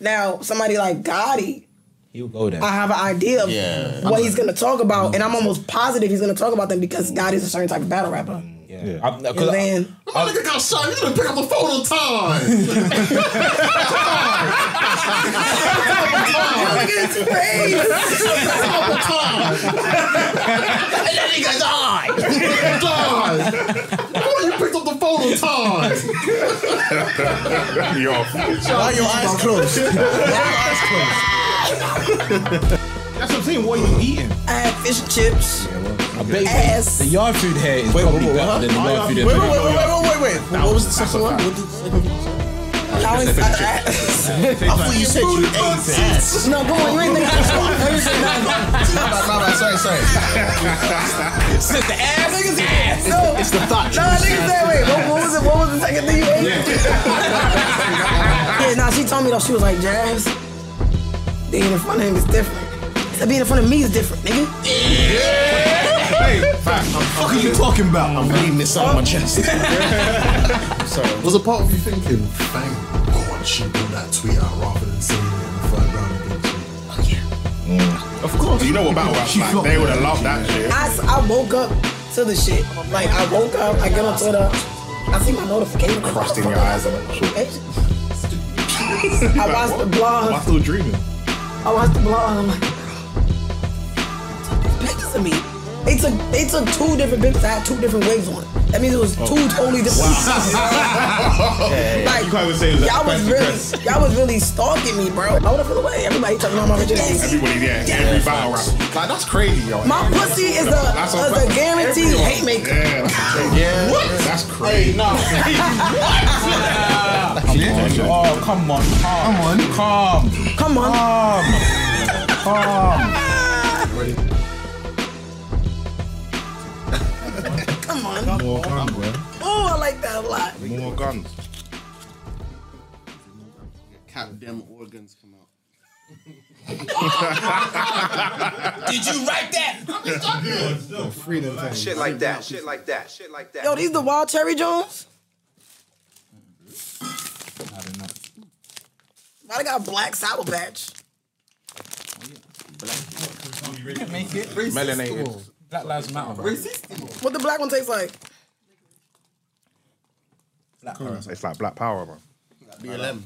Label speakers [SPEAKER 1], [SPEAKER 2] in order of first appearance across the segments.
[SPEAKER 1] Now, somebody like Gotti,
[SPEAKER 2] He'll go there.
[SPEAKER 1] I have an idea of
[SPEAKER 3] Yeah.
[SPEAKER 1] what he's gonna talk about, and I'm almost positive he's gonna talk about them because Gotti's a certain type of battle rapper.
[SPEAKER 2] yeah. I'm, Uh,
[SPEAKER 1] And
[SPEAKER 2] 'cause I-
[SPEAKER 1] then
[SPEAKER 3] My nigga got shot. You didn't pick up the phone on time.
[SPEAKER 1] it's crazy.
[SPEAKER 3] All the time. and that nigga died. died. Boy, you picked up the phone on time.
[SPEAKER 4] Why your eyes closed? Why your eyes closed?
[SPEAKER 5] That's what I'm saying. What you eating?
[SPEAKER 1] I had fish and chips.
[SPEAKER 2] I bet you
[SPEAKER 1] Ass.
[SPEAKER 2] the yard food head is
[SPEAKER 4] Wait, wait,
[SPEAKER 2] probably
[SPEAKER 4] wait,
[SPEAKER 2] better
[SPEAKER 4] huh?
[SPEAKER 2] than the yard food
[SPEAKER 4] Wait, wait, wait,
[SPEAKER 2] head.
[SPEAKER 4] wait, wait, wait, wait. What was the
[SPEAKER 5] That's
[SPEAKER 4] second
[SPEAKER 5] a
[SPEAKER 4] one?
[SPEAKER 5] fact.
[SPEAKER 4] What did the second one?
[SPEAKER 1] I always- I- I-
[SPEAKER 4] I thought you said you ate ass.
[SPEAKER 1] No, come on, you ain't thinking
[SPEAKER 4] My bad, my bad, sorry, sorry.
[SPEAKER 2] Sit the ass. Niggas ass.
[SPEAKER 1] No,
[SPEAKER 4] It's the thought.
[SPEAKER 1] no, nigga said wait. What, what was it? What was the second thing you ate? yeah, nah, she told me though she was like, Jazz, being in front of him is different. I said, being in front of me is different, nigga.
[SPEAKER 4] What are you talking about? I'm bleeding this out of my chest.
[SPEAKER 3] Was a part of you thinking, thank God she put that tweet out rather than saying it in the foreground of the tweet.
[SPEAKER 4] Of course.
[SPEAKER 6] You know what battle rap's
[SPEAKER 4] She
[SPEAKER 6] like?
[SPEAKER 4] flopped.
[SPEAKER 6] They would have loved that shit.
[SPEAKER 1] I, s- I woke up to the shit. Like, I woke up, I get on Twitter, I see my notification.
[SPEAKER 6] Crust in your eyes and that shit.
[SPEAKER 1] I watched the blog.
[SPEAKER 4] still dreaming.
[SPEAKER 1] I watched the blog and I'm like, "They took pictures of me. They took they took two different pictures. I had two different wigs on. That means it was
[SPEAKER 6] Oh.
[SPEAKER 1] two totally different. like,
[SPEAKER 5] You can't even say it was
[SPEAKER 1] y'all was
[SPEAKER 5] fancy
[SPEAKER 1] really
[SPEAKER 5] dress.
[SPEAKER 1] y'all was really stalking me, bro. I would have feel away. Everybody talking about my virginity.
[SPEAKER 6] Everybody, yeah, every battle rap. Like, that's crazy, yo.
[SPEAKER 1] My pussy is a,
[SPEAKER 6] That's on
[SPEAKER 1] is a
[SPEAKER 6] fact.
[SPEAKER 1] guaranteed hate maker.
[SPEAKER 6] Yeah, that's crazy. Yeah. What? That's crazy.
[SPEAKER 5] No. Oh come on, come on, come,
[SPEAKER 1] Come on.
[SPEAKER 5] come, come.
[SPEAKER 1] Come on. Oh, I like that a lot.
[SPEAKER 6] More guns.
[SPEAKER 3] Cap them organs come out.
[SPEAKER 2] Did you write that?
[SPEAKER 7] Shit like that. Shit like that. Shit like that.
[SPEAKER 1] Yo, these the wild cherry Jones? Why they got black sour patch?
[SPEAKER 2] Make it.
[SPEAKER 6] Melanated.
[SPEAKER 2] Black Lives Matter. Bro.
[SPEAKER 1] What the black one tastes like?
[SPEAKER 6] It's like black power, man.
[SPEAKER 3] BLM.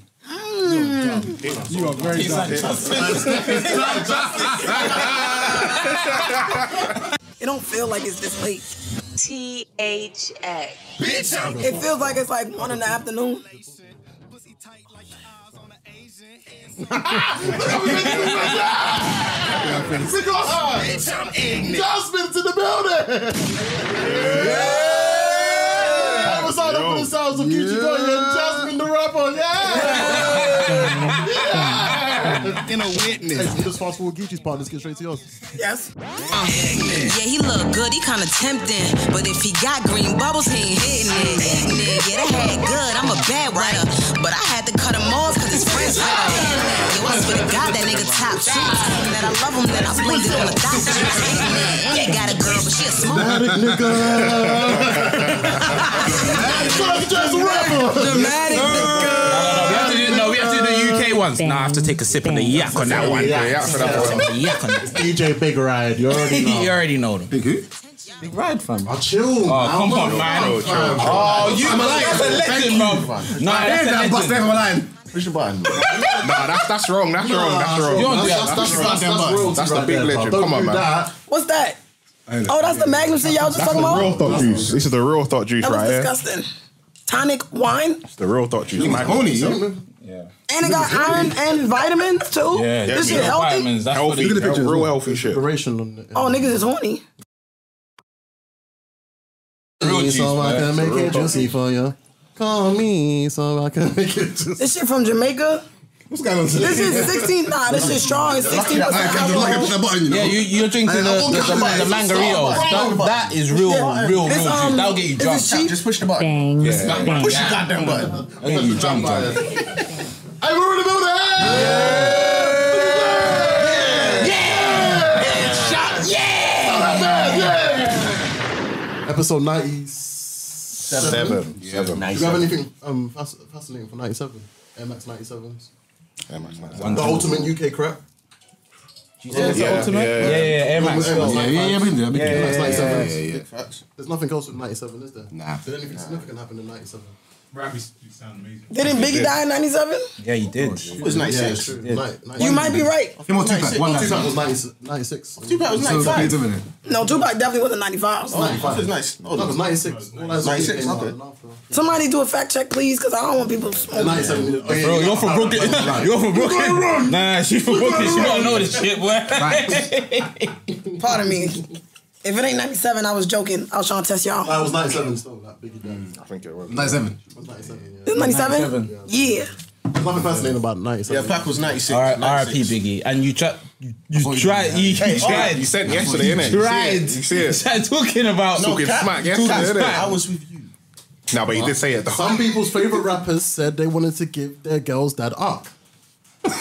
[SPEAKER 5] You are very
[SPEAKER 2] It's like justice.
[SPEAKER 1] It don't feel like it's this late.
[SPEAKER 8] THX.
[SPEAKER 1] It feels like it's like one in the afternoon.
[SPEAKER 3] Jasmine's in the building. Yeah. What's up for the sounds of Gucci Boy and Jasmine the rapper? Yeah. yeah. In a witness. Hey, responsible with Gucci's part. Let's get straight to yours.
[SPEAKER 1] Yes.
[SPEAKER 9] Yeah, he look good, he kinda tempting. But if he got green bubbles, he ain't hitting it. Hitting it. Yeah, that had good, I'm a bad writer. But I had to cut him off cause his friends with him. Yo, I swear to God, that nigga top shit. And That I love him, that I blamed it on the doctor. Yeah, he got a girl, but she a smoker.
[SPEAKER 3] Dramatic Jasmine rapper.
[SPEAKER 1] Dramatic.
[SPEAKER 2] We have to do- No, we have to do the UK ones. Nah, I have to take a sip of the yak on that one.
[SPEAKER 6] Yeah, yeah, for that one.
[SPEAKER 2] Yak on that.
[SPEAKER 4] DJ Big Ride, you already
[SPEAKER 2] You already know them.
[SPEAKER 3] Big who?
[SPEAKER 2] Big ride, fam.
[SPEAKER 3] Oh, chill.
[SPEAKER 2] Oh, come on, man. Oh, you that's a legend, bro. No, that's a legend.
[SPEAKER 3] my line. Push the button.
[SPEAKER 6] Nah, that's that's wrong. That's wrong. That's wrong.
[SPEAKER 2] You're
[SPEAKER 3] That's,
[SPEAKER 2] Yeah,
[SPEAKER 3] that's, that's, that's,
[SPEAKER 6] that's
[SPEAKER 3] that's real.
[SPEAKER 6] That's the big legend.
[SPEAKER 3] Don't
[SPEAKER 6] Come on,
[SPEAKER 3] do
[SPEAKER 6] man.
[SPEAKER 3] that.
[SPEAKER 1] What's that? Oh, that's the Magnum shit y'all just talking about?
[SPEAKER 6] thought juice. This is the real thought juice
[SPEAKER 1] That was
[SPEAKER 6] right here.
[SPEAKER 1] disgusting. Tonic wine,
[SPEAKER 6] It's the real thought juice. Like,
[SPEAKER 4] Tony,
[SPEAKER 1] and it got iron and vitamins too.
[SPEAKER 2] Yeah,
[SPEAKER 1] this
[SPEAKER 2] yeah,
[SPEAKER 1] shit healthy.
[SPEAKER 2] vitamins, That's what
[SPEAKER 6] healthy,
[SPEAKER 2] it-
[SPEAKER 6] real healthy shit.
[SPEAKER 4] Inspiration on the.
[SPEAKER 1] Oh, niggas is horny.
[SPEAKER 4] Call me
[SPEAKER 5] juice,
[SPEAKER 4] so I
[SPEAKER 5] man.
[SPEAKER 4] can make it juicy for you. Call me so I can make it juicy.
[SPEAKER 1] This shit from Jamaica.
[SPEAKER 4] What's going on
[SPEAKER 1] This is 16. Nah, this shit strong. It's 16 percent alcohol.
[SPEAKER 2] Yeah, you, you're drinking the, the, the, the mangarito. That, that is real, real, real
[SPEAKER 1] This,
[SPEAKER 2] juice.
[SPEAKER 1] um,
[SPEAKER 2] That'll get you
[SPEAKER 1] is
[SPEAKER 2] drunk.
[SPEAKER 1] this cheap?
[SPEAKER 4] Just push the button.
[SPEAKER 10] Bang.
[SPEAKER 2] Push the goddamn button. That'll get you drunk, drunk.
[SPEAKER 3] Hey, we're in the building.
[SPEAKER 4] Episode 97.
[SPEAKER 6] Seven. Seven.
[SPEAKER 4] Do you have anything um, fas- fascinating for 97? Air Max 97s?
[SPEAKER 6] Air Max 90s.
[SPEAKER 2] One,
[SPEAKER 3] The
[SPEAKER 2] two.
[SPEAKER 3] ultimate UK crap.
[SPEAKER 2] That's the
[SPEAKER 6] Yeah,
[SPEAKER 2] ultimate.
[SPEAKER 6] yeah,
[SPEAKER 2] Yeah, yeah,
[SPEAKER 6] yeah.
[SPEAKER 2] Air Max.
[SPEAKER 3] Air Max
[SPEAKER 2] yeah.
[SPEAKER 11] Yeah, yeah, yeah, we can do that. We can do
[SPEAKER 2] Yeah,
[SPEAKER 11] that.
[SPEAKER 3] That's
[SPEAKER 11] It's like-
[SPEAKER 3] 97.
[SPEAKER 6] yeah, yeah.
[SPEAKER 3] Facts. There's nothing close to 97, is there?
[SPEAKER 11] Nah.
[SPEAKER 3] Did anything significant happen in 97?
[SPEAKER 12] sound amazing.
[SPEAKER 1] Didn't Biggie die in 97?
[SPEAKER 2] Yeah, you did.
[SPEAKER 6] It was
[SPEAKER 3] Yeah, it's
[SPEAKER 6] 96.
[SPEAKER 3] true. Night- night-
[SPEAKER 1] You might be right.
[SPEAKER 11] Him or Tupac? One
[SPEAKER 3] Tupac was
[SPEAKER 11] night.
[SPEAKER 3] 96. 96.
[SPEAKER 6] Tupac was
[SPEAKER 11] So, wait
[SPEAKER 6] 95.
[SPEAKER 11] a minute.
[SPEAKER 1] No, Tupac definitely wasn't 95.
[SPEAKER 6] That was nice.
[SPEAKER 3] Oh, that was 96. All eyes on
[SPEAKER 6] 96,
[SPEAKER 3] you came
[SPEAKER 6] okay.
[SPEAKER 3] out.
[SPEAKER 1] Somebody do a fact check, please, because I don't want people smoking.
[SPEAKER 3] 97. Oh, yeah,
[SPEAKER 2] Bro, you're from Brooklyn. You're from Brooklyn. Nah, she's from Brooklyn. She don't know this shit, boy.
[SPEAKER 1] Pardon me. If it ain't 97, I was joking. I was trying to test y'all.
[SPEAKER 3] That was 97 still, that Biggie Dad.
[SPEAKER 6] I think it was.
[SPEAKER 11] 97.
[SPEAKER 3] It was 97, yeah.
[SPEAKER 1] This 97?
[SPEAKER 2] 97.
[SPEAKER 1] Yeah.
[SPEAKER 3] There's nothing fascinating about 97.
[SPEAKER 6] Yeah, Pac was 96.
[SPEAKER 2] All right,
[SPEAKER 6] 96.
[SPEAKER 2] R.I.P. Biggie. And you tried. You, you
[SPEAKER 11] you
[SPEAKER 2] tried.
[SPEAKER 11] did
[SPEAKER 2] You, you
[SPEAKER 6] Hey,
[SPEAKER 2] tried.
[SPEAKER 6] You sent yesterday, innit?
[SPEAKER 2] You
[SPEAKER 6] You
[SPEAKER 2] tried.
[SPEAKER 6] see it. You see it.
[SPEAKER 2] tried talking about.
[SPEAKER 6] Talking
[SPEAKER 2] Cap-
[SPEAKER 6] smack
[SPEAKER 2] talking
[SPEAKER 6] yesterday, innit?
[SPEAKER 2] smack.
[SPEAKER 6] I was-
[SPEAKER 12] What's with you?
[SPEAKER 6] No, but he did say it. though.
[SPEAKER 3] Some people's favorite rappers said they wanted to give their girls dad up.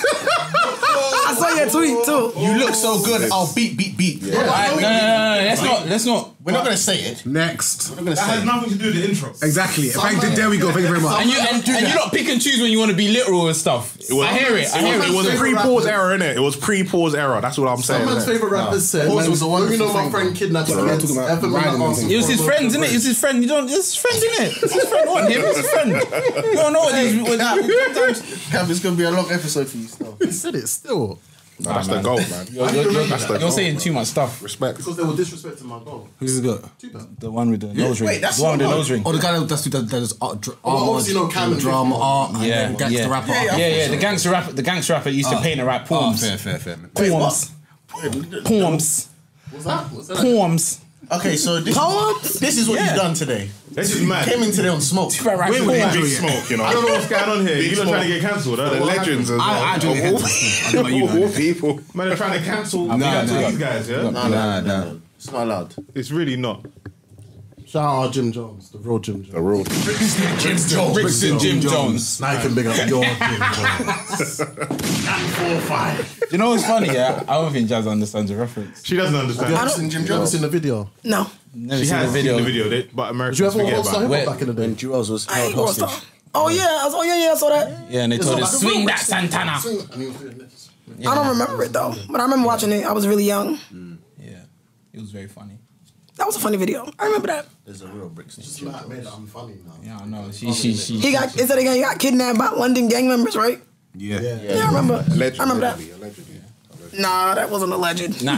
[SPEAKER 1] I saw your tweet, too.
[SPEAKER 12] You look so good.
[SPEAKER 13] Oh,
[SPEAKER 12] I'll beat, beat, beat.
[SPEAKER 2] All right, no, no, no, no. Let's not. Let's not.
[SPEAKER 12] We're not gonna say it.
[SPEAKER 11] Next.
[SPEAKER 12] We're gonna that has nothing to do with the intro.
[SPEAKER 11] Exactly. Thank you. There we go. Thank you very much.
[SPEAKER 2] And you and, and you not pick and choose when you want to be literal and stuff. I hear it. I hear it.
[SPEAKER 6] It was
[SPEAKER 3] Favorite
[SPEAKER 6] pre-pause
[SPEAKER 3] rapper.
[SPEAKER 6] error, innit? It was pre-pause error. That's what I'm saying.
[SPEAKER 3] Someone's
[SPEAKER 6] innit?
[SPEAKER 3] favorite rapper said,
[SPEAKER 11] Pause was a
[SPEAKER 3] "Let me
[SPEAKER 11] wonderful
[SPEAKER 3] know my
[SPEAKER 11] thing,
[SPEAKER 3] friend
[SPEAKER 11] though.
[SPEAKER 3] kidnapped
[SPEAKER 11] But we're not talking about riding and things.
[SPEAKER 2] It was his friends, innit? It was his friend. You don't. It's his friends, innit? It's his friend. What? Him? It's his friend. You don't know what these. What,
[SPEAKER 12] Cap, it's gonna be a long episode for you. Still.
[SPEAKER 3] He said it still.
[SPEAKER 6] Nah, that's the goal, man.
[SPEAKER 2] you're, you're,
[SPEAKER 6] That's the
[SPEAKER 2] you're
[SPEAKER 6] goal,
[SPEAKER 2] saying
[SPEAKER 6] man.
[SPEAKER 2] too much stuff.
[SPEAKER 6] Respect.
[SPEAKER 3] Because they were disrespecting my goal.
[SPEAKER 11] Who's this guy?
[SPEAKER 3] Tupac.
[SPEAKER 2] The one with the nose ring.
[SPEAKER 12] Wait, that's
[SPEAKER 2] the one with the
[SPEAKER 12] not-
[SPEAKER 2] nose ring.
[SPEAKER 11] Oh, the guy that that's that, that is art, dr-
[SPEAKER 3] well,
[SPEAKER 11] art,
[SPEAKER 3] obviously no Cameron
[SPEAKER 11] drama
[SPEAKER 3] before.
[SPEAKER 11] art, and
[SPEAKER 2] Yeah,
[SPEAKER 11] then gangster
[SPEAKER 2] yeah.
[SPEAKER 11] rapper.
[SPEAKER 12] Yeah,
[SPEAKER 2] Yeah, Oh. yeah. The gangster rapper. The gangster rapper used to paint and rap poems.
[SPEAKER 12] fair, fair, fair.
[SPEAKER 2] Poems. Poems.
[SPEAKER 3] What's that? What's that?
[SPEAKER 2] Poems.
[SPEAKER 12] Okay, so this, this is what
[SPEAKER 2] Yeah.
[SPEAKER 12] you've done today.
[SPEAKER 13] This is mad.
[SPEAKER 12] Came in today on smoke.
[SPEAKER 2] Rap
[SPEAKER 6] Where was
[SPEAKER 2] poems.
[SPEAKER 6] Big Smoke, you know?
[SPEAKER 13] I don't know what's going on here.
[SPEAKER 6] Big
[SPEAKER 13] You're trying to
[SPEAKER 6] Smoke.
[SPEAKER 13] get cancelled.
[SPEAKER 6] The legends as well.
[SPEAKER 11] I- I do
[SPEAKER 6] Of
[SPEAKER 11] get
[SPEAKER 6] all-
[SPEAKER 11] cancelled. I don't know about you,
[SPEAKER 6] of all people.
[SPEAKER 13] Man, they're trying to cancel
[SPEAKER 11] Nah,
[SPEAKER 13] cancel
[SPEAKER 11] nah.
[SPEAKER 13] these guys, yeah?
[SPEAKER 11] Nah, nah, nah.
[SPEAKER 12] It's not allowed.
[SPEAKER 13] It's really not.
[SPEAKER 3] Shout out Jim Jones, the real Jim Jones.
[SPEAKER 6] Rule.
[SPEAKER 12] Jim Jones.
[SPEAKER 2] Brixton Jim Jones.
[SPEAKER 3] Now you can big up your Jim Jones. Nine, four, five.
[SPEAKER 2] You know what's funny? Yeah, I don't think Jazz understands the reference.
[SPEAKER 13] She doesn't understand.
[SPEAKER 3] Have you seen Jim Jones in the video?
[SPEAKER 1] No.
[SPEAKER 2] Never
[SPEAKER 13] She
[SPEAKER 2] seen
[SPEAKER 13] has
[SPEAKER 2] the video.
[SPEAKER 13] seen the video, they- but Americans
[SPEAKER 3] Did you ever
[SPEAKER 13] forget
[SPEAKER 3] watch
[SPEAKER 13] about
[SPEAKER 3] hip
[SPEAKER 13] it.
[SPEAKER 2] Wait.
[SPEAKER 3] hop back in the day?
[SPEAKER 12] Jewels was
[SPEAKER 1] I ain't going to stop. Oh, yeah. I was, oh, yeah, yeah. I saw that.
[SPEAKER 2] Yeah, and they told us swing that Santana.
[SPEAKER 3] Swing- I mean, we're doing this.
[SPEAKER 1] I don't remember it, though. But I remember watching it. I was really young.
[SPEAKER 2] Yeah, it was very funny.
[SPEAKER 1] That was a funny video. I remember that.
[SPEAKER 12] There's a real Brixton.
[SPEAKER 3] It's not made that I'm funny now.
[SPEAKER 2] Yeah, I know. She, she, she.
[SPEAKER 1] He got, is that again? He got kidnapped by London gang members, right?
[SPEAKER 11] Yeah.
[SPEAKER 1] Yeah, I remember.
[SPEAKER 6] Allegedly.
[SPEAKER 1] I remember that.
[SPEAKER 6] Allegedly. Allegedly.
[SPEAKER 1] Nah, that wasn't a legend.
[SPEAKER 2] Nah.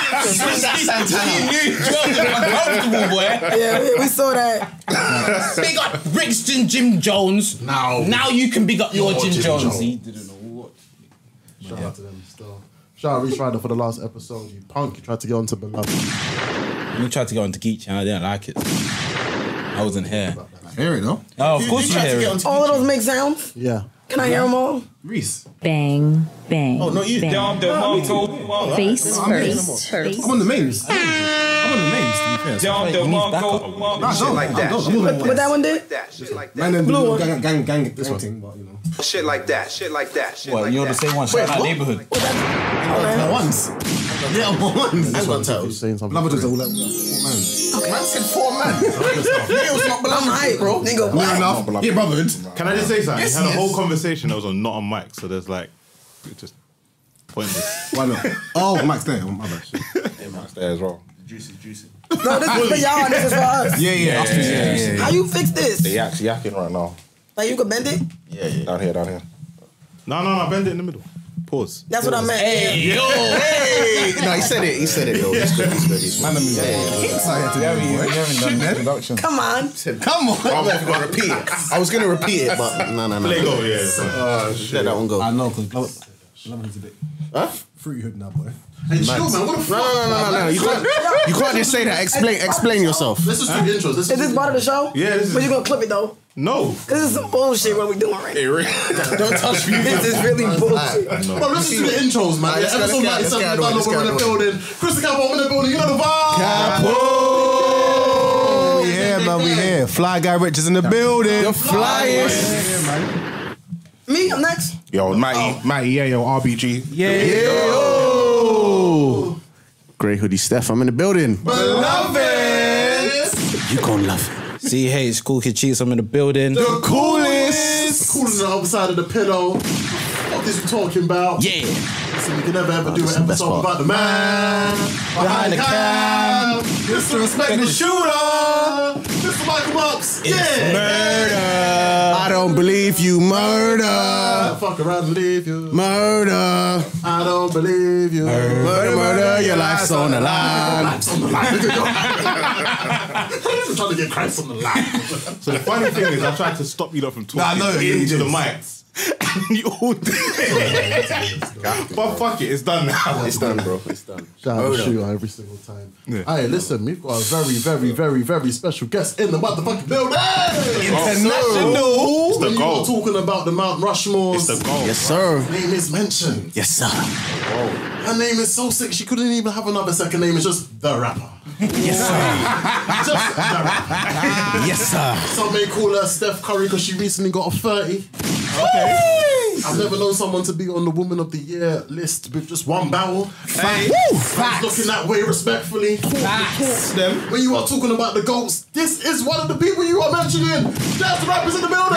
[SPEAKER 2] He knew Jazz was uncomfortable, boy.
[SPEAKER 1] Yeah, we, we saw that.
[SPEAKER 2] Big up Brixton Jim Jones.
[SPEAKER 3] Now.
[SPEAKER 2] Now you can big up your
[SPEAKER 3] Your
[SPEAKER 2] Jim,
[SPEAKER 3] Jim
[SPEAKER 2] Jones.
[SPEAKER 3] Jones.
[SPEAKER 2] He didn't know what.
[SPEAKER 3] Shout out to them still. Shout out Reese Ryder for the last episode. You punk, you tried to get onto Beloved.
[SPEAKER 2] We tried to go into Geech and I didn't like it. I wasn't here.
[SPEAKER 11] Here we go.
[SPEAKER 2] Oh, of course you,
[SPEAKER 12] tried to
[SPEAKER 2] hear
[SPEAKER 12] get
[SPEAKER 2] it.
[SPEAKER 12] onto
[SPEAKER 1] All of those make sounds.
[SPEAKER 3] Yeah.
[SPEAKER 1] Can I hear them all?
[SPEAKER 11] Reese.
[SPEAKER 8] Bang, bang.
[SPEAKER 12] Oh, not you.
[SPEAKER 8] Bang.
[SPEAKER 12] Down
[SPEAKER 8] Face
[SPEAKER 11] I'm here.
[SPEAKER 8] first. Face
[SPEAKER 11] I'm on the mains. I'm on the mains, to be fair.
[SPEAKER 2] He needs backup.
[SPEAKER 11] Nah, don't.
[SPEAKER 7] like
[SPEAKER 11] I'm
[SPEAKER 7] that.
[SPEAKER 11] done. I'm on the
[SPEAKER 1] What that
[SPEAKER 11] mains.
[SPEAKER 1] one did?
[SPEAKER 7] That shit like
[SPEAKER 11] Man,
[SPEAKER 7] that.
[SPEAKER 11] then the
[SPEAKER 1] Blue
[SPEAKER 11] little
[SPEAKER 1] one.
[SPEAKER 11] gang, gang, gang, gang thing, but you know.
[SPEAKER 7] Shit like that. Shit like that. Shit
[SPEAKER 2] Well,
[SPEAKER 7] like
[SPEAKER 2] you're the
[SPEAKER 7] that.
[SPEAKER 2] same one. Shout out neighborhood.
[SPEAKER 11] Once. Yeah, once.
[SPEAKER 12] Hang on,
[SPEAKER 3] You're
[SPEAKER 12] Turtles.
[SPEAKER 3] saying something.
[SPEAKER 11] Another just all that. Man.
[SPEAKER 12] Man said four man. Neil's not
[SPEAKER 1] I'm
[SPEAKER 12] blind.
[SPEAKER 1] hype, bro. Nigga,
[SPEAKER 11] Fair
[SPEAKER 1] what?
[SPEAKER 11] enough. Yeah, bothered.
[SPEAKER 13] Can I just say something?
[SPEAKER 12] Yes,
[SPEAKER 13] we had a
[SPEAKER 12] yes.
[SPEAKER 13] whole conversation that was on not on mic, so there's like, it just pointless.
[SPEAKER 11] Why not? Oh, Max there. My bad.
[SPEAKER 6] That's there as well.
[SPEAKER 12] Juicy, juicy.
[SPEAKER 1] No, this is for y'all. This is for us.
[SPEAKER 11] Yeah, yeah. us two, Yeah, yeah, yeah.
[SPEAKER 1] How you fix this?
[SPEAKER 6] They actually yakking right now.
[SPEAKER 1] Like you could bend it?
[SPEAKER 6] Yeah, yeah. Down here, down here.
[SPEAKER 13] no, no, no, bend it in the middle. Pause.
[SPEAKER 1] That's what I meant. Yeah.
[SPEAKER 2] Yo,
[SPEAKER 12] Hey, no, he said it. He said it. Yo, he's good. He's good. He's good.
[SPEAKER 11] Man,
[SPEAKER 1] Come on.
[SPEAKER 12] Come on. I'm not gonna repeat it. I was gonna repeat it, but no, no, no.
[SPEAKER 13] Let go, yeah. so-
[SPEAKER 12] Let that one go.
[SPEAKER 11] I know, because Lemonhead's a bit.
[SPEAKER 12] Huh?
[SPEAKER 11] Fruity hood now, boy.
[SPEAKER 3] Hey, chill, man. What the fuck?
[SPEAKER 12] No, no, no, no, no. You can't. You can't just say that. Explain. Explain yourself.
[SPEAKER 3] This is two intros. This
[SPEAKER 1] Is
[SPEAKER 3] is,
[SPEAKER 1] this part of the show?
[SPEAKER 13] Yeah, this is-
[SPEAKER 1] But you gonna clip it though.
[SPEAKER 13] No.
[SPEAKER 1] This is some bullshit what we doing right now.
[SPEAKER 12] Don't touch me.
[SPEAKER 1] This is really bullshit.
[SPEAKER 3] Bro, this is the intros, man.
[SPEAKER 12] Alright, let's
[SPEAKER 3] Yeah,
[SPEAKER 12] get-
[SPEAKER 3] episode
[SPEAKER 12] let's get out
[SPEAKER 3] 97,
[SPEAKER 12] of the way,
[SPEAKER 3] Donald,
[SPEAKER 12] let's get
[SPEAKER 3] we're
[SPEAKER 12] out
[SPEAKER 3] in the
[SPEAKER 12] of the way.
[SPEAKER 3] building. Chris Capo, we're in the building. You know the vibe.
[SPEAKER 12] Capo.
[SPEAKER 11] Yeah, man, we here. Fly Guy Rich is in the building.
[SPEAKER 12] The flyest.
[SPEAKER 1] Me, I'm next.
[SPEAKER 6] Yo, Matty, Matty, yeah, yo, RBG. Yeah.
[SPEAKER 12] Yo. Grey hoodie Steph, I'm in the building. Beloved. You gonna love it.
[SPEAKER 2] CH, cool kid cheese. I'm in the building.
[SPEAKER 12] The coolest.
[SPEAKER 3] Cool on the other side of the pillow. What is you talking about? Yeah. So we can never ever do
[SPEAKER 4] Oh, this
[SPEAKER 3] an
[SPEAKER 4] is the best
[SPEAKER 3] episode
[SPEAKER 4] part.
[SPEAKER 3] about the man behind the cam. Mr. Respect the Shooter. Mr. Michael Bucks. Yeah.
[SPEAKER 4] Murder. I don't believe you. Murder.
[SPEAKER 3] Fuck around and leave you.
[SPEAKER 4] Murder.
[SPEAKER 3] I don't believe you.
[SPEAKER 4] Murder, murder, your life's on the line.
[SPEAKER 3] Life's on the line. I'm trying to get Christ on the line.
[SPEAKER 6] So the funny thing is, I tried to stop you lot from
[SPEAKER 10] Nah, I
[SPEAKER 6] talking
[SPEAKER 10] know, you
[SPEAKER 6] into the
[SPEAKER 10] just-
[SPEAKER 6] mics. you all did it. but fuck it, it's done now.
[SPEAKER 10] It's done, bro. It's done.
[SPEAKER 3] Shout out to
[SPEAKER 10] Murder.
[SPEAKER 3] Shooter every single time. Hey, listen, we've got a very, very, very, very special guest in the motherfucking building.
[SPEAKER 5] Oh.
[SPEAKER 6] International. It's the
[SPEAKER 3] When you
[SPEAKER 6] goal.
[SPEAKER 3] are talking about the Mount Rushmore.
[SPEAKER 6] It's the goal.
[SPEAKER 4] Yes, sir.
[SPEAKER 3] Name is mentioned.
[SPEAKER 4] Yes, sir.
[SPEAKER 3] Her name is so sick she couldn't even have another second name. It's just the rapper. Yes, sir. just the rapper.
[SPEAKER 4] Yes, sir.
[SPEAKER 3] Some may call her Steph Curry because she recently got a thirty. I've never known someone to be on the Woman of the Year list with just one barrel. Facts. Facts. Looking that way respectfully.
[SPEAKER 5] Facts. Them.
[SPEAKER 3] When you are talking about the goats, this is one of the people you are mentioning. That's the rappers in the building.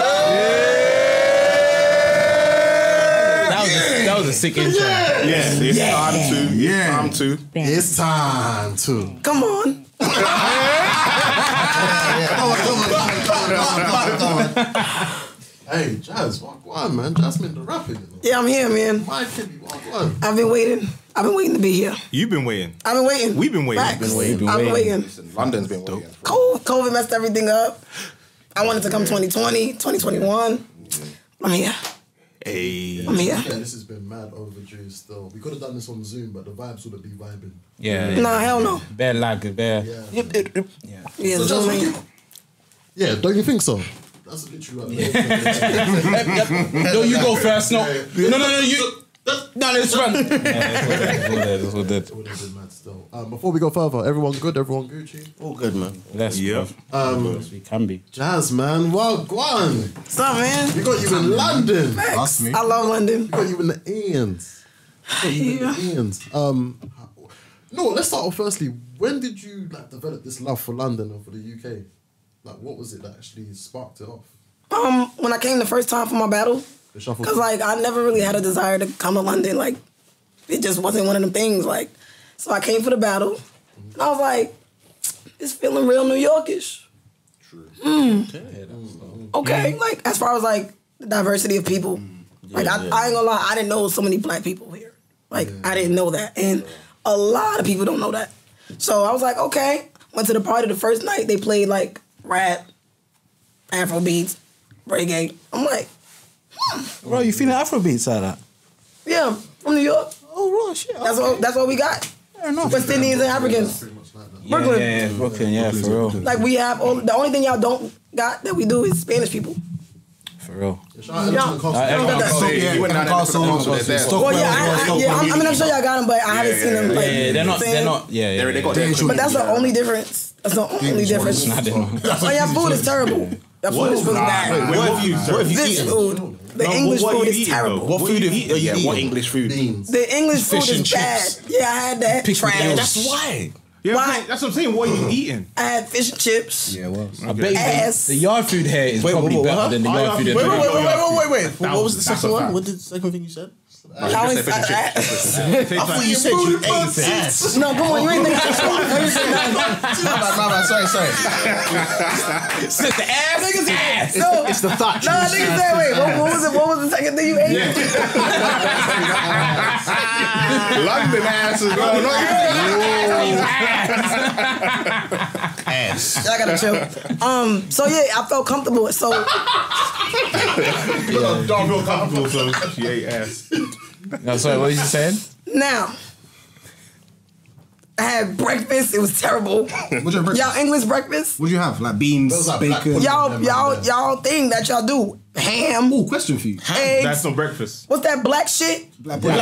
[SPEAKER 5] That was, a, that was a sick intro.
[SPEAKER 6] Yes, it's time to. Yeah. Time to.
[SPEAKER 3] It's time to.
[SPEAKER 1] Come on.
[SPEAKER 3] Hey, Jazz, walk one, man. Jasmine the rapping.
[SPEAKER 1] Yeah, I'm here, man.
[SPEAKER 3] My kid, walk one.
[SPEAKER 1] I've been waiting. I've been waiting to be here.
[SPEAKER 6] You've been waiting.
[SPEAKER 1] I've been waiting.
[SPEAKER 6] We've been waiting.
[SPEAKER 1] Facts.
[SPEAKER 6] We've
[SPEAKER 5] been
[SPEAKER 1] I've been
[SPEAKER 5] waiting.
[SPEAKER 1] waiting.
[SPEAKER 12] London's been waiting.
[SPEAKER 1] Co- COVID messed everything up. I wanted to come 2020, 2021. I'm here.
[SPEAKER 6] Hey.
[SPEAKER 1] I'm here.
[SPEAKER 3] Yeah, this has been mad overdue still. We could have done this on Zoom, but the vibes wouldn't be vibing.
[SPEAKER 5] Yeah.
[SPEAKER 1] Nah, hell no.
[SPEAKER 5] Bear lag, bear.
[SPEAKER 3] Yeah.
[SPEAKER 1] Yeah,
[SPEAKER 3] So Jazz,
[SPEAKER 1] Zoom
[SPEAKER 3] what
[SPEAKER 1] ain't.
[SPEAKER 3] you- yeah, don't you think so? That's literally right.
[SPEAKER 5] No, you go first. No, no, no, no. You. No, let's run.
[SPEAKER 3] would have been mad still. Um, before we go further, everyone good, everyone Gucci.
[SPEAKER 4] All good, man.
[SPEAKER 5] Let's
[SPEAKER 6] Yep.
[SPEAKER 5] Um, we can be.
[SPEAKER 3] Jazz man, well gone.
[SPEAKER 1] What's up, man?
[SPEAKER 3] We got you in London. We
[SPEAKER 10] That's me.
[SPEAKER 1] I love London.
[SPEAKER 3] got you in the Ians. We got you in the Ians. Um, no, let's start off firstly. When did you like develop this love for London and for the UK? Like, what was it that actually sparked it off?
[SPEAKER 1] Um, when I came the first time for my battle,
[SPEAKER 3] The shuffle.
[SPEAKER 1] cause like I never really had a desire to come to London. Like, it just wasn't one of them things. Like, so I came for the battle, and I was like, it's feeling real New Yorkish. True. Okay. Like as far as like the diversity of people,
[SPEAKER 3] Mm.
[SPEAKER 1] like I, I ain't gonna lie, I didn't know so many black people here. Like I didn't know that, and a lot of people don't know that. So I was like, okay. Went to the party the first night. They played like rap, Afro beats, reggae. I'm like,
[SPEAKER 5] Bro, you feeling Afrobeats like that?
[SPEAKER 1] yeah, from New York.
[SPEAKER 5] Oh, right, shit.
[SPEAKER 1] That's all. That's all we got.
[SPEAKER 5] Fair enough.
[SPEAKER 1] West Indians and Africans.
[SPEAKER 5] Yeah,
[SPEAKER 1] Brooklyn.
[SPEAKER 5] yeah, yeah, Brooklyn, yeah, for real.
[SPEAKER 1] Like we have all. The only thing y'all don't got that we do is Spanish people.
[SPEAKER 5] For real.
[SPEAKER 3] Shout out
[SPEAKER 1] Yeah.
[SPEAKER 3] to Costa.
[SPEAKER 1] Y'all got that.
[SPEAKER 10] So, yeah,
[SPEAKER 12] you went down there
[SPEAKER 10] Newcastle,
[SPEAKER 12] for the concert,
[SPEAKER 10] Newcastle,
[SPEAKER 12] they're there.
[SPEAKER 1] Well, yeah,
[SPEAKER 10] Stockholm,
[SPEAKER 1] I, I, yeah. I'm, I mean, I'm sure y'all got them, but I haven't seen them. Like,
[SPEAKER 5] Yeah, they're not, they're
[SPEAKER 1] saying-
[SPEAKER 5] not, yeah. yeah,
[SPEAKER 12] They, they got
[SPEAKER 10] They
[SPEAKER 12] their
[SPEAKER 10] ain't sure
[SPEAKER 1] But that's the only difference. That's the only difference.
[SPEAKER 5] I didn't know.
[SPEAKER 1] Oh, your food is terrible. Your food is really bad.
[SPEAKER 6] What have you? What have you
[SPEAKER 1] This
[SPEAKER 6] eaten?
[SPEAKER 1] food, the
[SPEAKER 6] No, what-
[SPEAKER 1] English
[SPEAKER 6] what
[SPEAKER 1] food
[SPEAKER 6] you
[SPEAKER 1] is
[SPEAKER 6] eating, though?
[SPEAKER 1] terrible.
[SPEAKER 6] What food have you? Yeah,
[SPEAKER 10] eating?
[SPEAKER 6] what English food?
[SPEAKER 3] Beans.
[SPEAKER 1] The English
[SPEAKER 5] Fish
[SPEAKER 1] food
[SPEAKER 5] and
[SPEAKER 1] is bad.
[SPEAKER 5] chips.
[SPEAKER 1] Yeah, I had that.
[SPEAKER 5] Fish with
[SPEAKER 1] Trash.
[SPEAKER 5] those.
[SPEAKER 6] why. Yeah,
[SPEAKER 1] Why?
[SPEAKER 6] that's what I'm saying. What are you eating?
[SPEAKER 1] I had fish and chips.
[SPEAKER 10] Yeah, well.
[SPEAKER 5] I bet you
[SPEAKER 1] Ass.
[SPEAKER 5] the, the yard food here is probably
[SPEAKER 10] wait,
[SPEAKER 5] better
[SPEAKER 10] what?
[SPEAKER 5] than the
[SPEAKER 6] Oh,
[SPEAKER 5] yard
[SPEAKER 6] yeah,
[SPEAKER 5] food.
[SPEAKER 6] wait,
[SPEAKER 5] in
[SPEAKER 6] wait,
[SPEAKER 5] New
[SPEAKER 6] wait,
[SPEAKER 5] York.
[SPEAKER 6] wait, wait,
[SPEAKER 10] wait.
[SPEAKER 6] wait,
[SPEAKER 10] What was the
[SPEAKER 6] That's
[SPEAKER 10] second
[SPEAKER 6] a
[SPEAKER 10] one?
[SPEAKER 6] fact.
[SPEAKER 10] What did the second thing you said?
[SPEAKER 1] I always, I, I,
[SPEAKER 10] I thought you said you ate ass.
[SPEAKER 1] no, come on, you ain't think
[SPEAKER 10] My bad, my bad. Sorry, sorry.
[SPEAKER 5] Sit the ass, niggas ass.
[SPEAKER 1] no.
[SPEAKER 10] It's the thought.
[SPEAKER 1] No, I think it's that way. What, what was it? What was the second thing you ate?
[SPEAKER 12] London ass is going on.
[SPEAKER 10] ass.
[SPEAKER 1] I gotta chill. Um, so yeah, I felt comfortable. So
[SPEAKER 6] Don't feel comfortable, so she ate ass.
[SPEAKER 5] No, sorry, what was you saying?
[SPEAKER 1] now, I had breakfast. It was terrible.
[SPEAKER 10] What's your breakfast?
[SPEAKER 1] Y'all English breakfast?
[SPEAKER 10] What'd you have? Like beans,
[SPEAKER 3] Those are black
[SPEAKER 10] bacon.
[SPEAKER 3] ones.
[SPEAKER 1] Y'all, y'all, y'all thing that y'all do? Ham,
[SPEAKER 10] Ooh, question for you.
[SPEAKER 1] eggs.
[SPEAKER 6] That's not breakfast.
[SPEAKER 1] What's that black shit?
[SPEAKER 10] Black pudding.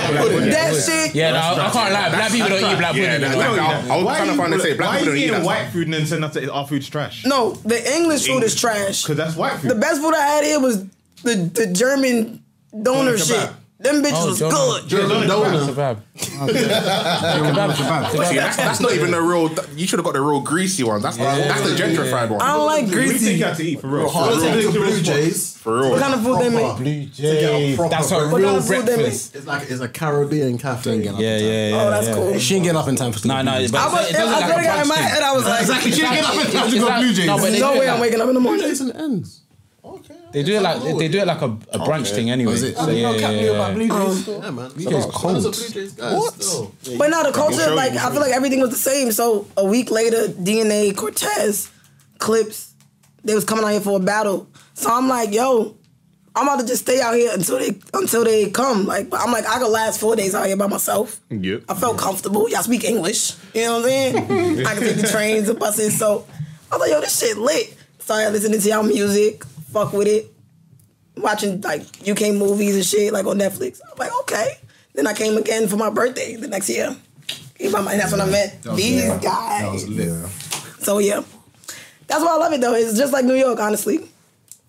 [SPEAKER 1] that shit.
[SPEAKER 5] Yeah, no, I can't lie. Black people don't eat black
[SPEAKER 12] Yeah,
[SPEAKER 5] pudding.
[SPEAKER 12] that's like, I, I was trying to find and say black
[SPEAKER 6] why
[SPEAKER 12] people
[SPEAKER 6] are
[SPEAKER 12] don't
[SPEAKER 6] you
[SPEAKER 12] eat
[SPEAKER 6] eating
[SPEAKER 12] that.
[SPEAKER 6] white food and then saying that our food's trash?
[SPEAKER 1] No, the English food is trash.
[SPEAKER 6] Because that's white food.
[SPEAKER 1] The best food I had here was the the German donor
[SPEAKER 6] Doner kebab.
[SPEAKER 1] shit. Them bitches
[SPEAKER 2] Oh,
[SPEAKER 1] was
[SPEAKER 2] Jonah.
[SPEAKER 1] good.
[SPEAKER 2] Jonah. Jonah.
[SPEAKER 14] See, that's, that's not even the real. You should have got the real greasy one. That's that's the gentrified one.
[SPEAKER 1] I don't like greasy.
[SPEAKER 6] you had to eat for real.
[SPEAKER 14] For real.
[SPEAKER 3] Blue Jays.
[SPEAKER 14] For real.
[SPEAKER 1] What kind of food they make?
[SPEAKER 2] Blue
[SPEAKER 3] Jay.
[SPEAKER 2] Jay. That's a
[SPEAKER 1] What kind
[SPEAKER 2] real
[SPEAKER 1] of food they make?
[SPEAKER 2] breakfast.
[SPEAKER 3] It's like it's a Caribbean cafe.
[SPEAKER 12] Didn't get up
[SPEAKER 2] Yeah,
[SPEAKER 12] in time.
[SPEAKER 2] yeah, yeah.
[SPEAKER 1] Oh, that's
[SPEAKER 2] yeah.
[SPEAKER 1] cool.
[SPEAKER 12] She didn't get up in time for sleep.
[SPEAKER 2] No, no, but
[SPEAKER 1] I was,
[SPEAKER 2] it
[SPEAKER 1] I
[SPEAKER 2] doesn't like
[SPEAKER 1] swear
[SPEAKER 2] a
[SPEAKER 1] to God, in
[SPEAKER 2] brunch
[SPEAKER 1] my
[SPEAKER 2] thing.
[SPEAKER 1] head, I was like,
[SPEAKER 12] Exactly. She didn't get up in time to go Blue Jays.
[SPEAKER 2] No, but they
[SPEAKER 1] no
[SPEAKER 2] do
[SPEAKER 1] way
[SPEAKER 2] it
[SPEAKER 1] I'm
[SPEAKER 2] like-
[SPEAKER 1] waking up in the morning.
[SPEAKER 3] It's an end. Okay.
[SPEAKER 2] They do it like they do it like a, a brunch thing anyway.
[SPEAKER 12] it?
[SPEAKER 2] So yeah, yeah, yeah.
[SPEAKER 3] Oh. Yeah, man.
[SPEAKER 12] You guys
[SPEAKER 3] Those are
[SPEAKER 12] cold.
[SPEAKER 3] Blue Jays guys. What?
[SPEAKER 1] But now the culture,
[SPEAKER 14] show
[SPEAKER 1] like
[SPEAKER 14] you,
[SPEAKER 1] I feel like everything was the same. So a week later, DNA Cortez clips. They was coming out here for a battle. So I'm like, yo, I'm about to just stay out here until they until they come. Like, but I'm like, I could last four days out here by myself.
[SPEAKER 14] Yep.
[SPEAKER 1] I felt comfortable. Y'all speak English. You know what I'm saying? I can take the trains, the buses. So I was like, yo, this shit lit. Started listening to y'all music, fuck with it. Watching like UK movies and shit, like on Netflix. I'm like, okay. Then I came again for my birthday the next year. Came by my- That's when I met these guys. So yeah. That's why I love it though. It's just like New York, honestly.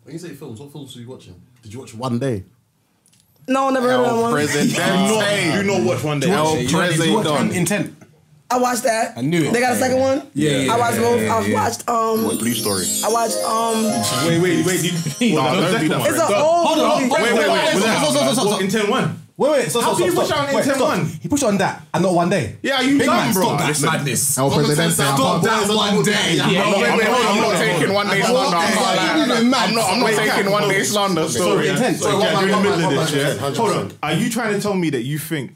[SPEAKER 3] When you say films, what films were you watching? Did you watch One Day?
[SPEAKER 1] No, never heard of that one.
[SPEAKER 14] President.
[SPEAKER 6] Do not watch one day.
[SPEAKER 14] El
[SPEAKER 6] Hey,
[SPEAKER 14] President.
[SPEAKER 12] Intent.
[SPEAKER 1] I watched that. I
[SPEAKER 12] knew it.
[SPEAKER 1] They got a second one? Yeah. I watched both. I've watched um
[SPEAKER 14] Blue story.
[SPEAKER 1] I watched um
[SPEAKER 6] Wait, wait, wait. You,
[SPEAKER 14] No, don't do that
[SPEAKER 1] it's
[SPEAKER 14] one.
[SPEAKER 1] an old movie.
[SPEAKER 12] Wait, wait, wait.
[SPEAKER 6] in 10 1.
[SPEAKER 12] Wait, wait. Stop,
[SPEAKER 6] How
[SPEAKER 12] stop,
[SPEAKER 6] can you
[SPEAKER 12] stop,
[SPEAKER 6] push
[SPEAKER 12] stop.
[SPEAKER 6] out an
[SPEAKER 12] Wait,
[SPEAKER 6] intent
[SPEAKER 12] stop.
[SPEAKER 6] one?
[SPEAKER 12] He pushed it on that and not one day.
[SPEAKER 6] Yeah, you
[SPEAKER 12] Big
[SPEAKER 6] dumb,
[SPEAKER 12] man,
[SPEAKER 6] bro.
[SPEAKER 12] stop that
[SPEAKER 6] Listen.
[SPEAKER 12] madness.
[SPEAKER 15] El Presidente.
[SPEAKER 12] Stop that one day.
[SPEAKER 14] No, wait, wait, hold on. I'm not
[SPEAKER 12] Yeah,
[SPEAKER 14] taking one day's slander. I'm not lying. I'm not- I'm not. I'm not taking one day's slander. Sorry.
[SPEAKER 12] Intent.
[SPEAKER 6] So,
[SPEAKER 12] Sorry,
[SPEAKER 6] yeah,
[SPEAKER 12] one
[SPEAKER 6] you're in
[SPEAKER 12] man,
[SPEAKER 6] the middle
[SPEAKER 12] one
[SPEAKER 6] of this,
[SPEAKER 12] man,
[SPEAKER 6] yeah? Hold on. Are you trying to tell me that you think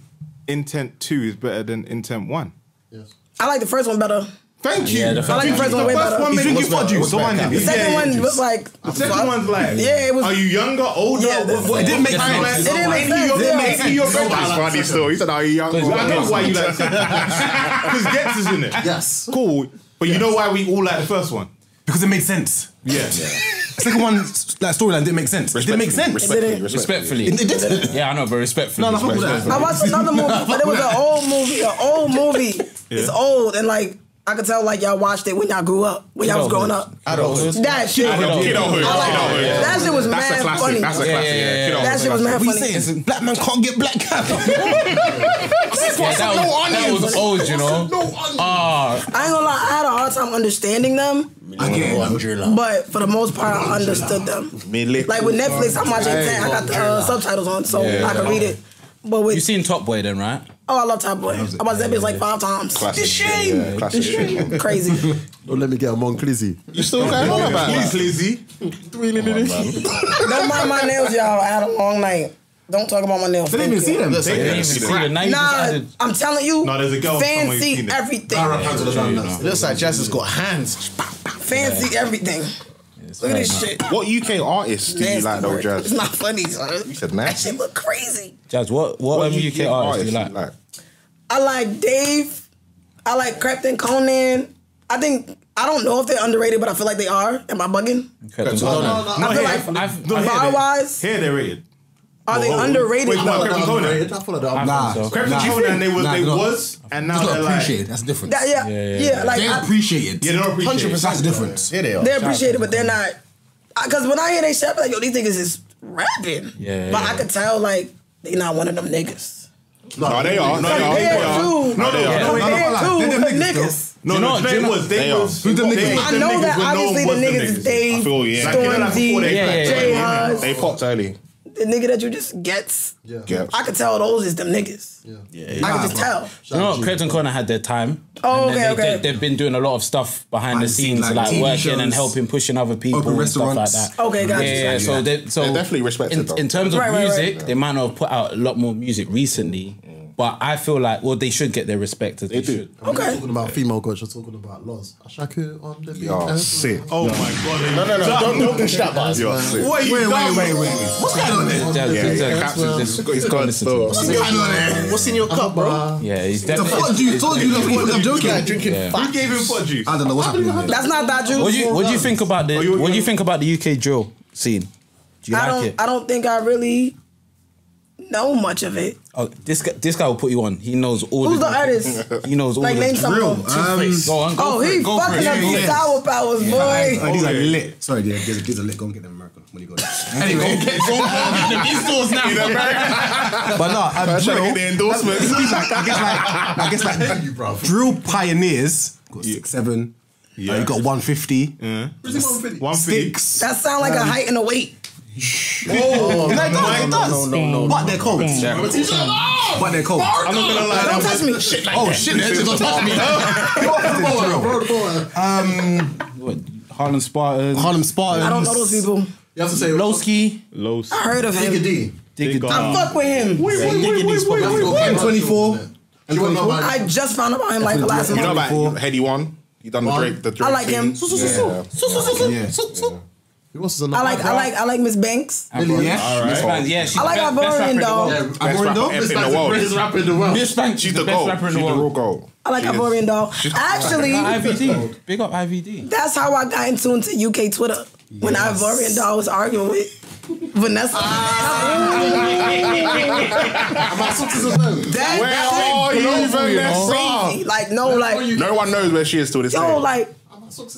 [SPEAKER 6] intent 2 is better than intent 1?
[SPEAKER 3] Yes.
[SPEAKER 1] I like the first one better.
[SPEAKER 6] Thank you.
[SPEAKER 2] the
[SPEAKER 1] I like the first one way better.
[SPEAKER 6] one made you fudge you. The one
[SPEAKER 1] The second one was like
[SPEAKER 6] The second one's like,
[SPEAKER 1] Yeah, it was-
[SPEAKER 6] are you younger, older?
[SPEAKER 1] Yeah,
[SPEAKER 6] what,
[SPEAKER 1] that's-
[SPEAKER 6] what,
[SPEAKER 1] It
[SPEAKER 6] didn't make
[SPEAKER 1] It didn't make sense.
[SPEAKER 6] Your,
[SPEAKER 1] It didn't make
[SPEAKER 6] any of your
[SPEAKER 14] It's
[SPEAKER 6] brothers?
[SPEAKER 14] funny still. He said, "Are you young?"
[SPEAKER 6] I know why you like Because Gets is in it.
[SPEAKER 3] Yes.
[SPEAKER 6] Cool. But you know why we all like the first one?
[SPEAKER 12] Because it made sense.
[SPEAKER 6] Yeah.
[SPEAKER 12] Second one, that storyline didn't make sense. It didn't make sense.
[SPEAKER 1] didn't.
[SPEAKER 2] Respectfully.
[SPEAKER 12] It didn't.
[SPEAKER 2] Yeah, I know, but respectfully.
[SPEAKER 12] No, no, hold
[SPEAKER 2] Respectfully.
[SPEAKER 12] on.
[SPEAKER 1] I watched another movie, but it was an old movie. An old movie. It's old and like I could tell like y'all watched it when y'all grew up, when y'all was growing up.
[SPEAKER 2] Adulthood.
[SPEAKER 1] That shit. I
[SPEAKER 2] Adulthood.
[SPEAKER 1] like
[SPEAKER 14] Kiddohood.
[SPEAKER 1] it. That shit was
[SPEAKER 14] That's a
[SPEAKER 1] mad funny.
[SPEAKER 14] classic. That's a classic.
[SPEAKER 1] That
[SPEAKER 2] yeah,
[SPEAKER 14] Yeah,
[SPEAKER 2] yeah.
[SPEAKER 14] Kiddo.
[SPEAKER 1] shit was mad
[SPEAKER 12] We
[SPEAKER 1] funny.
[SPEAKER 12] saying black man can't get black cab.
[SPEAKER 2] Yeah, that, was, that was old, you know. Ah,
[SPEAKER 1] I ain't gonna lie, I had a hard time understanding them, but for the most part, I understood them. Like with Netflix, I'm watching it. I got the uh, subtitles on, so I can read it. But
[SPEAKER 2] you
[SPEAKER 1] with
[SPEAKER 2] seen Top Boy then, right?
[SPEAKER 1] oh, I love Top Boy. I watched that bitch like five times.
[SPEAKER 14] Classic. Yeah, classic.
[SPEAKER 1] Crazy.
[SPEAKER 3] Don't let me get a Monclizzy.
[SPEAKER 15] You still going on about
[SPEAKER 6] Please, Lizzie.
[SPEAKER 1] Don't mind my nails, y'all. I had a long night. Don't talk about my nails.
[SPEAKER 15] Didn't even
[SPEAKER 1] Thank
[SPEAKER 15] see
[SPEAKER 1] you.
[SPEAKER 15] them. That's
[SPEAKER 6] Yeah,
[SPEAKER 2] You
[SPEAKER 6] I
[SPEAKER 2] didn't even
[SPEAKER 6] see
[SPEAKER 2] see
[SPEAKER 6] that.
[SPEAKER 2] the now you just
[SPEAKER 1] Nah,
[SPEAKER 2] added-
[SPEAKER 1] I'm telling you.
[SPEAKER 6] No, there's a girl somewhere who's
[SPEAKER 1] Fancy
[SPEAKER 6] seen it.
[SPEAKER 1] everything.
[SPEAKER 15] Looks like Jazz has got hands.
[SPEAKER 1] Fancy everything. Look at this shit.
[SPEAKER 14] What UK artists do you
[SPEAKER 1] Nasty
[SPEAKER 14] like though,
[SPEAKER 1] work. It's
[SPEAKER 14] Jazz?
[SPEAKER 1] not funny, son.
[SPEAKER 14] You said
[SPEAKER 1] That shit
[SPEAKER 14] nasty.
[SPEAKER 1] look crazy.
[SPEAKER 2] Jazz, what what, um, UK, artists do you like?
[SPEAKER 1] I like Dave. I like Crepton Conan. I think I don't know if they're underrated, but I feel like they are. Am I bugging?
[SPEAKER 2] Captain Conan.
[SPEAKER 1] I feel like
[SPEAKER 2] I've-
[SPEAKER 6] No,
[SPEAKER 2] I've-
[SPEAKER 6] here
[SPEAKER 1] bar
[SPEAKER 6] they-
[SPEAKER 1] wise,
[SPEAKER 6] Here they're rated.
[SPEAKER 1] are they
[SPEAKER 6] Whoa, whoa,
[SPEAKER 1] underrated?
[SPEAKER 6] wait,
[SPEAKER 1] I
[SPEAKER 6] no,
[SPEAKER 1] feel like-
[SPEAKER 6] Crepton Conan.
[SPEAKER 3] I thought that. I'm
[SPEAKER 12] Nah.
[SPEAKER 2] so.
[SPEAKER 6] Crepton
[SPEAKER 12] Nah.
[SPEAKER 6] Conan, they was,
[SPEAKER 12] Nah,
[SPEAKER 6] they
[SPEAKER 12] they're not-
[SPEAKER 6] was, and now
[SPEAKER 12] Just
[SPEAKER 6] they're
[SPEAKER 12] not
[SPEAKER 6] like,
[SPEAKER 12] appreciated. That's different.
[SPEAKER 1] that- yeah,
[SPEAKER 2] Yeah,
[SPEAKER 1] yeah,
[SPEAKER 2] yeah,
[SPEAKER 1] Like
[SPEAKER 12] They're
[SPEAKER 1] I,
[SPEAKER 12] appreciated.
[SPEAKER 6] yeah, they're not appreciated.
[SPEAKER 12] That's different.
[SPEAKER 15] Here they are.
[SPEAKER 1] they're appreciated, but they're not. Because when I hear they shit, I'm like, yo, these niggas is rapping.
[SPEAKER 2] Yeah,
[SPEAKER 1] but
[SPEAKER 2] yeah.
[SPEAKER 1] I could tell like they not one of them niggas.
[SPEAKER 14] No, they are. No, they
[SPEAKER 3] Oh,
[SPEAKER 1] From
[SPEAKER 14] are.
[SPEAKER 1] there
[SPEAKER 14] They are.
[SPEAKER 1] too,
[SPEAKER 6] No, they are.
[SPEAKER 1] from
[SPEAKER 6] No, no,
[SPEAKER 1] there
[SPEAKER 12] no,
[SPEAKER 1] too,
[SPEAKER 12] they're them niggas,
[SPEAKER 1] niggas.
[SPEAKER 6] No,
[SPEAKER 2] You
[SPEAKER 6] no,
[SPEAKER 2] know-
[SPEAKER 6] they
[SPEAKER 2] you know-
[SPEAKER 6] was, they
[SPEAKER 14] They are.
[SPEAKER 6] was.
[SPEAKER 14] Who's
[SPEAKER 6] them
[SPEAKER 1] I know that
[SPEAKER 6] when no
[SPEAKER 1] obviously
[SPEAKER 6] one was
[SPEAKER 1] the niggas is
[SPEAKER 14] I
[SPEAKER 1] Dave,
[SPEAKER 14] feel you, yeah.
[SPEAKER 1] Storm
[SPEAKER 6] Like, you know, like
[SPEAKER 1] D,
[SPEAKER 6] before they
[SPEAKER 2] Yeah, yeah,
[SPEAKER 1] Jay
[SPEAKER 2] yeah.
[SPEAKER 1] Hus,
[SPEAKER 14] They popped early.
[SPEAKER 1] the nigga that you just gets.
[SPEAKER 3] Yeah.
[SPEAKER 14] Yeah.
[SPEAKER 1] I could tell those is them niggas. I could just tell.
[SPEAKER 2] You know, Captain Conan had their time.
[SPEAKER 1] Oh,
[SPEAKER 2] and then
[SPEAKER 1] okay,
[SPEAKER 2] they,
[SPEAKER 1] okay.
[SPEAKER 2] They, have been doing a lot of stuff behind the
[SPEAKER 12] Behind the scenes,
[SPEAKER 2] scenes,
[SPEAKER 12] like
[SPEAKER 2] like,
[SPEAKER 12] TV
[SPEAKER 2] working
[SPEAKER 12] shows,
[SPEAKER 2] and helping, pushing other people,
[SPEAKER 12] open
[SPEAKER 2] and stuff like
[SPEAKER 12] restaurants.
[SPEAKER 2] that.
[SPEAKER 1] Okay, gotcha.
[SPEAKER 2] Yeah, yeah, yeah. So, they, so
[SPEAKER 14] They're definitely respected,
[SPEAKER 2] In,
[SPEAKER 14] though.
[SPEAKER 2] in terms of
[SPEAKER 1] Right, right,
[SPEAKER 2] music,
[SPEAKER 1] right.
[SPEAKER 2] they might not have put out a lot more music recently, but I feel like well, they should get their respect as they,
[SPEAKER 14] do.
[SPEAKER 2] should.
[SPEAKER 3] We're not
[SPEAKER 1] Okay.
[SPEAKER 3] talking about female gods, you're talking about laws. Ashaku um, on the beat.
[SPEAKER 14] Y'all sick.
[SPEAKER 6] Oh my god.
[SPEAKER 15] No, no, no. Don't, don't push that button.
[SPEAKER 14] You're sick.
[SPEAKER 6] What you wait, wait, wait,
[SPEAKER 15] What's going on there?
[SPEAKER 2] Jazz-
[SPEAKER 14] Yeah,
[SPEAKER 2] Jazz-
[SPEAKER 14] yeah,
[SPEAKER 2] Jazz-
[SPEAKER 14] Cap's is
[SPEAKER 2] Jazz-
[SPEAKER 14] just- he's
[SPEAKER 2] Jazz-
[SPEAKER 14] gone
[SPEAKER 2] listen
[SPEAKER 14] still.
[SPEAKER 2] to him.
[SPEAKER 15] What's going on there? What's in your cup, bro?
[SPEAKER 2] Yeah, he's
[SPEAKER 15] The
[SPEAKER 2] definitely.
[SPEAKER 15] fuck you told you that's what I'm joking. Guy drinking
[SPEAKER 2] Yeah.
[SPEAKER 15] fat.
[SPEAKER 6] Who gave him fudge juice?
[SPEAKER 12] I don't know what's happening. here.
[SPEAKER 1] That's not that juice.
[SPEAKER 2] What do you What do you think about the
[SPEAKER 6] Oh, you-
[SPEAKER 2] What do you
[SPEAKER 6] you-
[SPEAKER 2] think about the UK drill scene? Do you
[SPEAKER 1] I
[SPEAKER 2] like
[SPEAKER 1] don't.
[SPEAKER 2] it?
[SPEAKER 1] I don't think I really know much of it.
[SPEAKER 2] Oh, this guy, this guy will put you on. He knows all.
[SPEAKER 1] Who's the
[SPEAKER 2] different-
[SPEAKER 1] artist?
[SPEAKER 2] He knows all.
[SPEAKER 1] Like
[SPEAKER 2] the
[SPEAKER 1] name some
[SPEAKER 2] drill.
[SPEAKER 1] of them.
[SPEAKER 2] Go on, go
[SPEAKER 1] Oh,
[SPEAKER 2] for it,
[SPEAKER 1] he
[SPEAKER 2] go for it.
[SPEAKER 1] fucking up
[SPEAKER 2] Yeah,
[SPEAKER 1] these
[SPEAKER 2] yeah.
[SPEAKER 1] sour powers, boy.
[SPEAKER 15] Oh, these are lit. Sorry, yeah, gives a lit. Go and get them American. When you go there. Anyway,
[SPEAKER 14] In America.
[SPEAKER 2] But no,
[SPEAKER 12] I'm
[SPEAKER 2] I
[SPEAKER 12] trying to
[SPEAKER 2] drill.
[SPEAKER 12] get the endorsements.
[SPEAKER 2] I guess like, I guess like, I guess like drill pioneers. Got six seven. Yeah, you got one fifty. Yeah. Sticks.
[SPEAKER 1] That sound like a
[SPEAKER 2] Um,
[SPEAKER 1] height and a weight.
[SPEAKER 2] Oh, no, it does. It does. But they're cold.
[SPEAKER 1] Bang.
[SPEAKER 8] Oh!
[SPEAKER 2] But they're cold.
[SPEAKER 1] I'm not gonna lie, Don't that touch was- me.
[SPEAKER 2] Shit like oh shit! That just don't touch me. Um,
[SPEAKER 6] Harlem Spartans.
[SPEAKER 2] Harlem Spartans.
[SPEAKER 1] I don't know those people.
[SPEAKER 3] You have to say
[SPEAKER 2] Lowski.
[SPEAKER 6] Lowski.
[SPEAKER 1] I heard of him.
[SPEAKER 3] Digga D.
[SPEAKER 6] Digga
[SPEAKER 1] I fuck with him.
[SPEAKER 3] Wait, wait, wait, wait, wait, wait, wait.
[SPEAKER 2] And twenty four.
[SPEAKER 3] You wanna know about it?
[SPEAKER 1] I just found out about him like last
[SPEAKER 12] You know
[SPEAKER 1] month.
[SPEAKER 12] about Heady One? He done the
[SPEAKER 3] One.
[SPEAKER 12] Drake. The Drake
[SPEAKER 1] I like him. So,
[SPEAKER 12] thing?
[SPEAKER 1] so, so,
[SPEAKER 12] Yeah.
[SPEAKER 1] so, so, so, so,
[SPEAKER 2] Yeah.
[SPEAKER 1] so, so.
[SPEAKER 3] Who else is on the
[SPEAKER 1] I like, I like, I like Miss Banks.
[SPEAKER 2] Yeah.
[SPEAKER 6] Miss Banks, yeah, she's
[SPEAKER 1] I like
[SPEAKER 6] the be-
[SPEAKER 1] Ivorian,
[SPEAKER 6] best rapper in the
[SPEAKER 1] though.
[SPEAKER 6] world.
[SPEAKER 1] Yeah,
[SPEAKER 12] Best
[SPEAKER 2] Ivorian
[SPEAKER 12] rapper
[SPEAKER 2] dog?
[SPEAKER 12] in
[SPEAKER 2] Miss
[SPEAKER 12] the
[SPEAKER 3] Greatest
[SPEAKER 12] world.
[SPEAKER 3] rapper in the world.
[SPEAKER 6] Miss Banks,
[SPEAKER 12] She's
[SPEAKER 6] the
[SPEAKER 12] the
[SPEAKER 6] best
[SPEAKER 12] goal.
[SPEAKER 6] rapper in
[SPEAKER 12] She's
[SPEAKER 6] the
[SPEAKER 12] the real
[SPEAKER 6] world.
[SPEAKER 12] goal.
[SPEAKER 1] I like Ivorian doll. Actually,
[SPEAKER 6] IVD. Big up IVD.
[SPEAKER 1] that's how I got in tune to UK Twitter when Ivorian doll was arguing with Vanessa.
[SPEAKER 3] My socks is a no.
[SPEAKER 1] That-
[SPEAKER 12] Where
[SPEAKER 1] that
[SPEAKER 12] are
[SPEAKER 1] shit
[SPEAKER 12] you,
[SPEAKER 1] blows me
[SPEAKER 12] Vanessa?
[SPEAKER 1] away. Like no, like
[SPEAKER 12] No one knows where she is till this day.
[SPEAKER 1] yo, like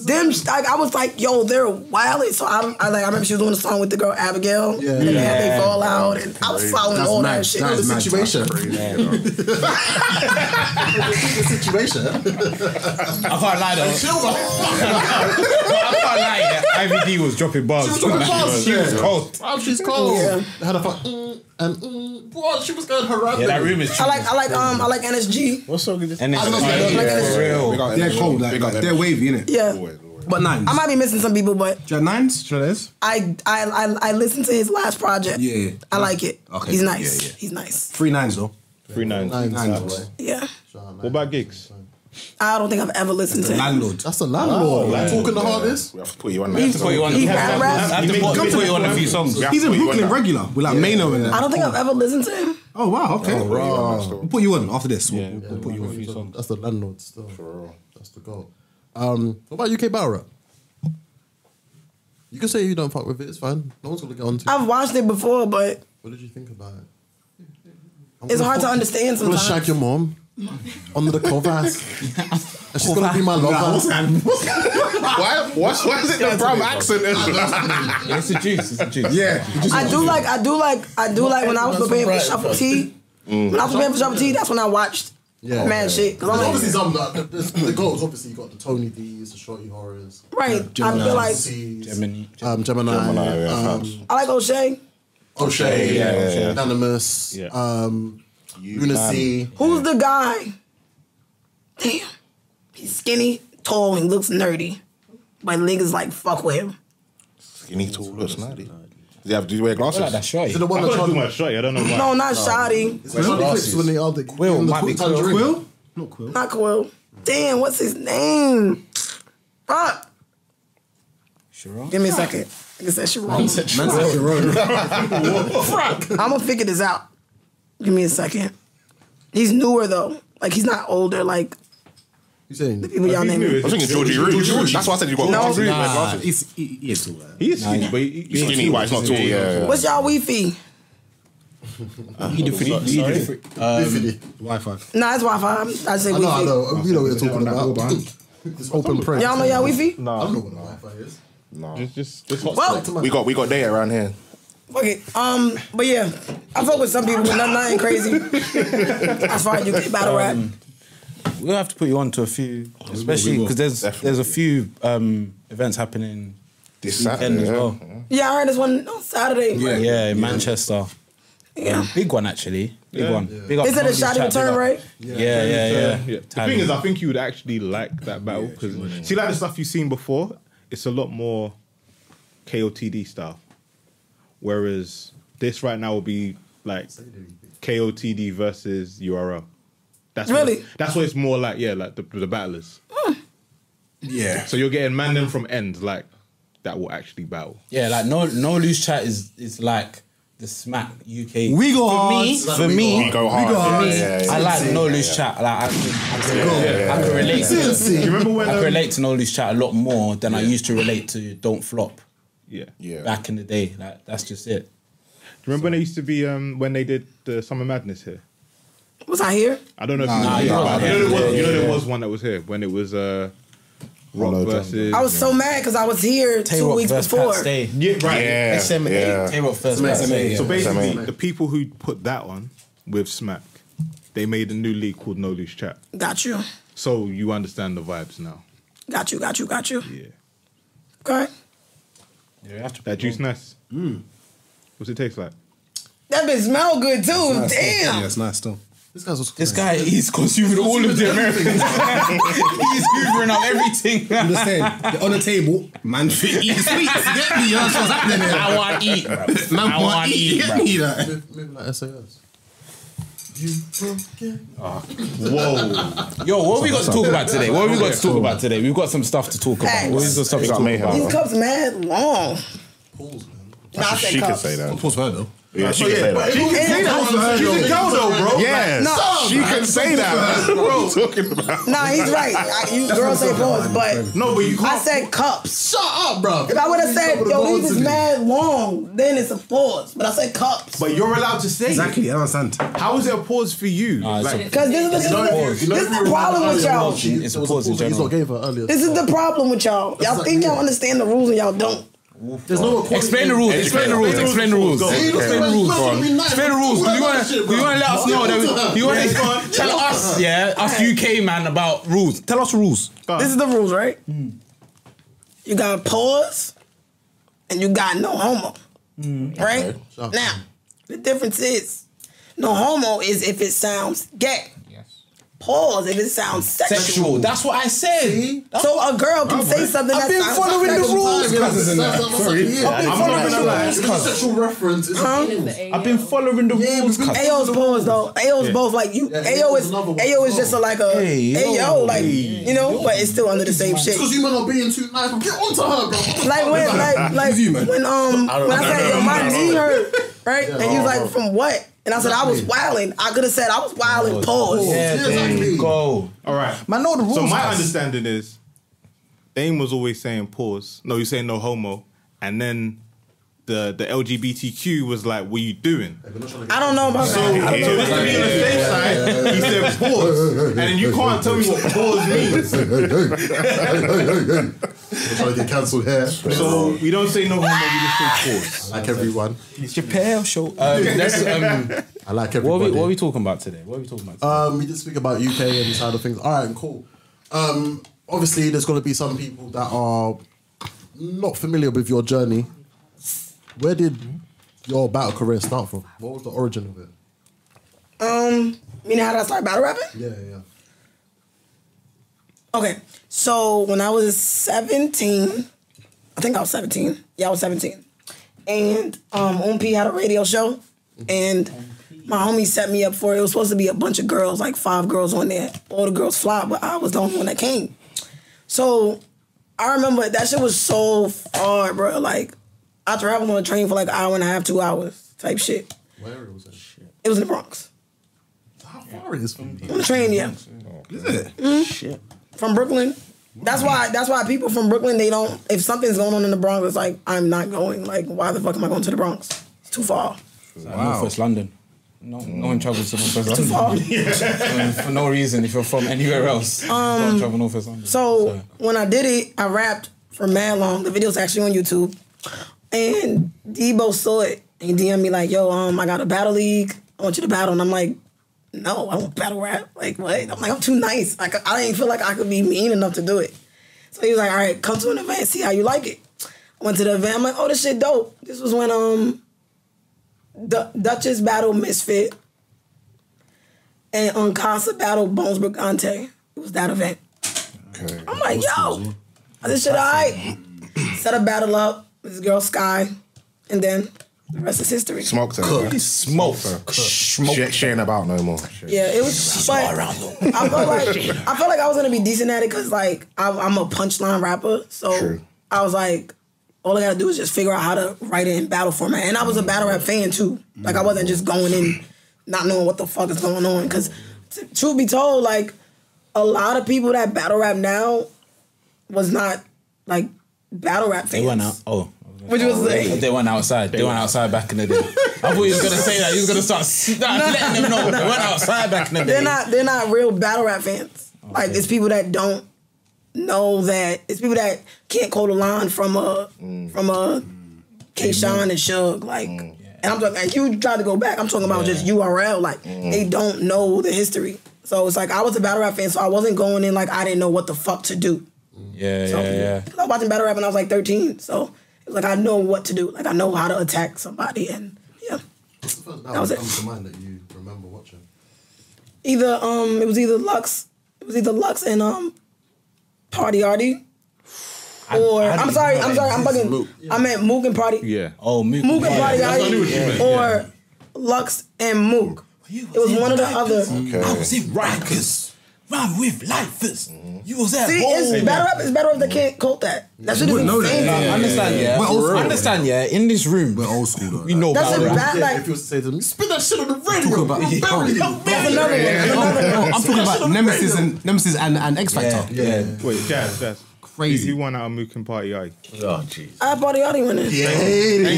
[SPEAKER 1] them. sh- Like I was like, yo, they're wild. So I, I like, I remember she was doing a song with the girl Abigail. Yeah, and they had they fall out, and I was following all that shit.
[SPEAKER 3] That is the situation.
[SPEAKER 12] Crazy.
[SPEAKER 3] The situation.
[SPEAKER 2] I can't lie though. I can't lie. yeah, IVD was dropping bars. She was
[SPEAKER 3] dropping bars, yeah.
[SPEAKER 2] cold.
[SPEAKER 3] Oh, she's cold.
[SPEAKER 1] Yeah.
[SPEAKER 3] They Had a fuck. Mm, and mm, boy, she was going her
[SPEAKER 2] That room is.
[SPEAKER 1] I like, I like, um, I like NSG.
[SPEAKER 16] What's up with this?
[SPEAKER 2] And
[SPEAKER 1] I
[SPEAKER 2] it's
[SPEAKER 1] love
[SPEAKER 2] like,
[SPEAKER 1] that. Like,
[SPEAKER 2] for real.
[SPEAKER 12] Big up
[SPEAKER 16] They're
[SPEAKER 12] Eminem.
[SPEAKER 16] cold, like,
[SPEAKER 12] Big up
[SPEAKER 16] they're
[SPEAKER 12] Eminem.
[SPEAKER 16] wavy, innit?
[SPEAKER 1] Yeah,
[SPEAKER 2] But nines.
[SPEAKER 1] I might be missing some people, but
[SPEAKER 2] Do you have nines? Should I this?
[SPEAKER 1] I, I, I, I listened to his last project.
[SPEAKER 2] Yeah, yeah.
[SPEAKER 1] I like it.
[SPEAKER 2] Okay.
[SPEAKER 1] he's nice.
[SPEAKER 2] Yeah, yeah.
[SPEAKER 1] He's nice.
[SPEAKER 2] Three nines though.
[SPEAKER 6] Three nines.
[SPEAKER 2] Nines.
[SPEAKER 1] Yeah,
[SPEAKER 6] What about gigs?
[SPEAKER 1] I don't think I've ever listened to him.
[SPEAKER 2] Landlord.
[SPEAKER 3] That's the landlord. Talking the hardest.
[SPEAKER 12] We have to put you on
[SPEAKER 2] I have to put you on.
[SPEAKER 1] He
[SPEAKER 2] I
[SPEAKER 1] rap raps?
[SPEAKER 2] have to put- put you on a few songs.
[SPEAKER 12] Yeah.
[SPEAKER 2] He's in
[SPEAKER 12] Put you on
[SPEAKER 2] Brooklyn
[SPEAKER 12] that.
[SPEAKER 2] regular with like Mano and that.
[SPEAKER 1] I don't think I've ever listened to him.
[SPEAKER 2] Oh wow. Okay.
[SPEAKER 12] bro.
[SPEAKER 2] We'll put you on after this. We'll,
[SPEAKER 6] Yeah,
[SPEAKER 2] we'll put you on.
[SPEAKER 3] That's the landlord still. That's the goal. Um, what about UK battle rap? You can say you don't fuck with it. It's fine. No one's gonna get onto. it.
[SPEAKER 1] I've watched it before, but
[SPEAKER 3] What did you think about it? I'm
[SPEAKER 1] it's
[SPEAKER 3] gonna
[SPEAKER 1] hard to
[SPEAKER 3] fuck-
[SPEAKER 1] understand
[SPEAKER 3] I'm gonna
[SPEAKER 1] sometimes.
[SPEAKER 3] shag your mom under the cover. and she's gonna be my lover.
[SPEAKER 12] Why, why, why is it the brown accent?
[SPEAKER 6] It's a juice. It's a juice.
[SPEAKER 16] Yeah.
[SPEAKER 1] I do like, I do like, I do like when I was
[SPEAKER 3] That's
[SPEAKER 1] preparing for
[SPEAKER 3] right,
[SPEAKER 1] Shuffle
[SPEAKER 3] bro.
[SPEAKER 1] Tea. When I was preparing for Shuffle Tea, that's when I watched
[SPEAKER 3] Yeah.
[SPEAKER 1] mad shit. Cause
[SPEAKER 3] There's
[SPEAKER 1] I'm
[SPEAKER 3] obviously
[SPEAKER 1] like,
[SPEAKER 3] some that- that- there's- the goals. Obviously, you got the Tony D's, the Shorty Horrors,
[SPEAKER 1] right. I feel like
[SPEAKER 3] C's,
[SPEAKER 6] Gemini.
[SPEAKER 3] um, Gemini,
[SPEAKER 12] Gemini, yeah,
[SPEAKER 3] um,
[SPEAKER 1] I like O'Shea.
[SPEAKER 3] O'Shea,
[SPEAKER 6] yeah, yeah, yeah.
[SPEAKER 3] Anonymous,
[SPEAKER 6] Yeah.
[SPEAKER 3] um, Lunacy.
[SPEAKER 1] Who's the guy? Damn, he's skinny, tall, and looks nerdy. But niggas like fuck with him.
[SPEAKER 12] You need to look snotty. Do you have? Do you wear
[SPEAKER 2] I like that
[SPEAKER 12] glasses?
[SPEAKER 2] shorty.
[SPEAKER 3] Is it the one
[SPEAKER 6] I
[SPEAKER 3] that
[SPEAKER 6] got
[SPEAKER 3] Charlie?
[SPEAKER 6] too much shot. I don't know why.
[SPEAKER 1] No, not Shoddy,
[SPEAKER 3] It's Charlie Clips when they are the Quill.
[SPEAKER 2] might be Quill. Quill? Not Quill.
[SPEAKER 1] not Quill. Damn, what's his name? Fuck.
[SPEAKER 2] Sure.
[SPEAKER 1] Give me a second. I guess that shit wrong. I'm gonna figure this out. Give me a second. He's newer though. Like he's not older. Like
[SPEAKER 3] You saying?
[SPEAKER 1] people y'all name.
[SPEAKER 12] I was thinking Georgie Rude. That's why I said you got glasses. You wear
[SPEAKER 2] Nah,
[SPEAKER 12] glasses.
[SPEAKER 2] it's he, he is tall. man.
[SPEAKER 6] He is skinny, but he-
[SPEAKER 12] He's skinny, but it's not tall. Yeah, yeah, yeah.
[SPEAKER 1] What's y'all Wi-Fi?
[SPEAKER 2] He different. He different.
[SPEAKER 3] Biffy.
[SPEAKER 16] Wi-Fi.
[SPEAKER 1] Nah, it's Wi-Fi. I'm- I say
[SPEAKER 3] I know, I
[SPEAKER 1] Wi-Fi.
[SPEAKER 3] know. You know what you're talking about. It's open print.
[SPEAKER 1] Y'all know y'all Wi-Fi?
[SPEAKER 3] I don't know what the Wi-Fi is.
[SPEAKER 12] Nah.
[SPEAKER 6] Just, just, just hot
[SPEAKER 1] Well,
[SPEAKER 12] We got we got day around here.
[SPEAKER 1] fuck it. Um, but yeah, I fuck with some people, but not nothing crazy. As far as you get battle rap,
[SPEAKER 2] We'll have to put you on to a few,
[SPEAKER 12] Oh,
[SPEAKER 2] especially because there's there's a few um, events happening
[SPEAKER 12] This
[SPEAKER 2] weekend
[SPEAKER 12] Saturday
[SPEAKER 2] as
[SPEAKER 12] yeah.
[SPEAKER 2] well.
[SPEAKER 1] yeah, I heard this one on Saturday.
[SPEAKER 2] Yeah,
[SPEAKER 1] Yeah,
[SPEAKER 2] in Manchester. Um,
[SPEAKER 1] yeah.
[SPEAKER 2] Big one actually. Big one. Big
[SPEAKER 1] They said a
[SPEAKER 2] Moses
[SPEAKER 1] shot
[SPEAKER 2] Chat,
[SPEAKER 1] return,
[SPEAKER 2] big up.
[SPEAKER 1] right?
[SPEAKER 2] Yeah, yeah, yeah. Um,
[SPEAKER 6] Yeah. The
[SPEAKER 2] Time.
[SPEAKER 6] thing is, I think you would actually like that battle because see, like the stuff you've seen before, it's a lot more KOTD stuff. Whereas this right now will be like KOTD versus URL. That's what-
[SPEAKER 1] Really?
[SPEAKER 6] that's what it's more like. Yeah, like the, the battlers.
[SPEAKER 16] Yeah.
[SPEAKER 6] So you're getting man them from ends like that will actually battle.
[SPEAKER 2] Yeah, like no no loose chat is is like the smack UK. We go for me. For me,
[SPEAKER 12] We go hard.
[SPEAKER 2] for
[SPEAKER 12] Yeah,
[SPEAKER 2] me,
[SPEAKER 12] yeah, yeah.
[SPEAKER 2] I like no loose chat. Like I can, I can, I can relate. To,
[SPEAKER 6] Do you remember
[SPEAKER 2] I
[SPEAKER 6] when?
[SPEAKER 2] can
[SPEAKER 6] um,
[SPEAKER 2] relate to no loose chat a lot more than I used to relate to don't flop
[SPEAKER 6] yeah. Do you
[SPEAKER 12] Yeah.
[SPEAKER 2] back in the day. Like that's just it.
[SPEAKER 6] remember when they used to be um, when they did the Summer Madness here?
[SPEAKER 1] Was I here?
[SPEAKER 6] I don't know if you,
[SPEAKER 2] nah,
[SPEAKER 6] you,
[SPEAKER 2] you
[SPEAKER 6] know,
[SPEAKER 2] are
[SPEAKER 6] but you know there was
[SPEAKER 2] right.
[SPEAKER 6] you know
[SPEAKER 2] Yeah,
[SPEAKER 6] there
[SPEAKER 2] yeah.
[SPEAKER 6] was one that was here when it was uh Rock versus.
[SPEAKER 1] I was so mad because I was here
[SPEAKER 6] Tay
[SPEAKER 1] two
[SPEAKER 6] Rock
[SPEAKER 1] weeks
[SPEAKER 6] versus Pat
[SPEAKER 1] before.
[SPEAKER 6] Stay. Yeah, right.
[SPEAKER 2] Yeah. SMA. Yeah. Tay Rock versus Smack. SMA, yeah.
[SPEAKER 6] So basically,
[SPEAKER 2] SMA.
[SPEAKER 6] the people who put that on with Smack, they made a new league called No Loose Chat.
[SPEAKER 1] Got you.
[SPEAKER 6] So you understand the vibes now.
[SPEAKER 1] Got you. Got you. Got you. Yeah. Okay.
[SPEAKER 17] Mm.
[SPEAKER 6] That juice nice.
[SPEAKER 1] Mm.
[SPEAKER 6] What's it taste like?
[SPEAKER 1] That bitch smell good too.
[SPEAKER 12] nice.
[SPEAKER 1] Damn.
[SPEAKER 12] Yeah, it's nice though.
[SPEAKER 3] This guy's was
[SPEAKER 2] This guy is consuming all of the Americans. He's hoovering up everything.
[SPEAKER 12] I'm just saying, they're on the table, man, fit eat sweets. Get me, you know what's happening here.
[SPEAKER 2] I want eat, bro.
[SPEAKER 12] Man,
[SPEAKER 2] I
[SPEAKER 12] want
[SPEAKER 2] want
[SPEAKER 12] eat.
[SPEAKER 2] eat,
[SPEAKER 12] Get
[SPEAKER 2] bro.
[SPEAKER 12] me that.
[SPEAKER 3] Maybe like SAS. You broken.
[SPEAKER 2] Whoa. Yo, what have we got to talk about today? What have we got to talk about today? We've got some stuff to talk about.
[SPEAKER 1] Facts.
[SPEAKER 2] What is the stuff we got to talk
[SPEAKER 1] These
[SPEAKER 2] about?
[SPEAKER 1] cups mad long. Nah, I said
[SPEAKER 17] She could
[SPEAKER 1] cups.
[SPEAKER 17] say that.
[SPEAKER 6] Oh,
[SPEAKER 12] Pause for her though.
[SPEAKER 17] Yeah, she could say that.
[SPEAKER 3] She can say that.
[SPEAKER 17] She's a girl though, bro. Yeah,
[SPEAKER 1] No.
[SPEAKER 17] she can say that. Bro, what are you talking about?
[SPEAKER 1] Nah, he's right. I, you girls say pause, but
[SPEAKER 17] No, but you
[SPEAKER 1] I
[SPEAKER 17] can't.
[SPEAKER 1] said cups.
[SPEAKER 3] Shut up, bro.
[SPEAKER 1] If I would have said, yo, these is
[SPEAKER 3] man.
[SPEAKER 1] mad long, then it's a pause. But I said cups.
[SPEAKER 6] But you're allowed to say it.
[SPEAKER 12] Exactly, I don't understand.
[SPEAKER 6] How is it a pause for you? like,
[SPEAKER 1] Because this, is- this,
[SPEAKER 3] Pause.
[SPEAKER 1] is-
[SPEAKER 3] You know
[SPEAKER 1] this
[SPEAKER 3] if
[SPEAKER 1] is
[SPEAKER 3] you
[SPEAKER 1] the problem
[SPEAKER 3] remember
[SPEAKER 1] with
[SPEAKER 3] earlier
[SPEAKER 1] y'all.
[SPEAKER 3] on, she-
[SPEAKER 2] It's
[SPEAKER 3] there
[SPEAKER 2] a
[SPEAKER 3] was
[SPEAKER 2] pause in
[SPEAKER 3] that you
[SPEAKER 2] general.
[SPEAKER 3] not gave her earlier.
[SPEAKER 1] This is the problem with y'all. Y'all think y'all understand the rules and y'all don't.
[SPEAKER 3] There's no recording.
[SPEAKER 2] Explain the rules. Explain the rules. Explain the rules. Explain the rules, bro. Explain the rules. You want to let us know that we, you want to tell us, yeah, us UK man about rules. Tell us rules.
[SPEAKER 1] This is the rules, right? Mm. You got pause and you got no homo. Right?
[SPEAKER 3] Sure.
[SPEAKER 1] Now, the difference is no homo is if it sounds gay. Pause if it sounds sexual.
[SPEAKER 2] Sexual. That's what I said.
[SPEAKER 1] So a girl can say something
[SPEAKER 2] I've
[SPEAKER 1] that
[SPEAKER 2] been
[SPEAKER 1] sounds
[SPEAKER 2] following the
[SPEAKER 1] sexual.
[SPEAKER 2] rules.
[SPEAKER 3] I'm
[SPEAKER 6] I'm not gonna lie.
[SPEAKER 3] Sexual reference is
[SPEAKER 1] Huh?
[SPEAKER 2] I've been following the rules. cuz.
[SPEAKER 1] Ayo's pause though. Ayo's both like you.
[SPEAKER 3] Yeah,
[SPEAKER 1] Ayo is
[SPEAKER 3] another one.
[SPEAKER 1] Ayo is just a, like a
[SPEAKER 2] Hey, yo.
[SPEAKER 1] Ayo like you know, but it's still under the same shit.
[SPEAKER 3] Because you men are being too nice. Get onto her, bro.
[SPEAKER 1] Like when, like, like
[SPEAKER 12] you, man.
[SPEAKER 1] when, um,
[SPEAKER 17] don't-
[SPEAKER 1] when I
[SPEAKER 17] I
[SPEAKER 1] said,
[SPEAKER 17] don't
[SPEAKER 1] yo,
[SPEAKER 17] know,
[SPEAKER 1] my
[SPEAKER 17] I don't
[SPEAKER 1] knee
[SPEAKER 17] know.
[SPEAKER 1] hurt, right? And he was like, from what? And I said, I was wilding. I could have said, I was wilding. Pause.
[SPEAKER 2] Yeah, there you go.
[SPEAKER 6] all right.
[SPEAKER 12] Man, know the rules.
[SPEAKER 6] So my
[SPEAKER 12] guys.
[SPEAKER 6] understanding is, Dame was always saying pause. No, he's saying no homo, and then the the LGBTQ was like, "What you doing?"
[SPEAKER 1] I don't know about
[SPEAKER 6] So
[SPEAKER 1] that.
[SPEAKER 6] just to be on the safe side, he said pause, and then you can't tell me what pause means.
[SPEAKER 3] I'm trying to get cancelled here.
[SPEAKER 6] So we don't say no homo, we just say pause.
[SPEAKER 3] I like everyone.
[SPEAKER 2] It's your pale show. Um, let's,
[SPEAKER 1] Hmm.
[SPEAKER 2] um,
[SPEAKER 3] I like
[SPEAKER 2] what, are we,
[SPEAKER 3] everybody.
[SPEAKER 2] what are we talking about today? What are we talking about? Today?
[SPEAKER 3] Um, we did speak about UK and side of things. All right, cool. Um, obviously, there's going to be some people that are not familiar with your journey. Where did your battle career start from? What was the origin of it?
[SPEAKER 1] Um, you know how did I start battle rapping?
[SPEAKER 3] Yeah, yeah.
[SPEAKER 1] Okay, so when I was 17, I think I was 17. Yeah, I was 17. And um, OMP had a radio show, and my homie set me up for it. It was supposed to be a bunch of girls, like five girls on there. All the girls fly, but I was the only one that came. So I remember that shit was so hard, bro. Like, I traveled on a train for like an hour and a half, two hours type shit.
[SPEAKER 3] Where was it? Shit.
[SPEAKER 1] It was in the Bronx.
[SPEAKER 3] How far is it from
[SPEAKER 1] On the train, yeah.
[SPEAKER 12] Is it?
[SPEAKER 1] Mm-hmm. from Brooklyn. That's why. That's why people from Brooklyn they don't. If something's going on in the Bronx, it's like I'm not going. Like why the fuck am I going to the Bronx? It's too far.
[SPEAKER 2] Uh, Wow. Northwest London. No, no one travels to Northwest
[SPEAKER 1] Too far.
[SPEAKER 2] London Um, for no reason. If you're from anywhere else, um, don't travel Northwest London.
[SPEAKER 1] So
[SPEAKER 2] Mm-hmm.
[SPEAKER 1] when I did it, I rapped for mad long. The video's actually on YouTube. And Debo saw it and he DM'd me like, yo, um, I got a battle league. I want you to battle. And I'm like, no, I don't battle rap. Like, what? I'm like, I'm too nice. Like, I didn't feel like I could be mean enough to do it. So he was like, all right, come to an event, see how you like it. I went to the event. I'm like, oh, this shit dope. This was when um, Du- Duchess battled Misfit and Uncasa battled Bones Brigante. It was that event. I'm like, yo, this shit all right. Set a battle up. This girl Sky, and then the rest is history.
[SPEAKER 17] Smoked her.
[SPEAKER 2] Holy smokes.
[SPEAKER 17] She, she ain't about no more. She-
[SPEAKER 1] Yeah, it was. But I felt like I felt like I was gonna be decent at it because like I'm, I'm a punchline rapper, so
[SPEAKER 17] True.
[SPEAKER 1] I was like, all I gotta do is just figure out how to write it in battle format. And I
[SPEAKER 2] Mm.
[SPEAKER 1] was a battle rap fan too. Like I wasn't just going in, not knowing what the fuck is going on. Because t- truth be told, like a lot of people that battle rap now was not like battle rap fans.
[SPEAKER 2] They went out. Oh.
[SPEAKER 1] Which was like,
[SPEAKER 2] They went outside. They went outside back in the day. I thought you was gonna say that. You was gonna start s- letting them know they went outside back in the day.
[SPEAKER 1] they're not they're not real battle rap fans. Like it's people that don't know that it's people that can't call the line from a
[SPEAKER 2] Mm.
[SPEAKER 1] from a Kayshawn and Shug like. And I'm talking, and you tried to go back. I'm talking about just URL. Like
[SPEAKER 2] Mm.
[SPEAKER 1] they don't know the history, so it's like I was a battle rap fan, so I wasn't going in like I didn't know what the fuck to do.
[SPEAKER 2] Yeah, yeah, yeah.
[SPEAKER 1] I was watching battle rap when I was like 13, so it was like I know what to do. Like I know how to attack somebody, and
[SPEAKER 3] What's the first
[SPEAKER 1] was
[SPEAKER 3] album
[SPEAKER 1] it.
[SPEAKER 3] that comes to mind that you remember watching?
[SPEAKER 1] either um it was either Lux, it was either Lux and um Party Artie. Or I,
[SPEAKER 2] I
[SPEAKER 1] am
[SPEAKER 2] didn't
[SPEAKER 1] sorry,
[SPEAKER 2] know
[SPEAKER 1] I'm
[SPEAKER 2] that
[SPEAKER 1] sorry, I'm
[SPEAKER 2] existed.
[SPEAKER 1] bugging. I meant Mook and Party.
[SPEAKER 6] Yeah.
[SPEAKER 2] Oh, Mook.
[SPEAKER 1] Mook and
[SPEAKER 2] Yeah,
[SPEAKER 1] Party
[SPEAKER 2] that's what I
[SPEAKER 1] Artie,
[SPEAKER 2] knew what you meant,
[SPEAKER 1] or
[SPEAKER 2] yeah.
[SPEAKER 1] Lux and Mook. It was one or the other.
[SPEAKER 2] I was in Rikers. Rhyme with lifers. You was at
[SPEAKER 1] See, it's better up. It's better up. They can't quote that. That shit is insane.
[SPEAKER 2] understand, yeah.
[SPEAKER 12] We're old school.
[SPEAKER 2] understand, yeah. In this room,
[SPEAKER 12] We're old school though.
[SPEAKER 2] we know
[SPEAKER 1] That's
[SPEAKER 2] about
[SPEAKER 1] a
[SPEAKER 2] rap.
[SPEAKER 1] bad Uh, like.
[SPEAKER 3] If you was to say to me, spit that shit on the radio.
[SPEAKER 12] Talk about-
[SPEAKER 3] I'm
[SPEAKER 12] Oh.
[SPEAKER 3] buried. I'm buried.
[SPEAKER 1] another one.
[SPEAKER 12] Yeah,
[SPEAKER 1] That's another
[SPEAKER 12] no,
[SPEAKER 1] one.
[SPEAKER 12] no, I'm talking about Nemesis and Nemesis and, and X Factor.
[SPEAKER 2] Yeah, yeah.
[SPEAKER 6] Wait, Jazz, Jazz.
[SPEAKER 12] Crazy.
[SPEAKER 6] Who who won out of Mook and Party Eye?
[SPEAKER 7] Oh, jeez.
[SPEAKER 1] I had Party Artie winning.
[SPEAKER 6] Thank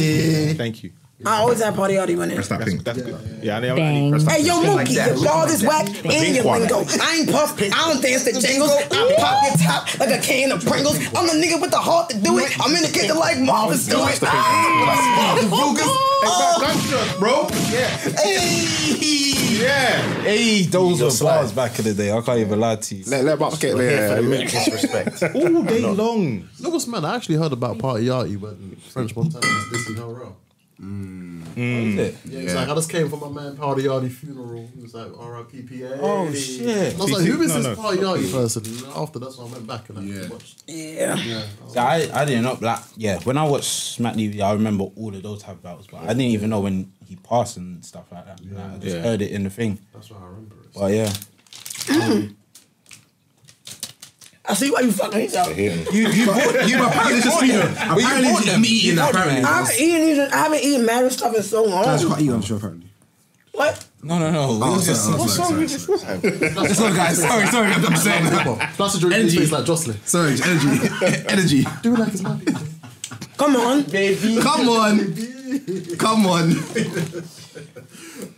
[SPEAKER 6] you. Thank you.
[SPEAKER 1] I always had Party Artie winning.
[SPEAKER 7] Press that
[SPEAKER 6] That's,
[SPEAKER 7] thing.
[SPEAKER 6] that's good. Yeah, I didn't
[SPEAKER 8] Bang.
[SPEAKER 6] press that.
[SPEAKER 1] Hey, yo, Mookie,
[SPEAKER 7] like that.
[SPEAKER 1] your ball
[SPEAKER 7] Like
[SPEAKER 1] is
[SPEAKER 7] that.
[SPEAKER 1] whack
[SPEAKER 7] Like
[SPEAKER 1] and your
[SPEAKER 7] Pink Water.
[SPEAKER 1] lingo. I ain't puff, I don't dance to jingles. I pop your top like a can of Pringles. I'm the nigga with the heart to do it. I'm in the kitchen like Marvin Stewart.
[SPEAKER 7] That's the
[SPEAKER 1] Ah,
[SPEAKER 7] thing.
[SPEAKER 6] bro. Yeah. Yeah.
[SPEAKER 2] Hey, those were
[SPEAKER 7] slide.
[SPEAKER 2] bars back in the day. I can't even lie to you.
[SPEAKER 7] Let let Bucks get there. Disrespect.
[SPEAKER 6] All day long.
[SPEAKER 3] You know what's mad? I actually heard about Party Yachty when French Montana was dissing her rap. Yeah, it's like I just came for my man Party Yachty funeral. He was like RIPPA.
[SPEAKER 2] Oh, shit.
[SPEAKER 3] And I was like,
[SPEAKER 6] You see-
[SPEAKER 3] who is
[SPEAKER 6] no,
[SPEAKER 3] this
[SPEAKER 6] no.
[SPEAKER 3] Party Yachty person? And after that's when I went back and I
[SPEAKER 18] Yeah.
[SPEAKER 3] watched. Oh,
[SPEAKER 1] Yeah.
[SPEAKER 2] Yeah, I, I didn't know. Like, yeah, when I watched Smack TV, I remember all of those type of battles, but I didn't even know when he passed and stuff like that. Like, I just
[SPEAKER 6] Yeah.
[SPEAKER 2] heard it in the thing.
[SPEAKER 3] That's what I remember. It.
[SPEAKER 2] But yeah,
[SPEAKER 1] I see why you fucking hate y'all.
[SPEAKER 2] you you bought you bought
[SPEAKER 12] Apparently, just eating. Apparently,
[SPEAKER 2] bought
[SPEAKER 12] just
[SPEAKER 2] them.
[SPEAKER 12] me eating.
[SPEAKER 2] You bought
[SPEAKER 12] Apparently,
[SPEAKER 2] them.
[SPEAKER 1] I haven't eaten, even- I haven't eaten mad stuff in so
[SPEAKER 18] That's
[SPEAKER 1] long.
[SPEAKER 18] quite you, I'm sure, apparently.
[SPEAKER 1] What?
[SPEAKER 2] No, no, no. it was just,
[SPEAKER 18] What's wrong with
[SPEAKER 12] That's all, guys. Sorry, sorry. I'm, I'm saying.
[SPEAKER 3] Plus, the drink in his face like Jocelyn.
[SPEAKER 12] Sorry, energy, energy.
[SPEAKER 3] Do like his man.
[SPEAKER 1] Come on.
[SPEAKER 12] Come on, come on.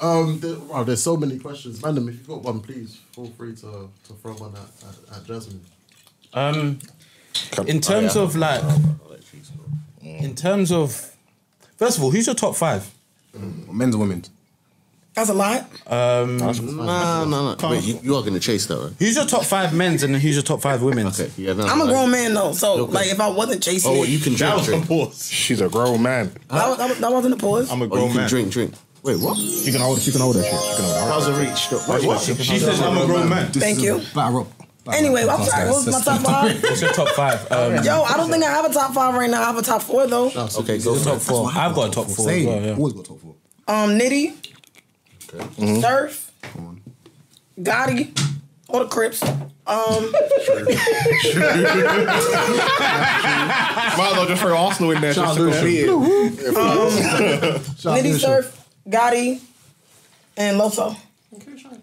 [SPEAKER 3] Um, there, wow, there's so many questions. Random, if you've got one, please feel free to, to throw one at, at, at Jasmine.
[SPEAKER 2] um, in terms of like, in terms of, first of all, who's your top five?
[SPEAKER 12] Men's and women's.
[SPEAKER 1] That's a lot.
[SPEAKER 18] Nah, nah, nah. Wait, you, you are going to chase that, right?
[SPEAKER 2] Who's your top five men's and who's your top five women's?
[SPEAKER 18] Okay, yeah, no,
[SPEAKER 1] I'm a
[SPEAKER 18] like-
[SPEAKER 1] grown man though, so
[SPEAKER 18] Okay.
[SPEAKER 1] like if I wasn't chasing,
[SPEAKER 18] Oh,
[SPEAKER 1] it,
[SPEAKER 18] what, you can
[SPEAKER 6] That
[SPEAKER 18] drink,
[SPEAKER 6] was a
[SPEAKER 18] drink.
[SPEAKER 6] pause.
[SPEAKER 7] She's a grown man.
[SPEAKER 1] that, was, that, was, that wasn't a pause.
[SPEAKER 6] I'm a grown
[SPEAKER 18] Oh, you
[SPEAKER 6] man.
[SPEAKER 18] can drink, drink. Wait, what? She
[SPEAKER 12] You can hold. You can hold that shit. You can hold that.
[SPEAKER 18] was a reach. Wait, what?
[SPEAKER 6] She says I'm a grown man.
[SPEAKER 1] Thank
[SPEAKER 12] is
[SPEAKER 1] you.
[SPEAKER 12] a Battle rock. battle
[SPEAKER 1] anyway,
[SPEAKER 12] rock
[SPEAKER 1] I'm
[SPEAKER 12] podcast,
[SPEAKER 1] sorry. What was my
[SPEAKER 12] guys.
[SPEAKER 1] top five?
[SPEAKER 2] What's your top five? Um,
[SPEAKER 1] Yo, I don't think I have a top five right now. I have a top four though.
[SPEAKER 18] Okay, go
[SPEAKER 2] top four. I've got a top four. As
[SPEAKER 12] Same.
[SPEAKER 2] well, yeah.
[SPEAKER 12] Always got top four.
[SPEAKER 1] Um, Nitty, Surf, Gotti, or the Crips. Um,
[SPEAKER 7] Might as well just throw Arsenal in there. Just to
[SPEAKER 3] Lucian.
[SPEAKER 7] compete.
[SPEAKER 1] Nitty, Surf, Gotti, and Loso.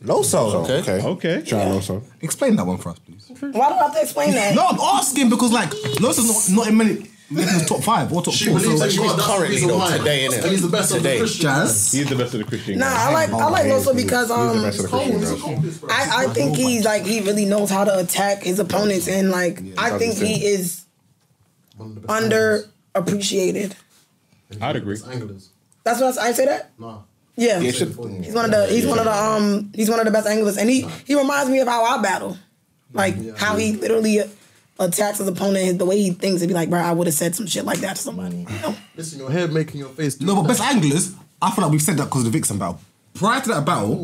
[SPEAKER 12] Loso.
[SPEAKER 18] Okay.
[SPEAKER 6] Okay.
[SPEAKER 7] also.
[SPEAKER 12] Explain that one for us, please.
[SPEAKER 1] Why do I have to explain that?
[SPEAKER 12] No, I'm asking because like Loso's not, not in many men's top five or top
[SPEAKER 3] She
[SPEAKER 12] four.
[SPEAKER 3] believes
[SPEAKER 12] So
[SPEAKER 3] in God. That's the
[SPEAKER 18] currently,
[SPEAKER 3] reason
[SPEAKER 18] though,
[SPEAKER 3] why.
[SPEAKER 18] today, innit?
[SPEAKER 3] And he's the best of the
[SPEAKER 18] Today.
[SPEAKER 3] Christians.
[SPEAKER 12] jazz.
[SPEAKER 6] He's the best of the Christian.
[SPEAKER 1] Nah,
[SPEAKER 6] guys.
[SPEAKER 1] I like I like Loso because um,
[SPEAKER 7] That's the
[SPEAKER 3] Oh,
[SPEAKER 7] Christian
[SPEAKER 3] he's a
[SPEAKER 7] girls.
[SPEAKER 3] cultist, bro.
[SPEAKER 1] I, I think he's like he really knows how to attack his opponents and like I think he is
[SPEAKER 3] One of the best
[SPEAKER 1] underappreciated.
[SPEAKER 6] I'd agree.
[SPEAKER 3] Anglers. Anglers.
[SPEAKER 1] That's what I, I say that.
[SPEAKER 3] Nah.
[SPEAKER 1] Yeah,
[SPEAKER 7] It should-
[SPEAKER 1] he's one of the he's one of the um he's one of the best anglers and he he reminds me of how I battle, like how he literally attacks his opponent the way he thinks and be like, bro, I would have said some shit like that to somebody. You know?
[SPEAKER 3] Listen, your hair making your face. do
[SPEAKER 12] No, but
[SPEAKER 3] that.
[SPEAKER 12] best anglers. I feel like we've said that because of the Vixen battle. Prior to that battle,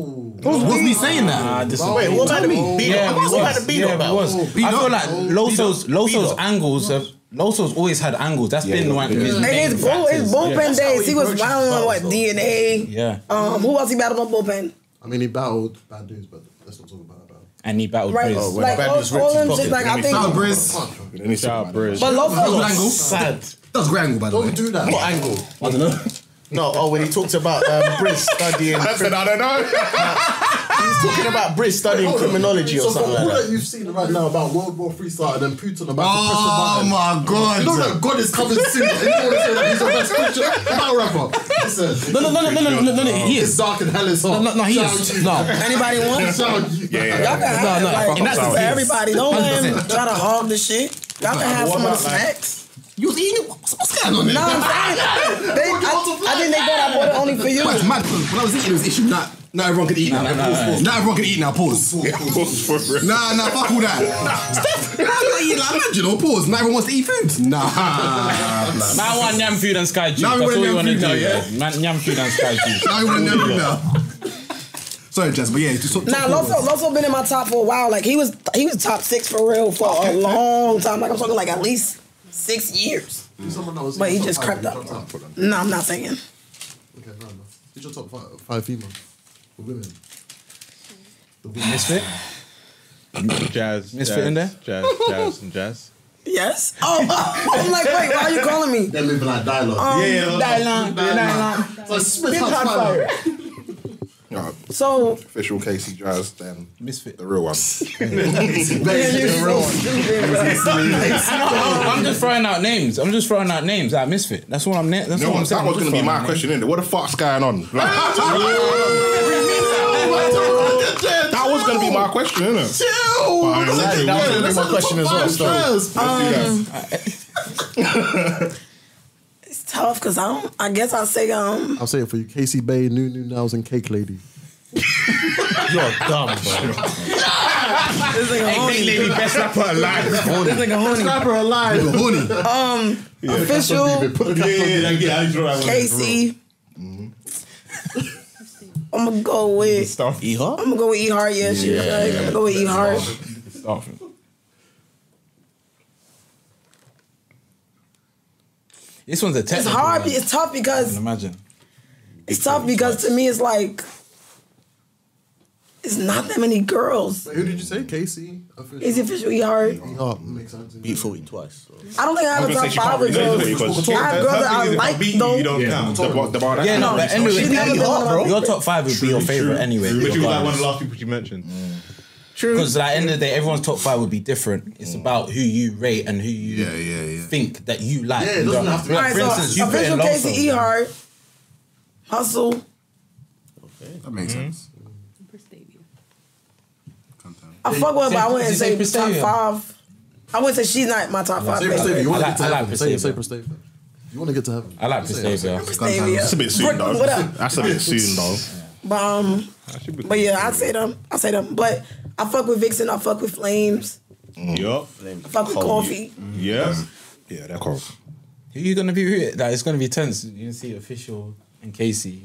[SPEAKER 12] was me saying that?
[SPEAKER 2] I disagree.
[SPEAKER 7] Wait, what about the beat?
[SPEAKER 2] Yeah,
[SPEAKER 7] What's
[SPEAKER 2] it
[SPEAKER 7] about
[SPEAKER 2] was.
[SPEAKER 7] the beat
[SPEAKER 2] Yeah, it
[SPEAKER 7] about?
[SPEAKER 2] was. I feel
[SPEAKER 12] up.
[SPEAKER 2] like Loso's Loso's angles have Loso's always had angles. That's been one of his main
[SPEAKER 1] And his bull his
[SPEAKER 2] factors.
[SPEAKER 1] bullpen days, he was
[SPEAKER 3] approaches
[SPEAKER 1] wild on what
[SPEAKER 3] battles, though.
[SPEAKER 1] DNA.
[SPEAKER 2] Yeah.
[SPEAKER 1] Um, who else he battled on bullpen?
[SPEAKER 3] I mean, he battled bad dudes, but let's not talk about that. battle.
[SPEAKER 2] and he battled
[SPEAKER 1] Right, Oh,
[SPEAKER 2] Briz.
[SPEAKER 1] like all,
[SPEAKER 7] Baptist ripped
[SPEAKER 1] all them
[SPEAKER 7] his
[SPEAKER 1] shit.
[SPEAKER 7] pocket,
[SPEAKER 1] Like
[SPEAKER 7] then
[SPEAKER 1] I
[SPEAKER 7] he
[SPEAKER 1] think,
[SPEAKER 12] Shout out
[SPEAKER 1] but
[SPEAKER 12] Briz.
[SPEAKER 3] Come on, bro.
[SPEAKER 7] Any
[SPEAKER 6] Shout out, Briz.
[SPEAKER 12] That was
[SPEAKER 1] Loso
[SPEAKER 12] good angle.
[SPEAKER 2] Sad.
[SPEAKER 12] That was a great angle, by the way.
[SPEAKER 3] Don't do that.
[SPEAKER 19] What angle? I don't know. No, oh, when he talked about um, Briz studying.
[SPEAKER 7] I said I don't know.
[SPEAKER 2] He's talking about Brits studying
[SPEAKER 3] Hold on.
[SPEAKER 2] criminology
[SPEAKER 3] so
[SPEAKER 2] or something
[SPEAKER 3] from all
[SPEAKER 2] like that.
[SPEAKER 3] you've seen right now about World War Three started and Putin about
[SPEAKER 2] Oh
[SPEAKER 3] to press the button.
[SPEAKER 2] my God.
[SPEAKER 3] You know that God is coming soon. You know what I'm saying? He's the best picture. Battle rapper. Listen.
[SPEAKER 2] No, no, no, no, no, no, no, no, no, he
[SPEAKER 3] It's
[SPEAKER 2] is.
[SPEAKER 3] dark and hell is hot.
[SPEAKER 2] No, no, no, he is.
[SPEAKER 3] Shout you.
[SPEAKER 2] No.
[SPEAKER 1] Anybody wants?
[SPEAKER 3] Shout you.
[SPEAKER 2] Yeah, yeah,
[SPEAKER 1] Y'all can have
[SPEAKER 2] No, no,
[SPEAKER 1] like,
[SPEAKER 2] fuck
[SPEAKER 1] that's
[SPEAKER 2] up,
[SPEAKER 1] for
[SPEAKER 2] yes.
[SPEAKER 1] everybody. Don't let him
[SPEAKER 2] 100%.
[SPEAKER 1] try to hog the shit. Y'all can have some of the snacks.
[SPEAKER 2] You was eating it? What's what's going on
[SPEAKER 1] No,
[SPEAKER 2] there?
[SPEAKER 1] I'm saying. They, I, I think they thought I bought it only for you.
[SPEAKER 5] But it's mad, 'cause when I was eating, it was issue. Not, not everyone could eat now.
[SPEAKER 2] nah, nah,
[SPEAKER 5] Not everyone could eat now. Pause. Nah, nah, fuck all that. Steph, nah, I'm not eating like mad, you know. Pause. Not everyone wants to eat food. Nah.
[SPEAKER 10] Man, I want yam food and sky juice.
[SPEAKER 5] Now we
[SPEAKER 10] That's all
[SPEAKER 5] want yam
[SPEAKER 10] we want to
[SPEAKER 5] food
[SPEAKER 10] do,
[SPEAKER 5] now, yeah?
[SPEAKER 10] yeah? Man, yam food and sky juice.
[SPEAKER 5] Now you want to know now. Sorry, Jazz, but yeah, it's just top-
[SPEAKER 1] Nah,
[SPEAKER 5] top
[SPEAKER 1] Lofo,
[SPEAKER 5] four.
[SPEAKER 1] Lofo been in my top for a while. Like he was, he was top six for real for a long time. Like I'm talking like at least six years. But he just crept up. No, I'm not saying.
[SPEAKER 3] Okay, fair enough. Did your top five, five female or women? The women.
[SPEAKER 6] Misfit? Jazz.
[SPEAKER 10] Misfit
[SPEAKER 6] jazz,
[SPEAKER 10] in there?
[SPEAKER 6] Jazz, jazz, and jazz.
[SPEAKER 1] Yes. Oh, I'm like, wait, why are you calling me?
[SPEAKER 3] They're living like dialogue.
[SPEAKER 1] Um,
[SPEAKER 6] Yeah, yeah,
[SPEAKER 1] Dylan,
[SPEAKER 3] Dylan.
[SPEAKER 1] Dylan.
[SPEAKER 3] So Smith
[SPEAKER 1] Big
[SPEAKER 3] has
[SPEAKER 1] hot
[SPEAKER 3] fire.
[SPEAKER 12] Yeah,
[SPEAKER 1] So
[SPEAKER 12] official Casey Jazz, then
[SPEAKER 5] Misfit.
[SPEAKER 12] the real one.
[SPEAKER 2] Oh,
[SPEAKER 10] I'm just throwing out names. I'm just throwing out names.
[SPEAKER 2] Ah,
[SPEAKER 10] I misfit. That's what I'm. Na- that's
[SPEAKER 12] No,
[SPEAKER 10] what I'm
[SPEAKER 12] that
[SPEAKER 10] saying.
[SPEAKER 12] was
[SPEAKER 10] I'm
[SPEAKER 12] going
[SPEAKER 10] just
[SPEAKER 12] to be
[SPEAKER 10] throwing
[SPEAKER 12] my
[SPEAKER 10] out
[SPEAKER 12] question, isn't it? What the fuck's going on? Like, that was going to be my question, isn't it?
[SPEAKER 3] Chill.
[SPEAKER 12] Fine,
[SPEAKER 3] Let's
[SPEAKER 12] okay,
[SPEAKER 3] do
[SPEAKER 12] that
[SPEAKER 3] it. Let's
[SPEAKER 12] was gonna be my
[SPEAKER 3] have
[SPEAKER 12] question as well,
[SPEAKER 3] five
[SPEAKER 12] so-
[SPEAKER 3] first.
[SPEAKER 1] Um, it's tough because I don't. I guess I say um.
[SPEAKER 3] I'll say it for you. Casey Bay, New New Nows, and Cake Lady.
[SPEAKER 2] You're dumb, bro.
[SPEAKER 1] This nigga horny.
[SPEAKER 6] best rapper alive.
[SPEAKER 1] This nigga horny.
[SPEAKER 3] alive.
[SPEAKER 1] Um, official
[SPEAKER 6] yeah, yeah, yeah.
[SPEAKER 1] KC. I'm gonna Mm-hmm. go with.
[SPEAKER 6] Stuff.
[SPEAKER 1] I'm gonna go with E Hart. Yeah, shit. Like, I'm gonna go with E Hart.
[SPEAKER 6] Stuff.
[SPEAKER 10] This one's a technical.
[SPEAKER 1] It's hard.
[SPEAKER 10] One.
[SPEAKER 1] It's tough
[SPEAKER 10] I can
[SPEAKER 1] because
[SPEAKER 10] imagine.
[SPEAKER 1] it's tough because to me it's like it's not that many girls.
[SPEAKER 3] Who did you say? Casey? Official.
[SPEAKER 1] Is it official E Hart?
[SPEAKER 6] Mm-hmm.
[SPEAKER 3] Oh, makes sense.
[SPEAKER 2] Beat 40 twice.
[SPEAKER 1] I don't think I have a top five with girls. I have girls that I like though.
[SPEAKER 6] You don't count. The bar- the bar-
[SPEAKER 10] Yeah, no, but anyway,
[SPEAKER 1] She's never been on my-
[SPEAKER 10] your top five would be your favorite anyway.
[SPEAKER 6] But you were like one
[SPEAKER 10] regardless.
[SPEAKER 6] of the last people you mentioned.
[SPEAKER 2] True.
[SPEAKER 10] Because at the end of the day, everyone's top five would be different. It's about who you rate and who you
[SPEAKER 2] Yeah, yeah, yeah.
[SPEAKER 10] think that you like.
[SPEAKER 3] Yeah, it doesn't
[SPEAKER 10] Like,
[SPEAKER 3] have to be-
[SPEAKER 1] All right,
[SPEAKER 10] For
[SPEAKER 1] so
[SPEAKER 10] instance, you put in
[SPEAKER 1] official Casey E
[SPEAKER 10] Lonzo.
[SPEAKER 1] Hart, Hustle.
[SPEAKER 5] That makes
[SPEAKER 12] Mm-hmm.
[SPEAKER 5] sense.
[SPEAKER 1] I fuck with, her, but I wouldn't
[SPEAKER 10] Did you
[SPEAKER 1] say
[SPEAKER 10] say
[SPEAKER 1] top
[SPEAKER 10] Prestavia?
[SPEAKER 1] five. I wouldn't say she's not my top five.
[SPEAKER 3] Say Prestavia. You
[SPEAKER 1] favorite.
[SPEAKER 3] want to
[SPEAKER 10] I
[SPEAKER 3] get to
[SPEAKER 10] like- I
[SPEAKER 3] heaven.
[SPEAKER 10] like
[SPEAKER 3] Say say
[SPEAKER 10] Prestavia.
[SPEAKER 3] Prestavia. You want to get to heaven.
[SPEAKER 10] I like
[SPEAKER 3] Say it, say it.
[SPEAKER 10] Prestavia.
[SPEAKER 1] Prestavia.
[SPEAKER 12] That's a bit soon,
[SPEAKER 1] Brick-
[SPEAKER 12] though.
[SPEAKER 1] What up?
[SPEAKER 12] That's a bit soon, though.
[SPEAKER 1] But um,
[SPEAKER 6] I should be-
[SPEAKER 1] but yeah, I say them. I say them. But I fuck with Vixen. I fuck with Flames.
[SPEAKER 6] Yup.
[SPEAKER 1] I fuck with Coffee.
[SPEAKER 6] Yeah.
[SPEAKER 12] Yeah, they're cool.
[SPEAKER 10] Who you gonna be? Who, that it's gonna be tense. You can see official and Casey.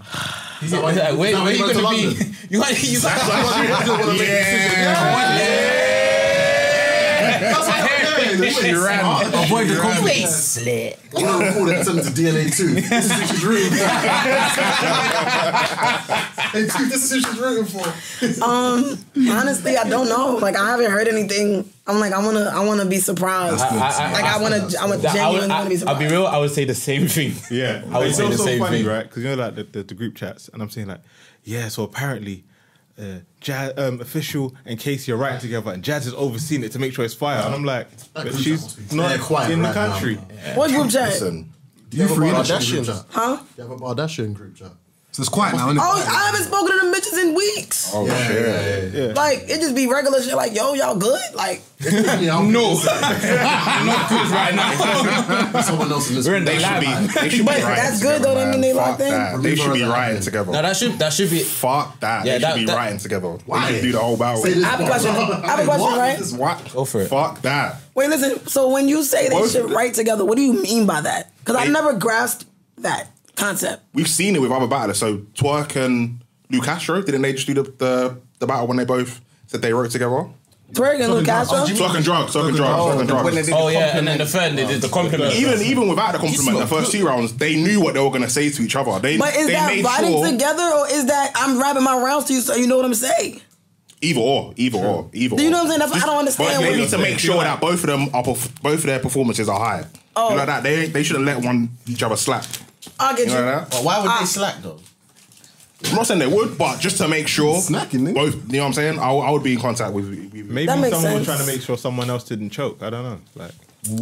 [SPEAKER 10] Is it,
[SPEAKER 3] why-
[SPEAKER 10] like, where
[SPEAKER 3] is that
[SPEAKER 10] where
[SPEAKER 3] why
[SPEAKER 10] you
[SPEAKER 3] you
[SPEAKER 10] gonna
[SPEAKER 3] went to
[SPEAKER 10] be? You got you got.
[SPEAKER 5] Avoid the conflict.
[SPEAKER 10] Slit.
[SPEAKER 3] I'm gonna record it and send it to DNA too. This is who she's rooting for. hey, dude, this is who she's rooting for.
[SPEAKER 1] Um, honestly, I don't know. Like I haven't heard anything. I'm like I wanna I wanna be surprised.
[SPEAKER 10] I- I- I-
[SPEAKER 1] like I, wanna I'm a
[SPEAKER 10] That I would,
[SPEAKER 1] genuinely
[SPEAKER 10] I,
[SPEAKER 1] wanna be
[SPEAKER 10] I'll
[SPEAKER 1] surprised.
[SPEAKER 10] be real. I would say the same thing.
[SPEAKER 6] Yeah,
[SPEAKER 10] I would
[SPEAKER 6] it's
[SPEAKER 10] say
[SPEAKER 6] so,
[SPEAKER 10] the
[SPEAKER 6] so
[SPEAKER 10] same
[SPEAKER 6] funny,
[SPEAKER 10] thing.
[SPEAKER 6] right? Because you know, like the, the, the group chats, and I'm saying like, yeah. So apparently, uh, Jazz um, official and Casey are writing together, and Jazz is overseeing it to make sure it's fire. And I'm like,
[SPEAKER 3] That
[SPEAKER 6] but
[SPEAKER 3] group chat must
[SPEAKER 6] she's
[SPEAKER 3] be
[SPEAKER 6] not
[SPEAKER 3] dead quiet
[SPEAKER 6] in the
[SPEAKER 3] right now,
[SPEAKER 6] country.
[SPEAKER 1] What group chat?
[SPEAKER 12] Listen,
[SPEAKER 3] You have a
[SPEAKER 5] three
[SPEAKER 3] Bardashian
[SPEAKER 5] Kardashians.
[SPEAKER 3] group chat.
[SPEAKER 1] Huh?
[SPEAKER 3] You have a Bardashian group chat.
[SPEAKER 5] So it's quiet now,
[SPEAKER 1] Oh,
[SPEAKER 5] innit?
[SPEAKER 1] I haven't spoken to them bitches in weeks.
[SPEAKER 12] oh shit.
[SPEAKER 1] Like it just be regular shit. Like yo, y'all good? Like
[SPEAKER 3] no.
[SPEAKER 10] Not good right now.
[SPEAKER 3] Someone else in this
[SPEAKER 10] We're in
[SPEAKER 3] group.
[SPEAKER 10] the
[SPEAKER 12] They
[SPEAKER 10] lab.
[SPEAKER 12] should
[SPEAKER 10] man.
[SPEAKER 12] be. They should be
[SPEAKER 1] But
[SPEAKER 12] riding
[SPEAKER 1] that's good,
[SPEAKER 12] together,
[SPEAKER 1] though, that
[SPEAKER 12] man.
[SPEAKER 1] mean they
[SPEAKER 12] Fuck
[SPEAKER 1] like them.
[SPEAKER 12] that. They should be riding together.
[SPEAKER 10] No, that should that should be.
[SPEAKER 12] Fuck that.
[SPEAKER 10] Yeah,
[SPEAKER 12] they
[SPEAKER 10] that-
[SPEAKER 12] should be
[SPEAKER 10] that-
[SPEAKER 12] riding together. They should do the whole battle.
[SPEAKER 3] Say this
[SPEAKER 1] I have a
[SPEAKER 3] part.
[SPEAKER 1] question. I have a question, right?
[SPEAKER 12] This is what?
[SPEAKER 10] Go for it.
[SPEAKER 12] Fuck that.
[SPEAKER 1] Wait, listen. So when you say they
[SPEAKER 12] Both-
[SPEAKER 1] should write together, what do you mean by that? Because I
[SPEAKER 12] They-
[SPEAKER 1] never grasped that concept.
[SPEAKER 12] We've seen it with other battlers. So Twerk and Lou Castro, didn't they just do the, the, the battle when they both said they wrote together?
[SPEAKER 1] Twerk and Lou Castro.
[SPEAKER 12] Twerk and drugs, twerk and drugs, twerk and drugs.
[SPEAKER 10] Oh yeah, and then the third they did the compliment.
[SPEAKER 12] Even even without the compliment, the first two rounds, they knew what they were gonna say to each other. They
[SPEAKER 1] But is
[SPEAKER 12] they
[SPEAKER 1] that
[SPEAKER 12] made
[SPEAKER 1] writing
[SPEAKER 12] sure
[SPEAKER 1] together or is that I'm rapping my rounds to you so you know what I'm saying?
[SPEAKER 12] either or, either or, either.
[SPEAKER 1] Do you know what
[SPEAKER 12] or.
[SPEAKER 1] I'm saying? That's what I don't
[SPEAKER 12] But
[SPEAKER 1] understand.
[SPEAKER 12] they
[SPEAKER 1] when-
[SPEAKER 12] need to make sure that both of them are perf- both of their performances are high.
[SPEAKER 1] Oh.
[SPEAKER 12] You know that they they should have let one each other slap.
[SPEAKER 1] I'll get
[SPEAKER 12] You
[SPEAKER 1] you.
[SPEAKER 12] know that?
[SPEAKER 2] Why would
[SPEAKER 1] Ah.
[SPEAKER 2] they slack, though?
[SPEAKER 12] I'm not saying they would, but just to make sure, both, you know what I'm saying? I, I would be in contact with. with with-
[SPEAKER 6] Maybe someone was trying to make sure someone else didn't choke. I don't know. Like,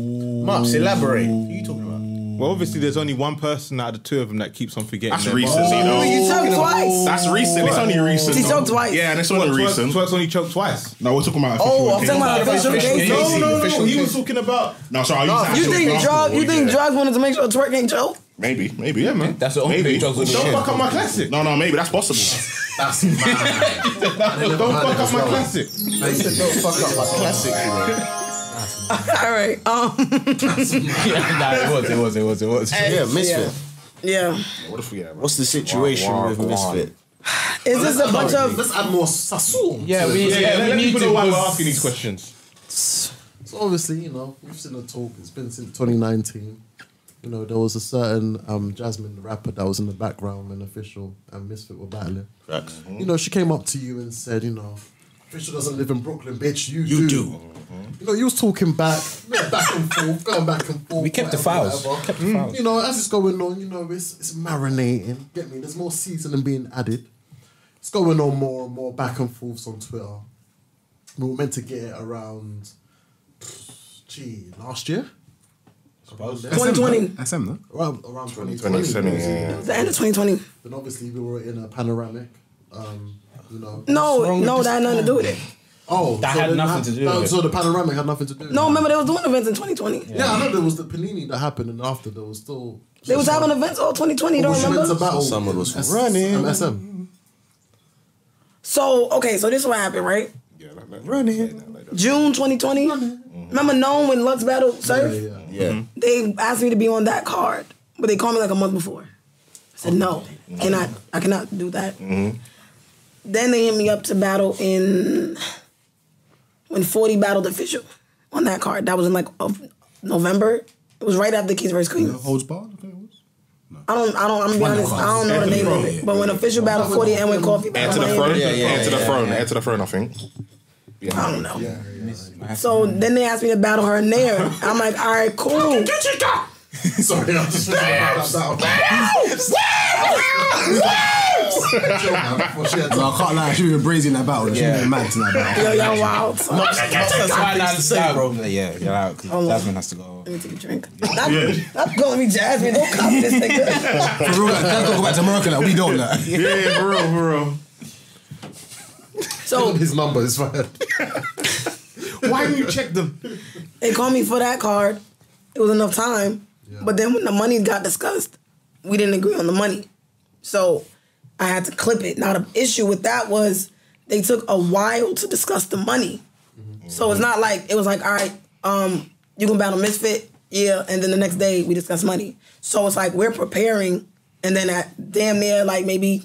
[SPEAKER 12] Marks, elaborate.
[SPEAKER 6] What are you talking about? Well, obviously, there's only one person out of the two of them that keeps on forgetting.
[SPEAKER 12] That's
[SPEAKER 6] their-
[SPEAKER 12] recent, you
[SPEAKER 1] Oh,
[SPEAKER 12] know. You choked twice. That's recent. It's only recent, He choked though. twice. Yeah, and it's only
[SPEAKER 6] Twerk- Twerk-
[SPEAKER 12] recent.
[SPEAKER 6] Twerk's only choked twice.
[SPEAKER 12] No, we're talking about.
[SPEAKER 1] Oh, I'm talking about official cases.
[SPEAKER 6] No, no, no.
[SPEAKER 1] Official
[SPEAKER 6] He was
[SPEAKER 1] cases.
[SPEAKER 6] talking about.
[SPEAKER 12] No, sorry.
[SPEAKER 1] No,
[SPEAKER 12] I use
[SPEAKER 1] you think drug? You think drugs wanted to make sure twerk ain't choke?
[SPEAKER 12] Maybe, maybe, yeah, man. That's the
[SPEAKER 6] only
[SPEAKER 12] maybe.
[SPEAKER 6] thing drugs would do. Don't fuck up my classic.
[SPEAKER 12] No, no, maybe that's possible. that's
[SPEAKER 6] Don't fuck up my classic.
[SPEAKER 3] Don't fuck up my classic.
[SPEAKER 1] All right. Um.
[SPEAKER 2] nah, it was, it was, it was, it was.
[SPEAKER 1] Yeah,
[SPEAKER 2] Yeah,
[SPEAKER 1] Misfit.
[SPEAKER 2] Misfit.
[SPEAKER 1] Yeah.
[SPEAKER 12] What if we have?
[SPEAKER 2] What's the situation
[SPEAKER 12] Wah, wah,
[SPEAKER 2] with
[SPEAKER 12] wah.
[SPEAKER 2] Misfit?
[SPEAKER 1] Is this a bunch
[SPEAKER 6] um,
[SPEAKER 1] of?
[SPEAKER 3] Let's add more sassoon.
[SPEAKER 2] Yeah,
[SPEAKER 3] to
[SPEAKER 2] we-
[SPEAKER 3] this.
[SPEAKER 2] yeah, Yeah,
[SPEAKER 6] Let people know why we're asking these questions.
[SPEAKER 3] So obviously, you know, we've seen the talk. It's been since 2019. You know, there was a certain um, Jasmine the rapper that was in the background when Official and Misfit were battling.
[SPEAKER 2] Facts.
[SPEAKER 3] You know, she came up to you and said, you know, Official doesn't live in Brooklyn, bitch. You, do. You know, you was talking back, yeah, back and forth, going back and forth.
[SPEAKER 2] We kept the
[SPEAKER 3] whatever,
[SPEAKER 2] files.
[SPEAKER 3] whatever.
[SPEAKER 6] Hmm.
[SPEAKER 2] Kept the files.
[SPEAKER 3] You know, as it's going on, you know, it's it's marinating. Get me? There's more seasoning being added. It's going on more and more back and forths on Twitter. We were meant to get it around, gee, last year. Around there.
[SPEAKER 1] 2020.
[SPEAKER 5] SM, no?
[SPEAKER 3] Around, around
[SPEAKER 12] 2020,
[SPEAKER 3] 2020.
[SPEAKER 12] yeah. It was
[SPEAKER 1] the end of 2020.
[SPEAKER 3] Then obviously we were in a panoramic. Um, you know.
[SPEAKER 1] No, no, that had nothing to do with it.
[SPEAKER 3] Oh,
[SPEAKER 1] That had
[SPEAKER 3] then
[SPEAKER 1] nothing to do with
[SPEAKER 3] no,
[SPEAKER 1] it.
[SPEAKER 3] So the panoramic had nothing to do. with
[SPEAKER 1] No,
[SPEAKER 3] it.
[SPEAKER 1] remember they was doing events in 2020.
[SPEAKER 3] Yeah. I know there was the panini that happened, and after there was still.
[SPEAKER 1] They was having events all 2020. You
[SPEAKER 3] Oh,
[SPEAKER 1] don't
[SPEAKER 3] she went
[SPEAKER 1] remember?
[SPEAKER 3] to battle
[SPEAKER 2] Someone was
[SPEAKER 3] S-
[SPEAKER 2] running.
[SPEAKER 3] um, SM.
[SPEAKER 1] So okay, so this is what happened, right? Running. June 2020. Remember known when Lux battle surf?
[SPEAKER 2] Yeah.
[SPEAKER 1] They asked me to be on that card, but they called me like a month before. I said no, cannot. I cannot do that. Then they hit me up to battle in when 40 battled official on that card. That was in like of November. It was right after Kings vs Queens.
[SPEAKER 5] Holds barred? Okay,
[SPEAKER 1] I don't. I don't. I'm gonna be honest. I don't know the name of it. But when official battle 40 and when coffee
[SPEAKER 12] Heir
[SPEAKER 1] battled
[SPEAKER 12] to the
[SPEAKER 1] my
[SPEAKER 12] throne.
[SPEAKER 1] enemy.
[SPEAKER 12] Heir to the throne. Heir to the throne. I think. Yeah.
[SPEAKER 1] I don't know. So then they asked me to battle her in there. I'm like, all right, cool.
[SPEAKER 3] Sorry, I'm just
[SPEAKER 5] No, I can't lie. She was brazen in that battle. She was mad in that battle.
[SPEAKER 1] Yo, y'all wild.
[SPEAKER 2] Much, much as
[SPEAKER 1] Let
[SPEAKER 2] I understand, bro. Yeah, yeah, you're out. 'cause Jasmine has to go.
[SPEAKER 1] me take a drink. Stop, stop calling me Jasmine. Don't copy this nigga.
[SPEAKER 5] For real, like, that's go back to America. Like, we don't, like.
[SPEAKER 12] Yeah, yeah, for real, for real.
[SPEAKER 1] So
[SPEAKER 3] his number is fine.
[SPEAKER 6] Why didn't you check them?
[SPEAKER 1] They called me for that card. It was enough time. But then when the money got discussed, we didn't agree on the money. So I had to clip it. Now the issue with that was they took a while to discuss the money. So it's not like it was like, all right, um, you can battle Misfit, yeah, and then the next day we discuss money. So it's like we're preparing and then at damn near like maybe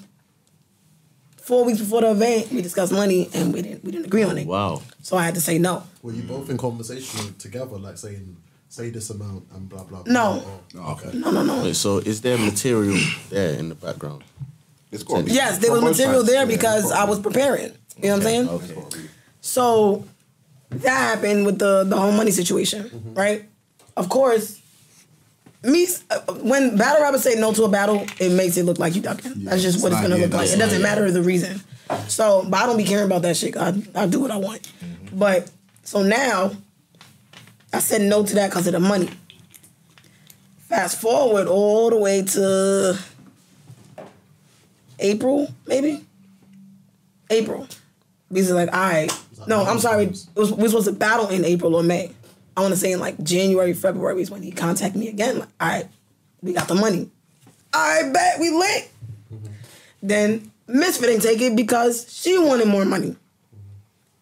[SPEAKER 1] four weeks before the event, we discussed money and we didn't we didn't agree on it.
[SPEAKER 2] Wow.
[SPEAKER 1] So I had to say no.
[SPEAKER 3] Were you both in conversation together, like saying, say this amount and blah, blah, blah?
[SPEAKER 1] No.
[SPEAKER 3] Or- okay.
[SPEAKER 1] No, no, no.
[SPEAKER 2] Wait, so is there material there in the background?
[SPEAKER 12] It's gone.
[SPEAKER 1] Yes, there was material there because I was preparing. You know what I'm saying?
[SPEAKER 2] Okay.
[SPEAKER 1] So that happened with the the whole money situation, right? Of course, me uh, when battle rappers say no to a battle, it makes it look like you ducking. that's just what it's
[SPEAKER 5] Nah,
[SPEAKER 1] gonna
[SPEAKER 5] yeah,
[SPEAKER 1] look like.
[SPEAKER 5] that's
[SPEAKER 1] It
[SPEAKER 5] fine,
[SPEAKER 1] doesn't
[SPEAKER 5] yeah.
[SPEAKER 1] matter the reason. So, but I don't be caring about that shit. I I do what I want. But so now, I said no to that because of the money. Fast forward all the way to April, maybe. April. Because like, all right. No, I'm sorry. It was, we was supposed to battle in April or May. I want to say in like January, February is when he contacted me again. Like, all right, we got the money. I bet we lit. Mm-hmm. Then Misfit didn't take it because she wanted more money.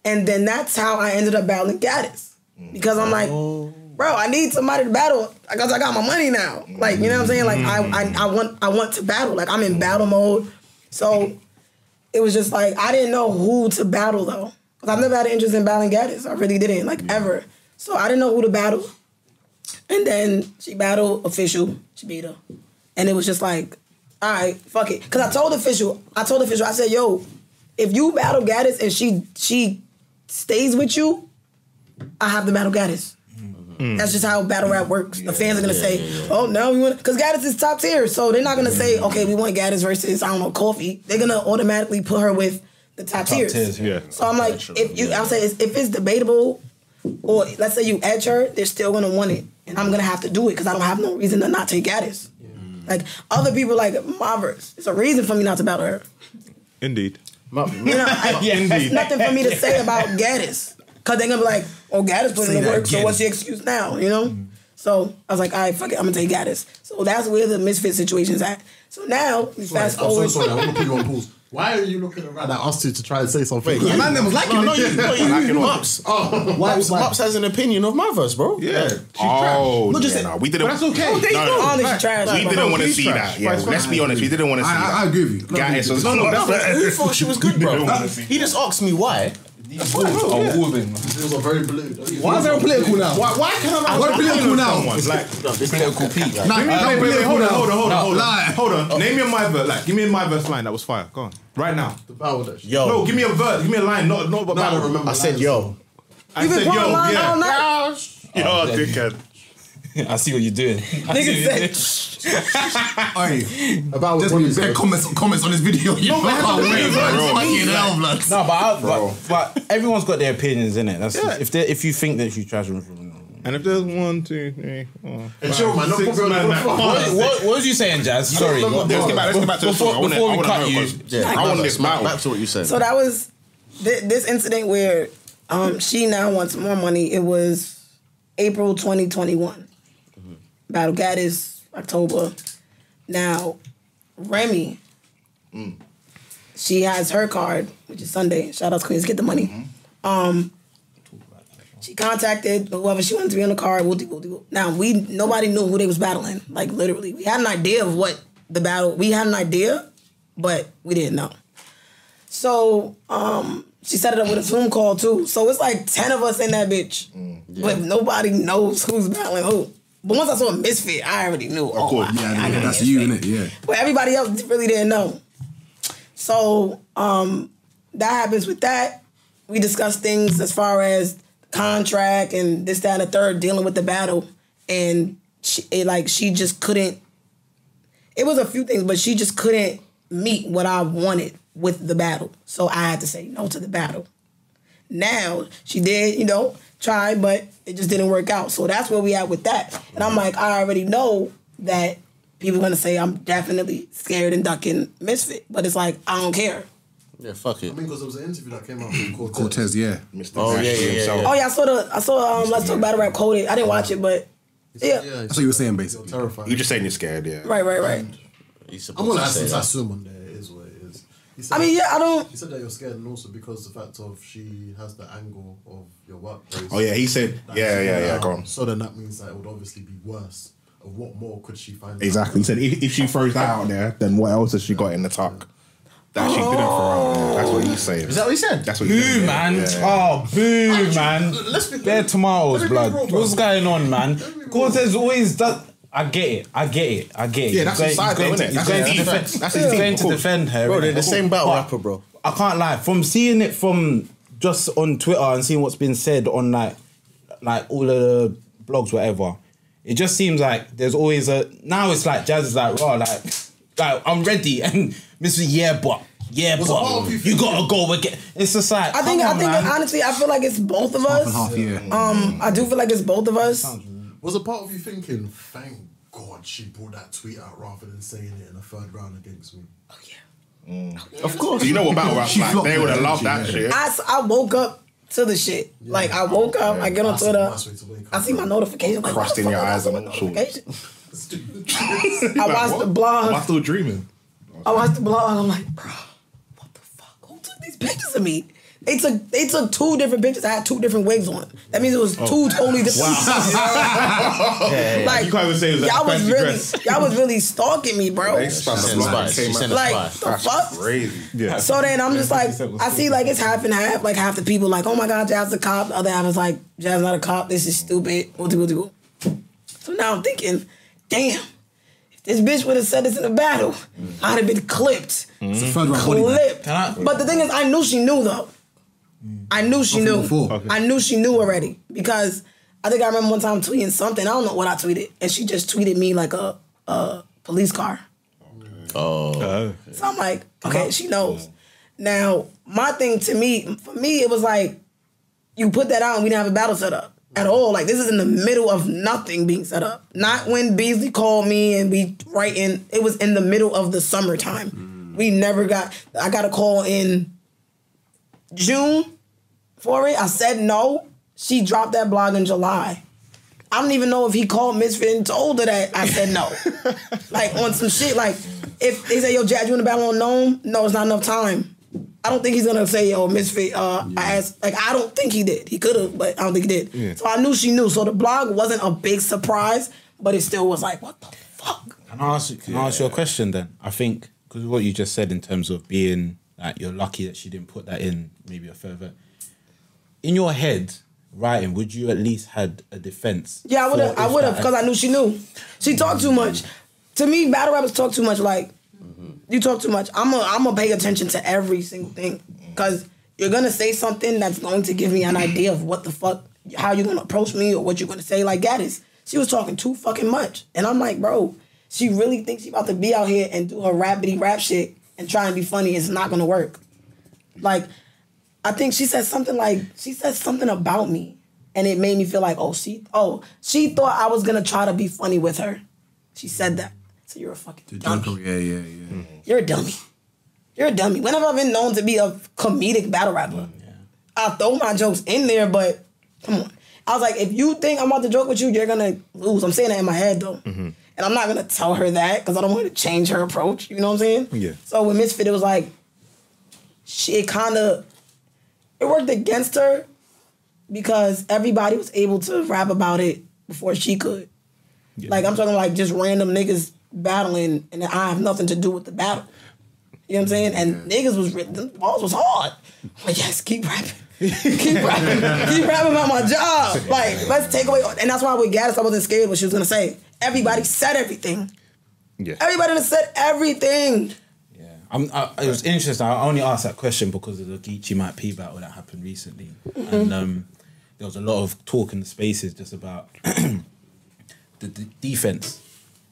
[SPEAKER 1] And then that's how I ended up battling Gaddis. Because I'm like, bro, I need somebody to battle because I got my money now. Like, you know what I'm saying? Like I, I I want I want to battle. Like I'm in battle mode. So it was just like I didn't know who to battle though. Cause I've never had an interest in battling Gaddis. I really didn't, like ever. So I didn't know who to battle. And then she battled official. She beat her. And it was just like, all right, fuck it. Cause I told official, I told official, I said, yo, if you battle Gaddis and she she stays with you, I have to battle Gaddis. Mm. That's just how battle rap works. The fans are gonna say, "Oh no, we want," because Gaddis is top tier, so they're not gonna say, "Okay, we want Gaddis versus I don't know Coffee." They're gonna automatically put her with the top,
[SPEAKER 6] Top
[SPEAKER 1] tiers.
[SPEAKER 6] tiers, yeah.
[SPEAKER 1] So I'm like, if you, I'll say it's- if it's debatable, or let's say you edge her, they're still gonna want it, and I'm gonna have to do it because I don't have no reason to not take Gaddis. Like other people, like Mavericks, it's a reason for me not to battle her.
[SPEAKER 6] Indeed.
[SPEAKER 1] You know, I, there's nothing for me to say about Gaddis. Cause they're gonna be like, oh Gaddis put
[SPEAKER 5] Say
[SPEAKER 1] in the
[SPEAKER 5] that
[SPEAKER 1] work, so
[SPEAKER 5] again.
[SPEAKER 1] what's the excuse now? You know? So I was like, all right, fuck it, I'm gonna take Gaddis. So that's where the misfit situation's at. So now we
[SPEAKER 3] Sorry, I'm
[SPEAKER 1] fast
[SPEAKER 3] so
[SPEAKER 1] forward.
[SPEAKER 3] Oh, sorry. I want to put you on pause. Why are you looking around at us two to try and say something?
[SPEAKER 2] Wait, man, them was liking it. No, you- no, you- Liking what? Mops.
[SPEAKER 3] Oh, why?
[SPEAKER 2] Mops, Mops has an opinion of my verse, bro.
[SPEAKER 6] Yeah.
[SPEAKER 12] Oh,
[SPEAKER 2] Not just
[SPEAKER 12] yeah,
[SPEAKER 2] it.
[SPEAKER 12] nah, we didn't.
[SPEAKER 2] But that's okay.
[SPEAKER 12] No,
[SPEAKER 2] There you go. Oh, Honest,
[SPEAKER 12] right.
[SPEAKER 2] trash,
[SPEAKER 12] we
[SPEAKER 2] bro.
[SPEAKER 12] didn't want to
[SPEAKER 2] He's
[SPEAKER 12] see
[SPEAKER 2] trash.
[SPEAKER 12] that.
[SPEAKER 2] But
[SPEAKER 12] Yeah,
[SPEAKER 2] it's fine.
[SPEAKER 12] let's be honest. We didn't want to see
[SPEAKER 2] I-
[SPEAKER 12] that.
[SPEAKER 2] I agree with you. No,
[SPEAKER 12] Guys,
[SPEAKER 2] no, no, no, but who thought she was good, bro?
[SPEAKER 12] We didn't wanna see
[SPEAKER 2] He just asked me why.
[SPEAKER 10] Oh,
[SPEAKER 2] yeah.
[SPEAKER 10] woman.
[SPEAKER 3] Those are very blue.
[SPEAKER 2] Why is there a political now?
[SPEAKER 3] Why, why can I?
[SPEAKER 2] What political now?
[SPEAKER 6] Like,
[SPEAKER 2] political peak.
[SPEAKER 6] Nah,
[SPEAKER 3] uh,
[SPEAKER 6] wait, wait, wait, hold on, hold on, hold on, hold on.
[SPEAKER 2] Lie.
[SPEAKER 6] Hold on. Name me a my verse. Like, give me a my verse line that was fire. Go on, right now.
[SPEAKER 2] Yo.
[SPEAKER 6] No, give me a verse. Give me a line. Not, not about.
[SPEAKER 2] No, I don't
[SPEAKER 6] remember.
[SPEAKER 2] I said, yo.
[SPEAKER 6] I said, yo, yeah. Yo,
[SPEAKER 2] Oh, then-
[SPEAKER 6] dickhead.
[SPEAKER 10] I see what you're doing.
[SPEAKER 1] Nigga
[SPEAKER 10] said.
[SPEAKER 3] About
[SPEAKER 5] There's gonna be bad comments, comments on this video. You
[SPEAKER 10] No,
[SPEAKER 5] know,
[SPEAKER 10] but
[SPEAKER 5] I
[SPEAKER 10] I have
[SPEAKER 5] can't
[SPEAKER 10] to
[SPEAKER 5] wait,
[SPEAKER 10] leave,
[SPEAKER 5] bro.
[SPEAKER 10] bro.
[SPEAKER 5] Fucking
[SPEAKER 10] Yeah.
[SPEAKER 5] hell, blood.
[SPEAKER 2] No, but, I, but, but everyone's got their opinions, innit? That's just, if they, if you think that she's trash,
[SPEAKER 6] and if there's one, two, three, four,
[SPEAKER 2] And
[SPEAKER 6] five,
[SPEAKER 2] chill, man, don't
[SPEAKER 6] six,
[SPEAKER 2] put me on the
[SPEAKER 6] man,
[SPEAKER 2] floor.
[SPEAKER 6] man.
[SPEAKER 10] What, what, what was you saying, Jazz? Sorry.
[SPEAKER 2] Let's get back- let's get back to the
[SPEAKER 10] before,
[SPEAKER 2] song. I wanna-
[SPEAKER 10] before
[SPEAKER 2] I
[SPEAKER 10] we
[SPEAKER 2] wanna
[SPEAKER 10] cut
[SPEAKER 2] know,
[SPEAKER 10] you.
[SPEAKER 2] 'cause- yeah, I wanna this battle. Back to what you said.
[SPEAKER 1] So that was thi- this incident where um, she now wants more money. It was April 2021. Battle Gaddis, October. Now, Remy, she has her card, which is Sunday. Shout out to Queens, get the money. Um, she contacted whoever she wanted to be on the card. Whoop-de, whoop-de, whoop. Now we nobody knew who they was battling. Like literally, we had an idea of what the battle. We had an idea, but we didn't know. So um, she set it up with a Zoom call too. So it's like ten of us in that bitch,
[SPEAKER 5] Mm,
[SPEAKER 1] but nobody knows who's battling who. But once I saw Misfit, I already knew. Of course,
[SPEAKER 5] Yeah, yeah, that's you, innit? Yeah.
[SPEAKER 1] but everybody else really didn't know. So um, that happens with that. We discuss things as far as contract and this, that, and the third, dealing with the battle, and she, it, like she just couldn't. It was a few things, but she just couldn't meet what I wanted with the battle. So I had to say no to the battle. Now she did, you know, try, but it just didn't work out. So that's where we at with that. And I'm like, I already know that people gonna say I'm definitely scared and ducking misfit, but it's like I don't care.
[SPEAKER 2] Yeah, fuck it.
[SPEAKER 3] I mean, because there was an interview that came out from Cortez.
[SPEAKER 5] Cortez, yeah.
[SPEAKER 2] Oh, yeah, yeah, yeah, yeah.
[SPEAKER 1] Oh yeah, I saw the I saw um Let's Talk Battle Rap Coded. I didn't watch it, but yeah,
[SPEAKER 5] That's what you were saying, basically.
[SPEAKER 3] terrified.
[SPEAKER 12] You're just saying you're scared, yeah.
[SPEAKER 1] right, right, right.
[SPEAKER 3] I'm gonna ask
[SPEAKER 2] say
[SPEAKER 3] him
[SPEAKER 2] that.
[SPEAKER 3] Sassoon on there. It is what it is. He
[SPEAKER 1] I mean, yeah, I don't-
[SPEAKER 3] He said that you're scared, and also because the fact of she has the angle of your workplace.
[SPEAKER 12] Oh, yeah, he said-
[SPEAKER 3] That
[SPEAKER 12] yeah,
[SPEAKER 3] she
[SPEAKER 12] yeah,
[SPEAKER 3] went
[SPEAKER 12] yeah,
[SPEAKER 3] out.
[SPEAKER 12] go on.
[SPEAKER 3] So then that means that it would obviously be worse. Of what more could she find? out?
[SPEAKER 12] Exactly. He said if, if she throws that out there, then what else has she got in the tuck that she didn't throw out there? That's what he's saying.
[SPEAKER 2] Is that what he said?
[SPEAKER 12] That's what he's saying.
[SPEAKER 10] Boo, man. Oh, boo, man. They're tomatoes, blood. What's going on, man? Cortez always does. I get it. I get it. I get it.
[SPEAKER 2] Yeah, that's
[SPEAKER 10] He's
[SPEAKER 2] his
[SPEAKER 10] going-
[SPEAKER 2] side, though,
[SPEAKER 10] he's
[SPEAKER 2] innit?
[SPEAKER 10] going- He's
[SPEAKER 2] That's
[SPEAKER 10] going
[SPEAKER 2] his
[SPEAKER 10] to
[SPEAKER 2] defense.
[SPEAKER 10] defend.
[SPEAKER 2] That's his
[SPEAKER 10] He's
[SPEAKER 2] team,
[SPEAKER 10] going
[SPEAKER 2] of
[SPEAKER 10] to
[SPEAKER 2] course.
[SPEAKER 10] defend her.
[SPEAKER 2] Bro,
[SPEAKER 10] innit?
[SPEAKER 2] they're the
[SPEAKER 10] Of
[SPEAKER 2] same
[SPEAKER 10] course.
[SPEAKER 2] battle
[SPEAKER 10] But
[SPEAKER 2] rapper, bro.
[SPEAKER 10] I can't lie. From seeing it from just on Twitter and seeing what's been said on like, like all of the blogs, whatever. It just seems like there's always a now. It's like jazz is like raw, like like I'm ready, and Mr. Yeah, but yeah,
[SPEAKER 3] Was it all
[SPEAKER 10] but
[SPEAKER 3] of you
[SPEAKER 10] you gotta go again. It's just like
[SPEAKER 1] I think
[SPEAKER 10] come
[SPEAKER 1] I
[SPEAKER 10] on,
[SPEAKER 1] think
[SPEAKER 10] man.
[SPEAKER 1] honestly, I feel like it's both of us.
[SPEAKER 5] half, yeah.
[SPEAKER 1] Um, I do feel like it's both of us.
[SPEAKER 3] Was a part of you thinking, thank God she brought that tweet out rather than saying it in the third round against me?
[SPEAKER 12] Of course. You know what battle rap's
[SPEAKER 3] She
[SPEAKER 12] like.
[SPEAKER 3] flopped
[SPEAKER 12] They would have
[SPEAKER 3] there,
[SPEAKER 12] loved
[SPEAKER 3] didn't
[SPEAKER 12] that
[SPEAKER 3] she?
[SPEAKER 12] shit.
[SPEAKER 1] I, s- I woke up to the shit. Like I woke up, I get on
[SPEAKER 3] That's
[SPEAKER 1] Twitter,
[SPEAKER 3] nice way to wake
[SPEAKER 1] I see my notification. Like,
[SPEAKER 12] Crust in your eyes and all sorts.
[SPEAKER 1] notification. I watched the blog.
[SPEAKER 12] Am I still dreaming?
[SPEAKER 1] Oh, I watched the blog and I'm like, bro, what the fuck? Who took these pictures of me? They took they took two different pictures. I had two different wigs on. That means it was two totally different.
[SPEAKER 6] Oh. Wow. Yeah, yeah. You can't even say it was like
[SPEAKER 1] y'all
[SPEAKER 6] a
[SPEAKER 1] was
[SPEAKER 6] fancy
[SPEAKER 1] really
[SPEAKER 6] dress.
[SPEAKER 1] y'all was really stalking me, bro.
[SPEAKER 12] They spun the
[SPEAKER 2] sent
[SPEAKER 12] block
[SPEAKER 2] us spice.
[SPEAKER 12] and
[SPEAKER 2] She
[SPEAKER 12] came
[SPEAKER 2] sent
[SPEAKER 12] out.
[SPEAKER 2] us
[SPEAKER 1] Like
[SPEAKER 2] spice.
[SPEAKER 1] the fuck.
[SPEAKER 12] Crazy. Yeah.
[SPEAKER 1] So then I'm just like, I see like it's half and half. Like half the people like, oh my god, Jazz a cop. The other half is like, Jazz not a cop. This is stupid. Wooty wooty woo. So now I'm thinking, damn, if this bitch would have said this in a battle, I'd have been clipped.
[SPEAKER 5] Mm. It's a third round body. man.
[SPEAKER 1] Clipped. But the thing is, I knew she knew though. I knew she knew.
[SPEAKER 5] Mm. before. Okay.
[SPEAKER 1] I knew she knew already because I think I remember one time tweeting something. I don't know what I tweeted, and she just tweeted me like a a police car.
[SPEAKER 20] Oh.
[SPEAKER 1] So I'm like,
[SPEAKER 5] Uh-huh.
[SPEAKER 1] okay, she knows. Now, my thing to me, for me, it was like, you put that out and we didn't have a battle set up at all. Like, this is in the middle of nothing being set up. Not when Beasley called me and we right in, it was in the middle of the summertime. We never got, I got a call in June for it. I said no. She dropped that blog in July. I don't even know if he called Misfit and told her that I said no. like on some shit. Like if they say, yo, Jad, you in the battle on Gnome? No, it's not enough time. I don't think he's gonna say, yo, Misfit, uh, I asked like I don't think he did. He could have, but I don't think he did.
[SPEAKER 20] Yeah.
[SPEAKER 1] So I knew she knew. So the blog wasn't a big surprise, but it still was like, what the
[SPEAKER 2] Can I ask, can I ask you a question then? I think because what you just said in terms of being like you're lucky that she didn't put that in maybe a further. In your head, writing, would you at least had a defense?
[SPEAKER 1] Yeah, I would have.
[SPEAKER 2] for
[SPEAKER 1] I
[SPEAKER 2] if
[SPEAKER 1] would have
[SPEAKER 2] that-
[SPEAKER 1] because I knew she knew. She talked too much. To me, battle rappers talk too much. Like you talk too much. I'm a, I'm gonna pay attention to every single thing because you're gonna say something that's going to give me an idea of what the fuck, how you're gonna approach me or what you're gonna say. Like Gaddis, she was talking too fucking much, and I'm like, bro, she really thinks she about to be out here and do her rapidy rap shit and try and be funny. It's not gonna work. Like, I think she said something like she said something about me, and it made me feel like, oh, she, oh, she thought I was gonna try to be funny with her. She said that. So you're a fucking
[SPEAKER 20] Junko, yeah, yeah, yeah.
[SPEAKER 1] you're a dummy. You're a dummy. When have I been known to be a comedic battle rapper? I throw my jokes in there, but come on. I was like, if you think I'm about to joke with you, you're gonna lose. I'm saying that in my head though. And I'm not gonna tell her that because I don't want her to change her approach. You know what I'm saying?
[SPEAKER 6] Yeah.
[SPEAKER 1] So with Misfit, it was like, she it kind of it worked against her because everybody was able to rap about it before she could. Like I'm talking like just random niggas battling, and I have nothing to do with the battle. You know what I'm saying? And niggas was written, the balls was hard. I'm like yes, keep rapping. keep rapping, keep rapping about my job. Like, let's take away, and that's why with Gaddis, I wasn't scared what she was gonna say. Everybody said everything.
[SPEAKER 6] Yeah.
[SPEAKER 1] Everybody done said everything.
[SPEAKER 2] I'm, I, it was interesting. I only asked that question because of the Geechee Mike P battle that happened recently,
[SPEAKER 1] Mhm.
[SPEAKER 2] and um, there was a lot of talk in the spaces just about the, the defense,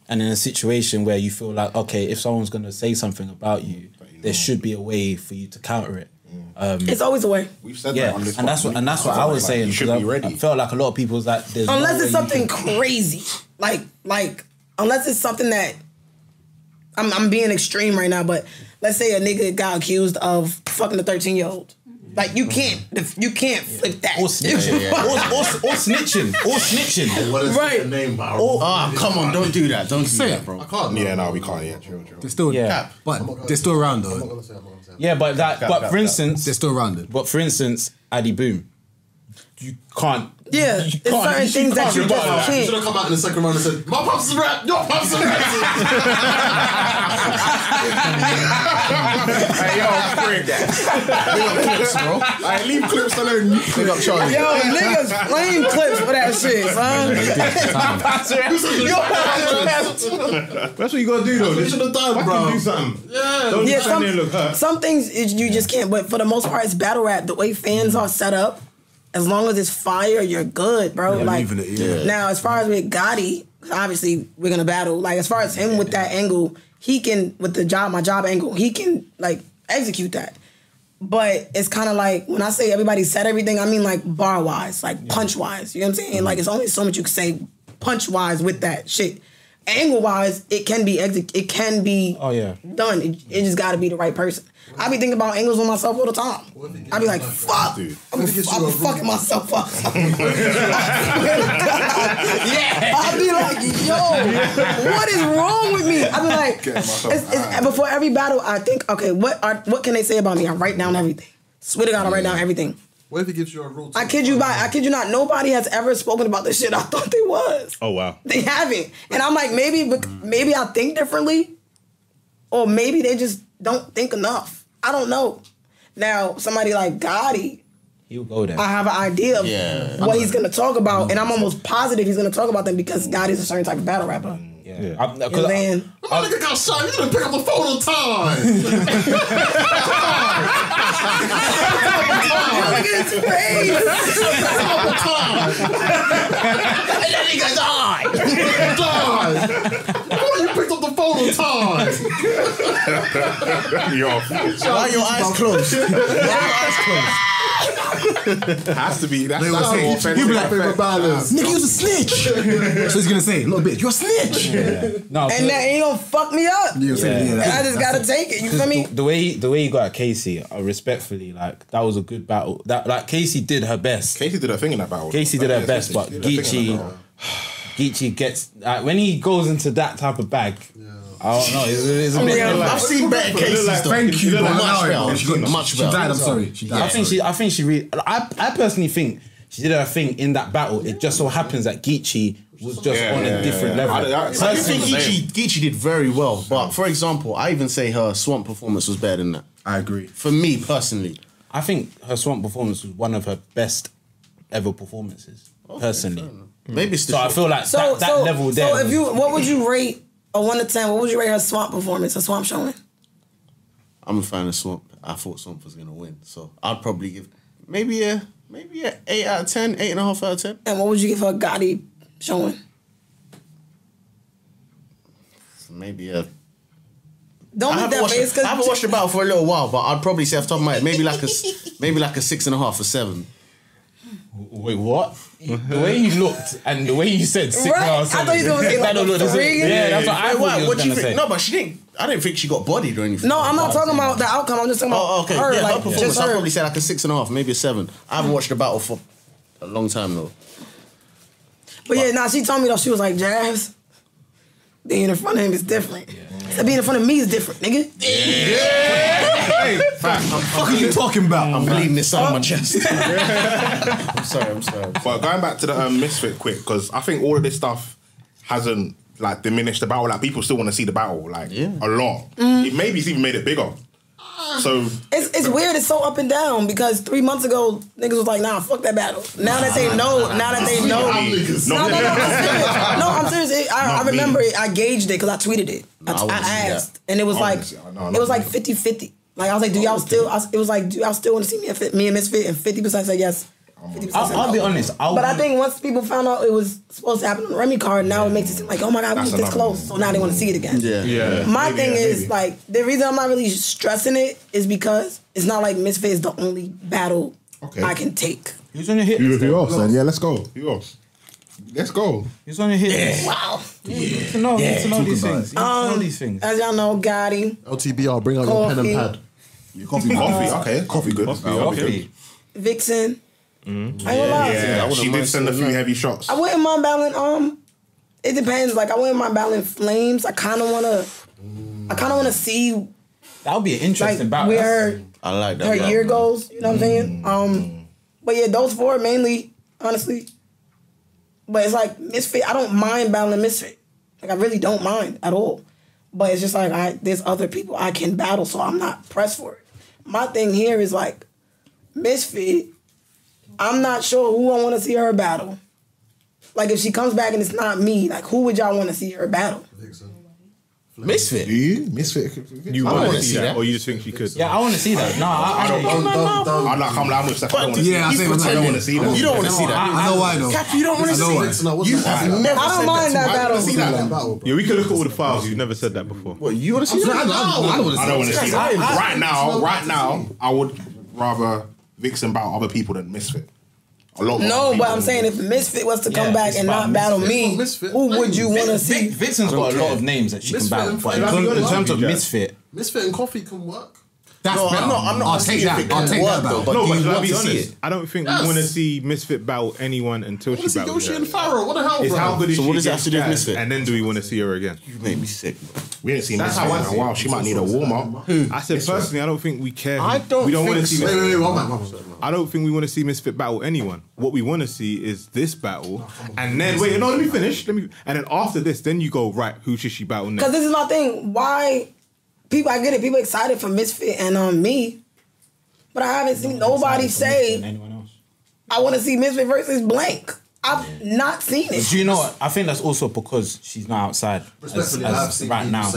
[SPEAKER 2] and in a situation where you feel like, okay, if someone's going to say something about you, there should be a way for you to counter it. Um,
[SPEAKER 1] It's always a way.
[SPEAKER 2] We've
[SPEAKER 1] said
[SPEAKER 2] yeah,
[SPEAKER 1] that on this
[SPEAKER 2] and that's
[SPEAKER 1] pod-
[SPEAKER 2] what and that's what
[SPEAKER 1] Like,
[SPEAKER 2] I was
[SPEAKER 1] you
[SPEAKER 2] saying.
[SPEAKER 1] should
[SPEAKER 2] 'cause
[SPEAKER 1] be
[SPEAKER 2] I, I felt like a lot of people was like, there's no
[SPEAKER 1] unless
[SPEAKER 2] way
[SPEAKER 1] it's
[SPEAKER 2] you
[SPEAKER 1] something crazy, like like unless it's something that I'm I'm being extreme right now, but let's say a nigga got accused of fucking a 13 year old. Like you can't you can't flip that. Or
[SPEAKER 2] snitching. Or- or- or snitching. Or snitching.
[SPEAKER 3] What is
[SPEAKER 1] right.
[SPEAKER 3] the name, bro?
[SPEAKER 20] Oh, ah, come on, don't do that. Don't
[SPEAKER 3] Say
[SPEAKER 20] say
[SPEAKER 3] it.
[SPEAKER 20] that, bro.
[SPEAKER 3] I can't, no.
[SPEAKER 20] Yeah, no, we can't. Yeah, true, true.
[SPEAKER 5] They're still
[SPEAKER 2] Yeah.
[SPEAKER 5] cap, but they're still around though.
[SPEAKER 2] Yeah, but that,
[SPEAKER 5] Cap,
[SPEAKER 2] but
[SPEAKER 5] cap,
[SPEAKER 2] for
[SPEAKER 5] cap.
[SPEAKER 2] instance,
[SPEAKER 5] they're still rounded.
[SPEAKER 2] But for instance, Addy Boom, you can't.
[SPEAKER 1] Yeah,
[SPEAKER 2] you
[SPEAKER 1] there's
[SPEAKER 2] can't-
[SPEAKER 1] certain
[SPEAKER 2] you
[SPEAKER 1] things that
[SPEAKER 2] can't
[SPEAKER 1] you
[SPEAKER 2] rebuttal
[SPEAKER 1] just
[SPEAKER 2] that.
[SPEAKER 3] Should have come out in the second round and said, "My pops is rap, your pops is
[SPEAKER 12] hey, yo, bring that. Big up clips, bro. Hey, leave clips alone. Big up Charlie.
[SPEAKER 1] Yo, niggas flame clips for that shit, son.
[SPEAKER 6] That's what you gotta do though.
[SPEAKER 3] That's what you should've done,
[SPEAKER 6] Fucking
[SPEAKER 3] bro.
[SPEAKER 6] Do something.
[SPEAKER 3] Yeah.
[SPEAKER 6] Don't
[SPEAKER 1] yeah,
[SPEAKER 6] just stand
[SPEAKER 1] some,
[SPEAKER 6] there and look hurt.
[SPEAKER 1] some things is- you just can't. But for the most part, it's battle rap. The way fans are set up, as long as it's fire, you're good, bro.
[SPEAKER 5] Yeah,
[SPEAKER 1] like
[SPEAKER 5] leaving it, yeah.
[SPEAKER 1] now, as far as with Gotti, obviously we're gonna battle. Like as far as him with that angle, he can with the job, my job angle, he can like execute that. But it's kind of like when I say everybody said everything, I mean like bar wise, like punch wise. You know what I'm saying? Like it's only so much you can say punch wise with that shit. Angle wise, it can be exec- it can be
[SPEAKER 2] Oh yeah.
[SPEAKER 1] done. It, it just got to be the right person. I be thinking about angles on myself all the time. I be like, fuck, I'm, I'm fucking myself up. yeah, I be like, yo, what is wrong with me? I be like,
[SPEAKER 12] Get
[SPEAKER 1] it's,
[SPEAKER 12] myself
[SPEAKER 1] it's, before every battle, I think, okay, what are, what can they say about me? I write down everything. Swear to God, I write down everything.
[SPEAKER 3] What if he gives you a rule?
[SPEAKER 1] I kid you by, I kid you not. Nobody has ever spoken about this shit. I thought they was.
[SPEAKER 6] Oh wow.
[SPEAKER 1] They haven't. And I'm like, maybe bec- maybe I think differently, or maybe they just don't think enough. I don't know. Now, somebody like Gotti,
[SPEAKER 2] He'll go there.
[SPEAKER 1] I have an idea of
[SPEAKER 2] Yeah.
[SPEAKER 1] what he's going to talk about, and I'm almost positive he's going to talk about them because Gotti's a certain type of battle rapper.
[SPEAKER 2] Yeah. I,
[SPEAKER 1] You know what I'm saying?
[SPEAKER 3] My nigga got shot. You didn't pick up the phone on
[SPEAKER 1] Oh,
[SPEAKER 3] time. Come on. Come on.
[SPEAKER 1] his face.
[SPEAKER 3] that nigga died. died. Boy, you picked up the phone on time.
[SPEAKER 12] Yo.
[SPEAKER 3] Why your eyes closed? Why your eyes closed?
[SPEAKER 12] Has to be. That's,
[SPEAKER 5] They will
[SPEAKER 12] that's more
[SPEAKER 5] say,
[SPEAKER 12] offensive.
[SPEAKER 5] he'll be like,
[SPEAKER 12] Offensive.
[SPEAKER 5] Nigga, you's a snitch. so he's gonna say, little bitch, you're a snitch.
[SPEAKER 2] No,
[SPEAKER 1] and that ain't gonna fuck me up.
[SPEAKER 5] Yeah, so- yeah,
[SPEAKER 1] And I just
[SPEAKER 2] that's
[SPEAKER 1] gotta take it. You feel me?
[SPEAKER 2] The, the way the way he got at Casey, uh, respectfully, like that was a good battle. That like Casey did her best.
[SPEAKER 12] Casey did her thing in that battle.
[SPEAKER 2] Casey did
[SPEAKER 12] Yeah,
[SPEAKER 2] her best,
[SPEAKER 12] Casey
[SPEAKER 2] but
[SPEAKER 12] did her thing in that
[SPEAKER 2] Geechee, Geechee gets like, when he goes into that type of bag. I don't know. It's, it's a
[SPEAKER 5] I
[SPEAKER 2] bit.
[SPEAKER 5] mean, I've seen better cases, though. Thank you, but much better. She got much better.
[SPEAKER 2] I think she. I think she. Re- I. I personally think she did her thing in that battle. It just so happens that Geechee was just
[SPEAKER 20] Yeah,
[SPEAKER 2] on
[SPEAKER 20] yeah,
[SPEAKER 2] a different
[SPEAKER 20] yeah.
[SPEAKER 2] level.
[SPEAKER 20] I, I, I think Geechee, Geechee did very well, but for example, I even say her swamp performance was better than that. I agree. For me personally,
[SPEAKER 2] I think her swamp performance was one of her best ever performances. personally,
[SPEAKER 20] maybe it's the
[SPEAKER 2] so. I
[SPEAKER 20] short-
[SPEAKER 2] feel like that, that level there.
[SPEAKER 1] So if
[SPEAKER 2] was-
[SPEAKER 1] you, what would you rate a one to ten? What would you rate her swamp performance? Her swamp showing?
[SPEAKER 20] I'm a fan of Swamp. I thought Swamp was gonna win, so I'd probably give maybe a maybe a eight out of ten, eight and a half out of ten.
[SPEAKER 1] And what would you give her Gotti showing?
[SPEAKER 20] maybe a.
[SPEAKER 1] Don't
[SPEAKER 20] I
[SPEAKER 1] make
[SPEAKER 20] haven't
[SPEAKER 1] that
[SPEAKER 20] watched-
[SPEAKER 1] face.
[SPEAKER 20] I haven't
[SPEAKER 1] Cause
[SPEAKER 20] watched the battle for a little while, but I'd probably say off the top of my head, maybe like a s- maybe like a six and a half or seven.
[SPEAKER 2] Wait, what? the way you looked and the way you said six
[SPEAKER 20] Right,
[SPEAKER 2] hours.
[SPEAKER 20] I thought you
[SPEAKER 1] was gonna say like a three.
[SPEAKER 2] Yeah, that's what I
[SPEAKER 20] Wait,
[SPEAKER 2] thought you was
[SPEAKER 20] do you
[SPEAKER 2] gonna say.
[SPEAKER 20] think? No, but she didn't. I didn't think she got bodied or anything.
[SPEAKER 1] no, I'm not talking about the outcome. I'm just talking about
[SPEAKER 20] Oh, okay.
[SPEAKER 1] her.
[SPEAKER 20] yeah, her
[SPEAKER 1] like
[SPEAKER 20] performance.
[SPEAKER 1] just
[SPEAKER 20] I'll
[SPEAKER 1] her.
[SPEAKER 20] probably say like a six and a half, maybe a seven. I haven't watched the battle for a long time though.
[SPEAKER 1] But yeah, nah, she told me though, she was like, Jazz, being in front of him is different. So being in front of me is different, nigga.
[SPEAKER 20] hey, I'm
[SPEAKER 5] What are you talking about?
[SPEAKER 20] I'm bleeding this out of my chest.
[SPEAKER 12] I'm sorry, I'm sorry. But going back to the um, misfit quick, because I think all of this stuff hasn't like diminished the battle. Like people still want to see the battle, like a lot.
[SPEAKER 1] Mm.
[SPEAKER 12] It maybe it's even made it bigger. So
[SPEAKER 1] It's, it's weird. It's so up and down because three months ago niggas was like, nah, fuck that battle. Now that they know, now that they know,
[SPEAKER 12] Nah, niggas.
[SPEAKER 1] no, no, no, I'm serious. No, I'm serious. It- I, I
[SPEAKER 12] Not me.
[SPEAKER 1] remember it. I gauged it because I tweeted it.
[SPEAKER 12] Nah, I
[SPEAKER 1] I, I,
[SPEAKER 12] wanna see that.
[SPEAKER 1] asked, and it was
[SPEAKER 12] I wanna
[SPEAKER 1] like,
[SPEAKER 12] see- I know, I
[SPEAKER 1] it
[SPEAKER 12] know.
[SPEAKER 1] was like 50-50. Like I was like, do y'all still? I, was- it was like, do y'all still want to see me? and Fit- Me and Misfit, and fifty percent said yes. 50%
[SPEAKER 2] I'll-
[SPEAKER 1] said
[SPEAKER 2] I'll
[SPEAKER 1] no.
[SPEAKER 2] be honest, I
[SPEAKER 1] but I
[SPEAKER 2] would-
[SPEAKER 1] think once people found out it was supposed to happen on the Remy card, now it makes it seem like, oh my god, we was
[SPEAKER 12] That's
[SPEAKER 1] this
[SPEAKER 12] another
[SPEAKER 1] close. So now they want to see it again.
[SPEAKER 20] Yeah. Yeah.
[SPEAKER 1] My
[SPEAKER 12] Maybe,
[SPEAKER 1] thing
[SPEAKER 12] yeah,
[SPEAKER 1] is
[SPEAKER 12] maybe.
[SPEAKER 1] like the reason I'm not really stressing it is because it's not like Misfit is the only battle I can take.
[SPEAKER 2] Who's on your hit
[SPEAKER 21] Who, who else? then? Yeah, let's go.
[SPEAKER 12] Who else?
[SPEAKER 21] Let's go.
[SPEAKER 2] Who's on your hit list?
[SPEAKER 1] Wow.
[SPEAKER 2] To know,
[SPEAKER 21] Yeah.
[SPEAKER 2] to know
[SPEAKER 21] Talk
[SPEAKER 2] these
[SPEAKER 21] about it.
[SPEAKER 2] things. You need to know
[SPEAKER 1] Um,
[SPEAKER 2] these things.
[SPEAKER 1] As y'all know, Gotti,
[SPEAKER 3] LTBR, bring out your pen and
[SPEAKER 1] Coffee.
[SPEAKER 3] pad.
[SPEAKER 12] Your coffee, coffee, okay, coffee, good, coffee,
[SPEAKER 2] okay.
[SPEAKER 1] Vixen.
[SPEAKER 3] Mm-hmm.
[SPEAKER 1] I ain't gonna
[SPEAKER 12] Yeah,
[SPEAKER 1] lie.
[SPEAKER 12] yeah,
[SPEAKER 20] Yeah,
[SPEAKER 12] she did send a few heavy shots.
[SPEAKER 1] I wouldn't mind battling. Um, it depends. Like I wouldn't mind battling Flames. I kind of wanna. I kind of wanna see
[SPEAKER 2] That would be an interesting
[SPEAKER 1] like
[SPEAKER 2] battle.
[SPEAKER 1] where
[SPEAKER 20] I like Mm.
[SPEAKER 1] her
[SPEAKER 20] battle.
[SPEAKER 1] year goes. You know what I'm saying? Um, but yeah, those four mainly, honestly. But it's like Misfit. I don't mind battling Misfit. Like I really don't mind at all. But it's just like I there's other people I can battle, so I'm not pressed for it. My thing here is like Misfit. I'm not sure who I want to see her battle. Like if she comes back and it's not me, like who would y'all want to see her battle?
[SPEAKER 20] Misfit.
[SPEAKER 21] Do you? Misfit.
[SPEAKER 6] You
[SPEAKER 20] I
[SPEAKER 6] want
[SPEAKER 20] wanna
[SPEAKER 6] to see
[SPEAKER 20] see
[SPEAKER 6] that,
[SPEAKER 20] that.
[SPEAKER 6] or you just think she could?
[SPEAKER 2] Yeah, I want to see that. No, I, I don't.
[SPEAKER 1] don't-
[SPEAKER 6] don't-
[SPEAKER 1] don't-
[SPEAKER 12] I'm not. I'm like, I'm with Seth. I don't want to see
[SPEAKER 5] Yeah, I
[SPEAKER 12] that.
[SPEAKER 5] say what's
[SPEAKER 12] I don't want
[SPEAKER 5] happening.
[SPEAKER 12] to see that.
[SPEAKER 20] You don't want to see that.
[SPEAKER 5] I know why though.
[SPEAKER 1] Cap, you don't
[SPEAKER 5] I
[SPEAKER 1] want to
[SPEAKER 5] know
[SPEAKER 1] see
[SPEAKER 5] why.
[SPEAKER 1] it.
[SPEAKER 12] You have
[SPEAKER 1] I don't mind that battle.
[SPEAKER 12] See that.
[SPEAKER 6] Yeah, we can look at all the files. You've never said that before.
[SPEAKER 20] What you want to see? that?
[SPEAKER 12] I don't want to see that.
[SPEAKER 20] I- I-
[SPEAKER 12] Right now, right now, I would rather Vixen about other people than Misfit. A lot. more
[SPEAKER 1] No,
[SPEAKER 12] people.
[SPEAKER 1] but I'm saying if Misfit was to come
[SPEAKER 2] Yeah,
[SPEAKER 1] back
[SPEAKER 2] it's
[SPEAKER 1] and
[SPEAKER 2] about
[SPEAKER 1] not battle me,
[SPEAKER 2] Misfit.
[SPEAKER 1] who would you want to see?
[SPEAKER 2] Vixen's got a lot of names that she
[SPEAKER 3] Misfit
[SPEAKER 2] can battle,
[SPEAKER 3] and
[SPEAKER 2] but
[SPEAKER 3] Flames.
[SPEAKER 2] in,
[SPEAKER 3] Let's be
[SPEAKER 2] in terms of
[SPEAKER 3] honest.
[SPEAKER 2] misfit,
[SPEAKER 3] Misfit and coffee can work.
[SPEAKER 5] That's
[SPEAKER 20] No, I'm
[SPEAKER 5] better.
[SPEAKER 20] not- I'm not
[SPEAKER 5] I'll
[SPEAKER 20] asking
[SPEAKER 5] take
[SPEAKER 20] you if
[SPEAKER 5] that.
[SPEAKER 20] it
[SPEAKER 5] I'll
[SPEAKER 20] can
[SPEAKER 5] take
[SPEAKER 20] work,
[SPEAKER 5] that
[SPEAKER 20] though,
[SPEAKER 5] battle.
[SPEAKER 20] but
[SPEAKER 6] no,
[SPEAKER 20] do
[SPEAKER 6] but
[SPEAKER 20] you
[SPEAKER 6] can I
[SPEAKER 20] want
[SPEAKER 6] be
[SPEAKER 20] to
[SPEAKER 6] honest?
[SPEAKER 20] see it?
[SPEAKER 6] I don't think
[SPEAKER 20] Yes.
[SPEAKER 6] we want to see Misfit battle anyone until
[SPEAKER 3] What
[SPEAKER 6] she
[SPEAKER 3] is he,
[SPEAKER 6] battles.
[SPEAKER 3] Yoshi and Farrell? What the hell,
[SPEAKER 6] It's
[SPEAKER 3] bro?
[SPEAKER 6] how good is
[SPEAKER 20] So
[SPEAKER 6] she
[SPEAKER 20] what does that have
[SPEAKER 6] against
[SPEAKER 20] to do with
[SPEAKER 6] Jazz,
[SPEAKER 20] Misfit?
[SPEAKER 6] And then do we want to see her again?
[SPEAKER 20] You make me sick. Bro.
[SPEAKER 12] we didn't see
[SPEAKER 6] That's
[SPEAKER 12] Misfit
[SPEAKER 6] how I
[SPEAKER 12] in a
[SPEAKER 6] see it.
[SPEAKER 12] while. She might need a warm up.
[SPEAKER 6] I said personally, I don't think we care.
[SPEAKER 20] I don't
[SPEAKER 6] We don't
[SPEAKER 20] think
[SPEAKER 6] want to see.
[SPEAKER 20] so.
[SPEAKER 6] Misfit.
[SPEAKER 20] Wait, wait, wait,
[SPEAKER 3] one moment, one moment.
[SPEAKER 6] I don't think we want to see Misfit battle anyone. What we want to see is this battle, and then wait, no, let me finish. Let me, and then after this, then you go right. Who should she battle next?
[SPEAKER 1] Because this is my thing. Why people? I get it. People excited for Misfit and um me, but I haven't seen nobody say
[SPEAKER 2] anyone else?
[SPEAKER 1] I want to see Misfit versus blank. I've not seen it.
[SPEAKER 2] Do you know what? I think that's also because she's not outside. as-
[SPEAKER 1] Respectfully,
[SPEAKER 2] as
[SPEAKER 1] I've seen
[SPEAKER 2] right now.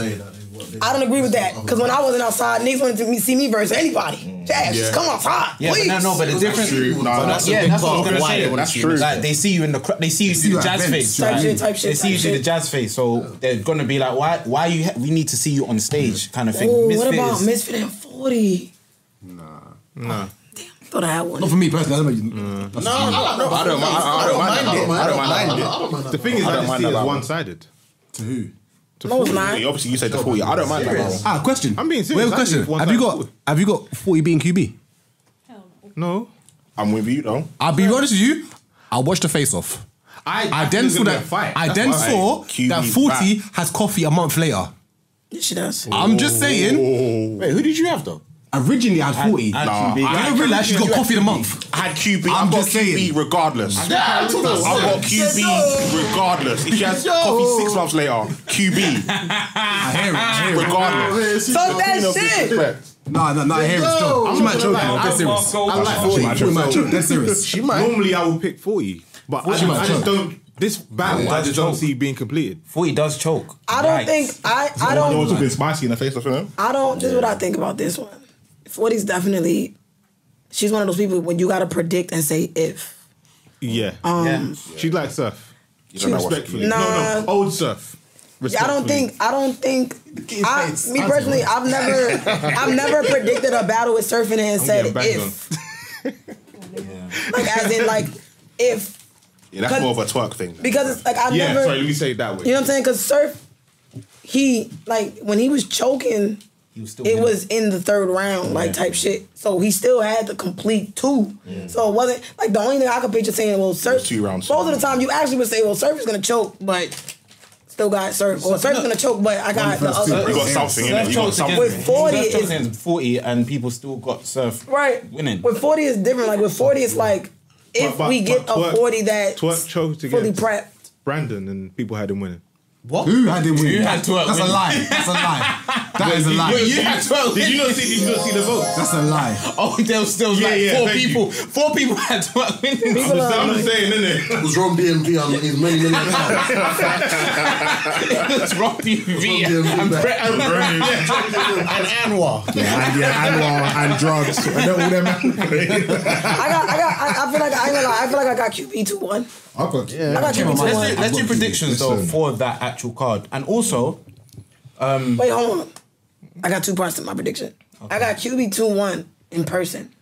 [SPEAKER 1] I don't agree with that because when I wasn't outside, niggas wanted to me- see me versus anybody. Jazz,
[SPEAKER 2] Mm. Yeah.
[SPEAKER 1] come outside,
[SPEAKER 2] Yeah,
[SPEAKER 1] please.
[SPEAKER 2] but no, no, but the difference.
[SPEAKER 12] Nah,
[SPEAKER 2] but
[SPEAKER 12] that's
[SPEAKER 2] that's
[SPEAKER 12] a
[SPEAKER 2] yeah,
[SPEAKER 12] big
[SPEAKER 2] that's what I
[SPEAKER 12] part
[SPEAKER 2] was gonna
[SPEAKER 12] of why
[SPEAKER 2] say.
[SPEAKER 12] they wanna see you.
[SPEAKER 2] Like they see you in the cr- they see you
[SPEAKER 12] see
[SPEAKER 2] do
[SPEAKER 12] you at
[SPEAKER 2] jazz
[SPEAKER 12] events,
[SPEAKER 2] face.
[SPEAKER 12] type
[SPEAKER 2] right?
[SPEAKER 12] shit, type shit,
[SPEAKER 2] They see you
[SPEAKER 12] type
[SPEAKER 2] do the
[SPEAKER 12] shit.
[SPEAKER 2] jazz face, so they're gonna be like, why, why you? Ha- we need to see you on stage, kind of thing.
[SPEAKER 1] Ooh,
[SPEAKER 2] Misfit
[SPEAKER 1] what about
[SPEAKER 2] is-
[SPEAKER 1] Misfit and Forty?
[SPEAKER 2] Nah.
[SPEAKER 1] Thought I had one.
[SPEAKER 21] Not for me personally. I don't make-
[SPEAKER 1] No,
[SPEAKER 21] that's-
[SPEAKER 1] I like- no,
[SPEAKER 21] I don't mind. I
[SPEAKER 1] I
[SPEAKER 21] don't
[SPEAKER 1] don't
[SPEAKER 21] mind.
[SPEAKER 1] mind it.
[SPEAKER 21] I don't mind
[SPEAKER 1] I don't
[SPEAKER 21] it.
[SPEAKER 1] mind it.
[SPEAKER 6] The thing is,
[SPEAKER 12] I
[SPEAKER 6] I
[SPEAKER 12] don't
[SPEAKER 6] just
[SPEAKER 12] mind
[SPEAKER 6] see
[SPEAKER 12] that
[SPEAKER 6] it as
[SPEAKER 12] one.
[SPEAKER 6] one sided.
[SPEAKER 21] To who?
[SPEAKER 6] To
[SPEAKER 1] No, it's
[SPEAKER 6] Forty.
[SPEAKER 1] not.
[SPEAKER 12] Obviously, you said the 40. I don't mind that.
[SPEAKER 6] Serious.
[SPEAKER 12] bro.
[SPEAKER 21] Ah, question.
[SPEAKER 6] I'm being serious.
[SPEAKER 21] Wait,
[SPEAKER 6] I
[SPEAKER 21] question.
[SPEAKER 6] think one
[SPEAKER 21] Have you
[SPEAKER 6] side-
[SPEAKER 21] got Have you got forty being QB?
[SPEAKER 6] No.
[SPEAKER 12] I'm with you though.
[SPEAKER 21] I'll be honest with you. I watched the face off.
[SPEAKER 6] I,
[SPEAKER 21] I then saw that. I then saw that forty has coffee a month later.
[SPEAKER 1] Yes, she does.
[SPEAKER 21] I'm
[SPEAKER 12] Oh.
[SPEAKER 21] just saying.
[SPEAKER 20] Wait, who did you have though?
[SPEAKER 21] Originally, I had forty.
[SPEAKER 20] had Nah. QB.
[SPEAKER 21] I didn't realize she's got coffee a month.
[SPEAKER 12] I had QB. I'm just saying. QB regardless.
[SPEAKER 21] Yeah, I told us.
[SPEAKER 12] I've got QB
[SPEAKER 21] Yo.
[SPEAKER 12] regardless. If she has
[SPEAKER 21] Yo.
[SPEAKER 12] coffee six months later, QB. I
[SPEAKER 21] hear it.
[SPEAKER 12] Regardless.
[SPEAKER 1] Talk that shit.
[SPEAKER 21] Nah, nah, nah. I hear it
[SPEAKER 12] Yo,
[SPEAKER 21] still. She
[SPEAKER 12] I'm
[SPEAKER 21] might
[SPEAKER 12] not
[SPEAKER 21] choke.
[SPEAKER 12] gonna lie.
[SPEAKER 21] I'm dead
[SPEAKER 12] I'm
[SPEAKER 21] serious.
[SPEAKER 12] Marco.
[SPEAKER 21] I like
[SPEAKER 12] She
[SPEAKER 21] forty.
[SPEAKER 12] might
[SPEAKER 21] She might
[SPEAKER 12] choke.
[SPEAKER 21] choke. Dead serious.
[SPEAKER 12] She might.
[SPEAKER 6] Normally, I would pick forty, but I,
[SPEAKER 21] She might
[SPEAKER 6] I just
[SPEAKER 21] choke.
[SPEAKER 6] don't. This battle, I just don't see being completed.
[SPEAKER 2] Forty does choke.
[SPEAKER 1] I don't think I. I don't.
[SPEAKER 12] been spicy in the face of him.
[SPEAKER 1] I don't. This is what I think about this one. Forty's definitely. She's one of those people when you gotta predict and say if.
[SPEAKER 6] Yeah.
[SPEAKER 1] Um,
[SPEAKER 6] yeah. She likes surf.
[SPEAKER 1] You don't know what-
[SPEAKER 6] Respectfully.
[SPEAKER 1] Nah.
[SPEAKER 6] No, no. Old surf.
[SPEAKER 1] Yeah, I don't
[SPEAKER 6] Respectfully.
[SPEAKER 1] think. I don't think. I, me personally, I've never, I've never predicted a battle with surfing and
[SPEAKER 6] I'm
[SPEAKER 1] said
[SPEAKER 6] getting banged on.
[SPEAKER 1] if, like as in like if
[SPEAKER 12] Yeah, that's more of a twerk thing.
[SPEAKER 1] because it's like I've
[SPEAKER 6] yeah,
[SPEAKER 1] never.
[SPEAKER 6] sorry, let me say it that way.
[SPEAKER 1] You know what I'm saying? Because surf, he like when he was choking, it was in the third round, like type shit. So he still had to complete two. So it wasn't like the only thing I could picture saying, well, surf.
[SPEAKER 12] two rounds.
[SPEAKER 1] Most of the time, you actually would say, well, surf is gonna choke, but still got surf, or surf is gonna choke, but I got the other.
[SPEAKER 12] innit? You got
[SPEAKER 2] Surf chokes
[SPEAKER 12] something.
[SPEAKER 2] against-
[SPEAKER 1] With 40
[SPEAKER 2] Surf chokes
[SPEAKER 1] is-
[SPEAKER 2] against forty, and people still got surf
[SPEAKER 1] Right.
[SPEAKER 2] winning.
[SPEAKER 1] With forty, it's different. Like with forty, it's like if
[SPEAKER 6] But- but-
[SPEAKER 1] we get
[SPEAKER 6] but
[SPEAKER 1] a
[SPEAKER 6] twerk-
[SPEAKER 1] forty that
[SPEAKER 6] Twerk chose to
[SPEAKER 1] fully
[SPEAKER 6] get
[SPEAKER 1] prepped.
[SPEAKER 6] Brandon and people had him winning.
[SPEAKER 21] What? Who had him winning?
[SPEAKER 6] Who had twerk
[SPEAKER 21] That's a
[SPEAKER 6] winning?
[SPEAKER 21] lie. That's a lie. That is a lie.
[SPEAKER 6] Did you not see? Did you not see the vote?
[SPEAKER 21] That's a lie.
[SPEAKER 2] Oh, there was, there was
[SPEAKER 6] Yeah,
[SPEAKER 2] like
[SPEAKER 6] yeah,
[SPEAKER 2] four
[SPEAKER 6] thank you.
[SPEAKER 2] people. Four people had to have been in
[SPEAKER 1] People
[SPEAKER 2] this.
[SPEAKER 1] are- I'm just
[SPEAKER 6] saying, innit?
[SPEAKER 3] It was wrong DMV on his many, many times.
[SPEAKER 2] it was Rob PV
[SPEAKER 3] Rob PV
[SPEAKER 2] and
[SPEAKER 3] back.
[SPEAKER 2] Brett and,
[SPEAKER 3] Brett.
[SPEAKER 2] and Anwar.
[SPEAKER 21] Yeah, and, yeah, and, law and drugs. And all them.
[SPEAKER 1] I got, I got, I, I feel like I ain't gonna lie. I feel like I got QB two one.
[SPEAKER 21] I've got.
[SPEAKER 1] I got QB two one.
[SPEAKER 2] Let's do, let's do predictions though for that actual card, and also, um,
[SPEAKER 1] Wait, hold on. I got two parts to my prediction. I got QB two one in person,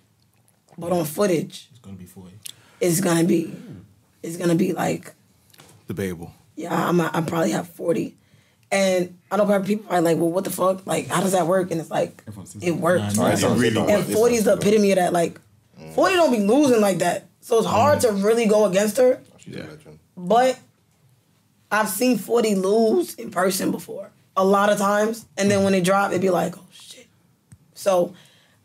[SPEAKER 1] but on footage, it's gonna be forty. It's gonna be, it's gonna be like
[SPEAKER 6] Debatable.
[SPEAKER 1] yeah, I'm, I probably have forty, and I know probably people are like, well, what the fuck? Like, how does that work? And it's like it works.
[SPEAKER 12] Nah, nah, It really
[SPEAKER 1] and
[SPEAKER 12] works.
[SPEAKER 1] forty is the epitome of that. Like, forty don't be losing like that, so it's hard to
[SPEAKER 12] Mm-hmm.
[SPEAKER 1] really go against her.
[SPEAKER 12] Oh,
[SPEAKER 1] But I've seen 40 lose in person before a lot of times. And then when it drop, it'd be like, oh shit. So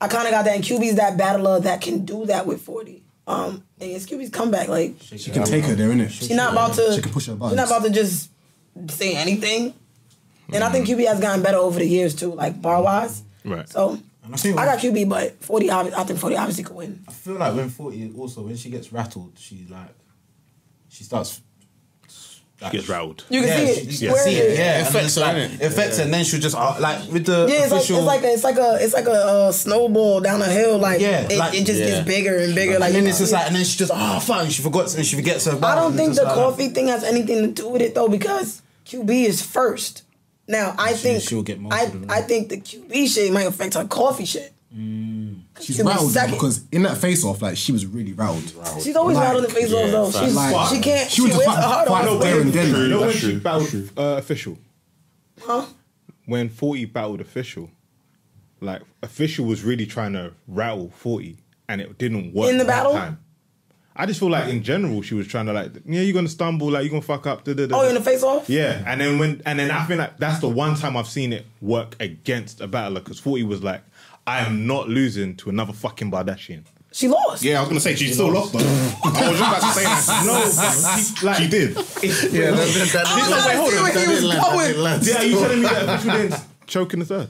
[SPEAKER 1] I kind of got that. And QB's that battler that can do that with 40. Um, and it's QB's comeback. Like,
[SPEAKER 21] She can take her there, innit?
[SPEAKER 1] she's not about to,
[SPEAKER 21] She can push her
[SPEAKER 1] she's not
[SPEAKER 21] buttons.
[SPEAKER 1] about to just say anything. And I think
[SPEAKER 2] Mm-hmm.
[SPEAKER 1] QB has gotten better over the years too, like bar wise.
[SPEAKER 6] Right.
[SPEAKER 1] So I got QB, but 40, obvi- I think 40 obviously could win.
[SPEAKER 2] I feel like when forty also when she gets rattled, she like she starts. She
[SPEAKER 6] gets rattled.
[SPEAKER 1] You can
[SPEAKER 2] yeah,
[SPEAKER 1] see it.
[SPEAKER 2] She, you
[SPEAKER 1] Where
[SPEAKER 2] can see
[SPEAKER 1] it
[SPEAKER 2] it.
[SPEAKER 1] is.
[SPEAKER 2] Yeah,
[SPEAKER 1] It
[SPEAKER 2] and
[SPEAKER 1] affects
[SPEAKER 2] it's like, it affects her, and then she'll just uh, like with the
[SPEAKER 1] Yeah, it's like, it's
[SPEAKER 2] official.
[SPEAKER 1] like a it's like a it's like a uh, snowball down a hill. Like,
[SPEAKER 2] yeah,
[SPEAKER 1] it,
[SPEAKER 2] like-
[SPEAKER 1] it just
[SPEAKER 2] yeah.
[SPEAKER 1] gets bigger and bigger. Like
[SPEAKER 2] and then it's just
[SPEAKER 1] yeah.
[SPEAKER 2] like, and then she just oh fuck, and she forgets, and she forgets her.
[SPEAKER 1] I don't think the
[SPEAKER 2] coffee.
[SPEAKER 1] coffee thing has anything to do with it though, because QB is first. Now I think
[SPEAKER 2] she'll get most
[SPEAKER 1] I
[SPEAKER 2] of them,
[SPEAKER 1] I think the QB shit might affect her coffee shit.
[SPEAKER 21] She's
[SPEAKER 6] Mm.
[SPEAKER 1] Give me a
[SPEAKER 21] rattled
[SPEAKER 1] second.
[SPEAKER 21] because in that face off, like she was really rattled.
[SPEAKER 1] She's always rattled in the face off, though.
[SPEAKER 21] facts.
[SPEAKER 1] She's- she can't-
[SPEAKER 21] She was
[SPEAKER 1] she
[SPEAKER 21] just
[SPEAKER 1] wears a hard
[SPEAKER 21] fight,
[SPEAKER 1] one.
[SPEAKER 21] fight there and then.
[SPEAKER 6] You know when she battled uh, official?
[SPEAKER 1] Huh?
[SPEAKER 6] When 40 battled official, like official was really trying to rattle 40 and it didn't work.
[SPEAKER 1] In the
[SPEAKER 6] that
[SPEAKER 1] battle?
[SPEAKER 6] Time. I just feel like in general she was trying to like, yeah, you're gonna stumble, like you're gonna fuck up. Da, da, da,
[SPEAKER 1] Oh,
[SPEAKER 6] da."
[SPEAKER 1] in the face off?
[SPEAKER 6] Yeah, and then when and then I feel like that's the one time I've seen it work against a battler because 40 was like, I am not losing to another fucking Bardashian.
[SPEAKER 1] She lost.
[SPEAKER 12] Yeah, I was gonna say she still lost, but I was just about to say that.
[SPEAKER 6] No, like,
[SPEAKER 12] she did.
[SPEAKER 6] Yeah, that- that- that didn't- Wait, hold on, that didn't land, that didn't land. Yeah, you telling me that official didn't choke in the third?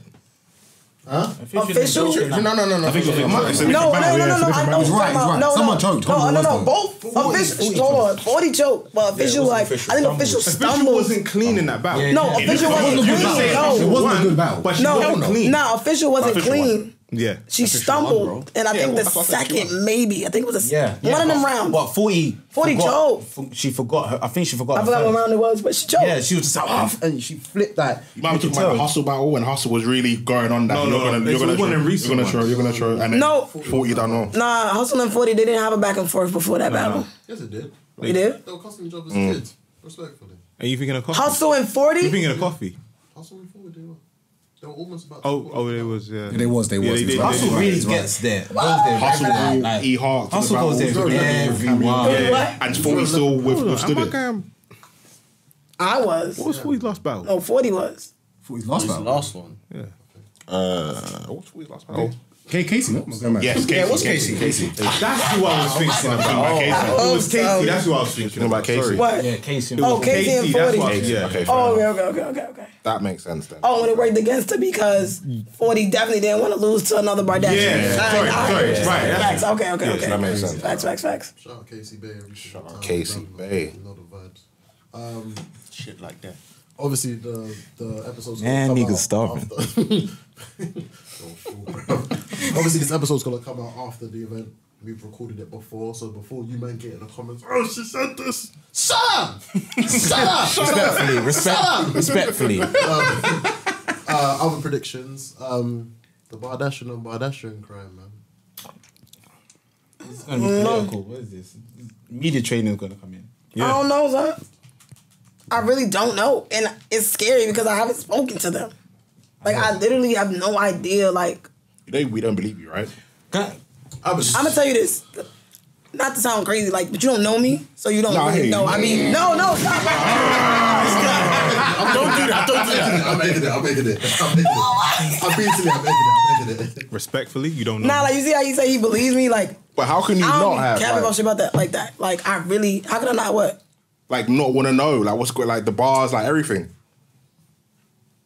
[SPEAKER 3] Huh?
[SPEAKER 1] Official?
[SPEAKER 3] No, no, no, no.
[SPEAKER 6] I think it's a
[SPEAKER 1] No, no, no, no, no. I know what you're talking about. No, no. No, no, no. Both Official, hold on, forty choke, but official
[SPEAKER 6] wasn't
[SPEAKER 1] like
[SPEAKER 6] official
[SPEAKER 1] I think
[SPEAKER 6] stumbles.
[SPEAKER 1] official
[SPEAKER 6] Official
[SPEAKER 1] stumbled.
[SPEAKER 6] wasn't clean in that battle.
[SPEAKER 1] No,
[SPEAKER 6] Yeah, yeah.
[SPEAKER 1] official
[SPEAKER 6] It
[SPEAKER 1] wasn't
[SPEAKER 6] wasn't a good
[SPEAKER 1] clean. No,
[SPEAKER 6] battle. It wasn't a good battle, but she
[SPEAKER 1] no,
[SPEAKER 6] wasn't clean.
[SPEAKER 1] no, official wasn't
[SPEAKER 6] Official
[SPEAKER 1] clean.
[SPEAKER 6] wasn't. Yeah.
[SPEAKER 1] She stumbled, and I
[SPEAKER 6] Yeah,
[SPEAKER 1] think
[SPEAKER 6] well,
[SPEAKER 1] the
[SPEAKER 6] that's what I think she
[SPEAKER 1] second, maybe I think it was a,
[SPEAKER 2] Yeah, yeah,
[SPEAKER 1] one of them
[SPEAKER 2] but-
[SPEAKER 1] rounds.
[SPEAKER 2] But 40.
[SPEAKER 1] 40
[SPEAKER 2] forgot-
[SPEAKER 1] choke.
[SPEAKER 2] f- She forgot her. I think she forgot
[SPEAKER 1] I
[SPEAKER 2] her
[SPEAKER 1] forgot
[SPEAKER 2] first.
[SPEAKER 1] what round it was, but she choked.
[SPEAKER 2] Yeah, she was just like, "Ah," and she flipped that.
[SPEAKER 12] You might be talking about the hustle battle when hustle was really going on. That
[SPEAKER 6] No,
[SPEAKER 12] you're
[SPEAKER 6] no,
[SPEAKER 12] gonna,
[SPEAKER 6] it's
[SPEAKER 12] you're gonna,
[SPEAKER 6] one
[SPEAKER 12] throw-
[SPEAKER 6] in recent
[SPEAKER 12] you're gonna
[SPEAKER 6] ones.
[SPEAKER 12] throw, you're gonna throw, and then
[SPEAKER 1] No.
[SPEAKER 12] forty done wrong.
[SPEAKER 1] Nah, Hustle and 40, they didn't have a back and forth before that
[SPEAKER 12] Nah.
[SPEAKER 1] battle.
[SPEAKER 3] Yes, it did.
[SPEAKER 1] They did?
[SPEAKER 3] They were costing each other's
[SPEAKER 6] Mm.
[SPEAKER 3] kids. Respectfully.
[SPEAKER 6] Are you thinking of coffee?
[SPEAKER 1] Hustle and 40?
[SPEAKER 6] You thinking of coffee?
[SPEAKER 3] Hustle and forward, they were. They were almost about.
[SPEAKER 6] Oh, oh, it was. Yeah,
[SPEAKER 5] They was, they
[SPEAKER 6] Yeah,
[SPEAKER 5] was, they
[SPEAKER 6] they did,
[SPEAKER 5] was.
[SPEAKER 6] they
[SPEAKER 5] Hustle
[SPEAKER 6] did.
[SPEAKER 5] really
[SPEAKER 6] He's right.
[SPEAKER 5] gets there. Goes there
[SPEAKER 12] Hustle
[SPEAKER 5] every night,
[SPEAKER 12] will
[SPEAKER 5] like-
[SPEAKER 12] eat hard. to
[SPEAKER 5] Hustle
[SPEAKER 12] the
[SPEAKER 5] goes
[SPEAKER 12] battle.
[SPEAKER 5] there everywhere.
[SPEAKER 12] Yeah, and forty still with, withstood
[SPEAKER 6] Am I
[SPEAKER 12] it.
[SPEAKER 6] going-
[SPEAKER 1] I was.
[SPEAKER 6] What was 40's last battle?
[SPEAKER 1] No, 40 was.
[SPEAKER 5] Last
[SPEAKER 20] Who's the
[SPEAKER 5] one.
[SPEAKER 20] last one.
[SPEAKER 6] Yeah.
[SPEAKER 20] Uh, what's his last battle?
[SPEAKER 5] K- Casey, no?
[SPEAKER 12] Yes, Casey.
[SPEAKER 5] Yeah, what's
[SPEAKER 12] Casey? Casey.
[SPEAKER 6] That's who I was thinking about.
[SPEAKER 12] Oh,
[SPEAKER 6] It was Casey.
[SPEAKER 1] so.
[SPEAKER 6] That's who I was thinking
[SPEAKER 12] About
[SPEAKER 6] about.
[SPEAKER 12] Casey.
[SPEAKER 6] Sorry.
[SPEAKER 1] What?
[SPEAKER 2] Yeah, Casey.
[SPEAKER 6] It
[SPEAKER 1] Oh,
[SPEAKER 6] was
[SPEAKER 1] Casey and 40.
[SPEAKER 6] That's what I was, yeah.
[SPEAKER 12] Okay, fair
[SPEAKER 1] Oh, okay,
[SPEAKER 12] enough.
[SPEAKER 1] okay, okay, okay, okay.
[SPEAKER 12] That makes sense then.
[SPEAKER 1] Oh, and it worked against her because 40 definitely didn't want to lose to another Bardashian.
[SPEAKER 12] Yeah,
[SPEAKER 1] All
[SPEAKER 12] sorry,
[SPEAKER 1] all
[SPEAKER 12] sorry, right,
[SPEAKER 1] Facts,
[SPEAKER 12] that's-
[SPEAKER 1] okay, okay,
[SPEAKER 12] yes,
[SPEAKER 1] okay.
[SPEAKER 12] that makes sense.
[SPEAKER 1] Facts, facts, facts.
[SPEAKER 3] Shout out Casey Bay. every single time.
[SPEAKER 12] Casey Bay.
[SPEAKER 3] A lot of vibes. Um,
[SPEAKER 20] Shit like that.
[SPEAKER 3] obviously, the the episode's gonna
[SPEAKER 10] Man,
[SPEAKER 3] come
[SPEAKER 10] niggas
[SPEAKER 3] out
[SPEAKER 10] starving.
[SPEAKER 3] after- Obviously, this episode's gonna come out after the event. We've recorded it before, so before you man get in the comments, oh, she said this. Shut up! Shut up!
[SPEAKER 10] Respectfully, respect-
[SPEAKER 3] Shut up!
[SPEAKER 10] respectfully.
[SPEAKER 3] Um, uh, other predictions. Um, the Bardashian on Bardashian crime, man.
[SPEAKER 2] It's gonna be political. What is this? Media training is gonna come in. Oh.
[SPEAKER 1] I don't know, son. I really don't know. And it's scary because I haven't spoken to them. Like, I literally have no idea. Like,
[SPEAKER 12] You know we don't believe you, right? I was.
[SPEAKER 1] I'm gonna tell you this. Not to sound crazy, like, but you don't know me, so you don't
[SPEAKER 12] Nah, I hear
[SPEAKER 1] really
[SPEAKER 12] you.
[SPEAKER 1] know. I mean, no, no, stop.
[SPEAKER 3] Don't do that. Don't do that. I'm making it. I'm making it. I'm making it. I'm beating it. I'm making it. I'm making it.
[SPEAKER 6] Respectfully, you don't know.
[SPEAKER 1] Nah, like you see how you say he believes me, like
[SPEAKER 12] But how can you
[SPEAKER 1] I
[SPEAKER 12] not
[SPEAKER 1] don't
[SPEAKER 12] have?
[SPEAKER 1] care
[SPEAKER 12] like-
[SPEAKER 1] about shit about that like that. Like I really, how could I not what?
[SPEAKER 12] like not want to know like what's good like the bars like everything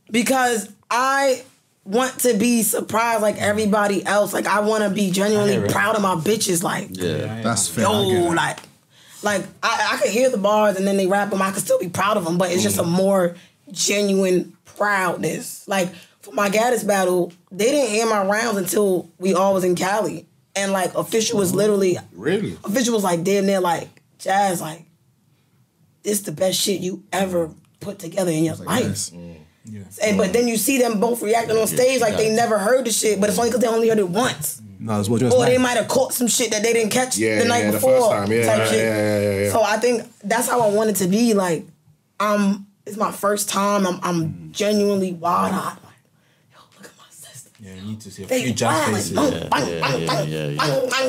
[SPEAKER 1] Because I want to be surprised like everybody else. Like I want to be genuinely proud of my bitches. Like
[SPEAKER 20] Yeah,
[SPEAKER 5] that's fair. I get
[SPEAKER 1] yo,
[SPEAKER 5] that.
[SPEAKER 1] like like I, I could hear the bars and then they rap them. I could still be proud of them, but it's just
[SPEAKER 5] Mm.
[SPEAKER 1] a more genuine proudness. Like for my Gaddis battle, they didn't air my rounds until we all was in Cali, and like official
[SPEAKER 5] Mm-hmm.
[SPEAKER 1] was literally
[SPEAKER 12] really
[SPEAKER 1] official was like damn near like Jazz like this the best shit you ever put together in your life.
[SPEAKER 5] Mm.
[SPEAKER 1] And, but then you see them both reacting on stage like they never heard the shit, but it's only because they only heard it once.
[SPEAKER 5] No, it's what
[SPEAKER 1] or
[SPEAKER 5] just
[SPEAKER 1] Oh, they
[SPEAKER 5] like.
[SPEAKER 1] might have caught some shit that they didn't catch
[SPEAKER 12] yeah
[SPEAKER 1] the night
[SPEAKER 12] yeah,
[SPEAKER 1] before.
[SPEAKER 12] the first time yeah
[SPEAKER 1] type
[SPEAKER 12] yeah, yeah,
[SPEAKER 1] shit.
[SPEAKER 12] yeah yeah yeah
[SPEAKER 1] So I think that's how I wanted to be. Like, I'm it's my first time. I'm I'm genuinely wide eyed.
[SPEAKER 2] Yeah, you need to see a
[SPEAKER 1] They Oh.
[SPEAKER 2] few jazz
[SPEAKER 1] wild, like,
[SPEAKER 2] faces.
[SPEAKER 1] boom, bang, bang, bang, bang, bang,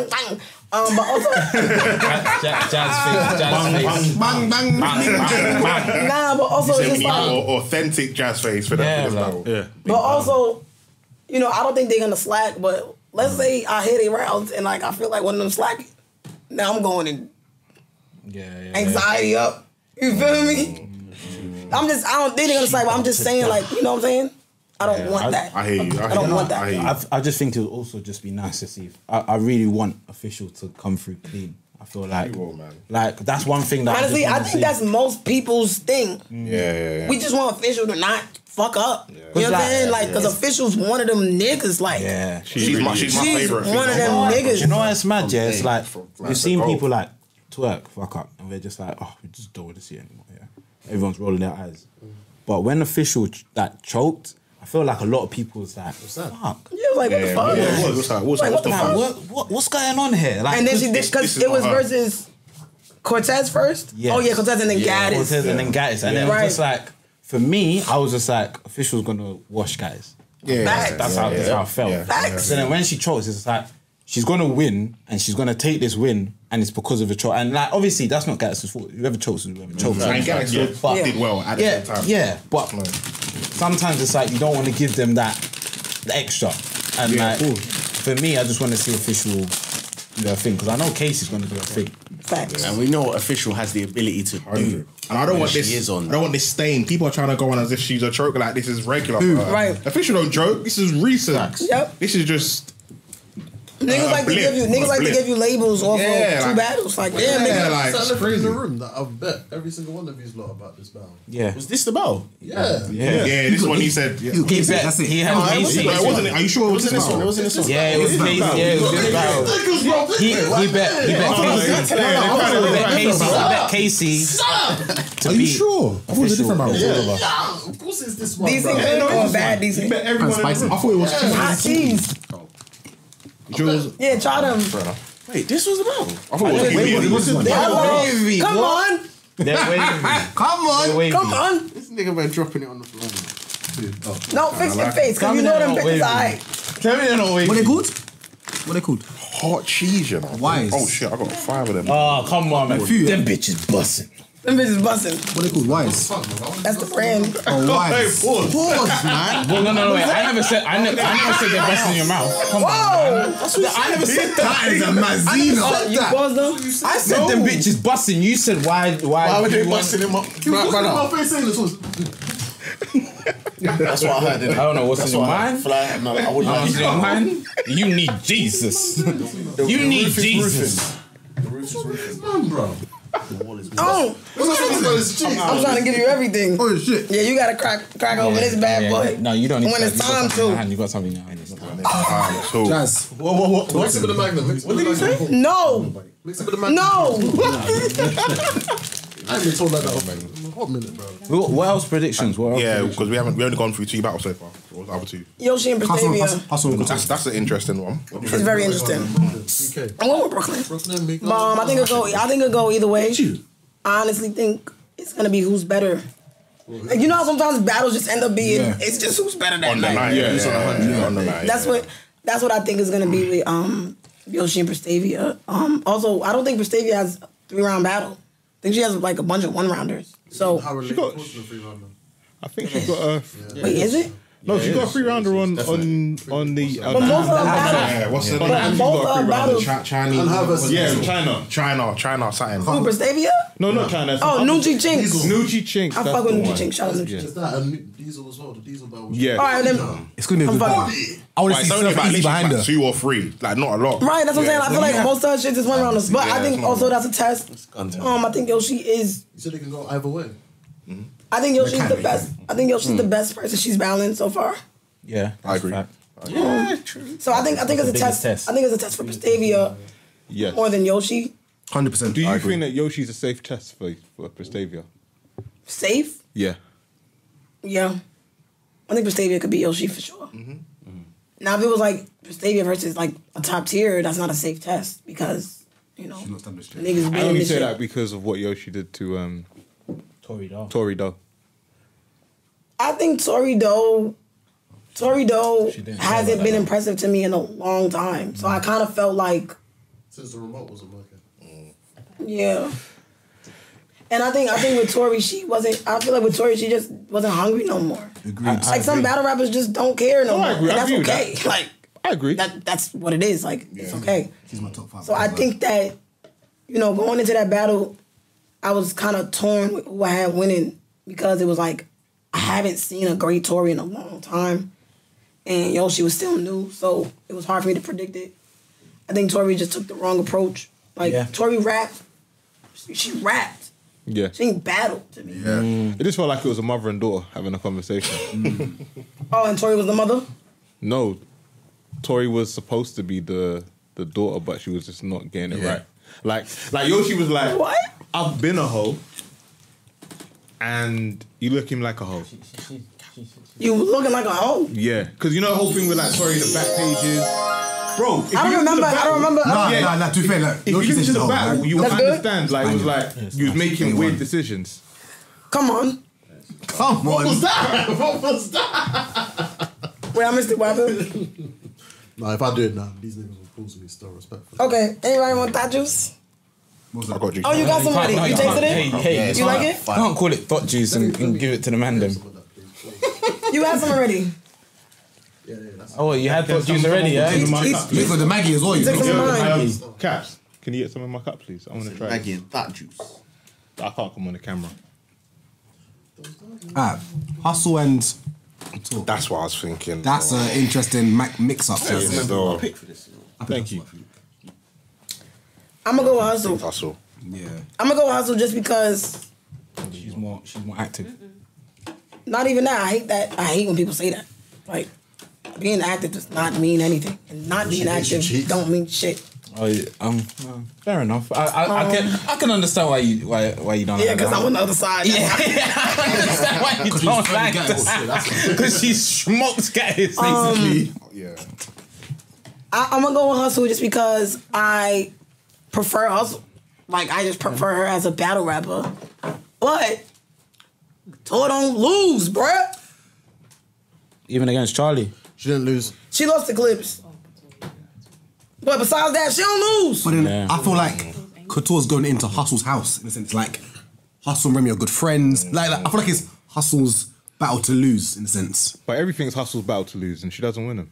[SPEAKER 1] bang. Um, but also,
[SPEAKER 2] Ja- Jazz, face, jazz face.
[SPEAKER 5] Bang, bang,
[SPEAKER 2] bang, bang.
[SPEAKER 1] nah, but also it's
[SPEAKER 12] You said
[SPEAKER 1] just
[SPEAKER 12] we
[SPEAKER 1] like,
[SPEAKER 12] need au- authentic jazz face for that for this battle. yeah
[SPEAKER 1] but also, you know, I don't think they're gonna slack. But let's say I hit a route and like I feel like one of them slacking. Now I'm going in
[SPEAKER 2] Yeah, yeah.
[SPEAKER 1] anxiety up. You feel me? I'm just, I don't think they're gonna slack. But I'm just saying, like, you know what I'm saying? I don't want that.
[SPEAKER 12] I hear you I,
[SPEAKER 1] I don't
[SPEAKER 12] hear
[SPEAKER 1] want
[SPEAKER 12] you. I
[SPEAKER 1] that.
[SPEAKER 12] hear you.
[SPEAKER 2] I, I just think it would also just be nice to see. I, I really want official to come through clean. I feel like,
[SPEAKER 12] You will, man.
[SPEAKER 2] like that's one thing that
[SPEAKER 1] Honestly, I
[SPEAKER 2] I,
[SPEAKER 1] think that's most people's thing.
[SPEAKER 12] yeah yeah yeah
[SPEAKER 1] We just want official to not fuck up. You know what I'm
[SPEAKER 2] Like,
[SPEAKER 1] saying? Like, because officials one of them niggas. Like,
[SPEAKER 2] yeah.
[SPEAKER 12] she's my she's my
[SPEAKER 1] she's
[SPEAKER 12] favorite
[SPEAKER 1] one of them niggas.
[SPEAKER 2] Do you know what's mad? Yeah, it's like
[SPEAKER 12] like
[SPEAKER 2] we've seen
[SPEAKER 12] the
[SPEAKER 2] people like twerk, fuck up, and we're just like, oh, we just don't want to see it anymore. Yeah, everyone's rolling their eyes.
[SPEAKER 12] Mm.
[SPEAKER 2] But when official ch- like choked, I feel like a lot of people was like, fuck,
[SPEAKER 1] yeah, like what the fuck?
[SPEAKER 12] yeah, what's that? What's that? What's the
[SPEAKER 2] like,
[SPEAKER 12] fuck?
[SPEAKER 2] what, what, what's going on here? Like,
[SPEAKER 1] And then
[SPEAKER 2] 'cause-
[SPEAKER 1] she did
[SPEAKER 12] this
[SPEAKER 1] because
[SPEAKER 12] is
[SPEAKER 1] it was
[SPEAKER 12] not her.
[SPEAKER 1] versus Cortez first.
[SPEAKER 2] Yes.
[SPEAKER 1] Oh yeah, Cortez and then
[SPEAKER 2] Yeah,
[SPEAKER 1] Gaddis.
[SPEAKER 2] Cortez and then Gaddis. And it was
[SPEAKER 1] Right.
[SPEAKER 2] just like, for me, I was just like, officials gonna wash guys.
[SPEAKER 12] Yeah,
[SPEAKER 1] Facts.
[SPEAKER 12] yeah,
[SPEAKER 2] That's how
[SPEAKER 12] yeah,
[SPEAKER 2] that's
[SPEAKER 12] yeah.
[SPEAKER 2] how I felt.
[SPEAKER 12] Yeah.
[SPEAKER 1] Facts.
[SPEAKER 2] So then when she chokes, it's like she's gonna win and she's gonna take this win and it's because of a choke. And like obviously that's not Gaddis's fault. Whoever chokes is whoever chokes.
[SPEAKER 12] And Galaxy
[SPEAKER 2] Yeah.
[SPEAKER 12] still did well at the
[SPEAKER 2] yeah,
[SPEAKER 12] same time.
[SPEAKER 2] yeah, but
[SPEAKER 12] Like,
[SPEAKER 2] sometimes it's like you don't want to give them that the extra. And
[SPEAKER 12] Yeah,
[SPEAKER 2] like for me, I just want to see official do their thing because I know Casey's gonna do her thing.
[SPEAKER 1] Facts.
[SPEAKER 20] And we know what official has the ability to do.
[SPEAKER 12] And I don't
[SPEAKER 20] when
[SPEAKER 12] want
[SPEAKER 20] she
[SPEAKER 12] this.
[SPEAKER 20] Is on.
[SPEAKER 12] I don't want this stain. People are trying to go on as if she's a joke. Like this is regular. for her.
[SPEAKER 1] Right.
[SPEAKER 12] Official don't joke. This is recent.
[SPEAKER 1] Yep.
[SPEAKER 12] This is just
[SPEAKER 1] Niggas
[SPEAKER 12] a
[SPEAKER 1] like to
[SPEAKER 12] blip,
[SPEAKER 1] give you niggas
[SPEAKER 12] a
[SPEAKER 1] like to
[SPEAKER 12] blip.
[SPEAKER 1] give you labels off
[SPEAKER 12] Yeah,
[SPEAKER 1] of two
[SPEAKER 12] like-
[SPEAKER 1] battles. Like
[SPEAKER 12] Yeah,
[SPEAKER 1] damn, nigga,
[SPEAKER 12] like,
[SPEAKER 3] It's
[SPEAKER 12] it's
[SPEAKER 3] elephant in
[SPEAKER 12] crazy.
[SPEAKER 3] the room that I've bet every single one of you's lot about this battle.
[SPEAKER 2] Yeah.
[SPEAKER 20] Was this the bow?
[SPEAKER 3] Yeah.
[SPEAKER 12] Yeah, this one he said. Yeah.
[SPEAKER 3] You keep
[SPEAKER 2] bet- he had
[SPEAKER 12] No, it
[SPEAKER 2] Macy.
[SPEAKER 12] wasn't- it wasn't- Are you sure it was
[SPEAKER 20] It wasn't
[SPEAKER 12] this
[SPEAKER 20] this one,
[SPEAKER 12] one?
[SPEAKER 20] it wasn't this one.
[SPEAKER 2] Yeah, it was Macy. Yeah, it was this battle. He, he bet. He bet.
[SPEAKER 20] No, no,
[SPEAKER 2] Casey.
[SPEAKER 20] no, no, no, no, no,
[SPEAKER 2] He bet
[SPEAKER 20] no, no,
[SPEAKER 2] Casey. He
[SPEAKER 20] no, no,
[SPEAKER 2] bet Casey.
[SPEAKER 21] Are you sure? I thought it was a different
[SPEAKER 2] Official.
[SPEAKER 21] battle.
[SPEAKER 2] Yeah.
[SPEAKER 3] Yeah, of course it's this one.
[SPEAKER 1] these
[SPEAKER 3] bro.
[SPEAKER 1] niggas ain't going bad. These
[SPEAKER 6] You bet
[SPEAKER 1] niggas.
[SPEAKER 6] everyone. in the room.
[SPEAKER 21] I thought it was.
[SPEAKER 1] Hot cheese.
[SPEAKER 6] Jules.
[SPEAKER 1] Yeah, try them.
[SPEAKER 20] Wait, this was the battle. I
[SPEAKER 6] thought it was
[SPEAKER 20] didn't-
[SPEAKER 6] wait, wait,
[SPEAKER 20] this
[SPEAKER 6] wait,
[SPEAKER 20] was the
[SPEAKER 6] wait.
[SPEAKER 20] battle.
[SPEAKER 1] Hello. Come on.
[SPEAKER 2] They're wavy.
[SPEAKER 21] Come on.
[SPEAKER 2] Wavy.
[SPEAKER 1] Come on.
[SPEAKER 20] This nigga been dropping it on the floor.
[SPEAKER 1] No, fix your face, cause you know them bitches alright.
[SPEAKER 2] Tell me they're not
[SPEAKER 21] What they
[SPEAKER 2] wavy.
[SPEAKER 21] called? What they called?
[SPEAKER 12] Hot cheese, you know.
[SPEAKER 21] Wise.
[SPEAKER 12] Oh shit, I got five of them.
[SPEAKER 2] Oh, come on, man.
[SPEAKER 21] Few.
[SPEAKER 2] Them bitches busting.
[SPEAKER 1] Them bitches busting.
[SPEAKER 21] What they called? Wise.
[SPEAKER 1] That's the brand.
[SPEAKER 21] Oh, wise.
[SPEAKER 20] Pause, man.
[SPEAKER 2] Well, no, no, no, wait. I never said. I, ne- I never said they're busting in your mouth. Come on.
[SPEAKER 1] Whoa.
[SPEAKER 2] I never said that.
[SPEAKER 21] That is a mazina.
[SPEAKER 1] You buzzed them.
[SPEAKER 2] I said them bitches busting. You said why? Why,
[SPEAKER 20] Why were
[SPEAKER 2] do
[SPEAKER 20] they
[SPEAKER 2] you want-
[SPEAKER 20] busting him up?
[SPEAKER 3] He was
[SPEAKER 20] Right,
[SPEAKER 3] looking
[SPEAKER 20] brother.
[SPEAKER 3] at my face saying this was.
[SPEAKER 20] That's what I heard. innit?
[SPEAKER 2] I don't know what's
[SPEAKER 20] That's
[SPEAKER 2] in your
[SPEAKER 20] what I heard.
[SPEAKER 2] mind.
[SPEAKER 20] Fly, no, I wouldn't
[SPEAKER 2] Oh,
[SPEAKER 20] mind.
[SPEAKER 2] you know, man, you need Jesus. You need Jesus.
[SPEAKER 3] Man, bro.
[SPEAKER 1] Oh,
[SPEAKER 3] What's up with this guy's cheese?
[SPEAKER 1] I'm trying to give you everything.
[SPEAKER 21] Oh shit.
[SPEAKER 1] Yeah, you gotta crack crack over this bad
[SPEAKER 2] Yeah,
[SPEAKER 1] boy.
[SPEAKER 2] yeah. No, you don't need
[SPEAKER 1] When
[SPEAKER 2] to.
[SPEAKER 1] it's
[SPEAKER 2] you got
[SPEAKER 1] time
[SPEAKER 2] something in
[SPEAKER 1] to.
[SPEAKER 2] your hand, You got something in your hand. It's not-
[SPEAKER 12] Alright,
[SPEAKER 2] Ah,
[SPEAKER 12] cool.
[SPEAKER 21] Jazz.
[SPEAKER 20] What, what, what?
[SPEAKER 3] Mix it with the magnum. Mix it with the magnum.
[SPEAKER 1] No,
[SPEAKER 3] Mix it with the magnum.
[SPEAKER 1] no.
[SPEAKER 3] I haven't been told like that for a hot minute, bro.
[SPEAKER 2] What what else predictions? What else
[SPEAKER 12] Yeah,
[SPEAKER 2] predictions?
[SPEAKER 12] because we haven't we only gone through two battles so far. What was the other two?
[SPEAKER 1] Yoshi and
[SPEAKER 21] Hustle,
[SPEAKER 1] Bristavia.
[SPEAKER 21] hustle, hustle, hustle.
[SPEAKER 12] That's that's an interesting one.
[SPEAKER 1] It's very interesting.
[SPEAKER 3] DK.
[SPEAKER 1] I'm going with Brooklyn.
[SPEAKER 3] Brooklyn, big
[SPEAKER 1] Um, I think it'll go. I think it'll go either way.
[SPEAKER 21] you.
[SPEAKER 1] I honestly think it's gonna be who's better. Like, you know how sometimes battles just end up being
[SPEAKER 21] Yeah.
[SPEAKER 1] it's just who's better that
[SPEAKER 12] On the
[SPEAKER 1] night.
[SPEAKER 12] night, yeah, yeah, on the night.
[SPEAKER 1] That's
[SPEAKER 12] yeah.
[SPEAKER 1] what that's what I think is gonna be with um Yoshi and Prestavia. Um, also I don't think Prestavia has a three round battle. I think she has like a bunch of one rounders. So
[SPEAKER 3] How related
[SPEAKER 6] got-
[SPEAKER 3] was the free runner?
[SPEAKER 6] I think she got a.
[SPEAKER 1] wait, is it?
[SPEAKER 6] No, she got a free rounder on on on the. uh,
[SPEAKER 1] But
[SPEAKER 6] on-
[SPEAKER 1] most of them battles
[SPEAKER 12] Yeah, what's the
[SPEAKER 1] but
[SPEAKER 12] name?
[SPEAKER 1] both of them battles
[SPEAKER 12] Chi- Chinese.
[SPEAKER 3] And have us-
[SPEAKER 12] yeah, China, China, China, something.
[SPEAKER 1] who Prestavia?
[SPEAKER 6] No, not China.
[SPEAKER 1] Oh Nuji Chinks.
[SPEAKER 6] Nuji Chinks.
[SPEAKER 1] I
[SPEAKER 6] that's
[SPEAKER 1] fuck with
[SPEAKER 6] the
[SPEAKER 1] Nuji
[SPEAKER 6] one.
[SPEAKER 1] Chinks. Shout out Nuji Chinks.
[SPEAKER 3] Is that a new diesel as well? The diesel battle. was-
[SPEAKER 6] Yeah.
[SPEAKER 1] Alright then
[SPEAKER 21] It's gonna be a
[SPEAKER 1] I'm
[SPEAKER 21] good
[SPEAKER 1] fucking-
[SPEAKER 21] battle. I want to see
[SPEAKER 12] Like, it's only about
[SPEAKER 21] Surf Easy
[SPEAKER 12] literally
[SPEAKER 21] behind
[SPEAKER 12] like
[SPEAKER 21] her.
[SPEAKER 12] two or three, like not a lot.
[SPEAKER 1] Right, that's what I'm saying. I
[SPEAKER 12] Yeah.
[SPEAKER 1] feel like most of her shit just went around us. But I
[SPEAKER 12] Yeah,
[SPEAKER 1] think
[SPEAKER 12] it's
[SPEAKER 1] also
[SPEAKER 12] one
[SPEAKER 1] that's a test. Um, I think Yoshi is.
[SPEAKER 3] You said they can go either way.
[SPEAKER 1] I think Yoshi's the best. I think Yoshi's the
[SPEAKER 2] Hmm.
[SPEAKER 1] best person she's balanced so far.
[SPEAKER 2] Yeah,
[SPEAKER 12] I agree.
[SPEAKER 1] So I think I think it's a
[SPEAKER 2] the
[SPEAKER 1] test.
[SPEAKER 2] biggest test.
[SPEAKER 1] I think it's a test for Prestavia
[SPEAKER 6] Yes.
[SPEAKER 1] more than Yoshi.
[SPEAKER 21] Hundred percent.
[SPEAKER 6] Do you
[SPEAKER 12] I agree.
[SPEAKER 6] think that Yoshi's a safe test for for Prestavia?
[SPEAKER 1] Safe,
[SPEAKER 6] Yeah.
[SPEAKER 1] yeah. I think Prestavia could be Yoshi for sure.
[SPEAKER 2] Mm-hmm.
[SPEAKER 1] Now if it was like Prestavia versus like a top tier, that's not a safe test because you know
[SPEAKER 21] not done this shit.
[SPEAKER 1] niggas
[SPEAKER 6] I
[SPEAKER 1] being
[SPEAKER 6] only
[SPEAKER 1] this
[SPEAKER 6] say
[SPEAKER 1] shit.
[SPEAKER 6] that because of what Yoshi did to um
[SPEAKER 2] Tory Dahl.
[SPEAKER 6] Tory Doe.
[SPEAKER 1] I think Tory Doe, Tory Doe
[SPEAKER 2] didn't Mm-hmm.
[SPEAKER 1] hasn't
[SPEAKER 2] like
[SPEAKER 1] been
[SPEAKER 2] that.
[SPEAKER 1] impressive to me in a long time. So I kind of felt like,
[SPEAKER 3] Since the remote wasn't working.
[SPEAKER 1] yeah. And I think I think with Tory, she wasn't. I feel like with Tory, she just wasn't hungry no more.
[SPEAKER 21] Agreed.
[SPEAKER 1] like some battle rappers just don't care no
[SPEAKER 6] No, I
[SPEAKER 1] more,
[SPEAKER 6] agree. I
[SPEAKER 1] and that's
[SPEAKER 6] agree with
[SPEAKER 1] okay.
[SPEAKER 6] that.
[SPEAKER 1] Like
[SPEAKER 6] I agree.
[SPEAKER 1] that, that's what it is. Like it's okay.
[SPEAKER 21] She's my top five.
[SPEAKER 1] So I think that, you know, going into that battle, I was kind of torn with who I had winning because it was like I haven't seen a great Tory in a long time, and Yoshi was still new, so it was hard for me to predict it. I think Tory just took the wrong approach. Like
[SPEAKER 2] Yeah.
[SPEAKER 1] Tory rapped, she, she rapped,
[SPEAKER 6] Yeah.
[SPEAKER 1] she ain't battled to me.
[SPEAKER 6] It just felt like it was a mother and daughter having a conversation.
[SPEAKER 1] Oh, and Tory was the mother.
[SPEAKER 6] no, Tori was supposed to be the the daughter, but she was just not getting it
[SPEAKER 21] Yeah.
[SPEAKER 6] right. Like like Yoshi was like,
[SPEAKER 1] What?
[SPEAKER 6] I've been a hoe, and you looking like a hoe.
[SPEAKER 1] You was looking like a hoe.
[SPEAKER 6] Yeah, because you know the whole thing with like Tori the back pages, bro.
[SPEAKER 1] I don't
[SPEAKER 6] if you look at the
[SPEAKER 1] remember. I
[SPEAKER 6] battle-
[SPEAKER 1] don't remember.
[SPEAKER 21] Nah,
[SPEAKER 6] Yeah.
[SPEAKER 21] nah, nah. To be fair, like,
[SPEAKER 6] If you
[SPEAKER 21] Yoshi said she's
[SPEAKER 6] listen to the
[SPEAKER 21] hot,
[SPEAKER 6] battle,
[SPEAKER 21] right?
[SPEAKER 6] you will
[SPEAKER 1] That's good.
[SPEAKER 6] understand. Like it was like you was making weird decisions.
[SPEAKER 1] Come on.
[SPEAKER 21] Come on.
[SPEAKER 3] that? What was that?
[SPEAKER 1] Wait, I missed it. What happened?
[SPEAKER 3] Nah, if I do it now, these niggas will pause me still respectfully.
[SPEAKER 1] Okay. Anybody want that juice?
[SPEAKER 12] I got you.
[SPEAKER 1] Oh, you got somebody. You tasted
[SPEAKER 2] Hey,
[SPEAKER 1] it?
[SPEAKER 2] hey,
[SPEAKER 1] You like it?
[SPEAKER 2] I can't call it thought juice and, and give it to the man them.
[SPEAKER 1] You had some already.
[SPEAKER 3] Yeah, yeah, that's
[SPEAKER 2] Oh, you had thought juice already,
[SPEAKER 6] Give me
[SPEAKER 2] yeah?
[SPEAKER 6] my cup, please.
[SPEAKER 21] Look at the Maggie as well. You
[SPEAKER 1] Take
[SPEAKER 21] know?
[SPEAKER 1] some of mine.
[SPEAKER 6] Um, Caps, can you get some of my cup, please? I want to try. it.
[SPEAKER 20] Again, that juice.
[SPEAKER 6] I can't come on the camera.
[SPEAKER 21] Alright, hustle and talk.
[SPEAKER 12] That's what I was thinking.
[SPEAKER 21] That's
[SPEAKER 12] Oh.
[SPEAKER 21] an interesting mac- mix-up.
[SPEAKER 12] Yes,
[SPEAKER 21] I
[SPEAKER 12] though. Thank you.
[SPEAKER 1] I'm gonna go with Hustle.
[SPEAKER 12] Hustle.
[SPEAKER 5] Yeah.
[SPEAKER 1] I'm gonna go with Hustle just because.
[SPEAKER 5] She's more she's more active.
[SPEAKER 1] Not even that. I hate that. I hate when people say that. Like being active does not mean anything, and not being active don't mean shit.
[SPEAKER 2] Oh, yeah, um, fair enough. I, I, I can I can understand why you why why you don't.
[SPEAKER 1] Um, Yeah,
[SPEAKER 2] like
[SPEAKER 1] because
[SPEAKER 2] that.
[SPEAKER 1] I'm on the other side.
[SPEAKER 2] Yeah, I understand why you don't like that. Because she smokes guys
[SPEAKER 1] Um,
[SPEAKER 2] basically.
[SPEAKER 1] I, I'm gonna go with Hustle just because I prefer Hustle. Like I just prefer her as a battle rapper. But Toy don't lose, bruh.
[SPEAKER 2] Even against Charlie,
[SPEAKER 3] she didn't lose.
[SPEAKER 1] She lost the clips. But besides that, she don't lose.
[SPEAKER 21] But then I feel like Couture's going into Hustle's house in a sense. Like Hustle and Remy are good friends. Like, like, I feel like it's Hustle's battle to lose in a sense.
[SPEAKER 6] But everything's Hustle's battle to lose, and she doesn't win them.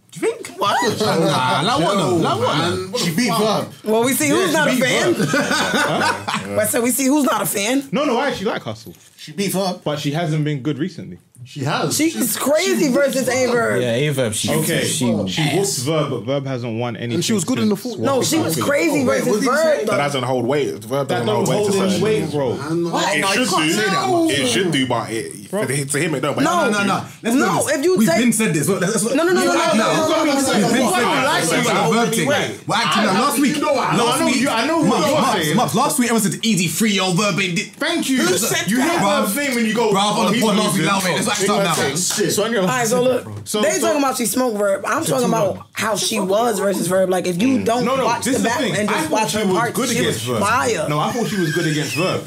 [SPEAKER 1] What?
[SPEAKER 21] Nah, like what though? Like what though?
[SPEAKER 6] She beat Verb.
[SPEAKER 1] Well, we see
[SPEAKER 6] Yeah,
[SPEAKER 1] who's
[SPEAKER 6] she
[SPEAKER 1] not a
[SPEAKER 6] beat
[SPEAKER 1] fan.
[SPEAKER 6] Verb.
[SPEAKER 1] But so we see who's not a fan.
[SPEAKER 6] No, no, I actually like Hustle. She
[SPEAKER 21] beat Verb,
[SPEAKER 6] but she hasn't been good recently.
[SPEAKER 3] She has.
[SPEAKER 1] She's, crazy versus Averb.
[SPEAKER 2] Averb.
[SPEAKER 1] she-
[SPEAKER 6] okay.
[SPEAKER 1] she
[SPEAKER 6] She, whooped Verb, but Verb hasn't won anything.
[SPEAKER 1] she was good in the
[SPEAKER 6] since
[SPEAKER 1] fourth. No, she was crazy Oh, wait, versus what did you Verb, say? though.
[SPEAKER 12] That doesn't hold weight. Verb
[SPEAKER 6] That
[SPEAKER 12] doesn't
[SPEAKER 6] don't
[SPEAKER 12] hold weight.
[SPEAKER 6] hold
[SPEAKER 12] to
[SPEAKER 6] any
[SPEAKER 12] certain
[SPEAKER 6] weight,
[SPEAKER 12] things.
[SPEAKER 6] bro.
[SPEAKER 1] What?
[SPEAKER 12] It
[SPEAKER 1] No, you
[SPEAKER 12] should
[SPEAKER 1] can't
[SPEAKER 12] do.
[SPEAKER 1] say that much.
[SPEAKER 12] It should do, but it, for the, to him it don't. But
[SPEAKER 1] No.
[SPEAKER 12] it
[SPEAKER 1] No,
[SPEAKER 12] should
[SPEAKER 1] no,
[SPEAKER 12] do.
[SPEAKER 1] Let's be honest. if you
[SPEAKER 21] We've
[SPEAKER 1] take-
[SPEAKER 21] been said this. Look, let's- let's-
[SPEAKER 1] No, no, no,
[SPEAKER 21] we've
[SPEAKER 1] no,
[SPEAKER 21] act
[SPEAKER 1] no,
[SPEAKER 21] now.
[SPEAKER 1] no, no, no, no, no,
[SPEAKER 21] We've been said
[SPEAKER 1] no, no, no,
[SPEAKER 21] this.
[SPEAKER 1] no,
[SPEAKER 21] It's
[SPEAKER 1] no,
[SPEAKER 21] a verb
[SPEAKER 1] no,
[SPEAKER 21] thing.
[SPEAKER 1] no,
[SPEAKER 21] We're acting now. Last week,
[SPEAKER 1] you know what? I
[SPEAKER 21] last
[SPEAKER 1] know
[SPEAKER 21] week,
[SPEAKER 1] you- I know who
[SPEAKER 21] Mubs,
[SPEAKER 1] you're
[SPEAKER 21] Mubs,
[SPEAKER 1] saying.
[SPEAKER 21] Mubs, last week everyone said ED free your verb. and did-
[SPEAKER 12] Thank you.
[SPEAKER 21] Who
[SPEAKER 12] You
[SPEAKER 21] said
[SPEAKER 12] hear
[SPEAKER 21] that?
[SPEAKER 12] Verb's name and you go,
[SPEAKER 21] Bruv,
[SPEAKER 12] oh,
[SPEAKER 21] on the
[SPEAKER 12] he's
[SPEAKER 21] pod last week,
[SPEAKER 12] losing.
[SPEAKER 21] now, man. Let's act
[SPEAKER 12] Big
[SPEAKER 21] out now.
[SPEAKER 12] man thing.
[SPEAKER 1] All right, so look,
[SPEAKER 12] So-
[SPEAKER 1] they
[SPEAKER 12] so-
[SPEAKER 1] talking about she smoked Verb. I'm talking about how she was versus Verb. Like if you don't
[SPEAKER 6] No, no,
[SPEAKER 1] watch
[SPEAKER 6] this
[SPEAKER 1] the
[SPEAKER 6] is the
[SPEAKER 1] battle
[SPEAKER 6] thing.
[SPEAKER 1] and
[SPEAKER 6] I
[SPEAKER 1] just
[SPEAKER 6] thought
[SPEAKER 1] watch
[SPEAKER 6] she
[SPEAKER 1] her
[SPEAKER 6] was
[SPEAKER 1] part,
[SPEAKER 6] good
[SPEAKER 1] she was
[SPEAKER 6] against Verb.
[SPEAKER 1] fire.
[SPEAKER 6] No, I thought she was good against Verb,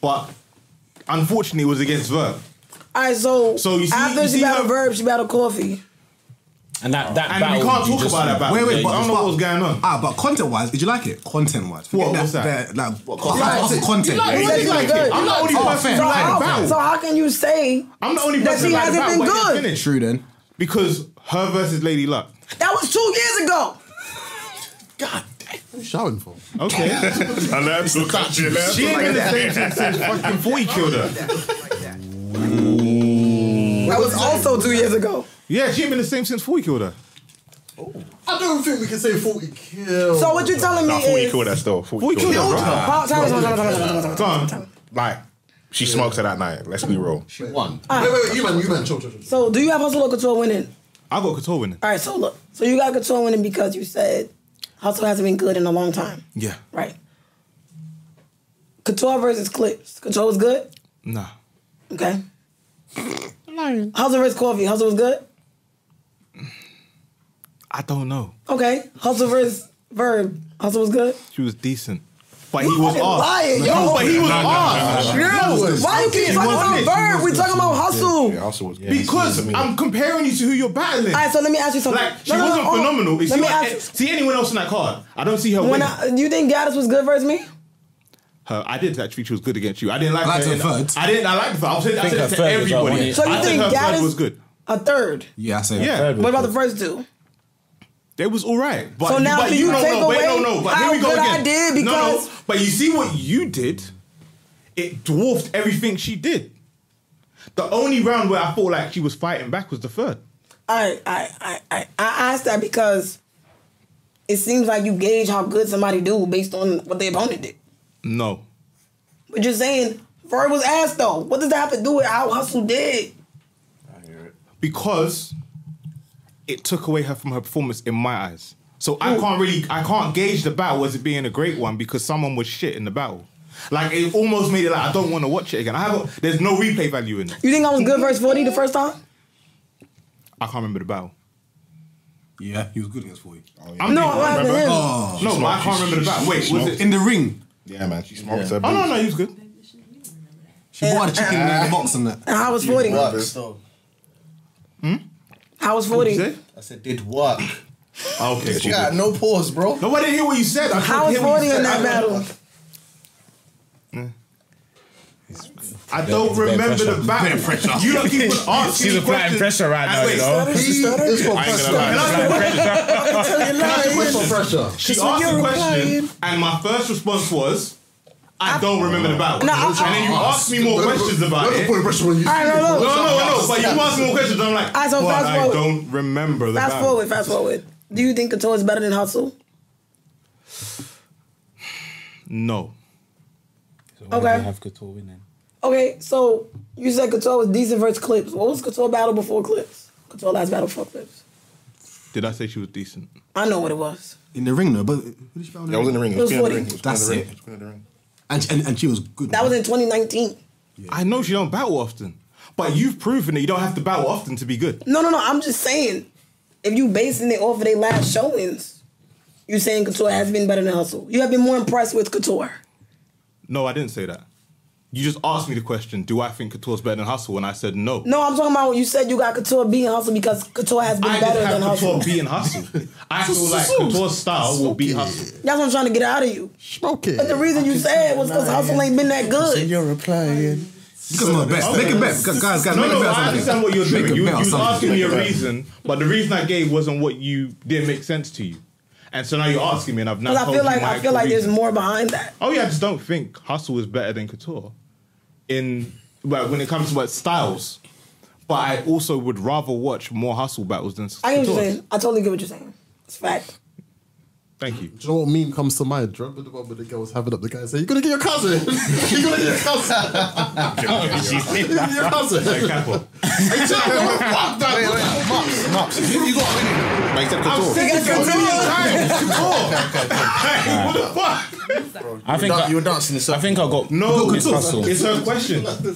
[SPEAKER 6] but unfortunately, it was against Verb.
[SPEAKER 1] All right, so,
[SPEAKER 6] So you see-
[SPEAKER 1] after
[SPEAKER 6] you
[SPEAKER 1] she
[SPEAKER 6] see
[SPEAKER 1] battled Verb, she battled Coffee.
[SPEAKER 2] and that that
[SPEAKER 6] And we
[SPEAKER 2] battle.
[SPEAKER 6] can't
[SPEAKER 2] you
[SPEAKER 6] talk
[SPEAKER 2] just-
[SPEAKER 6] about that battle.
[SPEAKER 21] Wait, wait,
[SPEAKER 6] Yeah,
[SPEAKER 21] but
[SPEAKER 6] I don't know what was going on.
[SPEAKER 21] Ah, but content wise, did you like it? Content wise,
[SPEAKER 6] What was that?
[SPEAKER 21] like, what,
[SPEAKER 6] content?
[SPEAKER 21] content?
[SPEAKER 6] You
[SPEAKER 21] content.
[SPEAKER 6] like- you like- you like it. I'm not the only
[SPEAKER 21] Oh, fair,
[SPEAKER 1] So
[SPEAKER 6] person who
[SPEAKER 21] fair.
[SPEAKER 6] liked
[SPEAKER 1] how,
[SPEAKER 6] the battle.
[SPEAKER 1] so how can you say
[SPEAKER 6] I'm the only
[SPEAKER 1] that
[SPEAKER 6] person
[SPEAKER 1] she
[SPEAKER 6] that liked the
[SPEAKER 1] hasn't been
[SPEAKER 6] battle, but it
[SPEAKER 1] good?
[SPEAKER 6] didn't finish.
[SPEAKER 21] True then.
[SPEAKER 6] because her versus Lady Luck.
[SPEAKER 1] That was two years ago.
[SPEAKER 3] Who's shouting for?
[SPEAKER 6] Okay,
[SPEAKER 12] I learned to look at you.
[SPEAKER 6] she ain't been the same since, since fucking forty killed her.
[SPEAKER 1] That was also two years ago.
[SPEAKER 6] Yeah, she ain't been the same since forty killed her.
[SPEAKER 3] I don't think we can say 40 kills.
[SPEAKER 1] So what you telling me
[SPEAKER 12] Nah, 40
[SPEAKER 1] is
[SPEAKER 12] killed her still.
[SPEAKER 1] Oh,
[SPEAKER 12] 40
[SPEAKER 6] killed
[SPEAKER 12] killed
[SPEAKER 6] her,
[SPEAKER 12] her,
[SPEAKER 6] bro.
[SPEAKER 12] bro.
[SPEAKER 1] Pop, tell us, tell us, tell us, tell us, tell us, tell us.
[SPEAKER 6] Gone.
[SPEAKER 12] Like, she smoked her that night. Let's be real. She
[SPEAKER 3] won. Wait, wait, wait, you man, you man, chill, chill, chill.
[SPEAKER 1] So do you have Hustle or Couture winning?
[SPEAKER 6] I got Couture winning.
[SPEAKER 1] All right, so look, so you got Couture winning because you said Hustle hasn't been good in a long time,
[SPEAKER 6] Yeah,
[SPEAKER 1] right? Couture versus Clips. Couture was good.
[SPEAKER 6] nah.
[SPEAKER 1] Okay. Hustle versus Coffee. Hustle was good.
[SPEAKER 6] I don't know.
[SPEAKER 1] Okay. Hustle versus Verb. Hustle was good.
[SPEAKER 6] She was decent, but
[SPEAKER 1] You
[SPEAKER 6] he was
[SPEAKER 1] fucking
[SPEAKER 6] off.
[SPEAKER 1] lying, yo.
[SPEAKER 6] No, but he was
[SPEAKER 1] Nah, nah,
[SPEAKER 6] off.
[SPEAKER 1] nah, nah, nah. Yo, why you keep
[SPEAKER 6] He
[SPEAKER 1] talking
[SPEAKER 6] wasn't.
[SPEAKER 1] about Verb? We talking about Hustle.
[SPEAKER 12] Yeah, also was good.
[SPEAKER 6] Because I'm comparing you to who you're battling.
[SPEAKER 1] All right, so let me ask you something.
[SPEAKER 6] Like she
[SPEAKER 1] No, no, no,
[SPEAKER 6] wasn't
[SPEAKER 1] hold on.
[SPEAKER 6] phenomenal. Is
[SPEAKER 1] Let
[SPEAKER 6] she
[SPEAKER 1] me
[SPEAKER 6] like-
[SPEAKER 1] ask you.
[SPEAKER 6] see anyone else in that card? I don't see her
[SPEAKER 1] When
[SPEAKER 6] winning.
[SPEAKER 1] I, you think Gaddis was good versus me?
[SPEAKER 6] her. I did actually. She was good against you. I didn't like
[SPEAKER 21] I liked
[SPEAKER 6] her.
[SPEAKER 21] her
[SPEAKER 6] in-
[SPEAKER 21] third.
[SPEAKER 6] I didn't. I liked her. I said
[SPEAKER 2] I think
[SPEAKER 6] I said
[SPEAKER 2] her
[SPEAKER 6] it to
[SPEAKER 2] third was our
[SPEAKER 6] everybody.
[SPEAKER 2] winning.
[SPEAKER 1] So you
[SPEAKER 6] I said
[SPEAKER 1] think
[SPEAKER 6] her
[SPEAKER 1] Gaddis-
[SPEAKER 6] third was good.
[SPEAKER 1] A third.
[SPEAKER 21] Yeah, I say.
[SPEAKER 6] Yeah.
[SPEAKER 21] fair.
[SPEAKER 1] What about the first two?
[SPEAKER 6] It was all right. But
[SPEAKER 1] So now
[SPEAKER 6] but
[SPEAKER 1] do you
[SPEAKER 6] no,
[SPEAKER 1] take
[SPEAKER 6] no, wait,
[SPEAKER 1] away
[SPEAKER 6] no, no. But
[SPEAKER 1] how
[SPEAKER 6] here we go
[SPEAKER 1] good I
[SPEAKER 6] again.
[SPEAKER 1] did
[SPEAKER 6] no,
[SPEAKER 1] because-
[SPEAKER 6] no. But you see what you did. It dwarfed everything she did. The only round where I felt like she was fighting back was the third.
[SPEAKER 1] I I I I I asked that because it seems like you gauge how good somebody do based on what their opponent did.
[SPEAKER 6] No,
[SPEAKER 1] But you're saying Verb was ass though. What does that have to do with how Hustle did?
[SPEAKER 6] because it took away her from her performance in my eyes. So I can't really, I can't gauge the battle as it being a great one because someone was shit in the battle. Like it almost made it like I don't want to watch it again. I have, a, there's no replay value in it.
[SPEAKER 1] You think I was good versus 40 the first time?
[SPEAKER 6] I can't remember the battle.
[SPEAKER 21] Yeah, he was good against 40.
[SPEAKER 6] I'm
[SPEAKER 1] No,
[SPEAKER 6] being-
[SPEAKER 1] what happened to him?
[SPEAKER 21] Oh.
[SPEAKER 6] no, but I
[SPEAKER 12] She
[SPEAKER 6] can't remember the battle. Wait, was it?
[SPEAKER 21] In the ring.
[SPEAKER 12] Yeah, man. She smoked her.
[SPEAKER 6] Oh no, no, he was good.
[SPEAKER 21] She bought a chicken in the box and that.
[SPEAKER 1] And how was 40? How was 40?
[SPEAKER 6] Say?
[SPEAKER 22] I said did work.
[SPEAKER 6] Ah, Okay,
[SPEAKER 22] She
[SPEAKER 6] cool.
[SPEAKER 22] got no pause, bro.
[SPEAKER 6] No, I didn't hear what you said. I
[SPEAKER 1] How was
[SPEAKER 6] didn't hear what
[SPEAKER 1] 40
[SPEAKER 6] you
[SPEAKER 1] in
[SPEAKER 6] said.
[SPEAKER 1] that
[SPEAKER 6] I-
[SPEAKER 1] battle?
[SPEAKER 6] I don't
[SPEAKER 2] Bear
[SPEAKER 6] remember
[SPEAKER 2] pressure.
[SPEAKER 6] the battle.
[SPEAKER 2] Bear pressure.
[SPEAKER 6] You don't keep on asking
[SPEAKER 2] She's
[SPEAKER 6] me
[SPEAKER 2] applying
[SPEAKER 6] questions.
[SPEAKER 2] pressure right
[SPEAKER 6] And
[SPEAKER 2] now,
[SPEAKER 6] wait,
[SPEAKER 2] you know.
[SPEAKER 3] It's for
[SPEAKER 12] I ain't
[SPEAKER 3] pressure.
[SPEAKER 12] gonna lie.
[SPEAKER 3] Can I ask you a question for pressure?
[SPEAKER 6] She
[SPEAKER 1] That's what
[SPEAKER 6] asked
[SPEAKER 1] you're
[SPEAKER 6] a
[SPEAKER 1] implying.
[SPEAKER 6] question, and my first response was, I, don't remember the battle.
[SPEAKER 1] No, I-
[SPEAKER 6] and then you
[SPEAKER 3] Ah,
[SPEAKER 1] I-
[SPEAKER 6] asked me more
[SPEAKER 3] Don't
[SPEAKER 6] questions
[SPEAKER 3] put-
[SPEAKER 6] about
[SPEAKER 3] don't
[SPEAKER 6] it.
[SPEAKER 3] put pressure when you
[SPEAKER 1] I don't
[SPEAKER 6] No,
[SPEAKER 1] know.
[SPEAKER 6] no, no, no. But you asked me more questions, and I'm like,
[SPEAKER 1] Alright, so
[SPEAKER 6] but
[SPEAKER 1] fast
[SPEAKER 6] I
[SPEAKER 1] forward.
[SPEAKER 6] don't remember the
[SPEAKER 1] Fast
[SPEAKER 6] battle.
[SPEAKER 1] forward, fast forward. Do you think Couture is better than Hustle?
[SPEAKER 6] No.
[SPEAKER 1] Okay.
[SPEAKER 2] You have Couture winning.
[SPEAKER 1] Okay, so you said Couture was decent versus Clips. What was Couture battle before Clips? Couture last battle before Clips.
[SPEAKER 6] Did I say she was decent?
[SPEAKER 1] I know what it was.
[SPEAKER 21] In the ring, though, but
[SPEAKER 6] Yeah, I was in the ring.
[SPEAKER 1] It was Queen of the 40. Ring. It was
[SPEAKER 21] That's
[SPEAKER 6] Queen of
[SPEAKER 21] it.
[SPEAKER 6] the
[SPEAKER 21] And, and and she was good.
[SPEAKER 1] That was in 2019.
[SPEAKER 6] I know she don't battle often, but you've proven that you don't have to battle often to be good.
[SPEAKER 1] No, no, no. I'm just saying, if you basing it off of their last showings, you saying Couture has been better than Hustle. You have been more impressed with Couture.
[SPEAKER 6] No, I didn't say that. You just asked me the question: Do I think Couture's better than Hustle? And I said no.
[SPEAKER 1] No, I'm talking about when you said you got Couture beating Hustle because Couture has been
[SPEAKER 6] I
[SPEAKER 1] better
[SPEAKER 6] just
[SPEAKER 1] than
[SPEAKER 6] have
[SPEAKER 1] Hustle.
[SPEAKER 6] Couture beating Hustle. I feel like Couture's style will beat Hustle.
[SPEAKER 1] That's what I'm trying to get out of you.
[SPEAKER 3] Smoke it.
[SPEAKER 1] But the reason you said was because Hustle ain't been that good.
[SPEAKER 3] you're replying.
[SPEAKER 21] Because I'm the best. Make a bet. Guys, guys,
[SPEAKER 6] no,
[SPEAKER 21] make a
[SPEAKER 6] no,
[SPEAKER 21] bet. or
[SPEAKER 6] I
[SPEAKER 21] something.
[SPEAKER 6] understand what you're
[SPEAKER 21] Make
[SPEAKER 6] doing.
[SPEAKER 21] a
[SPEAKER 6] You,
[SPEAKER 21] bet
[SPEAKER 6] you
[SPEAKER 21] or
[SPEAKER 6] was
[SPEAKER 21] something.
[SPEAKER 6] asking me
[SPEAKER 21] Make
[SPEAKER 6] a
[SPEAKER 21] bet.
[SPEAKER 6] reason, but the reason I gave wasn't what you didn't make sense to you, and so now you're asking me, and I've now
[SPEAKER 1] Because I
[SPEAKER 6] told
[SPEAKER 1] feel
[SPEAKER 6] you
[SPEAKER 1] like
[SPEAKER 6] my
[SPEAKER 1] I feel like there's
[SPEAKER 6] reason.
[SPEAKER 1] more behind that.
[SPEAKER 6] Oh yeah, I just don't think Hustle is better than Couture in well, when it comes to what styles. But I also would rather watch more Hustle battles
[SPEAKER 1] I
[SPEAKER 6] than
[SPEAKER 1] get what you're
[SPEAKER 6] Couture's.
[SPEAKER 1] saying. I totally get what you're saying. It's fact.
[SPEAKER 6] Thank you.
[SPEAKER 3] Do you know what meme comes to mind? Do you remember the one where the girl was having up the guy and saying, You're gonna get your cousin! You're gonna get your cousin! You're gonna get your cousin!
[SPEAKER 6] Hey, Capo.
[SPEAKER 3] You got a minute.
[SPEAKER 12] But except
[SPEAKER 3] I'm
[SPEAKER 12] Couture.
[SPEAKER 3] sick of
[SPEAKER 12] Couture.
[SPEAKER 6] Hey, what the fuck?
[SPEAKER 2] I think
[SPEAKER 20] dan-
[SPEAKER 2] I,
[SPEAKER 20] you were dancing the
[SPEAKER 2] I think I got
[SPEAKER 6] No,
[SPEAKER 2] it's Hustle.
[SPEAKER 6] it's her question.
[SPEAKER 2] Question,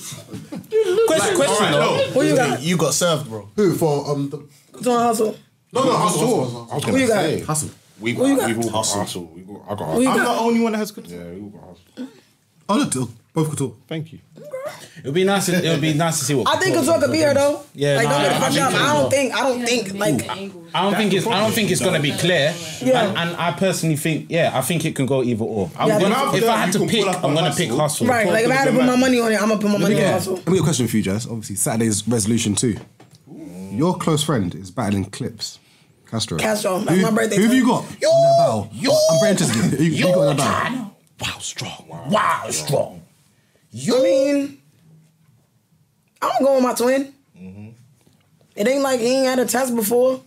[SPEAKER 2] question
[SPEAKER 6] Alright,
[SPEAKER 2] though.
[SPEAKER 6] no.
[SPEAKER 1] Who you got?
[SPEAKER 20] You got served, bro.
[SPEAKER 3] Who for um the
[SPEAKER 1] Couture Hustle.
[SPEAKER 3] No no hustle.
[SPEAKER 12] I was
[SPEAKER 1] Who you
[SPEAKER 12] gonna
[SPEAKER 1] got?
[SPEAKER 12] say.
[SPEAKER 21] Hustle.
[SPEAKER 12] We
[SPEAKER 1] Who you
[SPEAKER 12] got,
[SPEAKER 1] got?
[SPEAKER 12] we've all got hustle. We got, I got
[SPEAKER 1] Who you
[SPEAKER 12] hustle.
[SPEAKER 6] I'm
[SPEAKER 1] got?
[SPEAKER 6] the only one that has Couture.
[SPEAKER 12] Yeah, we all got hustle.
[SPEAKER 21] Oh, look, they're both couture.
[SPEAKER 6] Thank you.
[SPEAKER 2] It would be nice. To, it would be nice to see what.
[SPEAKER 1] I think Couture could be here though.
[SPEAKER 2] Yeah,
[SPEAKER 1] like
[SPEAKER 2] nah,
[SPEAKER 1] don't get the
[SPEAKER 2] I
[SPEAKER 1] fucked
[SPEAKER 2] think
[SPEAKER 1] up.
[SPEAKER 2] so as
[SPEAKER 1] I
[SPEAKER 2] well.
[SPEAKER 1] don't think. I don't think like.
[SPEAKER 2] I don't think it's. I don't think it's gonna be clear.
[SPEAKER 1] Yeah.
[SPEAKER 2] And, and I personally think, yeah, I think it can go either or. I'm
[SPEAKER 1] Yeah,
[SPEAKER 2] gonna-
[SPEAKER 1] but-
[SPEAKER 2] if I had
[SPEAKER 6] You
[SPEAKER 2] to
[SPEAKER 6] can
[SPEAKER 2] pick,
[SPEAKER 6] pull up
[SPEAKER 2] I'm
[SPEAKER 6] on
[SPEAKER 2] gonna
[SPEAKER 6] Hustle.
[SPEAKER 2] pick hustle.
[SPEAKER 1] Right, like if I had to put my money on it, I'm gonna put my money on Hustle.
[SPEAKER 21] Let me get a question for you, Jazz. Obviously, Saturday's resolution too. Your close friend is battling clips. Castro.
[SPEAKER 1] Castro, that's
[SPEAKER 21] Who,
[SPEAKER 1] my birthday
[SPEAKER 21] who have you
[SPEAKER 1] twin.
[SPEAKER 21] got? Yo, in that battle? I'm very interested. Who, who you got in that battle?
[SPEAKER 2] Wow, strong. Wow, strong.
[SPEAKER 1] You mean I'm gonna go with my twin. It ain't like he ain't had a test before.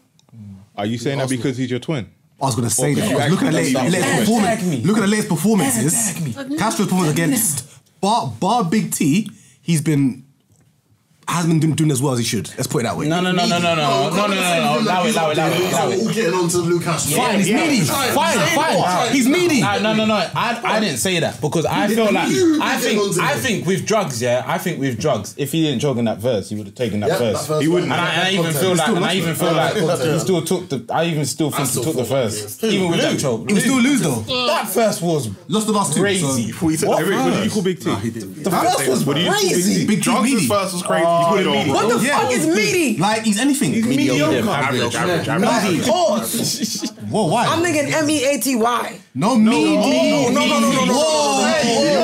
[SPEAKER 6] Are you saying that because he's your twin?
[SPEAKER 21] I was gonna say
[SPEAKER 6] Okay,
[SPEAKER 21] that.
[SPEAKER 6] you
[SPEAKER 21] I was looking at
[SPEAKER 6] actually
[SPEAKER 21] late,
[SPEAKER 6] don't
[SPEAKER 21] latest
[SPEAKER 6] stop.
[SPEAKER 21] performance.
[SPEAKER 2] Attack me.
[SPEAKER 21] Looking at latest performances. Castro's performance against Bar Bar Big T. He's been hasn't been doing, doing as well as he should. Let's put it that way.
[SPEAKER 2] No, no, no, no, no, no, no, no, no, no. Allow it, allow it, allow it, allow it.
[SPEAKER 3] All getting on to Lucas.
[SPEAKER 2] Fine, he's needy.
[SPEAKER 3] Try it.
[SPEAKER 2] Fine,
[SPEAKER 3] Say
[SPEAKER 2] fine.
[SPEAKER 3] it. Try it.
[SPEAKER 21] He's needy.
[SPEAKER 2] No, no, no, no. I, I didn't say that because I feel like
[SPEAKER 3] You
[SPEAKER 2] I
[SPEAKER 3] did
[SPEAKER 2] think
[SPEAKER 3] onto
[SPEAKER 2] I
[SPEAKER 3] it.
[SPEAKER 2] think with drugs, yeah, I think with drugs. If he didn't jog in that verse, he would have taken that
[SPEAKER 3] Yeah, that
[SPEAKER 2] verse.
[SPEAKER 3] verse
[SPEAKER 6] He wouldn't.
[SPEAKER 2] And I, and I even feel like, and I even feel like he still took the. I even still think he
[SPEAKER 3] still
[SPEAKER 2] took the
[SPEAKER 3] thought,
[SPEAKER 2] first,
[SPEAKER 3] yeah.
[SPEAKER 2] even with that choke.
[SPEAKER 21] He would still lose though.
[SPEAKER 2] That first was
[SPEAKER 21] Lost the last two.
[SPEAKER 2] crazy.
[SPEAKER 21] So.
[SPEAKER 6] Wait,
[SPEAKER 12] Oh,
[SPEAKER 2] What
[SPEAKER 6] Eric, what do you
[SPEAKER 2] first?
[SPEAKER 6] call Big T?
[SPEAKER 2] The first was
[SPEAKER 6] What do you call Big
[SPEAKER 2] crazy.
[SPEAKER 6] T?
[SPEAKER 21] Big T
[SPEAKER 12] Johnson's
[SPEAKER 21] meaty.
[SPEAKER 12] first was crazy.
[SPEAKER 6] Oh,
[SPEAKER 12] you put it on, bro.
[SPEAKER 1] What the fuck is meaty?
[SPEAKER 21] Like he's anything. He's
[SPEAKER 12] Mediocre. Average, average, average.
[SPEAKER 21] Whoa, why?
[SPEAKER 1] I'm thinking M E A T Y.
[SPEAKER 21] no, no, meaty.
[SPEAKER 12] no, no, no, no, no, no, no, no, no, no, no, no, no, no,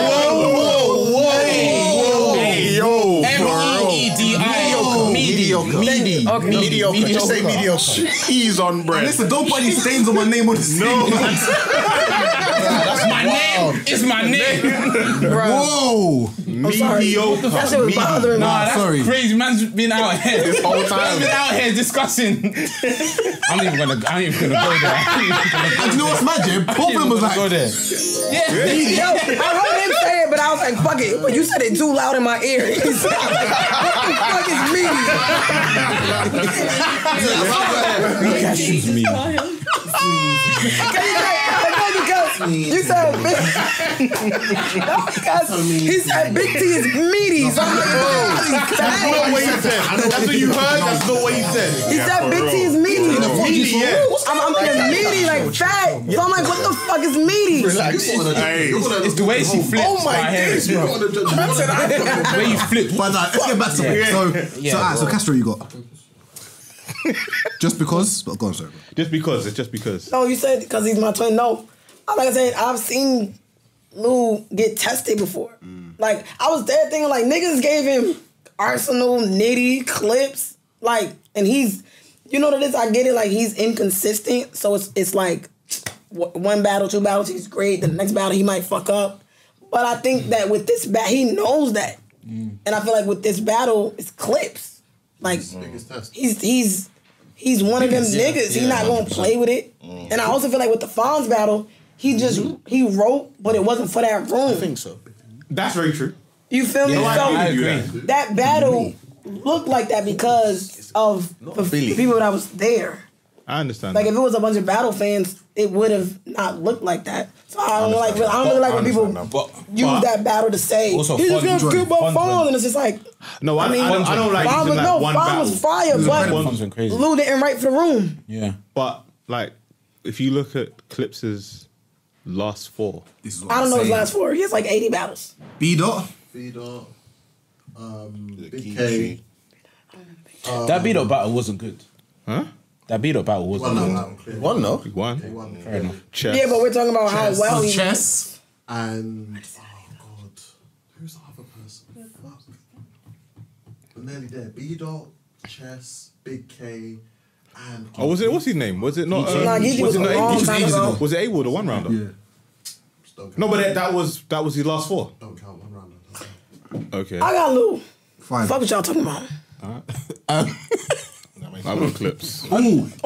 [SPEAKER 12] Hey, yo,
[SPEAKER 2] M E E D I
[SPEAKER 20] Mediocre.
[SPEAKER 2] Meaty.
[SPEAKER 20] Mediocre. Mediocre. Just say mediocre.
[SPEAKER 12] Cheese on bread.
[SPEAKER 21] Listen, don't put any stains on my name on this. No.
[SPEAKER 2] That's my name. It's my name.
[SPEAKER 21] Whoa.
[SPEAKER 12] Mediocre.
[SPEAKER 1] That shit was bothering me.
[SPEAKER 2] Nah, that's
[SPEAKER 21] sorry.
[SPEAKER 2] crazy. Man's been out here Ah, this
[SPEAKER 12] whole time.
[SPEAKER 2] Man's been out here discussing. I'm even gonna. I'm even gonna go there. I'm even gonna
[SPEAKER 21] And you know what's mad, Jim? Both of them was
[SPEAKER 2] gonna go
[SPEAKER 21] like,
[SPEAKER 2] there. Yeah.
[SPEAKER 1] Yo, I heard him say it, but I was like, fuck it. But you said it too loud in my ear. I was like, what the fuck is meaty?
[SPEAKER 2] Excuse me.
[SPEAKER 1] Can you say, I know because you said big. No, because he said big T is meaty. So I'm like, what the fuck is
[SPEAKER 12] That's
[SPEAKER 1] that?
[SPEAKER 12] not what he said. That's what you heard. That's not what he said.
[SPEAKER 1] He said big T is meaty.
[SPEAKER 12] Meaty, yeah.
[SPEAKER 1] I'm, I'm feeling meaty, like fat. So I'm like, what the fuck is meaty?
[SPEAKER 12] Hey,
[SPEAKER 2] It's the way she flips.
[SPEAKER 12] Oh my
[SPEAKER 2] days,
[SPEAKER 12] days, bro.
[SPEAKER 2] The way you flip.
[SPEAKER 21] but nah, let's get back to it. So, so, alright, so Castro, you got. Just because? But go on, sorry. bro.
[SPEAKER 6] Just because. It's just because.
[SPEAKER 1] No, you said because he's my twin. No, I- like I said, I've seen Lou get tested before. Like I was there thinking, like niggas gave him Arsenal nitty clips, like, and he's, you know what it is. I get it. Like he's inconsistent, so it's it's like w- one battle, two battles, he's great. The next battle, he might fuck up. But I think that with this bat, he knows that,
[SPEAKER 6] Mm.
[SPEAKER 1] and I feel like with this battle, it's clips. Like
[SPEAKER 3] Biggest test.
[SPEAKER 1] he's he's He's one of them
[SPEAKER 22] Niggas, yeah.
[SPEAKER 1] niggas. He's
[SPEAKER 22] Yeah,
[SPEAKER 1] not gonna
[SPEAKER 22] 100%.
[SPEAKER 1] play with it.
[SPEAKER 3] Mm.
[SPEAKER 1] And I also feel like with the Fonz battle, he just he wrote, but it wasn't for that room. I think so.
[SPEAKER 6] That's very true.
[SPEAKER 1] You feel me?
[SPEAKER 6] No, I
[SPEAKER 1] so
[SPEAKER 6] agree
[SPEAKER 1] that.
[SPEAKER 6] with you.
[SPEAKER 1] battle looked like that because of the
[SPEAKER 6] really.
[SPEAKER 1] people that was there.
[SPEAKER 6] I understand.
[SPEAKER 1] Like
[SPEAKER 6] that.
[SPEAKER 1] if it was a bunch of battle fans, it would have not looked like that. So I don't like. I
[SPEAKER 6] Understand
[SPEAKER 1] don't
[SPEAKER 6] that.
[SPEAKER 1] really like when
[SPEAKER 6] I
[SPEAKER 1] people
[SPEAKER 6] understand that. But-
[SPEAKER 1] use
[SPEAKER 6] but-
[SPEAKER 1] that battle to say he's
[SPEAKER 6] Also,
[SPEAKER 1] just
[SPEAKER 6] Fonz
[SPEAKER 1] gonna
[SPEAKER 6] went-
[SPEAKER 1] give up
[SPEAKER 6] Fonz
[SPEAKER 1] Fonz, and it's just like.
[SPEAKER 6] No, I, I, don't, I don't like
[SPEAKER 1] Fonz
[SPEAKER 6] using
[SPEAKER 1] was,
[SPEAKER 6] that
[SPEAKER 1] no,
[SPEAKER 6] one
[SPEAKER 1] Fonz
[SPEAKER 6] battle.
[SPEAKER 1] was fire,
[SPEAKER 6] Fonz
[SPEAKER 1] but
[SPEAKER 6] went crazy.
[SPEAKER 1] Lou didn't write for the room.
[SPEAKER 6] Yeah. But like, if you look at Clips's last four,
[SPEAKER 21] this is
[SPEAKER 1] I don't know his last four. He has like 80 battles.
[SPEAKER 21] B dot.
[SPEAKER 3] B dot. Um,
[SPEAKER 21] key
[SPEAKER 3] Big K.
[SPEAKER 2] that beat up battle wasn't good.
[SPEAKER 6] Huh?
[SPEAKER 2] That beat up battle wasn't
[SPEAKER 3] One, no,
[SPEAKER 2] good. One no. One. Fair enough.
[SPEAKER 1] Yeah, but we're talking about
[SPEAKER 3] Chess.
[SPEAKER 1] how well
[SPEAKER 3] Oh,
[SPEAKER 1] he
[SPEAKER 3] chess. And oh god, who's the other person? Fuck. I'm nearly there. B dot, chess, Big K, and
[SPEAKER 6] Oh, was it? What's his name? Was it not?
[SPEAKER 3] He
[SPEAKER 6] uh,
[SPEAKER 3] changed. Nah, he
[SPEAKER 6] was
[SPEAKER 3] was
[SPEAKER 6] it
[SPEAKER 3] a
[SPEAKER 6] not?
[SPEAKER 3] long
[SPEAKER 6] Was it
[SPEAKER 3] time ago.
[SPEAKER 6] A- Was it A Ward or one rounder? Yeah. No, but that, that was that was his last four.
[SPEAKER 3] Don't count one rounder.
[SPEAKER 6] Okay.
[SPEAKER 1] I got Lou.
[SPEAKER 6] Fine.
[SPEAKER 1] Fuck what y'all talking about.
[SPEAKER 6] I got clips.
[SPEAKER 21] Ooh.
[SPEAKER 1] Oh,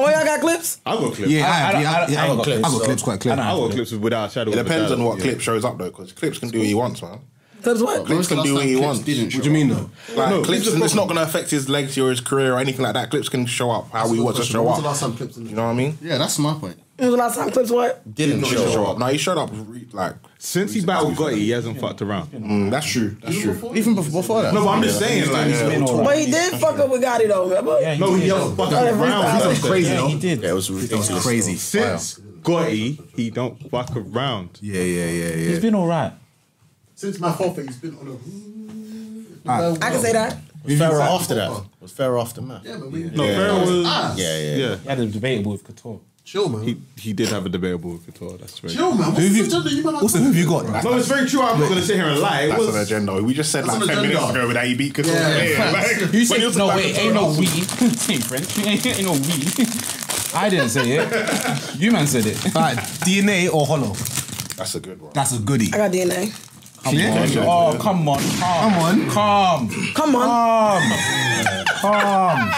[SPEAKER 1] y'all got clips?
[SPEAKER 6] I got clips.
[SPEAKER 21] Yeah, I- I- I- I- I got clips, so- I
[SPEAKER 6] I
[SPEAKER 21] don't
[SPEAKER 6] got
[SPEAKER 21] have
[SPEAKER 6] clips without a shadow.
[SPEAKER 12] It
[SPEAKER 6] of a
[SPEAKER 12] depends
[SPEAKER 6] doubt,
[SPEAKER 12] on what
[SPEAKER 6] yeah.
[SPEAKER 12] clip shows up though, because clips can do what he wants, man.
[SPEAKER 1] Clips what?
[SPEAKER 12] Clips can do what he wants.
[SPEAKER 21] What do you mean though?
[SPEAKER 12] Like
[SPEAKER 21] No,
[SPEAKER 12] clips,
[SPEAKER 21] clips are
[SPEAKER 12] it's not going to affect his legacy or his career or anything like that. Clips can show up how we
[SPEAKER 3] That's
[SPEAKER 12] want
[SPEAKER 3] the
[SPEAKER 12] to
[SPEAKER 3] question.
[SPEAKER 12] show
[SPEAKER 3] When's
[SPEAKER 12] up.
[SPEAKER 3] the last time clips didn't
[SPEAKER 12] you know what I mean?
[SPEAKER 20] Yeah, that's my point.
[SPEAKER 1] When was the last time clips what?
[SPEAKER 12] Didn't show, up. No, he showed up re- like mm,
[SPEAKER 6] since he battled Gotti, he hasn't fucked around.
[SPEAKER 12] that's true. That's true.
[SPEAKER 20] Even before, before that.
[SPEAKER 6] No, but I'm just saying, like,
[SPEAKER 1] But he did fuck up with Gotti though. Remember? Yeah,
[SPEAKER 6] no, he hasn't fucked around. That was crazy. though.
[SPEAKER 20] did. Yeah, it was ridiculous.
[SPEAKER 6] Since Gotti, he don't fuck around.
[SPEAKER 21] Yeah, yeah, yeah, yeah.
[SPEAKER 2] He's been all right.
[SPEAKER 3] Since my father, he's been on a.
[SPEAKER 1] I can say that.
[SPEAKER 20] Was Ferrer after that? Was Ferrer after that?
[SPEAKER 3] Yeah, but we.
[SPEAKER 6] No,
[SPEAKER 20] Yeah.
[SPEAKER 6] Ferrer was.
[SPEAKER 3] Ah.
[SPEAKER 20] Yeah, yeah.
[SPEAKER 6] Yeah.
[SPEAKER 2] He had a debatable with Couture.
[SPEAKER 3] Chill, man.
[SPEAKER 6] He, he did have a debatable with Couture. That's right.
[SPEAKER 3] Chill, man. What's the agenda? You man are talking
[SPEAKER 21] you got?
[SPEAKER 6] No, it's very true. I'm not going to sit here and lie. It
[SPEAKER 12] That's
[SPEAKER 6] was-
[SPEAKER 12] an agenda. We just said
[SPEAKER 6] That's
[SPEAKER 12] like
[SPEAKER 6] an
[SPEAKER 12] 10 minutes
[SPEAKER 6] agenda.
[SPEAKER 12] ago that he beat Couture.
[SPEAKER 6] Yeah,
[SPEAKER 12] Yeah,
[SPEAKER 6] facts.
[SPEAKER 12] like,
[SPEAKER 2] You
[SPEAKER 12] when
[SPEAKER 2] said
[SPEAKER 12] he was
[SPEAKER 2] no
[SPEAKER 12] about
[SPEAKER 2] wait,
[SPEAKER 12] to
[SPEAKER 2] ain't
[SPEAKER 12] throw
[SPEAKER 2] no
[SPEAKER 12] out
[SPEAKER 2] we. ain't French. Ain't no we. I didn't say it. You man said it.
[SPEAKER 21] Alright, DNA or hollow?
[SPEAKER 12] That's a good one.
[SPEAKER 21] That's a goodie.
[SPEAKER 1] I got DNA.
[SPEAKER 21] Come on.
[SPEAKER 2] Oh, come on. Calm. Come on. Calm.
[SPEAKER 1] Come
[SPEAKER 2] on. Calm.
[SPEAKER 12] some-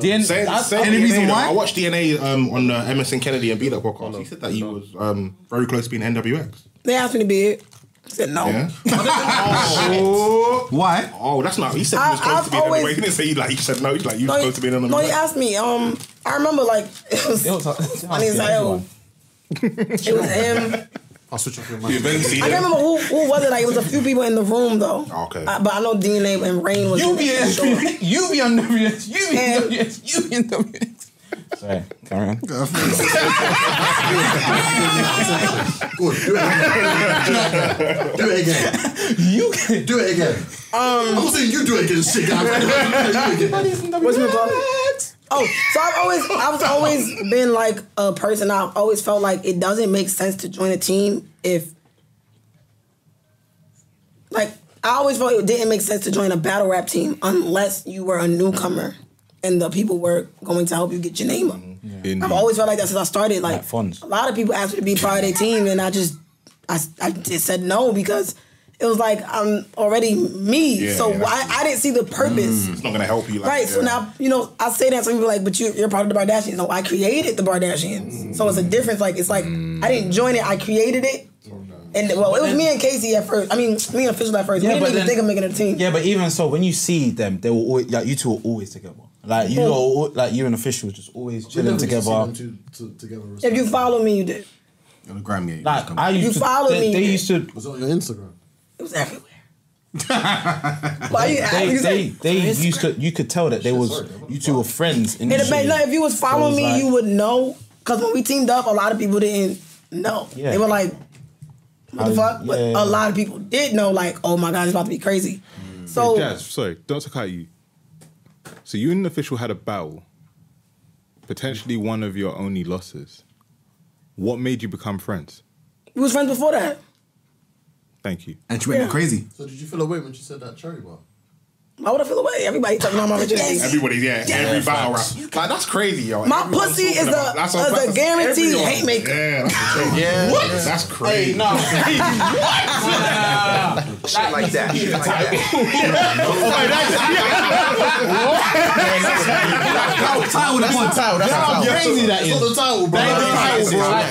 [SPEAKER 2] DNA
[SPEAKER 12] Say-
[SPEAKER 2] I-
[SPEAKER 12] say
[SPEAKER 2] I-
[SPEAKER 12] DNA,
[SPEAKER 2] any reason
[SPEAKER 12] though.
[SPEAKER 2] why?
[SPEAKER 12] I watched DNA um, on the Emerson Kennedy and Beat Up podcast. He said that he was um, very close to being NWX.
[SPEAKER 1] They asked me to be it. I said no.
[SPEAKER 12] Yeah. oh,
[SPEAKER 21] Why?
[SPEAKER 12] Oh, that's not. He said he was
[SPEAKER 1] I-
[SPEAKER 12] close
[SPEAKER 1] I've
[SPEAKER 12] to being
[SPEAKER 1] always-
[SPEAKER 12] NWX. He didn't say he like. He said no. He's like you was
[SPEAKER 1] he-
[SPEAKER 12] close to being NWX.
[SPEAKER 1] No, he asked me. Um, I remember like it was, funny as hell. "Oh." it was him.
[SPEAKER 3] I'll switch off your
[SPEAKER 12] Yeah,
[SPEAKER 3] mic.
[SPEAKER 12] but you see
[SPEAKER 1] I
[SPEAKER 12] that.
[SPEAKER 1] can't remember who, who was it. Like it was a few people in the room though.
[SPEAKER 12] Okay.
[SPEAKER 1] I, but I know DNA and Rain was.
[SPEAKER 2] You
[SPEAKER 1] in
[SPEAKER 2] be
[SPEAKER 1] it, for sure.
[SPEAKER 2] NWX. You be NWX. You be
[SPEAKER 1] And-
[SPEAKER 2] NWX. You be NWX. Sorry. Carry on.
[SPEAKER 3] Do it again.
[SPEAKER 2] You can
[SPEAKER 3] Do it again.
[SPEAKER 1] Um,
[SPEAKER 3] I'm not saying you do it again, shit, guys. Do it again.
[SPEAKER 1] What's my problem? Oh, so I've always I've always been like a person. I've always felt like it doesn't make sense to join a team if like I always felt it didn't make sense to join a battle rap team unless you were a newcomer and the people were going to help you get your name up.
[SPEAKER 12] Mm-hmm.
[SPEAKER 1] I've always felt like that since I started. Like
[SPEAKER 2] Fonz.
[SPEAKER 1] a lot of people asked me to be part of their team, and I just I, I just said no because it was like I'm already me.
[SPEAKER 12] Yeah,
[SPEAKER 1] so
[SPEAKER 12] yeah, Mm. that's
[SPEAKER 1] I, I didn't see the purpose.
[SPEAKER 12] It's not gonna help you. Like,
[SPEAKER 1] Right, so
[SPEAKER 12] yeah.
[SPEAKER 1] now you know I say that. Some people are like, but you, you're part of the Bardashians. No, I created the Bardashians, so
[SPEAKER 12] Mm.
[SPEAKER 1] it's a difference. Like it's like I didn't join it; I created it. And well, it was me and Casey at first. I mean, me and Official at first.
[SPEAKER 2] Yeah,
[SPEAKER 1] we
[SPEAKER 2] but
[SPEAKER 1] didn't even
[SPEAKER 2] then-
[SPEAKER 1] think of making a team.
[SPEAKER 2] Yeah, but even so, when you see them, they were always like you two were always together. Like you
[SPEAKER 1] Yeah.
[SPEAKER 2] know, al- like you and official just always
[SPEAKER 3] We
[SPEAKER 2] chilling
[SPEAKER 3] never just
[SPEAKER 2] together.
[SPEAKER 3] seen them two- two together.
[SPEAKER 1] If you follow me, you did.
[SPEAKER 21] On the gram, yeah.
[SPEAKER 2] Like I used
[SPEAKER 1] You
[SPEAKER 2] to,
[SPEAKER 1] followed
[SPEAKER 2] they,
[SPEAKER 1] me.
[SPEAKER 2] They used to.
[SPEAKER 3] Was it on your Instagram?
[SPEAKER 1] It was everywhere. Why you
[SPEAKER 2] They
[SPEAKER 1] asking?
[SPEAKER 2] they, they used to. You could tell that they was you two were friends.
[SPEAKER 1] It made,
[SPEAKER 2] initially.
[SPEAKER 1] no, if you was
[SPEAKER 2] So it
[SPEAKER 1] following
[SPEAKER 2] was
[SPEAKER 1] me,
[SPEAKER 2] like-
[SPEAKER 1] you would know. Because when we teamed up, a lot of people didn't know.
[SPEAKER 2] Yeah.
[SPEAKER 1] They were like, what the
[SPEAKER 2] I-
[SPEAKER 1] fuck? but
[SPEAKER 2] yeah.
[SPEAKER 1] a lot of people did know, like, oh my God, it's about to be crazy. So,
[SPEAKER 12] Mm.
[SPEAKER 6] Wait, Jazz, sorry, don't talk at you. So you and an official had a battle, potentially one of your only losses. What made you become friends?
[SPEAKER 1] we was friends before that.
[SPEAKER 6] Thank you.
[SPEAKER 21] And she went
[SPEAKER 1] Yeah.
[SPEAKER 21] crazy.
[SPEAKER 3] So did you feel away when she said that cherry bar?
[SPEAKER 1] Why would I feel away? Everybody talking about my virginity.
[SPEAKER 12] Everybody's yeah,
[SPEAKER 1] Yeah.
[SPEAKER 12] every
[SPEAKER 1] Yeah,
[SPEAKER 12] battle rap.
[SPEAKER 1] facts.
[SPEAKER 12] Like that's crazy, yo.
[SPEAKER 1] My
[SPEAKER 12] Everyone's
[SPEAKER 1] pussy
[SPEAKER 12] talking
[SPEAKER 1] is a-
[SPEAKER 12] about- that's
[SPEAKER 1] is a
[SPEAKER 12] that's-
[SPEAKER 1] guaranteed
[SPEAKER 12] everyone.
[SPEAKER 1] hate maker.
[SPEAKER 12] Yeah, that's the truth.
[SPEAKER 1] Yeah.
[SPEAKER 12] What?
[SPEAKER 1] Yeah.
[SPEAKER 12] That's crazy.
[SPEAKER 1] Hey, no.
[SPEAKER 7] Shit like that. Shit like that.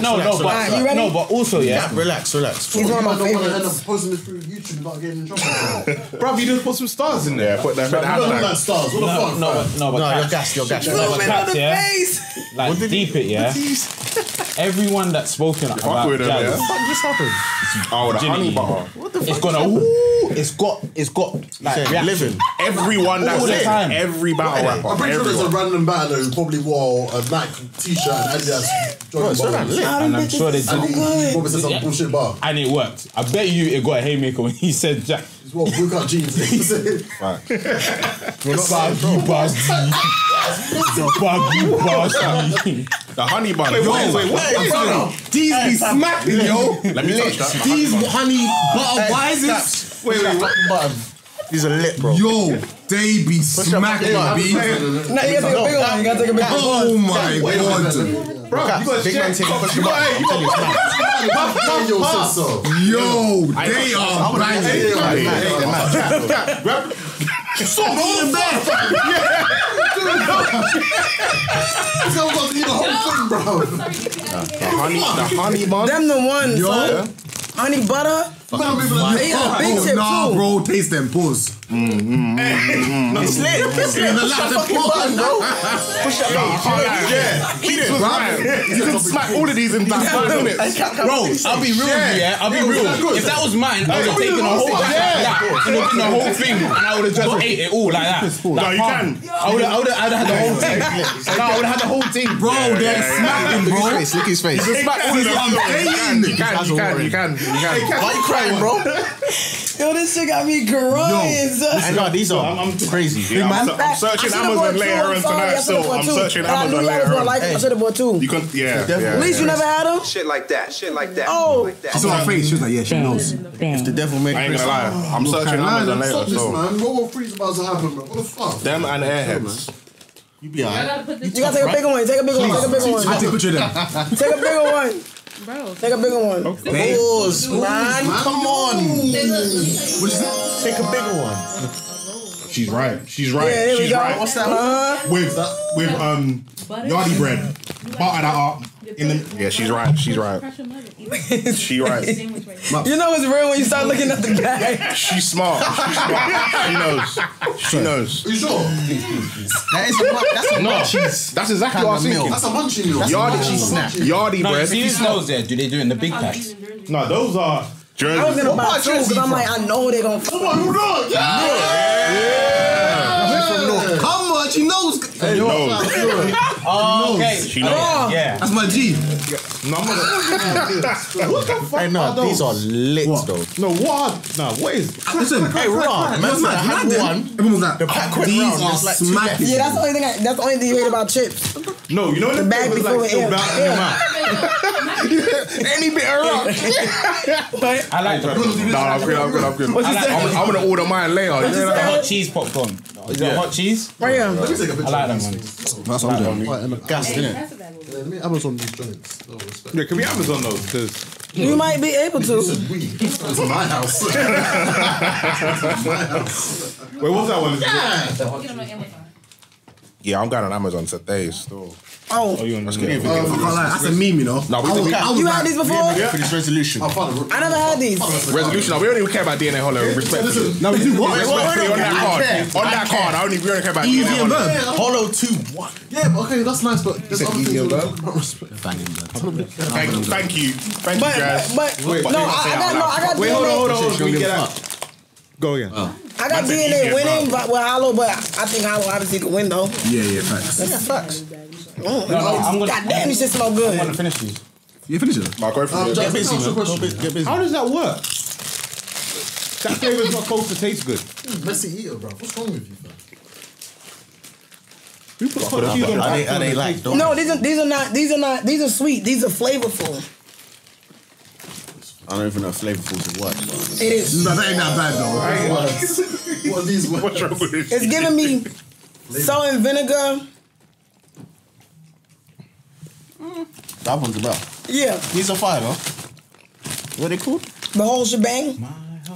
[SPEAKER 2] No, no, but no, but also yeah.
[SPEAKER 23] Relax, relax.
[SPEAKER 3] He's one of my favorites. I don't want to end up posting this through YouTube without getting in trouble.
[SPEAKER 24] Bro, you just put some stars in there. Put that.
[SPEAKER 3] Bro,
[SPEAKER 24] put the
[SPEAKER 3] you don't
[SPEAKER 24] hashtag.
[SPEAKER 3] look like stars. What the
[SPEAKER 24] No,
[SPEAKER 3] fuck?
[SPEAKER 24] no,
[SPEAKER 3] fam?
[SPEAKER 2] No, but
[SPEAKER 24] No,
[SPEAKER 2] cats,
[SPEAKER 24] you're gassed, you're gassed.
[SPEAKER 2] No, but
[SPEAKER 24] Look at
[SPEAKER 2] cats,
[SPEAKER 24] the
[SPEAKER 2] yeah?
[SPEAKER 24] face.
[SPEAKER 2] Like deep it, yeah. Everyone that's spoken about
[SPEAKER 24] with him, yeah?
[SPEAKER 2] jazz,
[SPEAKER 24] Fuck
[SPEAKER 2] just happened?
[SPEAKER 12] Oh, the honey bar.
[SPEAKER 2] It's gonna. Ooh, it's got. It's got like reaction.
[SPEAKER 12] Everyone that's
[SPEAKER 2] All the
[SPEAKER 12] it.
[SPEAKER 2] time.
[SPEAKER 12] Every battle rapper.
[SPEAKER 3] I'm pretty sure there's a
[SPEAKER 12] everyone.
[SPEAKER 3] random battler who probably wore a Nike t-shirt and Adidas jogging bottoms.
[SPEAKER 2] And I'm sure they did.
[SPEAKER 3] And he-
[SPEAKER 1] Oh,
[SPEAKER 3] he probably said some bullshit bar.
[SPEAKER 2] And it worked. I bet you it got a haymaker when he said Jack.
[SPEAKER 3] He's what we got jeans.
[SPEAKER 2] Baggy bastard. The baggy bastard.
[SPEAKER 12] The honey bun.
[SPEAKER 2] Wait,
[SPEAKER 12] Yo,
[SPEAKER 2] wait, wait, what is it? These be smacking, yo.
[SPEAKER 12] Let me touch that.
[SPEAKER 6] These honey butter.
[SPEAKER 12] Hey,
[SPEAKER 6] Why is this?
[SPEAKER 12] caps. Wait, wait, what?
[SPEAKER 6] These are lit, bro. Yo, they be smacking,
[SPEAKER 12] button.
[SPEAKER 6] B.
[SPEAKER 12] Hey,
[SPEAKER 1] Nah, you gotta take a big one. You gotta take a big one.
[SPEAKER 6] Oh my
[SPEAKER 1] Wait, wait,
[SPEAKER 6] god.
[SPEAKER 12] Bro, you got
[SPEAKER 6] Big man take a push
[SPEAKER 12] You got- hey, you got-
[SPEAKER 3] Yo, sister.
[SPEAKER 6] Yo,
[SPEAKER 12] I-
[SPEAKER 6] they
[SPEAKER 12] I- I
[SPEAKER 6] are
[SPEAKER 12] would-
[SPEAKER 6] banging.
[SPEAKER 12] Hey, yo,
[SPEAKER 6] Hey,
[SPEAKER 12] hey,
[SPEAKER 6] hey,
[SPEAKER 12] yo,
[SPEAKER 6] man.
[SPEAKER 3] Stop eating that. This guy wants to eat the whole thing, bro.
[SPEAKER 12] The honey, the honey bun.
[SPEAKER 1] Them the ones.
[SPEAKER 6] Yo.
[SPEAKER 1] son. Honey butter. They got a big
[SPEAKER 6] Oh,
[SPEAKER 1] tip
[SPEAKER 6] nah,
[SPEAKER 1] too.
[SPEAKER 6] bro, taste them. Pause.
[SPEAKER 12] It's
[SPEAKER 6] It's
[SPEAKER 12] lit.
[SPEAKER 6] lit. Shut the fuck up, bro.
[SPEAKER 12] Push up. Yeah. He did. right? You can smack all of these in like five minutes.
[SPEAKER 2] Bro, I'll be real with you, yeah. I'll be
[SPEAKER 12] Yeah,
[SPEAKER 2] real.
[SPEAKER 12] that's good.
[SPEAKER 2] If that was mine, I would have
[SPEAKER 12] Hey,
[SPEAKER 2] taken a whole
[SPEAKER 12] yeah.
[SPEAKER 2] like that, in the, in the whole thing, and I would have just ate it all like that.
[SPEAKER 12] No,
[SPEAKER 2] Like,
[SPEAKER 12] you
[SPEAKER 2] palm.
[SPEAKER 12] can.
[SPEAKER 2] I would have, I would have had the whole thing. No, I would have had the whole thing,
[SPEAKER 6] Bro, they're smacking, bro.
[SPEAKER 23] Look his face, look his face.
[SPEAKER 12] You can smack all of them.
[SPEAKER 6] I'm saying.
[SPEAKER 12] You can, you can, you can, you can.
[SPEAKER 23] Why you crying, bro?
[SPEAKER 1] Yo, this shit got me crying. son.
[SPEAKER 23] And God, these are crazy.
[SPEAKER 12] Yeah, I'm, se- I'm
[SPEAKER 1] Fact, I
[SPEAKER 12] searching
[SPEAKER 1] should've bought
[SPEAKER 12] Amazon
[SPEAKER 1] two.
[SPEAKER 12] later
[SPEAKER 1] I'm
[SPEAKER 12] and
[SPEAKER 1] sorry, I
[SPEAKER 12] tonight
[SPEAKER 1] should've
[SPEAKER 12] still.
[SPEAKER 1] bought
[SPEAKER 12] I'm
[SPEAKER 1] two.
[SPEAKER 12] searching
[SPEAKER 1] But I knew
[SPEAKER 12] Amazon
[SPEAKER 1] you
[SPEAKER 12] later.
[SPEAKER 1] was gonna
[SPEAKER 12] on.
[SPEAKER 1] like 'em. I should have bought two.
[SPEAKER 12] You can, yeah. yeah,
[SPEAKER 1] At least you
[SPEAKER 12] yeah.
[SPEAKER 1] never had them.
[SPEAKER 7] Shit like that. Shit like that.
[SPEAKER 1] Oh.
[SPEAKER 7] Shit like that.
[SPEAKER 6] She saw her face. She was like, yeah, she knows.
[SPEAKER 23] If the devil made
[SPEAKER 12] I ain't gonna
[SPEAKER 23] Christmas-
[SPEAKER 12] lie. I'm
[SPEAKER 6] North
[SPEAKER 12] searching
[SPEAKER 6] Carolina,
[SPEAKER 12] Amazon
[SPEAKER 3] Stop
[SPEAKER 12] later.
[SPEAKER 3] this,
[SPEAKER 12] So
[SPEAKER 3] man. World War Three's about to happen, bro. What the fuck?
[SPEAKER 12] them and airheads.
[SPEAKER 23] You be alright.
[SPEAKER 1] You gotta take a bigger one. Take a bigger one. Take a bigger
[SPEAKER 6] I
[SPEAKER 1] one.
[SPEAKER 6] take a picture of them.
[SPEAKER 1] Take a bigger one.
[SPEAKER 25] Bro.
[SPEAKER 1] Take a bigger one.
[SPEAKER 6] Babe.
[SPEAKER 23] Pause, man. Come on. Take a bigger one.
[SPEAKER 24] She's right. She's
[SPEAKER 1] Yeah,
[SPEAKER 24] right.
[SPEAKER 1] there we
[SPEAKER 24] She's
[SPEAKER 1] go.
[SPEAKER 24] right.
[SPEAKER 1] Uh-huh.
[SPEAKER 24] With with um yardy bread, butter that up in the.
[SPEAKER 12] Yeah, she's right. She's right. She right.
[SPEAKER 1] You know it's real when you start looking at the bag.
[SPEAKER 12] She's smart. She's smart. She knows. She knows.
[SPEAKER 3] Are you sure?
[SPEAKER 23] That is that's a
[SPEAKER 12] No,
[SPEAKER 23] cheese.
[SPEAKER 12] that's exactly
[SPEAKER 23] Kind
[SPEAKER 12] what I was
[SPEAKER 23] of milk.
[SPEAKER 12] thinking.
[SPEAKER 3] That's a munchie meal.
[SPEAKER 23] That's a
[SPEAKER 12] Yardy
[SPEAKER 23] munchie
[SPEAKER 12] cheese
[SPEAKER 23] snack.
[SPEAKER 12] snack. Yardy
[SPEAKER 2] No, you
[SPEAKER 12] bread.
[SPEAKER 2] see these nose there? Do they do it in the big packs?
[SPEAKER 24] No, those are.
[SPEAKER 1] I was
[SPEAKER 12] Jersey.
[SPEAKER 1] gonna buy two because I'm like, I know they're gonna.
[SPEAKER 3] Come on, you know. Yeah.
[SPEAKER 6] Come on, she knows.
[SPEAKER 3] Hey, yo,
[SPEAKER 12] knows.
[SPEAKER 3] fam, you know it.
[SPEAKER 2] Oh, okay.
[SPEAKER 12] She knows.
[SPEAKER 1] Oh.
[SPEAKER 2] Yeah.
[SPEAKER 6] That's my G.
[SPEAKER 24] No, I'm not. What the fuck?
[SPEAKER 23] Hey,
[SPEAKER 24] are
[SPEAKER 23] no,
[SPEAKER 24] those?
[SPEAKER 23] these are lit though.
[SPEAKER 24] No, what? are- No, what is?
[SPEAKER 6] Listen, hey,
[SPEAKER 12] Oh,
[SPEAKER 23] raw. Man
[SPEAKER 6] Everyone's
[SPEAKER 23] said I
[SPEAKER 6] like,
[SPEAKER 23] had one.
[SPEAKER 6] had one. Everyone's like, "Ah,
[SPEAKER 23] The pack went
[SPEAKER 6] these
[SPEAKER 23] round,
[SPEAKER 6] are
[SPEAKER 23] it's like two
[SPEAKER 6] smacking.
[SPEAKER 1] Yeah, that's the only thing. I, that's the only thing you hate about chips.
[SPEAKER 24] No, you know
[SPEAKER 1] The
[SPEAKER 24] the
[SPEAKER 1] bag
[SPEAKER 24] bag was
[SPEAKER 1] before
[SPEAKER 24] like
[SPEAKER 1] it
[SPEAKER 24] still
[SPEAKER 1] aired.
[SPEAKER 24] bouncing in your mouth.
[SPEAKER 12] Any bit of rock.
[SPEAKER 2] I like the,
[SPEAKER 12] Nah, I'm good. I'm good. I'm good. I'm, I'm gonna order mine later. You know
[SPEAKER 2] the
[SPEAKER 12] that?
[SPEAKER 2] hot cheese popcorn. Is it hot cheese?
[SPEAKER 1] Right here.
[SPEAKER 3] Let me take a picture.
[SPEAKER 2] I like them
[SPEAKER 3] of these
[SPEAKER 2] ones.
[SPEAKER 3] things.
[SPEAKER 6] That's what I'm doing.
[SPEAKER 23] Gas, innit?
[SPEAKER 3] Let me Amazon these joints.
[SPEAKER 6] Oh,
[SPEAKER 3] No respect.
[SPEAKER 24] Yeah, can we Amazon those? Because
[SPEAKER 1] You might be able to.
[SPEAKER 3] We. That's my house.
[SPEAKER 24] wait, what's that one?
[SPEAKER 6] Um,
[SPEAKER 12] Yeah, I'm going on Amazon today. Still.
[SPEAKER 1] Oh,
[SPEAKER 24] you want
[SPEAKER 12] Give me
[SPEAKER 24] to
[SPEAKER 12] a
[SPEAKER 6] I can't lie, that's a meme, you know.
[SPEAKER 12] No, we-
[SPEAKER 6] I was,
[SPEAKER 12] we-
[SPEAKER 6] I was
[SPEAKER 1] you
[SPEAKER 6] like,
[SPEAKER 1] had these before?
[SPEAKER 23] For this resolution.
[SPEAKER 3] I found a-
[SPEAKER 1] I never had these.
[SPEAKER 12] Resolution. We don't even care about DNA Hollow. Respect.
[SPEAKER 3] Listen,
[SPEAKER 6] No, we do what?
[SPEAKER 12] Respect on that card. On that card, I only we don't care about DNA
[SPEAKER 6] Easy and
[SPEAKER 12] Hollow.
[SPEAKER 6] verb.
[SPEAKER 23] Hollow 2 1.
[SPEAKER 3] yeah, but okay, that's nice, but there's
[SPEAKER 12] said
[SPEAKER 3] other things we
[SPEAKER 12] medium, bro.
[SPEAKER 3] talk about respect.
[SPEAKER 12] Thank you. Thank you. Thank you,
[SPEAKER 1] But
[SPEAKER 12] guys.
[SPEAKER 1] but, but no, I, I got no, I got
[SPEAKER 24] Wait, hold on, hold on. hold on.
[SPEAKER 1] DNA.
[SPEAKER 24] Can we get out? Go again.
[SPEAKER 1] I got
[SPEAKER 12] That's an easy
[SPEAKER 1] DNA winning,
[SPEAKER 12] round.
[SPEAKER 1] but with Hollow, but I think Hollow obviously could win though.
[SPEAKER 6] Yeah, yeah, facts.
[SPEAKER 1] Yeah, facts. Mm,
[SPEAKER 2] No, no, I'm gonna-
[SPEAKER 1] God damn, this shit smell
[SPEAKER 2] I'm gonna
[SPEAKER 1] good.
[SPEAKER 2] finish these.
[SPEAKER 6] You finish it.
[SPEAKER 12] Mark, go for
[SPEAKER 3] Um,
[SPEAKER 12] it.
[SPEAKER 3] Jack, can I ask you a question?
[SPEAKER 23] Get busy.
[SPEAKER 24] How does that work? That flavor's not supposed to taste good.
[SPEAKER 3] Messy eater, bro. What's wrong with you, fam?
[SPEAKER 24] Who put fuck cheese on
[SPEAKER 23] I ain't, I
[SPEAKER 24] popcorn?
[SPEAKER 23] ain't like, don't.
[SPEAKER 1] No, these are these are not these are not these are sweet. These are flavorful.
[SPEAKER 20] I don't even know if flavorful's a word. but-
[SPEAKER 1] It is.
[SPEAKER 21] No, that ain't that bad
[SPEAKER 20] Right.
[SPEAKER 21] though.
[SPEAKER 20] What are these words? What's wrong with this?
[SPEAKER 1] It's giving me salt and vinegar.
[SPEAKER 20] That one's about.
[SPEAKER 1] Yeah.
[SPEAKER 20] These are fire, though. What are they called?
[SPEAKER 1] The whole shebang.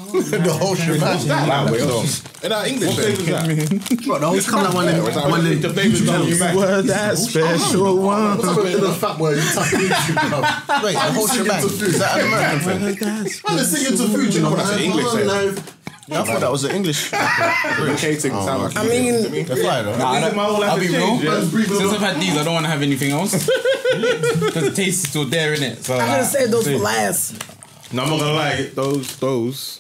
[SPEAKER 20] the whole shebang.
[SPEAKER 12] What's that language,
[SPEAKER 20] What
[SPEAKER 12] though?
[SPEAKER 20] flavors
[SPEAKER 12] In our English,
[SPEAKER 20] What flavors
[SPEAKER 12] then?
[SPEAKER 21] Bro, the whole come like one of
[SPEAKER 12] Yeah, it's
[SPEAKER 21] them.
[SPEAKER 12] like
[SPEAKER 21] One of
[SPEAKER 12] the
[SPEAKER 21] them.
[SPEAKER 12] flavors don't you back.
[SPEAKER 21] Were that special one?
[SPEAKER 3] What's up with the fat boy you tapping into, bro?
[SPEAKER 20] Wait, the whole
[SPEAKER 3] Singing
[SPEAKER 20] shebang.
[SPEAKER 3] to food.
[SPEAKER 20] Is that an American thing?
[SPEAKER 3] Man, they're singing to food, you know.
[SPEAKER 20] I thought that's an English thing.
[SPEAKER 3] Live.
[SPEAKER 20] Yeah, I thought that was an English.
[SPEAKER 12] Cating sound like
[SPEAKER 1] I mean,
[SPEAKER 20] They're fire, though.
[SPEAKER 2] Nah, I don't-
[SPEAKER 12] my whole life
[SPEAKER 2] I'll be
[SPEAKER 12] has
[SPEAKER 2] real.
[SPEAKER 12] changed, yeah.
[SPEAKER 2] Since I've had these, I don't want to have anything else. Because the taste is still there, innit? So,
[SPEAKER 1] I should
[SPEAKER 2] like,
[SPEAKER 1] have saved those for
[SPEAKER 2] dude.
[SPEAKER 1] last.
[SPEAKER 6] No, I'm not gonna lie. Those, those.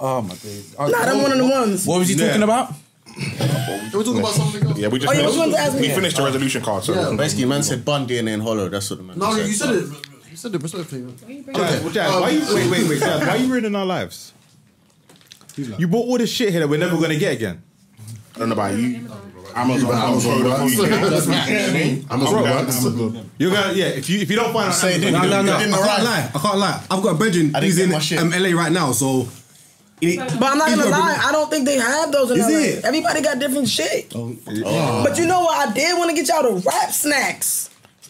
[SPEAKER 2] Oh my days.
[SPEAKER 1] Nah, them one of the ones.
[SPEAKER 2] What was you
[SPEAKER 6] Yeah.
[SPEAKER 2] talking about?
[SPEAKER 3] We're talking about something else.
[SPEAKER 20] Yeah, we
[SPEAKER 1] just Oh, yeah, finished- what you wanted to ask me? we
[SPEAKER 20] finished the resolution card.
[SPEAKER 3] so- Yeah.
[SPEAKER 20] basically, man said Bundy and then Hollow. That's what the man
[SPEAKER 3] No,
[SPEAKER 20] said.
[SPEAKER 3] you said it. You said the respect thing.
[SPEAKER 6] Jazz, well, Jazz, why you, wait, wait, wait, Jazz, why you ruining our lives? You bought all this shit here that we're never gonna get again.
[SPEAKER 12] I don't know about you.
[SPEAKER 20] You
[SPEAKER 12] Amazon,
[SPEAKER 20] buy Amazon
[SPEAKER 12] Amazon,
[SPEAKER 20] words.
[SPEAKER 12] Amazon,
[SPEAKER 20] Amazon words.
[SPEAKER 12] Amazon.
[SPEAKER 6] You're gonna, yeah. If you if you don't find out,
[SPEAKER 20] Say it,
[SPEAKER 6] Amazon-
[SPEAKER 20] didn't
[SPEAKER 21] No,
[SPEAKER 20] you?
[SPEAKER 21] no, no. I
[SPEAKER 20] Didn't
[SPEAKER 21] can't
[SPEAKER 20] arrive.
[SPEAKER 21] lie. I can't lie. I've got a brethren
[SPEAKER 20] didn't
[SPEAKER 21] who's
[SPEAKER 20] get
[SPEAKER 21] in
[SPEAKER 20] my shit.
[SPEAKER 21] um, LA right now, so.
[SPEAKER 1] But I'm not gonna lie, I don't think they have those in
[SPEAKER 21] Is
[SPEAKER 1] LA.
[SPEAKER 21] it?
[SPEAKER 1] Everybody got different shit.
[SPEAKER 20] Oh.
[SPEAKER 1] But you know what? I did want to get y'all to rap snacks.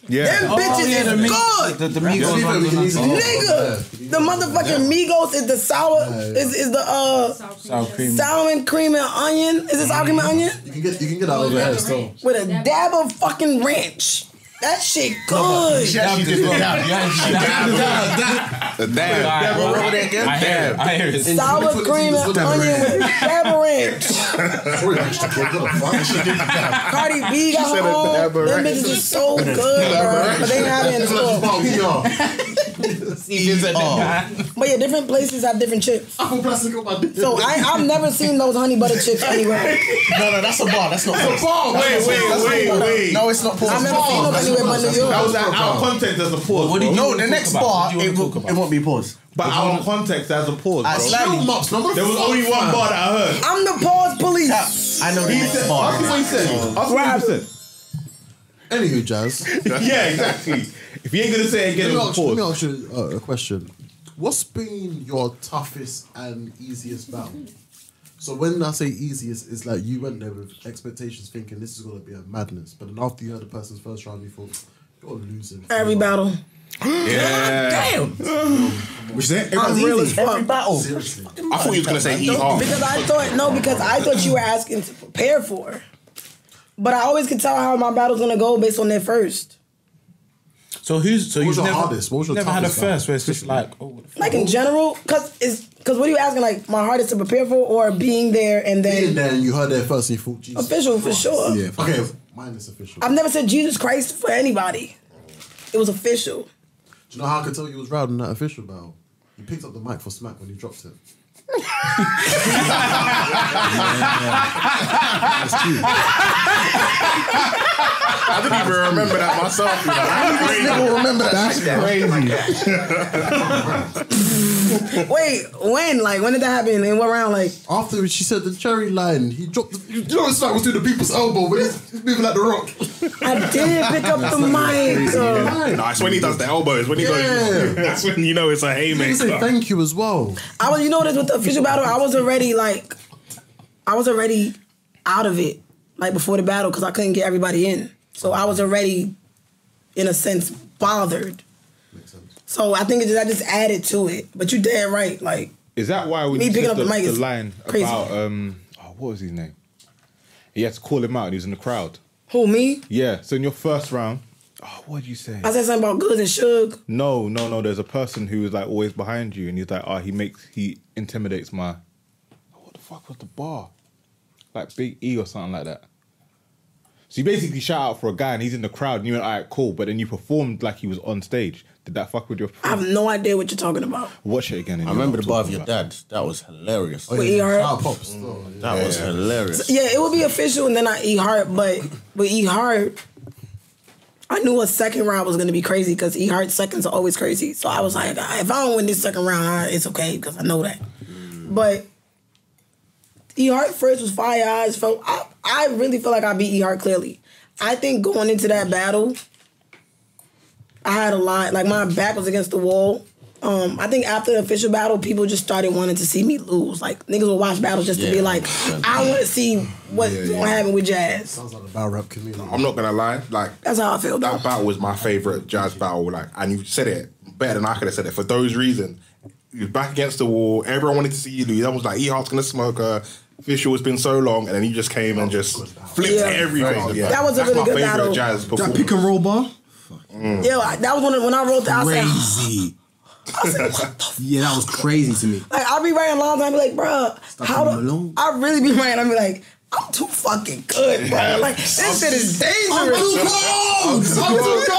[SPEAKER 6] Yeah.
[SPEAKER 1] Them bitches
[SPEAKER 2] Oh, yeah, the
[SPEAKER 1] is
[SPEAKER 2] Mi-
[SPEAKER 1] good.
[SPEAKER 2] The, the Migos
[SPEAKER 3] Yeah.
[SPEAKER 2] ones.
[SPEAKER 3] Yeah.
[SPEAKER 2] and that.
[SPEAKER 1] Nigga, the motherfucking Migos is the sour is, is the uh
[SPEAKER 2] Sour cream.
[SPEAKER 1] sour and cream and onion. Is it sour cream and onion?
[SPEAKER 3] You can get you can get out of there still.
[SPEAKER 1] With a dab of fucking ranch. That shit good.
[SPEAKER 20] actually did the dab.
[SPEAKER 2] Yeah, she
[SPEAKER 20] Dab.
[SPEAKER 2] dab.
[SPEAKER 12] The
[SPEAKER 2] All
[SPEAKER 12] damn.
[SPEAKER 2] right, well,
[SPEAKER 20] Roll that again.
[SPEAKER 2] I hear it. I hear it.
[SPEAKER 1] Sour cream and onion with dab of ranch.
[SPEAKER 3] Sorry, I just can't get a fuck.
[SPEAKER 1] Cardi B got her own. Them bitches is so good, bro. But they ain't have it in the
[SPEAKER 3] It's like
[SPEAKER 1] store.
[SPEAKER 3] about VR.
[SPEAKER 1] But yeah, different places have different chips.
[SPEAKER 3] Apple plastic on my dick.
[SPEAKER 1] So I, I've never seen those honey butter chips anywhere.
[SPEAKER 20] No, no, that's a bar. That's not
[SPEAKER 12] That's a bar.
[SPEAKER 20] That's
[SPEAKER 12] Wait,
[SPEAKER 20] not
[SPEAKER 12] wait,
[SPEAKER 20] porn.
[SPEAKER 12] wait,
[SPEAKER 20] That's not
[SPEAKER 12] wait.
[SPEAKER 20] porn. No, it's not porn.
[SPEAKER 1] I've
[SPEAKER 20] It's
[SPEAKER 1] never
[SPEAKER 20] not
[SPEAKER 1] seen
[SPEAKER 3] Oh,
[SPEAKER 20] porn.
[SPEAKER 1] them
[SPEAKER 20] That's
[SPEAKER 1] anywhere
[SPEAKER 20] not
[SPEAKER 1] but
[SPEAKER 20] porn.
[SPEAKER 1] New York.
[SPEAKER 6] That was our, our context as a pause.
[SPEAKER 2] What do you
[SPEAKER 6] bro.
[SPEAKER 20] No, the next bar, it
[SPEAKER 2] will-
[SPEAKER 20] won't, it won't be paused.
[SPEAKER 6] But our context as a pause.
[SPEAKER 20] I
[SPEAKER 6] bro.
[SPEAKER 20] slapped-
[SPEAKER 3] Yo, Mops, no, what the
[SPEAKER 6] There was
[SPEAKER 3] fuck,
[SPEAKER 6] only one
[SPEAKER 3] man?
[SPEAKER 6] bar that I heard.
[SPEAKER 1] I'm the pause police.
[SPEAKER 20] I know the
[SPEAKER 6] He
[SPEAKER 20] next
[SPEAKER 6] said,
[SPEAKER 20] bar.
[SPEAKER 6] ask me what he said. Ask me what he said.
[SPEAKER 3] Anywho, Jazz.
[SPEAKER 6] Yeah, exactly. If you ain't gonna say it
[SPEAKER 3] Let
[SPEAKER 6] again,
[SPEAKER 3] me
[SPEAKER 6] it was
[SPEAKER 3] ask,
[SPEAKER 6] a
[SPEAKER 3] let me
[SPEAKER 6] pause.
[SPEAKER 3] ask you uh, a question. What's been your toughest and easiest battle? So when I say easiest, it's like you went there with expectations, thinking this is gonna be a madness. But then after you heard the person's first round, you thought you're losing.
[SPEAKER 1] Every battle.
[SPEAKER 12] Damn.
[SPEAKER 21] Which is it?
[SPEAKER 1] I'm real as fuck.
[SPEAKER 20] battle.
[SPEAKER 3] Seriously.
[SPEAKER 12] I thought you was gonna say he
[SPEAKER 1] No,
[SPEAKER 12] hard.
[SPEAKER 1] because I thought no, because I thought you were asking to prepare for. But I always could tell how my battle's gonna go based on their first.
[SPEAKER 2] So who's so
[SPEAKER 3] What was
[SPEAKER 2] you've
[SPEAKER 3] your
[SPEAKER 2] never,
[SPEAKER 3] hardest? What was your
[SPEAKER 2] never had a
[SPEAKER 3] toughest battle?
[SPEAKER 2] first where it's just like oh what the fuck?
[SPEAKER 1] Like in general, cause is cause what are you asking? Like my hardest to prepare for or being there and then
[SPEAKER 3] Being there and you heard that first, and you thought, Jesus.
[SPEAKER 1] official for sure.
[SPEAKER 21] Yeah. fuck.
[SPEAKER 3] Okay, mine is official.
[SPEAKER 1] I've never said Jesus Christ for anybody. It was official.
[SPEAKER 3] Do you know how I could tell you was round in that official battle? You picked up the mic for smack when you dropped it.
[SPEAKER 12] I didn't even remember that myself. You know.
[SPEAKER 20] People remember that.
[SPEAKER 12] That's crazy.
[SPEAKER 1] Wait, when? Like when did that happen? In what round? Like
[SPEAKER 3] After she said the cherry line, he dropped. The, you know, smack was doing the people's elbow, but he's, he's moving like the rock.
[SPEAKER 1] I did pick up the mic. uh,
[SPEAKER 12] No, it's when he does the elbows. When he goes,
[SPEAKER 3] Yeah.
[SPEAKER 12] that's when you know it's a
[SPEAKER 3] You say
[SPEAKER 12] haymaker.
[SPEAKER 3] thank you as well.
[SPEAKER 1] I was, you know, this with the official battle, I was already like, I was already out of it, like before the battle, because I couldn't get everybody in. So I was already, in a sense, bothered. So I think it just, I just added to it. But you dead right, like
[SPEAKER 6] Is that why when
[SPEAKER 1] Me
[SPEAKER 6] you
[SPEAKER 1] picking
[SPEAKER 6] said
[SPEAKER 1] up
[SPEAKER 6] the,
[SPEAKER 1] the mic
[SPEAKER 6] the
[SPEAKER 1] is
[SPEAKER 6] line
[SPEAKER 1] crazy.
[SPEAKER 6] about um, oh, what was his name? He had to call him out, and he was in the crowd.
[SPEAKER 1] who me?
[SPEAKER 6] Yeah. So in your first round, oh, what did you say?
[SPEAKER 1] I said something about goods and Suge.
[SPEAKER 6] no, no, no. There's a person who is like always behind you, and he's like, oh, he makes, he intimidates my. What the fuck was the bar? Like Big E or something like that. So you basically shout out for a guy, and he's in the crowd, and you went, all right, cool. But then you performed like he was on stage. Did that fuck with your?
[SPEAKER 1] I have no idea what you're talking about.
[SPEAKER 6] Watch it again. and
[SPEAKER 20] I
[SPEAKER 6] you'll know
[SPEAKER 20] remember the
[SPEAKER 6] what I'm
[SPEAKER 20] bar of
[SPEAKER 6] talking
[SPEAKER 20] your
[SPEAKER 6] about.
[SPEAKER 20] dad. That was hilarious.
[SPEAKER 1] With E
[SPEAKER 3] Oh, Shout out
[SPEAKER 1] Heart.
[SPEAKER 3] pops.
[SPEAKER 12] Mm.
[SPEAKER 3] though, yeah.
[SPEAKER 20] That was hilarious.
[SPEAKER 1] Yeah, it would be official and then I E Heart, but with E Heart, I knew a second round was gonna be crazy because E Heart seconds are always crazy. So I was like, "Ah, if I don't win this second round, ah, it's okay because I know that. But E Heart first was fire. I just felt I, I really feel like I beat E Heart clearly. I think going into that battle, I had a lot. Like my back was against the wall. Um, I think after the official battle, people just started wanting to see me lose. Like niggas will watch battles just to be
[SPEAKER 12] Yeah.
[SPEAKER 1] like, I want to see what's
[SPEAKER 12] Yeah,
[SPEAKER 1] gonna
[SPEAKER 12] yeah.
[SPEAKER 1] happen with Jazz.
[SPEAKER 12] Battle rap community. I'm not gonna lie, like
[SPEAKER 1] that's how I feel.
[SPEAKER 12] That battle was my favorite jazz battle, like, and you said it better than I could have said it for those reasons. You was back against the wall. Everyone wanted to see you lose. I was like, E Heart's gonna smoke her. Official has been so long, and then you just came and just flipped
[SPEAKER 1] Yeah.
[SPEAKER 12] everything. Yeah.
[SPEAKER 1] That was a
[SPEAKER 12] That's
[SPEAKER 1] really
[SPEAKER 12] my
[SPEAKER 1] good
[SPEAKER 12] favorite
[SPEAKER 1] battle.
[SPEAKER 12] jazz
[SPEAKER 21] That
[SPEAKER 12] performance.
[SPEAKER 21] pick and roll bar?
[SPEAKER 12] Oh.
[SPEAKER 1] Yeah, like, that was when when I wrote that. I said,
[SPEAKER 21] Crazy. yeah, that was crazy to me.
[SPEAKER 1] Like I'll be writing long time, be like, bruh, how do I really be writing? I'll be like, I'm too fucking good, bro. Like this shit is dangerous.
[SPEAKER 9] I'm too
[SPEAKER 1] close. I'm too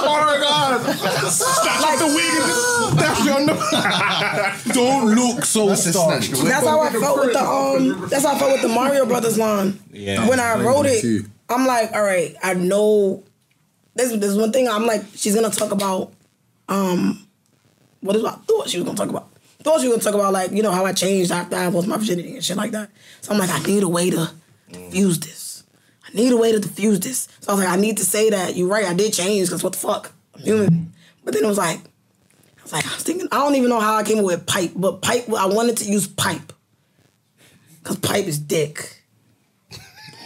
[SPEAKER 9] Oh
[SPEAKER 12] my god! Snatch
[SPEAKER 1] like, the
[SPEAKER 12] wig and snatch your nose.
[SPEAKER 21] Don't look so
[SPEAKER 1] That's
[SPEAKER 21] stunned.
[SPEAKER 1] That's how I felt with the um. That's how I felt with the Mario Brothers line.
[SPEAKER 21] Yeah.
[SPEAKER 1] When I wrote it,
[SPEAKER 21] Too.
[SPEAKER 1] I'm like, all right, I know. This this one thing I'm like, she's gonna talk about, um, what is what I thought she was gonna talk about. Thought she was gonna talk about like you know how I changed after I lost my virginity and shit like that. So I'm like, I need a way to diffuse this. I need a way to diffuse this. So I was like, I need to say that you're right. I did change because what the fuck, I'm human. But then it was like, I was like, I was thinking, I don't even know how I came up with pipe, but pipe. I wanted to use pipe because pipe is dick.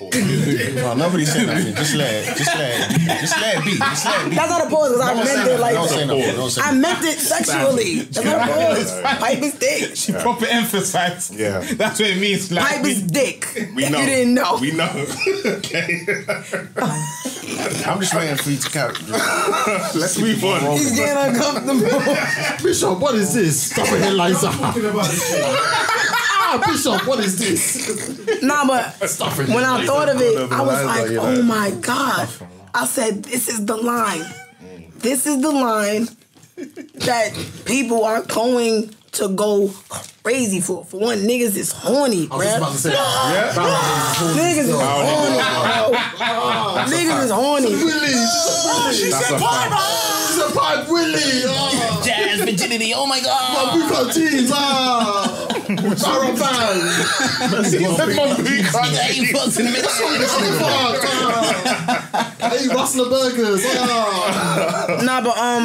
[SPEAKER 20] No, nobody said nothing. Just let it. Just let it. Just let it be. Just let it be.
[SPEAKER 1] That's not a pause because I
[SPEAKER 20] Don't say
[SPEAKER 1] meant
[SPEAKER 20] nothing.
[SPEAKER 1] it like
[SPEAKER 20] Don't say nothing. Don't say
[SPEAKER 1] I
[SPEAKER 20] nothing.
[SPEAKER 1] meant it sexually. That's not a pause. Pipe is dick.
[SPEAKER 10] She proper emphasized.
[SPEAKER 12] Yeah.
[SPEAKER 10] That's what it means. Like,
[SPEAKER 1] Pipe is dick.
[SPEAKER 10] We know.
[SPEAKER 1] You didn't know.
[SPEAKER 12] We know. okay.
[SPEAKER 20] I'm just waiting for you to carry.
[SPEAKER 12] Let's move on.
[SPEAKER 1] He's getting uncomfortable.
[SPEAKER 3] Bishop, what is this? Stop it, Eliza.
[SPEAKER 1] ah,
[SPEAKER 3] Bishop, what is this?
[SPEAKER 1] Nah, but
[SPEAKER 3] Stop it.
[SPEAKER 1] when I thought of it, I was
[SPEAKER 3] Eliza,
[SPEAKER 1] like,
[SPEAKER 3] you
[SPEAKER 1] oh
[SPEAKER 3] know.
[SPEAKER 1] my God. I said, this is the line. This is the line that people are going to go crazy for. For one, niggas is horny,
[SPEAKER 9] was just
[SPEAKER 1] bruh.
[SPEAKER 9] about to say that. Yeah.
[SPEAKER 1] Niggas is horny, bro. Niggas is horny.
[SPEAKER 9] she
[SPEAKER 1] That's
[SPEAKER 9] said
[SPEAKER 1] a
[SPEAKER 9] pipe.
[SPEAKER 1] fact.
[SPEAKER 9] ah.
[SPEAKER 3] It's a pipe, Willie. ah.
[SPEAKER 9] Jazz virginity. Oh my
[SPEAKER 3] My
[SPEAKER 9] god.
[SPEAKER 3] Buka jeans, ah. Sarah Van.
[SPEAKER 9] Eight bucks in the mix.
[SPEAKER 3] Hey, Rustler Burgers. Ah.
[SPEAKER 1] nah, but um,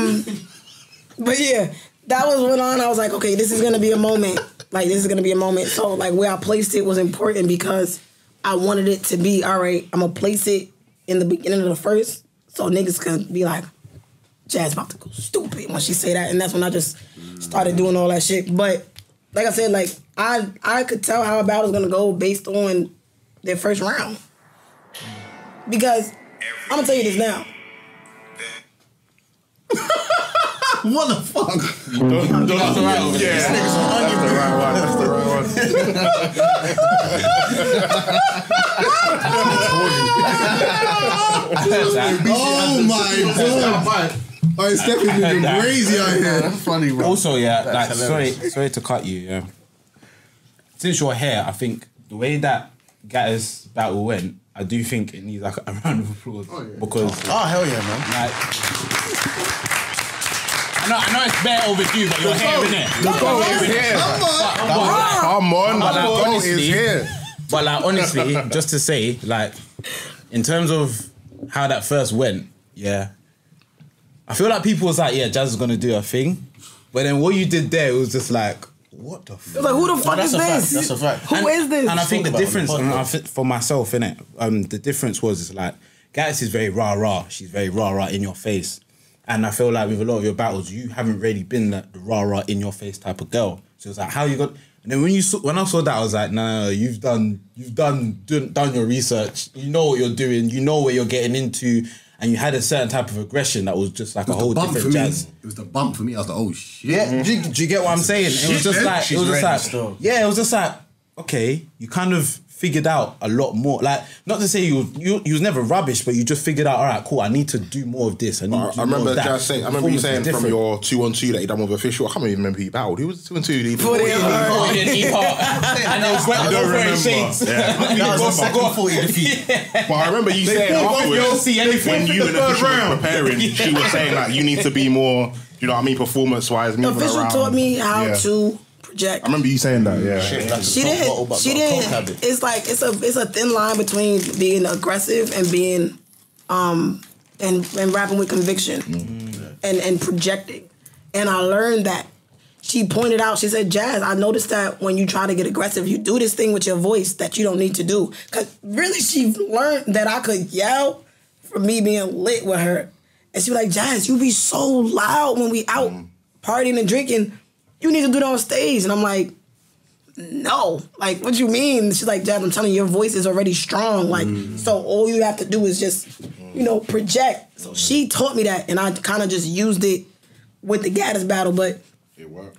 [SPEAKER 1] but yeah, that was when on. I was like, okay, this is gonna be a moment. Like this is gonna be a moment. So like where I placed it was important because I wanted it to be all right. I'm gonna place it in the beginning of the first, so niggas could be like, Jazz about to go stupid when she say that, and that's when I just started doing all that shit. But like I said, like I I could tell how a battle's gonna go based on their first round because I'm gonna tell you this now.
[SPEAKER 3] what the fuck?
[SPEAKER 9] That's the right one. This nigga's an onion
[SPEAKER 12] That's the right one. That's the right one.
[SPEAKER 3] oh my god. Oh, it's definitely been crazy out here. Oh, That's funny, bro.
[SPEAKER 2] Also, yeah,
[SPEAKER 3] That's
[SPEAKER 2] like
[SPEAKER 3] hilarious.
[SPEAKER 2] sorry, sorry to cut you. Yeah. Since your hair, I think the way that Gattis battle went, I do think it needs like a round of applause because
[SPEAKER 20] Oh hell yeah, man.
[SPEAKER 2] like. I know, I know it's bare overdue, but your
[SPEAKER 20] The
[SPEAKER 2] hair,
[SPEAKER 20] goat.
[SPEAKER 2] innit?
[SPEAKER 20] The goat is
[SPEAKER 2] But-
[SPEAKER 20] here.
[SPEAKER 2] but-
[SPEAKER 20] Come
[SPEAKER 2] but-
[SPEAKER 20] on. Come on,
[SPEAKER 2] but
[SPEAKER 20] the
[SPEAKER 2] like,
[SPEAKER 20] goat is
[SPEAKER 2] honestly-
[SPEAKER 20] here.
[SPEAKER 2] But like honestly, just to say, like, in terms of how that first went, yeah, I feel like people was like, yeah, Jazz is gonna do her thing, but then what you did there it was just like, what the
[SPEAKER 1] It was like, who the fuck
[SPEAKER 2] that's
[SPEAKER 1] is
[SPEAKER 2] a fact,
[SPEAKER 1] this?
[SPEAKER 2] that's a
[SPEAKER 1] fact. Who is this?
[SPEAKER 2] And I think the difference and I thi- for myself, innit? Um, the difference was is like Gaddis is very rah rah. She's very rah rah in your face, and I feel like with a lot of your battles, you haven't really been that the rah rah in your face type of girl. So it's like how you got. And then when you saw, when I saw that, I was like, no, no, no, you've done you've done done done your research. You know what you're doing. You know where you're getting into. And you had a certain type of aggression that was just like a
[SPEAKER 21] It was
[SPEAKER 2] whole
[SPEAKER 21] the bump for
[SPEAKER 2] different
[SPEAKER 21] me.
[SPEAKER 2] jazz.
[SPEAKER 21] It was the bump for me. I was like, oh shit.
[SPEAKER 2] Yeah, do, you, do you get what I'm saying? It was
[SPEAKER 21] Shit,
[SPEAKER 2] just
[SPEAKER 21] man.
[SPEAKER 2] like
[SPEAKER 21] She's
[SPEAKER 2] it was just
[SPEAKER 21] ready
[SPEAKER 2] like
[SPEAKER 21] still.
[SPEAKER 2] yeah, it was just like okay, you kind of figured out a lot more. Like not to say you you you was never rubbish, but you just figured out all right, cool. I need to do more of this. I need. to do more
[SPEAKER 12] I remember
[SPEAKER 2] of that.
[SPEAKER 12] Jazz saying, I remember you
[SPEAKER 2] Performance was
[SPEAKER 12] saying from
[SPEAKER 2] different.
[SPEAKER 12] your 2 on 2 that you done with official. I can't even remember who you battled. Who was the 2 on 2? You
[SPEAKER 2] Put it on. Oh, he didn't eat hot. And it was wet
[SPEAKER 12] I
[SPEAKER 2] all
[SPEAKER 12] don't
[SPEAKER 2] over his
[SPEAKER 12] remember.
[SPEAKER 2] sheets.
[SPEAKER 12] Yeah.
[SPEAKER 2] And he
[SPEAKER 12] That was
[SPEAKER 2] got
[SPEAKER 12] the second
[SPEAKER 2] forgot.
[SPEAKER 12] 40 defeat. But I remember you
[SPEAKER 2] They
[SPEAKER 12] saying
[SPEAKER 2] fought both
[SPEAKER 12] afterwards,
[SPEAKER 2] girls, see anything
[SPEAKER 12] when
[SPEAKER 2] for
[SPEAKER 12] you
[SPEAKER 2] the
[SPEAKER 12] and
[SPEAKER 2] third
[SPEAKER 12] official were
[SPEAKER 2] round.
[SPEAKER 12] preparing, she was saying like you need to be more, you know what I mean, performance wise.
[SPEAKER 1] Official taught me how to project.
[SPEAKER 12] I remember you saying that. Yeah.
[SPEAKER 1] She didn't. She didn't. It's like it's a it's a thin line between being aggressive and being um and and rapping with conviction. and and projecting. And I learned that. She pointed out, she said, Jazz, I noticed that when you try to get aggressive, you do this thing with your voice that you don't need to do. Cause really she learned that I could yell from me being lit with her. And she was like, Jazz, you be so loud when we out partying and drinking. You need to do that on stage. And I'm like, no. Like, what you mean? She's like, Jazz, I'm telling you, your voice is already strong. Like, so all you have to do is just, you know, project. So she taught me that, and I kind of just used it with the Gaddis battle. But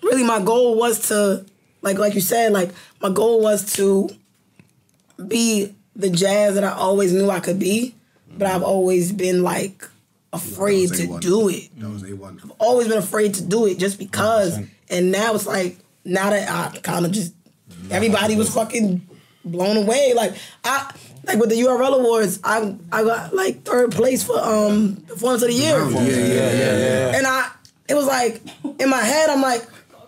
[SPEAKER 1] really, my goal was to, like, like you said, like my goal was to be the jazz that I always knew I could be, but I've always been like afraid to do it.
[SPEAKER 21] That was A1.
[SPEAKER 1] I've always been afraid to do it just because. And now it's like now that I kind of just everybody was fucking blown away. Like I like with the URL awards, I I got like third place for um performance of the year.
[SPEAKER 21] Yeah, yeah, yeah, yeah, yeah.
[SPEAKER 1] And I it was like in my head I'm like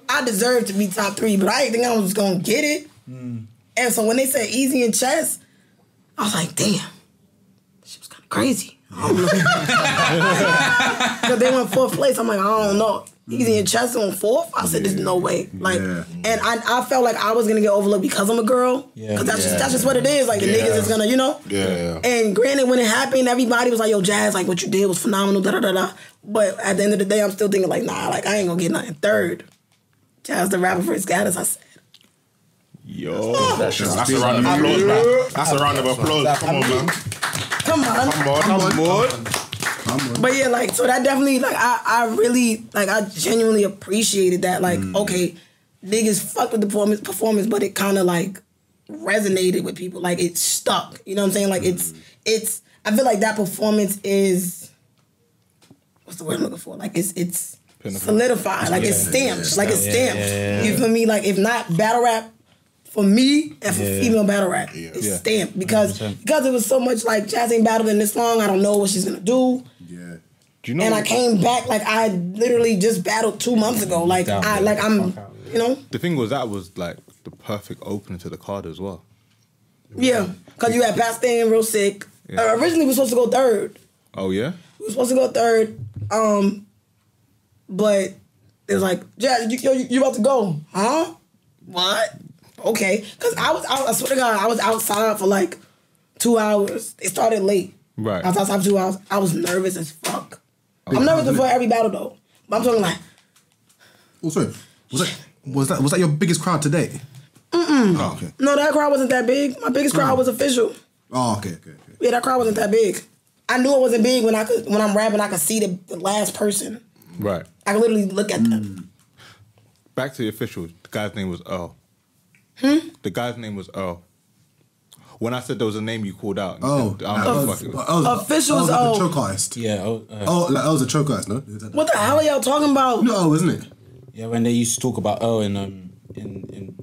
[SPEAKER 1] I deserve to be top three, but I didn't think I was gonna get it.
[SPEAKER 12] Mm.
[SPEAKER 1] And so when they said easy and chess, I was like, damn, she was kind of crazy. Because they went fourth place. I'm like, I don't know. Easy and chess on fourth. I said, there's no way. Like, and I, I felt like I was gonna get overlooked because I'm a girl.
[SPEAKER 12] Yeah.
[SPEAKER 1] Cause that's
[SPEAKER 12] Yeah.
[SPEAKER 1] just that's just what it is. Like the
[SPEAKER 12] Yeah.
[SPEAKER 1] niggas is gonna, you know.
[SPEAKER 12] Yeah.
[SPEAKER 1] And granted, when it happened, everybody was like, "Yo, Jazz, like what you did was phenomenal." Da da da da. But at the end of the day, I'm still thinking like, "Nah, like I ain't gonna get nothing." Third, Jazz the rapper for his Gaddis. I said, Oh,
[SPEAKER 6] Yo,
[SPEAKER 12] that's, a round of applause, man. That's a round of applause. Come on, man.
[SPEAKER 1] "Come on,
[SPEAKER 12] Come on, come on.
[SPEAKER 1] But yeah, like so that definitely like I I really like I genuinely appreciated that. Like
[SPEAKER 26] Mm.
[SPEAKER 1] okay, niggas fucked with the performance performance, but it kind of like resonated with people. Like it stuck. You know what I'm saying? Like
[SPEAKER 26] Mm.
[SPEAKER 1] it's it's. I feel like that performance is what's the word I'm looking for? Like it's it's solidified. Like it's
[SPEAKER 26] Yeah.
[SPEAKER 1] stamped.
[SPEAKER 26] Yeah.
[SPEAKER 1] Like it's
[SPEAKER 26] Yeah.
[SPEAKER 1] stamped.
[SPEAKER 26] Yeah.
[SPEAKER 1] You feel me? Like if not battle rap. For me and for
[SPEAKER 26] Yeah.
[SPEAKER 1] female battle rap, it's
[SPEAKER 26] Yeah.
[SPEAKER 1] stamped because
[SPEAKER 26] 100%.
[SPEAKER 1] because it was so much like Jazz ain't battling this long. I don't know what she's gonna do.
[SPEAKER 6] Do you know?
[SPEAKER 1] and I came back like I literally just battled two months ago. Like
[SPEAKER 6] Damn,
[SPEAKER 1] I
[SPEAKER 6] yeah.
[SPEAKER 1] like I'm you know
[SPEAKER 6] The thing was that was like the perfect opening to the card as well.
[SPEAKER 1] yeah because you had Pastan real sick.
[SPEAKER 6] Yeah.
[SPEAKER 1] Uh, originally we were supposed to go third.
[SPEAKER 6] Oh yeah.
[SPEAKER 1] We were supposed to go third. Um, but it was like yeah you yo, you, you about to go huh what okay because I was out I swear to God I was outside for like two hours. It started late.
[SPEAKER 6] Right.
[SPEAKER 1] I was outside for two hours. I was nervous as fuck. I'm nervous before every battle though. But I'm talking like
[SPEAKER 21] Also, Oh, was that was that was that your biggest crowd today?
[SPEAKER 1] mm
[SPEAKER 21] Oh, okay.
[SPEAKER 1] No, that crowd wasn't that big. My biggest crowd was official.
[SPEAKER 21] Oh, okay. okay.
[SPEAKER 1] Yeah, that crowd wasn't that big. I knew it wasn't big when I could when I'm rapping, I could see the, the last person.
[SPEAKER 6] Right.
[SPEAKER 1] I could literally look at them.
[SPEAKER 6] Back to the official. The guy's name was Earl.
[SPEAKER 1] Hmm?
[SPEAKER 6] The guy's name was Earl. When I said there was a name you called out, you
[SPEAKER 21] Oh,
[SPEAKER 6] said, I don't know
[SPEAKER 21] uh,
[SPEAKER 6] fuck it was.
[SPEAKER 21] uh, uh,
[SPEAKER 1] Officials,
[SPEAKER 21] uh,
[SPEAKER 1] oh.
[SPEAKER 21] the choke artist.
[SPEAKER 2] Yeah. Oh,
[SPEAKER 21] Oh, like, that was a choke artist, no?
[SPEAKER 1] What the hell are y'all talking about?
[SPEAKER 21] No, isn't it?
[SPEAKER 2] Yeah, when they used to talk about Earl in um in in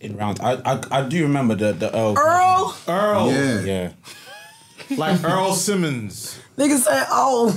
[SPEAKER 2] in rounds, I I, I do remember the the Earl.
[SPEAKER 1] Earl?
[SPEAKER 6] Earl.
[SPEAKER 2] Yeah.
[SPEAKER 6] Like Earl Simmons.
[SPEAKER 1] Nigga said, oh.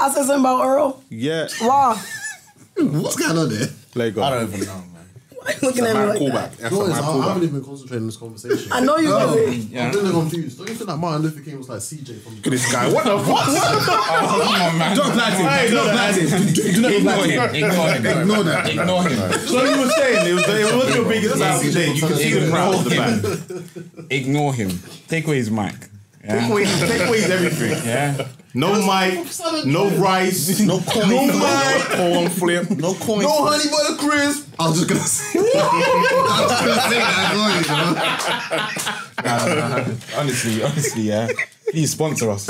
[SPEAKER 1] I said something about Earl.
[SPEAKER 6] Yeah.
[SPEAKER 1] Why?
[SPEAKER 21] What's going on there?
[SPEAKER 6] Lego.
[SPEAKER 21] I don't even know.
[SPEAKER 1] Why you looking at me like that?
[SPEAKER 3] No, it's- I I haven't even concentrated on this conversation.
[SPEAKER 1] I know you
[SPEAKER 3] Oh,
[SPEAKER 1] haven't.
[SPEAKER 3] I'm really confused. Don't you think that Martin Luther King was like CJ from
[SPEAKER 12] Look at this guy. What the fuck? What the fuck?
[SPEAKER 21] Don't black him. Do not black him. Do- Do not black him. Ignore that.
[SPEAKER 2] Ignore him.
[SPEAKER 12] So you were saying it was, it was your biggest
[SPEAKER 2] Ignore
[SPEAKER 12] album
[SPEAKER 2] him.
[SPEAKER 12] today. You can see the crowd in the back.
[SPEAKER 2] Ignore him. Ignore him. Take away his mic. Yeah?
[SPEAKER 12] Take away- take away his everything.
[SPEAKER 2] Yeah.
[SPEAKER 12] No mic, no rice, no corn, no mic, corn flip, no coin, no honey butter crisp.
[SPEAKER 21] Oh, I was just gonna say.
[SPEAKER 12] I
[SPEAKER 21] was gonna say that.
[SPEAKER 2] Nah, nah, nah, nah. honestly, honestly, yeah. Please sponsor us.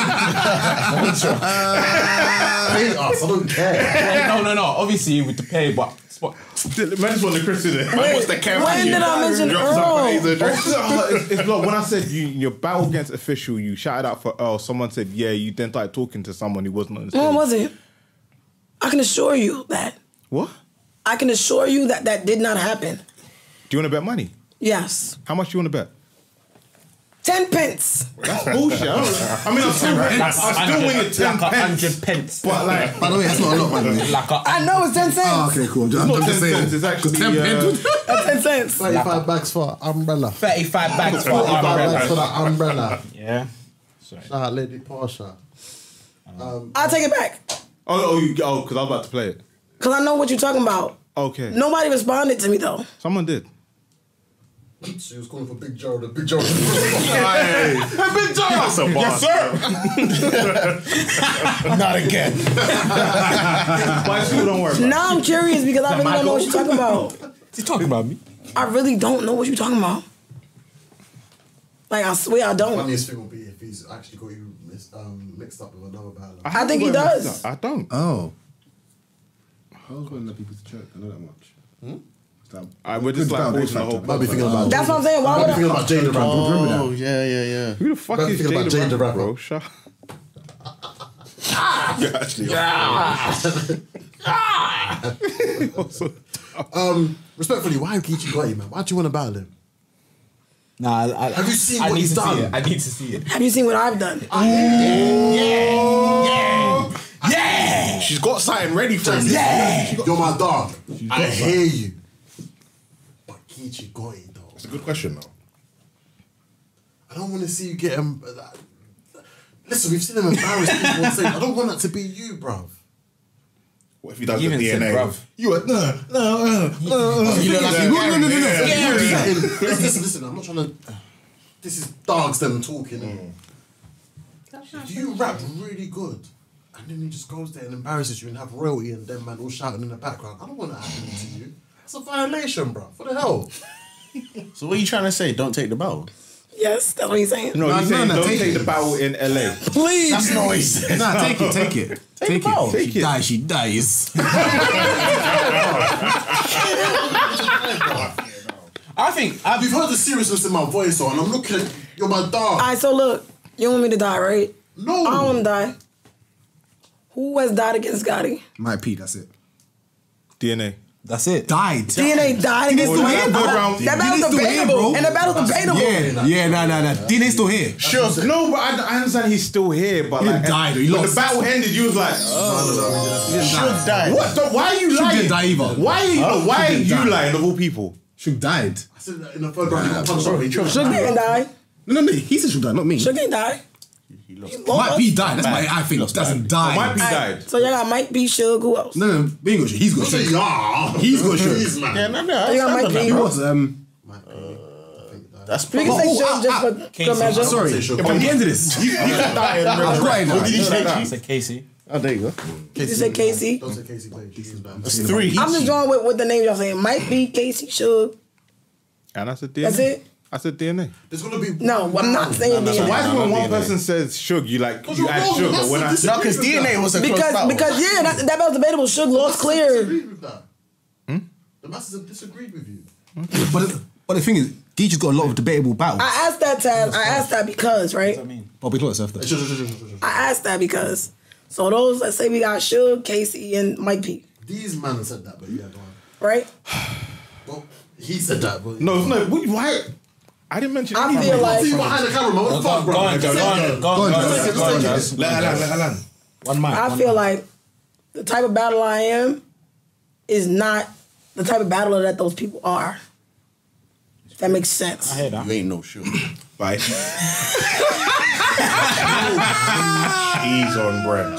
[SPEAKER 2] sponsor us.
[SPEAKER 21] Uh,
[SPEAKER 3] Pay us, I don't care.
[SPEAKER 2] No, no, no. Obviously, you would pay, but spot.
[SPEAKER 12] Man's on the Chris today.
[SPEAKER 6] Wait,
[SPEAKER 12] What's the camera?
[SPEAKER 6] when did I mention Earl? it's,
[SPEAKER 12] Earl?
[SPEAKER 6] Oh, it's like when I said you, your battle against official, you shouted out for Earl. Someone said, "Yeah." You then started talking to someone who wasn't on the stage.
[SPEAKER 1] No, it wasn't. I can assure you that.
[SPEAKER 6] What?
[SPEAKER 1] I can assure you that that did not happen.
[SPEAKER 6] Do you want to bet money?
[SPEAKER 1] Yes.
[SPEAKER 6] How much do you want to bet?
[SPEAKER 1] Ten pence.
[SPEAKER 6] That's bullshit. I, don't- I mean, I'm still,
[SPEAKER 2] That's
[SPEAKER 6] I still win it ten
[SPEAKER 2] like a
[SPEAKER 6] pence.
[SPEAKER 2] hundred pence.
[SPEAKER 6] But like,
[SPEAKER 21] By the way, that's not a lot, by the way.
[SPEAKER 2] Like a,
[SPEAKER 1] I know it's ten cents.
[SPEAKER 21] Oh, okay, cool. I'm just, I'm just saying.
[SPEAKER 6] It's actually
[SPEAKER 21] 10
[SPEAKER 1] uh,
[SPEAKER 21] pence.
[SPEAKER 1] That's ten cents.
[SPEAKER 3] 35 bags for umbrella.
[SPEAKER 2] 35 bags for
[SPEAKER 3] 35
[SPEAKER 2] umbrella.
[SPEAKER 3] bags for the umbrella.
[SPEAKER 2] Yeah.
[SPEAKER 3] Shout out Lady Pasha.
[SPEAKER 1] Um, I'll take it back
[SPEAKER 6] Oh, oh, you, oh, because I was about to play it.
[SPEAKER 1] because I know what you're talking about.
[SPEAKER 6] Okay.
[SPEAKER 1] Nobody responded to me though.
[SPEAKER 6] Someone did.
[SPEAKER 3] She was calling for Big Joe. The Big Joe.
[SPEAKER 6] Hey.
[SPEAKER 3] Big Joe.
[SPEAKER 6] That's a bar.
[SPEAKER 3] yes, sir. Not again.
[SPEAKER 6] Why school don't worry about it.
[SPEAKER 1] Now I'm curious because I really
[SPEAKER 6] That
[SPEAKER 1] don't know
[SPEAKER 6] Michael?
[SPEAKER 1] what you're talking about.
[SPEAKER 6] He's talking about me.
[SPEAKER 1] I really don't know what you're talking about. Like I swear I don't.
[SPEAKER 3] Funniest thing will be if he's actually got you mis- um, mixed up with another battle.
[SPEAKER 1] I think he does. Uh,
[SPEAKER 6] I don't.
[SPEAKER 4] Oh. I was going to let people to church. I know that much.
[SPEAKER 6] I we're just
[SPEAKER 4] Good
[SPEAKER 6] like
[SPEAKER 4] foundation
[SPEAKER 6] watching the whole.
[SPEAKER 4] Might be thinking about
[SPEAKER 1] That's what I'm saying. Why would
[SPEAKER 3] Might be
[SPEAKER 1] I?
[SPEAKER 3] thinking about Jada Brown. Do you remember that?
[SPEAKER 20] Oh, yeah, yeah, yeah.
[SPEAKER 6] Who the fuck
[SPEAKER 3] Don't
[SPEAKER 6] is
[SPEAKER 3] think about Jada
[SPEAKER 6] Jada, Rabbit,
[SPEAKER 3] Rabbit.
[SPEAKER 6] bro? Shut
[SPEAKER 3] um, respectfully, why have Geechee got you, man? Why do you want to battle him?
[SPEAKER 2] Nah, I, I-
[SPEAKER 3] Have you seen
[SPEAKER 2] I
[SPEAKER 3] what
[SPEAKER 2] need
[SPEAKER 3] he's
[SPEAKER 2] to see
[SPEAKER 3] done?
[SPEAKER 2] it. I need to see it.
[SPEAKER 1] Have you seen what I've done?
[SPEAKER 12] Yeah. Yeah. She's got something ready for him.
[SPEAKER 3] Yeah. You're my dog. I
[SPEAKER 12] got
[SPEAKER 3] hear you. But Geechee got it, though.
[SPEAKER 12] It's a good question though.
[SPEAKER 3] I don't want to see you get him. Listen, we've seen him embarrass people. on stage. I don't want that to be you, bruv.
[SPEAKER 12] What if he does
[SPEAKER 3] You
[SPEAKER 12] the
[SPEAKER 3] even said
[SPEAKER 12] DNA?
[SPEAKER 3] bruv.
[SPEAKER 12] You are no, no, no, no. no.
[SPEAKER 3] You know, like, no, no, no, no, no.
[SPEAKER 12] Yeah.
[SPEAKER 3] Listen, listen, listen, I'm not trying to. This is dogs them talking. innit? You rap really good, and then he just goes there and embarrasses you and have royalty and them man all shouting in the background. I don't want that happening to you. It's a violation, bro. What the hell?
[SPEAKER 20] So what are you trying to say? Don't take the bow.
[SPEAKER 1] Yes, that's what he's saying.
[SPEAKER 6] No, he's saying
[SPEAKER 20] no,
[SPEAKER 6] don't
[SPEAKER 20] take
[SPEAKER 6] take
[SPEAKER 20] it.
[SPEAKER 6] the battle in LA.
[SPEAKER 1] Please.
[SPEAKER 20] That's not what he said.
[SPEAKER 21] Nah, take it, take it. Take,
[SPEAKER 20] the bow.
[SPEAKER 21] it. She dies, she dies.
[SPEAKER 2] I think I've,
[SPEAKER 3] you've heard the seriousness in my voice, though, and I'm looking at you're my dog.
[SPEAKER 1] All right, so look, you want me to die, right?
[SPEAKER 3] No.
[SPEAKER 1] I don't want to die. Who has died against Gotti?
[SPEAKER 21] Mike P, that's it.
[SPEAKER 6] DNA.
[SPEAKER 2] That's it.
[SPEAKER 21] Died.
[SPEAKER 1] DNA died
[SPEAKER 21] DNA's
[SPEAKER 1] against
[SPEAKER 21] still here, bro.
[SPEAKER 1] That battle's
[SPEAKER 21] DNA's still here,
[SPEAKER 1] debatable.
[SPEAKER 21] bro.
[SPEAKER 1] And the battle's debatable.
[SPEAKER 21] Yeah, yeah, nah, nah, nah. DNA's still here.
[SPEAKER 6] Sure. No, but I, I understand he's still here. But
[SPEAKER 21] He
[SPEAKER 6] like,
[SPEAKER 21] died, he
[SPEAKER 6] when
[SPEAKER 21] lost.
[SPEAKER 6] the battle ended, you was like,
[SPEAKER 21] He didn't die.
[SPEAKER 6] Shook died. What? The, why are you
[SPEAKER 21] Shook
[SPEAKER 6] lying?
[SPEAKER 21] didn't die either.
[SPEAKER 6] Why? Are you,
[SPEAKER 21] Huh?
[SPEAKER 6] no, why
[SPEAKER 21] Shook
[SPEAKER 6] are
[SPEAKER 21] didn't
[SPEAKER 6] you
[SPEAKER 21] die.
[SPEAKER 6] lying of all people?
[SPEAKER 21] Shook died.
[SPEAKER 3] I said that in the third round. you got punched up, you
[SPEAKER 1] Shook didn't die.
[SPEAKER 21] No, no, no. He said Shook died, not me.
[SPEAKER 1] Shook didn't die.
[SPEAKER 21] Mike P died. That's why I think doesn't die.
[SPEAKER 6] Mike P died.
[SPEAKER 1] So y'all got Mike B. Suge. Who else?
[SPEAKER 21] No, no, no, he ain't got Shook. He's got
[SPEAKER 3] Say,
[SPEAKER 21] Shook.
[SPEAKER 3] "Ah."
[SPEAKER 21] He's got
[SPEAKER 3] Please,
[SPEAKER 21] Shook.
[SPEAKER 3] man.
[SPEAKER 1] So you got Mike
[SPEAKER 21] He
[SPEAKER 1] B.
[SPEAKER 21] was um.
[SPEAKER 20] That's
[SPEAKER 1] We
[SPEAKER 12] Oh,
[SPEAKER 1] can say
[SPEAKER 12] ah,
[SPEAKER 1] Suge just for good measure.
[SPEAKER 21] Sorry, on the end of this, I've got it now.
[SPEAKER 2] It's like Casey.
[SPEAKER 20] Oh, there you go.
[SPEAKER 1] Did you say Casey?
[SPEAKER 3] Don't say Casey Blade. She's bad.
[SPEAKER 20] That's three.
[SPEAKER 1] I'm just going with what the name y'all saying. Mike B. Casey Suge.
[SPEAKER 6] And I said DNA.
[SPEAKER 1] That's it.
[SPEAKER 6] I said DNA.
[SPEAKER 3] There's gonna be
[SPEAKER 1] No, I'm not saying
[SPEAKER 6] So why is
[SPEAKER 1] DNA.
[SPEAKER 6] it when one
[SPEAKER 20] DNA.
[SPEAKER 6] person says Shug, you like
[SPEAKER 3] What's
[SPEAKER 6] you
[SPEAKER 3] wrong
[SPEAKER 6] add
[SPEAKER 3] with
[SPEAKER 6] Shug,
[SPEAKER 3] that?
[SPEAKER 6] but when I
[SPEAKER 3] That's
[SPEAKER 20] No, because DNA was a close
[SPEAKER 1] Because
[SPEAKER 20] battle.
[SPEAKER 1] because yeah, that, that battle's debatable. Suge lost clear.
[SPEAKER 3] Agreed with that. The masses have disagreed with you.
[SPEAKER 21] But the- but the thing is, Geechee's got a lot of debatable battles.
[SPEAKER 1] I asked that Taz. I asked that because right.
[SPEAKER 21] Bobby Clark served that.
[SPEAKER 1] I asked that because so those let's say we got Suge, Casey, and Mike P.
[SPEAKER 3] These man said that, but yeah, go on.
[SPEAKER 1] Right?
[SPEAKER 3] Well, he said that, but
[SPEAKER 6] no no what- why I didn't mention.
[SPEAKER 1] I
[SPEAKER 6] anything.
[SPEAKER 1] feel like
[SPEAKER 3] See behind the camera, man. What the fuck, bro? Just say that.
[SPEAKER 6] Let- let- let- let-
[SPEAKER 2] One mic.
[SPEAKER 1] I
[SPEAKER 2] one
[SPEAKER 1] feel
[SPEAKER 2] mic.
[SPEAKER 1] like the type of battle I am is not the type of battler that those people are. If that makes sense.
[SPEAKER 2] I hear that.
[SPEAKER 20] You ain't no shoot.
[SPEAKER 12] Bye. She's on
[SPEAKER 3] Ew,
[SPEAKER 12] bread.
[SPEAKER 3] don't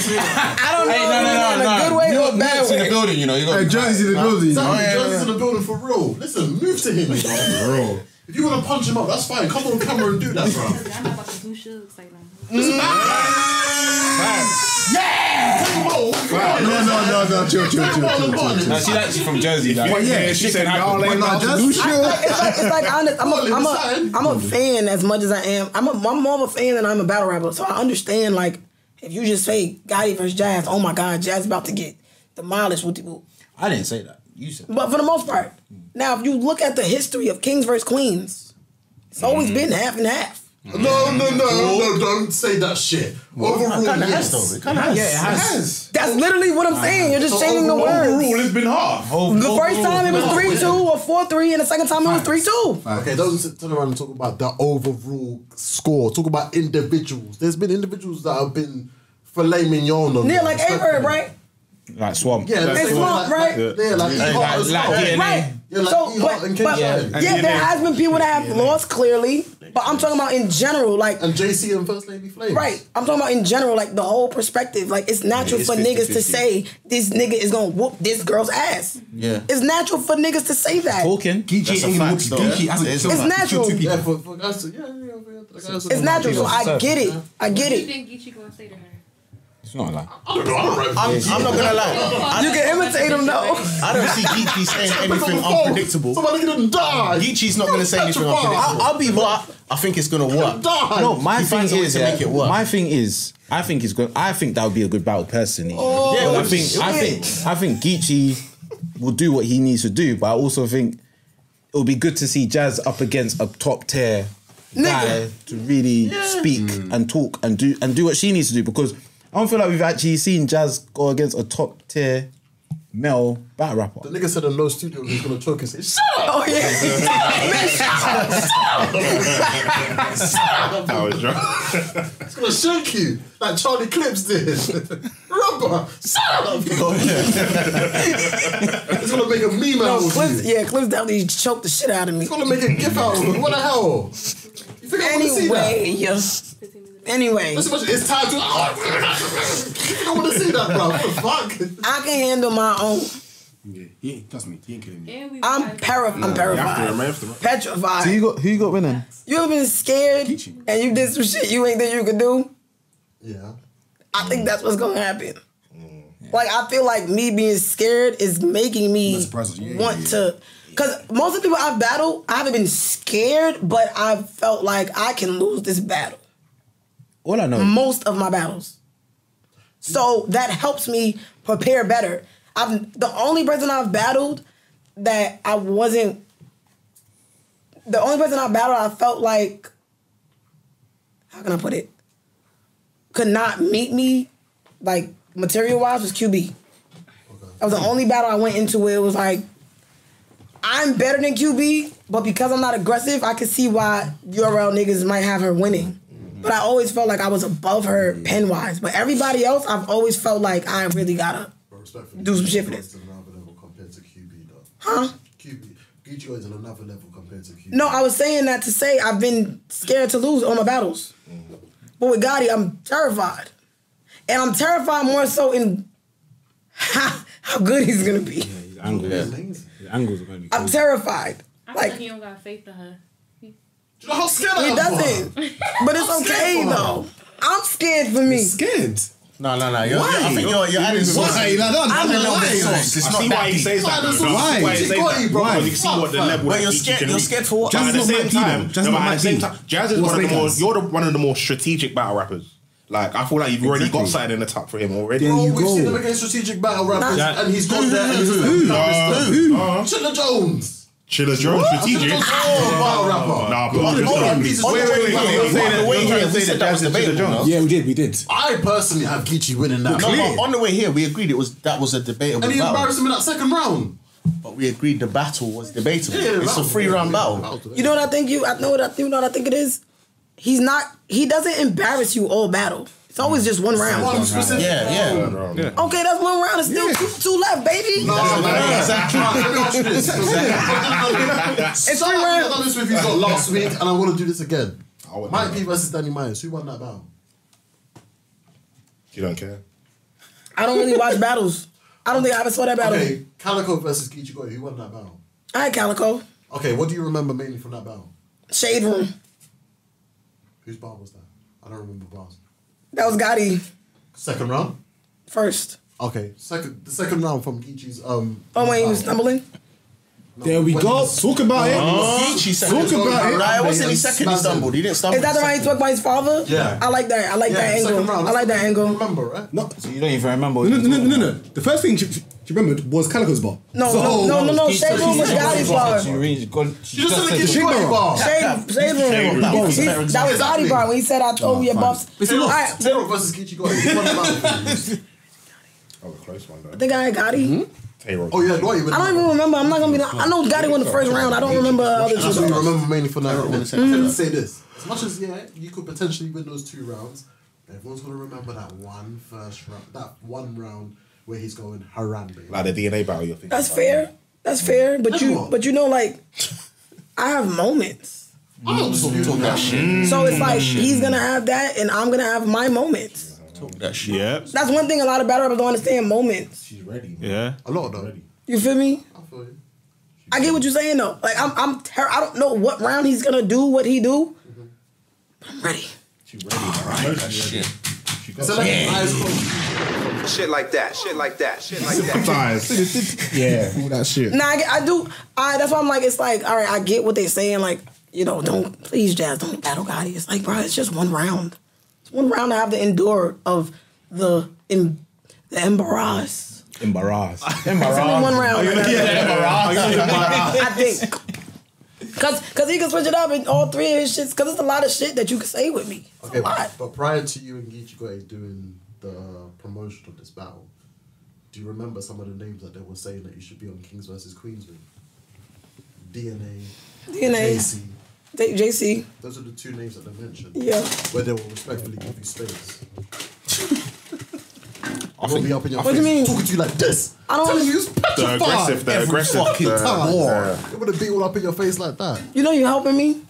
[SPEAKER 3] say that.
[SPEAKER 1] I don't know
[SPEAKER 2] Hey, no,
[SPEAKER 1] if
[SPEAKER 2] no,
[SPEAKER 1] it's
[SPEAKER 2] no,
[SPEAKER 1] in a
[SPEAKER 2] no.
[SPEAKER 1] good way or a bad
[SPEAKER 20] It's in
[SPEAKER 1] way.
[SPEAKER 20] the building, you know. You got
[SPEAKER 4] Hey, Johnny's in the building.
[SPEAKER 3] Exactly. Jones is in the building for real. Listen, move to him, bro. If you want to punch him up, that's fine. Come on camera and do that, bro.
[SPEAKER 8] I'm not about to do Suge's like that.
[SPEAKER 3] No,
[SPEAKER 4] No, no, no, no. Chill, chill, chill, chill, chill.
[SPEAKER 2] No, she like she's from Jersey. Like,
[SPEAKER 12] Well, yeah, she said y'all ain't
[SPEAKER 4] Nah,
[SPEAKER 12] about to
[SPEAKER 4] just-
[SPEAKER 12] do shit.
[SPEAKER 1] It's like, it's like honest, I'm, a,
[SPEAKER 3] Well,
[SPEAKER 1] I'm,
[SPEAKER 3] listen.
[SPEAKER 1] a, I'm a fan as much as I am. I'm, a, I'm more of a fan than I'm a battle rapper. So I understand, like, if you just say Gotti versus Jazz, oh my God, Jazz about to get demolished with the
[SPEAKER 2] I didn't say that. You said.
[SPEAKER 1] But for the most part, now if you look at the history of kings versus queens, it's always been half and half.
[SPEAKER 3] No, no, no, no, don't say that shit. Overrule, yes.
[SPEAKER 2] Yeah, it has.
[SPEAKER 1] That's literally what I'm saying. You're just changing the
[SPEAKER 6] Overrule,
[SPEAKER 1] words.
[SPEAKER 6] it's been half.
[SPEAKER 1] The first time it was three two or four three, and the second time it was three two.
[SPEAKER 3] Okay, don't sit- turn around and talk about the overall score. Talk about individuals. There's been individuals that have been filet mignon on
[SPEAKER 1] Yeah,
[SPEAKER 3] them,
[SPEAKER 1] like A Bird, right?
[SPEAKER 2] Like swamp.
[SPEAKER 3] Yeah,
[SPEAKER 1] It's Mark, right?
[SPEAKER 3] Yeah, like
[SPEAKER 2] Like-
[SPEAKER 3] E-Hart
[SPEAKER 2] like-
[SPEAKER 3] as
[SPEAKER 2] like
[SPEAKER 3] well.
[SPEAKER 2] DNA.
[SPEAKER 1] Right.
[SPEAKER 3] Yeah, like
[SPEAKER 1] so,
[SPEAKER 3] E-Hart
[SPEAKER 1] but,
[SPEAKER 3] and
[SPEAKER 1] but-
[SPEAKER 3] Kenny.
[SPEAKER 1] yeah, there has been people that have lost clearly, But I'm talking about in general, like
[SPEAKER 3] and JC and First Lady Flames.
[SPEAKER 1] Right. I'm talking about in general, like the whole perspective. Like it's natural
[SPEAKER 3] Yeah, it's
[SPEAKER 1] for niggas to
[SPEAKER 3] 50-50.
[SPEAKER 1] say this nigga is gonna whoop this girl's ass.
[SPEAKER 20] Yeah.
[SPEAKER 1] It's natural for niggas to say that.
[SPEAKER 2] Talking.
[SPEAKER 1] That's a fact, though. It's natural.
[SPEAKER 3] Yeah, for, for guys to, yeah, yeah, yeah, for the guys to-
[SPEAKER 1] It's natural, so I
[SPEAKER 3] Yeah.
[SPEAKER 1] get it. I get
[SPEAKER 8] What
[SPEAKER 1] it.
[SPEAKER 8] you think Geechee gonna say to her?
[SPEAKER 2] It's not like
[SPEAKER 3] I don't know. I don't write.
[SPEAKER 20] I'm, I'm not gonna lie. I-
[SPEAKER 1] You can imitate him though.
[SPEAKER 20] I don't see Geechee saying anything
[SPEAKER 3] Somebody
[SPEAKER 20] unpredictable.
[SPEAKER 3] Somebody gonna die.
[SPEAKER 20] Geechee's not going to say anything unpredictable.
[SPEAKER 3] Petrified.
[SPEAKER 20] I'll, I'll be, but I, I think it's going to work.
[SPEAKER 3] Die.
[SPEAKER 2] No, my
[SPEAKER 20] He
[SPEAKER 2] thing
[SPEAKER 20] finds a way
[SPEAKER 2] is
[SPEAKER 20] to
[SPEAKER 2] yeah,
[SPEAKER 20] make it work.
[SPEAKER 2] My thing is, I think it's good. I think that would be a good battle personally.
[SPEAKER 20] Oh, Yeah,
[SPEAKER 2] But I think I
[SPEAKER 20] shit.
[SPEAKER 2] think I think Geechee will do what he needs to do, but I also think it would be good to see Jazz up against a top tier guy to really speak
[SPEAKER 20] Hmm.
[SPEAKER 2] and talk and do and do what she needs to do because I don't feel like we've actually seen Jazz go against a top tier male battle rapper.
[SPEAKER 3] The nigga said in no studio he was gonna choke and say, "Shut up!"
[SPEAKER 1] Oh yeah. Man,
[SPEAKER 3] shut up! Shut up!
[SPEAKER 12] was drunk.
[SPEAKER 3] It's gonna shake you like Charlie Clips did. Rubber, shut up! it's gonna make a meme
[SPEAKER 1] Oh,
[SPEAKER 3] out
[SPEAKER 1] No,
[SPEAKER 3] of you.
[SPEAKER 1] Clips, yeah, Clips definitely choked the shit out of me.
[SPEAKER 3] It's gonna make a gif out of you. What the hell? You think I wanna see that?
[SPEAKER 1] Anyway, yes. Anyway,
[SPEAKER 3] That's much. It's time to. you don't want to see that, bro. What the fuck?
[SPEAKER 1] I can handle my own.
[SPEAKER 21] He ain't, trust me, he ain't kidding me.
[SPEAKER 1] I'm para. I'm
[SPEAKER 21] remember,
[SPEAKER 1] petrified. Petrified.
[SPEAKER 2] So you got who you got winning?
[SPEAKER 1] You ever been scared and you did some shit you ain't think you could do?
[SPEAKER 3] Yeah.
[SPEAKER 1] I think that's what's gonna happen. Like I feel like me being scared is making me want to. Cause most of the people I've battled, I haven't been scared, but I've felt like I can lose this battle.
[SPEAKER 2] All I know.
[SPEAKER 1] Most of my battles. So that helps me prepare better. I've the only person I've battled that I wasn't the only person I battled I felt like how can I put it? Could not meet me like material wise was QB. That was the only battle I went into where it was like I'm better than QB, but because I'm not aggressive, I could see why URL niggas might have her winning. But I always felt like I was above her pen wise. But everybody else, I've always felt like I really gotta do some shit for this. Huh?
[SPEAKER 3] Gucci is on another level compared to Q.
[SPEAKER 1] No, I was saying that to say I've been scared to lose all my battles. But with Gotti, I'm terrified. And I'm terrified more so in how, how good he's gonna be.
[SPEAKER 2] Angles. The angles are going to be
[SPEAKER 1] I'm terrified.
[SPEAKER 8] I feel
[SPEAKER 1] Like
[SPEAKER 8] like he don't got faith in her.
[SPEAKER 3] Do you know how scared
[SPEAKER 1] He doesn't. But it's
[SPEAKER 8] I'm scared
[SPEAKER 1] okay
[SPEAKER 8] for her.
[SPEAKER 1] though. I'm scared for me.
[SPEAKER 21] scared.
[SPEAKER 20] No, no, no. You're,
[SPEAKER 1] Why?
[SPEAKER 20] I think you're, you're adding some
[SPEAKER 21] Why? Like, no,
[SPEAKER 20] I'm
[SPEAKER 21] no,
[SPEAKER 20] not
[SPEAKER 21] why?
[SPEAKER 20] adding
[SPEAKER 21] Like,
[SPEAKER 20] sauce.
[SPEAKER 21] it's
[SPEAKER 20] I
[SPEAKER 21] not
[SPEAKER 20] see
[SPEAKER 21] that
[SPEAKER 20] why he
[SPEAKER 21] deep.
[SPEAKER 20] says
[SPEAKER 21] Why
[SPEAKER 20] that.
[SPEAKER 21] does-
[SPEAKER 20] bro.
[SPEAKER 21] why?
[SPEAKER 20] I see
[SPEAKER 21] She
[SPEAKER 20] says
[SPEAKER 21] got
[SPEAKER 20] that,
[SPEAKER 21] you,
[SPEAKER 20] bro.
[SPEAKER 21] bro.
[SPEAKER 20] Because you can see what the
[SPEAKER 21] Fuck,
[SPEAKER 20] level
[SPEAKER 21] but
[SPEAKER 20] that
[SPEAKER 21] you're
[SPEAKER 20] Geechee
[SPEAKER 21] scared-
[SPEAKER 20] can
[SPEAKER 21] you're
[SPEAKER 20] reach.
[SPEAKER 21] scared for what?
[SPEAKER 20] But
[SPEAKER 21] Jazz
[SPEAKER 20] at the
[SPEAKER 21] is not
[SPEAKER 20] same
[SPEAKER 21] my people.
[SPEAKER 20] time,
[SPEAKER 21] Jazz
[SPEAKER 20] no,
[SPEAKER 21] is not
[SPEAKER 20] but at
[SPEAKER 21] my
[SPEAKER 20] the same
[SPEAKER 21] people.
[SPEAKER 20] time, Jazz is
[SPEAKER 21] What's
[SPEAKER 20] one of the
[SPEAKER 21] making
[SPEAKER 20] more.
[SPEAKER 21] us?
[SPEAKER 20] You're the, one of the more strategic battle rappers. Like I feel like you've already got something in the top for him already.
[SPEAKER 3] Bro, we've seen him against strategic battle rappers,
[SPEAKER 20] Nah.
[SPEAKER 3] and he's gone there and he's
[SPEAKER 20] Who?
[SPEAKER 3] Who? Chilla Jones.
[SPEAKER 12] Chiller Jones
[SPEAKER 3] What?
[SPEAKER 12] strategic.
[SPEAKER 3] Chilla Jones, battle rapper.
[SPEAKER 12] Nah,
[SPEAKER 3] Hold on,
[SPEAKER 12] but
[SPEAKER 3] hold on,
[SPEAKER 12] wait,
[SPEAKER 3] pieces. Wait, wait, wait, wait, wait, wait, wait,
[SPEAKER 12] wait, wait,
[SPEAKER 3] wait, wait,
[SPEAKER 12] wait,
[SPEAKER 3] that was debatable, no?
[SPEAKER 21] Yeah, we did, we did.
[SPEAKER 3] I personally have Geechee winning
[SPEAKER 20] No,
[SPEAKER 3] that.
[SPEAKER 20] but on the way here, we agreed it was that was a debatable
[SPEAKER 3] And he
[SPEAKER 20] battle.
[SPEAKER 3] embarrassed him in that second round.
[SPEAKER 20] But we agreed the battle was debatable.
[SPEAKER 3] Yeah, the
[SPEAKER 20] it's a
[SPEAKER 3] battle.
[SPEAKER 20] three round battle.
[SPEAKER 1] You know what I think you I know what I you know what I think it is? He's not he doesn't embarrass you all battle. It's always just one round.
[SPEAKER 3] One specific
[SPEAKER 20] Yeah, yeah.
[SPEAKER 3] round.
[SPEAKER 1] Okay, that's one round. It's still two, two left, baby.
[SPEAKER 3] No, man,
[SPEAKER 20] exactly.
[SPEAKER 3] Right, let me ask you this.
[SPEAKER 1] It's
[SPEAKER 3] So,
[SPEAKER 1] three
[SPEAKER 3] I've
[SPEAKER 1] rounds.
[SPEAKER 3] done this with you lot last week, and I'm gonna do this again. Mike P versus Danny Myers. Who won that battle?
[SPEAKER 12] You don't care.
[SPEAKER 1] I don't really watch battles. I don't think I ever saw that battle.
[SPEAKER 3] Okay, Calico versus Geechee Gotti. Who won that battle?
[SPEAKER 1] All right, Calico.
[SPEAKER 3] Okay, what do you remember mainly from that battle?
[SPEAKER 1] Shade Room.
[SPEAKER 3] Whose bar was that? I don't remember bars.
[SPEAKER 1] That was Gotti
[SPEAKER 3] Second round.
[SPEAKER 1] first.
[SPEAKER 3] Okay, second the second round from Geechee's um.
[SPEAKER 1] Oh, when he was stumbling?
[SPEAKER 21] There we go. Talk about it. Talk about it.
[SPEAKER 20] Right, wasn't he second? He stumbled. He didn't stumble.
[SPEAKER 1] Is that the round he talked by his father?
[SPEAKER 20] Yeah.
[SPEAKER 1] I like that. I like
[SPEAKER 20] Yeah,
[SPEAKER 1] that
[SPEAKER 20] second
[SPEAKER 1] angle.
[SPEAKER 20] round.
[SPEAKER 1] I like that angle.
[SPEAKER 3] Remember, right?
[SPEAKER 21] No,
[SPEAKER 2] So you don't even remember.
[SPEAKER 21] no, no, no, no, no. The first thing she, she remembered was Calico's bar.
[SPEAKER 1] No, no, no, no, no. Shade Room was Gotti's bar.
[SPEAKER 2] You really gone- she
[SPEAKER 21] just
[SPEAKER 2] just
[SPEAKER 21] said
[SPEAKER 2] said
[SPEAKER 21] the Shade
[SPEAKER 2] bar.
[SPEAKER 21] bar.
[SPEAKER 1] Shade, shade Room.
[SPEAKER 21] That was a better
[SPEAKER 1] That was Gotti bar when he said, I throw your buffs. All right,
[SPEAKER 3] Zero versus Geechee Gotti. Who won the battle?
[SPEAKER 12] That was a close one
[SPEAKER 1] I
[SPEAKER 12] though.
[SPEAKER 1] think I had Gotti.
[SPEAKER 12] Taylor.
[SPEAKER 3] Oh yeah, Gotti.
[SPEAKER 1] I don't even remember. I'm not gonna be. I know Gotti won the first round. I don't remember other
[SPEAKER 3] That's what you
[SPEAKER 1] two.
[SPEAKER 3] remember mainly from that. round.
[SPEAKER 20] second
[SPEAKER 3] I'm gonna
[SPEAKER 20] round.
[SPEAKER 3] say this: as much as yeah, you could potentially win those two rounds, everyone's gonna remember that one first round, that one round where he's going Harambe.
[SPEAKER 12] Like the DNA battle, you're thinking.
[SPEAKER 1] That's
[SPEAKER 12] about.
[SPEAKER 1] fair. That's fair. But you,
[SPEAKER 3] Everyone.
[SPEAKER 1] but you know, like I have moments.
[SPEAKER 3] I don't talk, talk that shit.
[SPEAKER 1] So it's like he's gonna have that, and I'm gonna have my moments.
[SPEAKER 20] That shit.
[SPEAKER 6] Yeah.
[SPEAKER 1] That's one thing a lot of battle rappers don't understand moments.
[SPEAKER 6] She's ready. Yeah.
[SPEAKER 3] A lot though.
[SPEAKER 1] You feel me? I get what you're saying though. Like I'm, I'm, ter- I don't know what round he's gonna do, what he do. I'm ready.
[SPEAKER 7] Shit.
[SPEAKER 3] Is that like
[SPEAKER 7] Yeah.
[SPEAKER 3] eyes closed?
[SPEAKER 7] Shit like that. Shit like that. Shit like that.
[SPEAKER 20] Sympathize. yeah, all that shit.
[SPEAKER 1] Nah, I, get, I do. I that's why I'm like, it's like, all right, I get what they're saying. Like, you know, don't please, Jazz, don't battle Gotti. It's like, bro, it's just one round. It's one round to have to endure of the em, the embarrass.
[SPEAKER 10] Embarrassed.
[SPEAKER 1] It's only one round.
[SPEAKER 10] Embarrassed.
[SPEAKER 1] I think. Cause, cause he can switch it up in all three of his shits. Cause it's a lot of shit that you can say with me. It's
[SPEAKER 3] Okay,
[SPEAKER 1] a lot.
[SPEAKER 3] but, but prior to you and Gichigoe doing the promotion of this battle, do you remember some of the names that they were saying that you should be on Kings versus Queens with? DNA,
[SPEAKER 1] DNA.
[SPEAKER 3] JC.
[SPEAKER 1] J- JC.
[SPEAKER 3] Those are the two names that they mentioned.
[SPEAKER 1] Yeah.
[SPEAKER 3] Where they will respectfully give you space. I will be up in your
[SPEAKER 1] What do
[SPEAKER 3] face
[SPEAKER 1] you mean?
[SPEAKER 3] talking to you like this.
[SPEAKER 1] I don't-
[SPEAKER 3] Telling you it's
[SPEAKER 1] They're
[SPEAKER 3] petrified
[SPEAKER 12] aggressive, they're
[SPEAKER 3] every
[SPEAKER 12] aggressive,
[SPEAKER 3] fucking
[SPEAKER 12] they're-
[SPEAKER 3] time.
[SPEAKER 12] yeah.
[SPEAKER 3] It would have beat all up in your face like that.
[SPEAKER 1] You know you're helping me.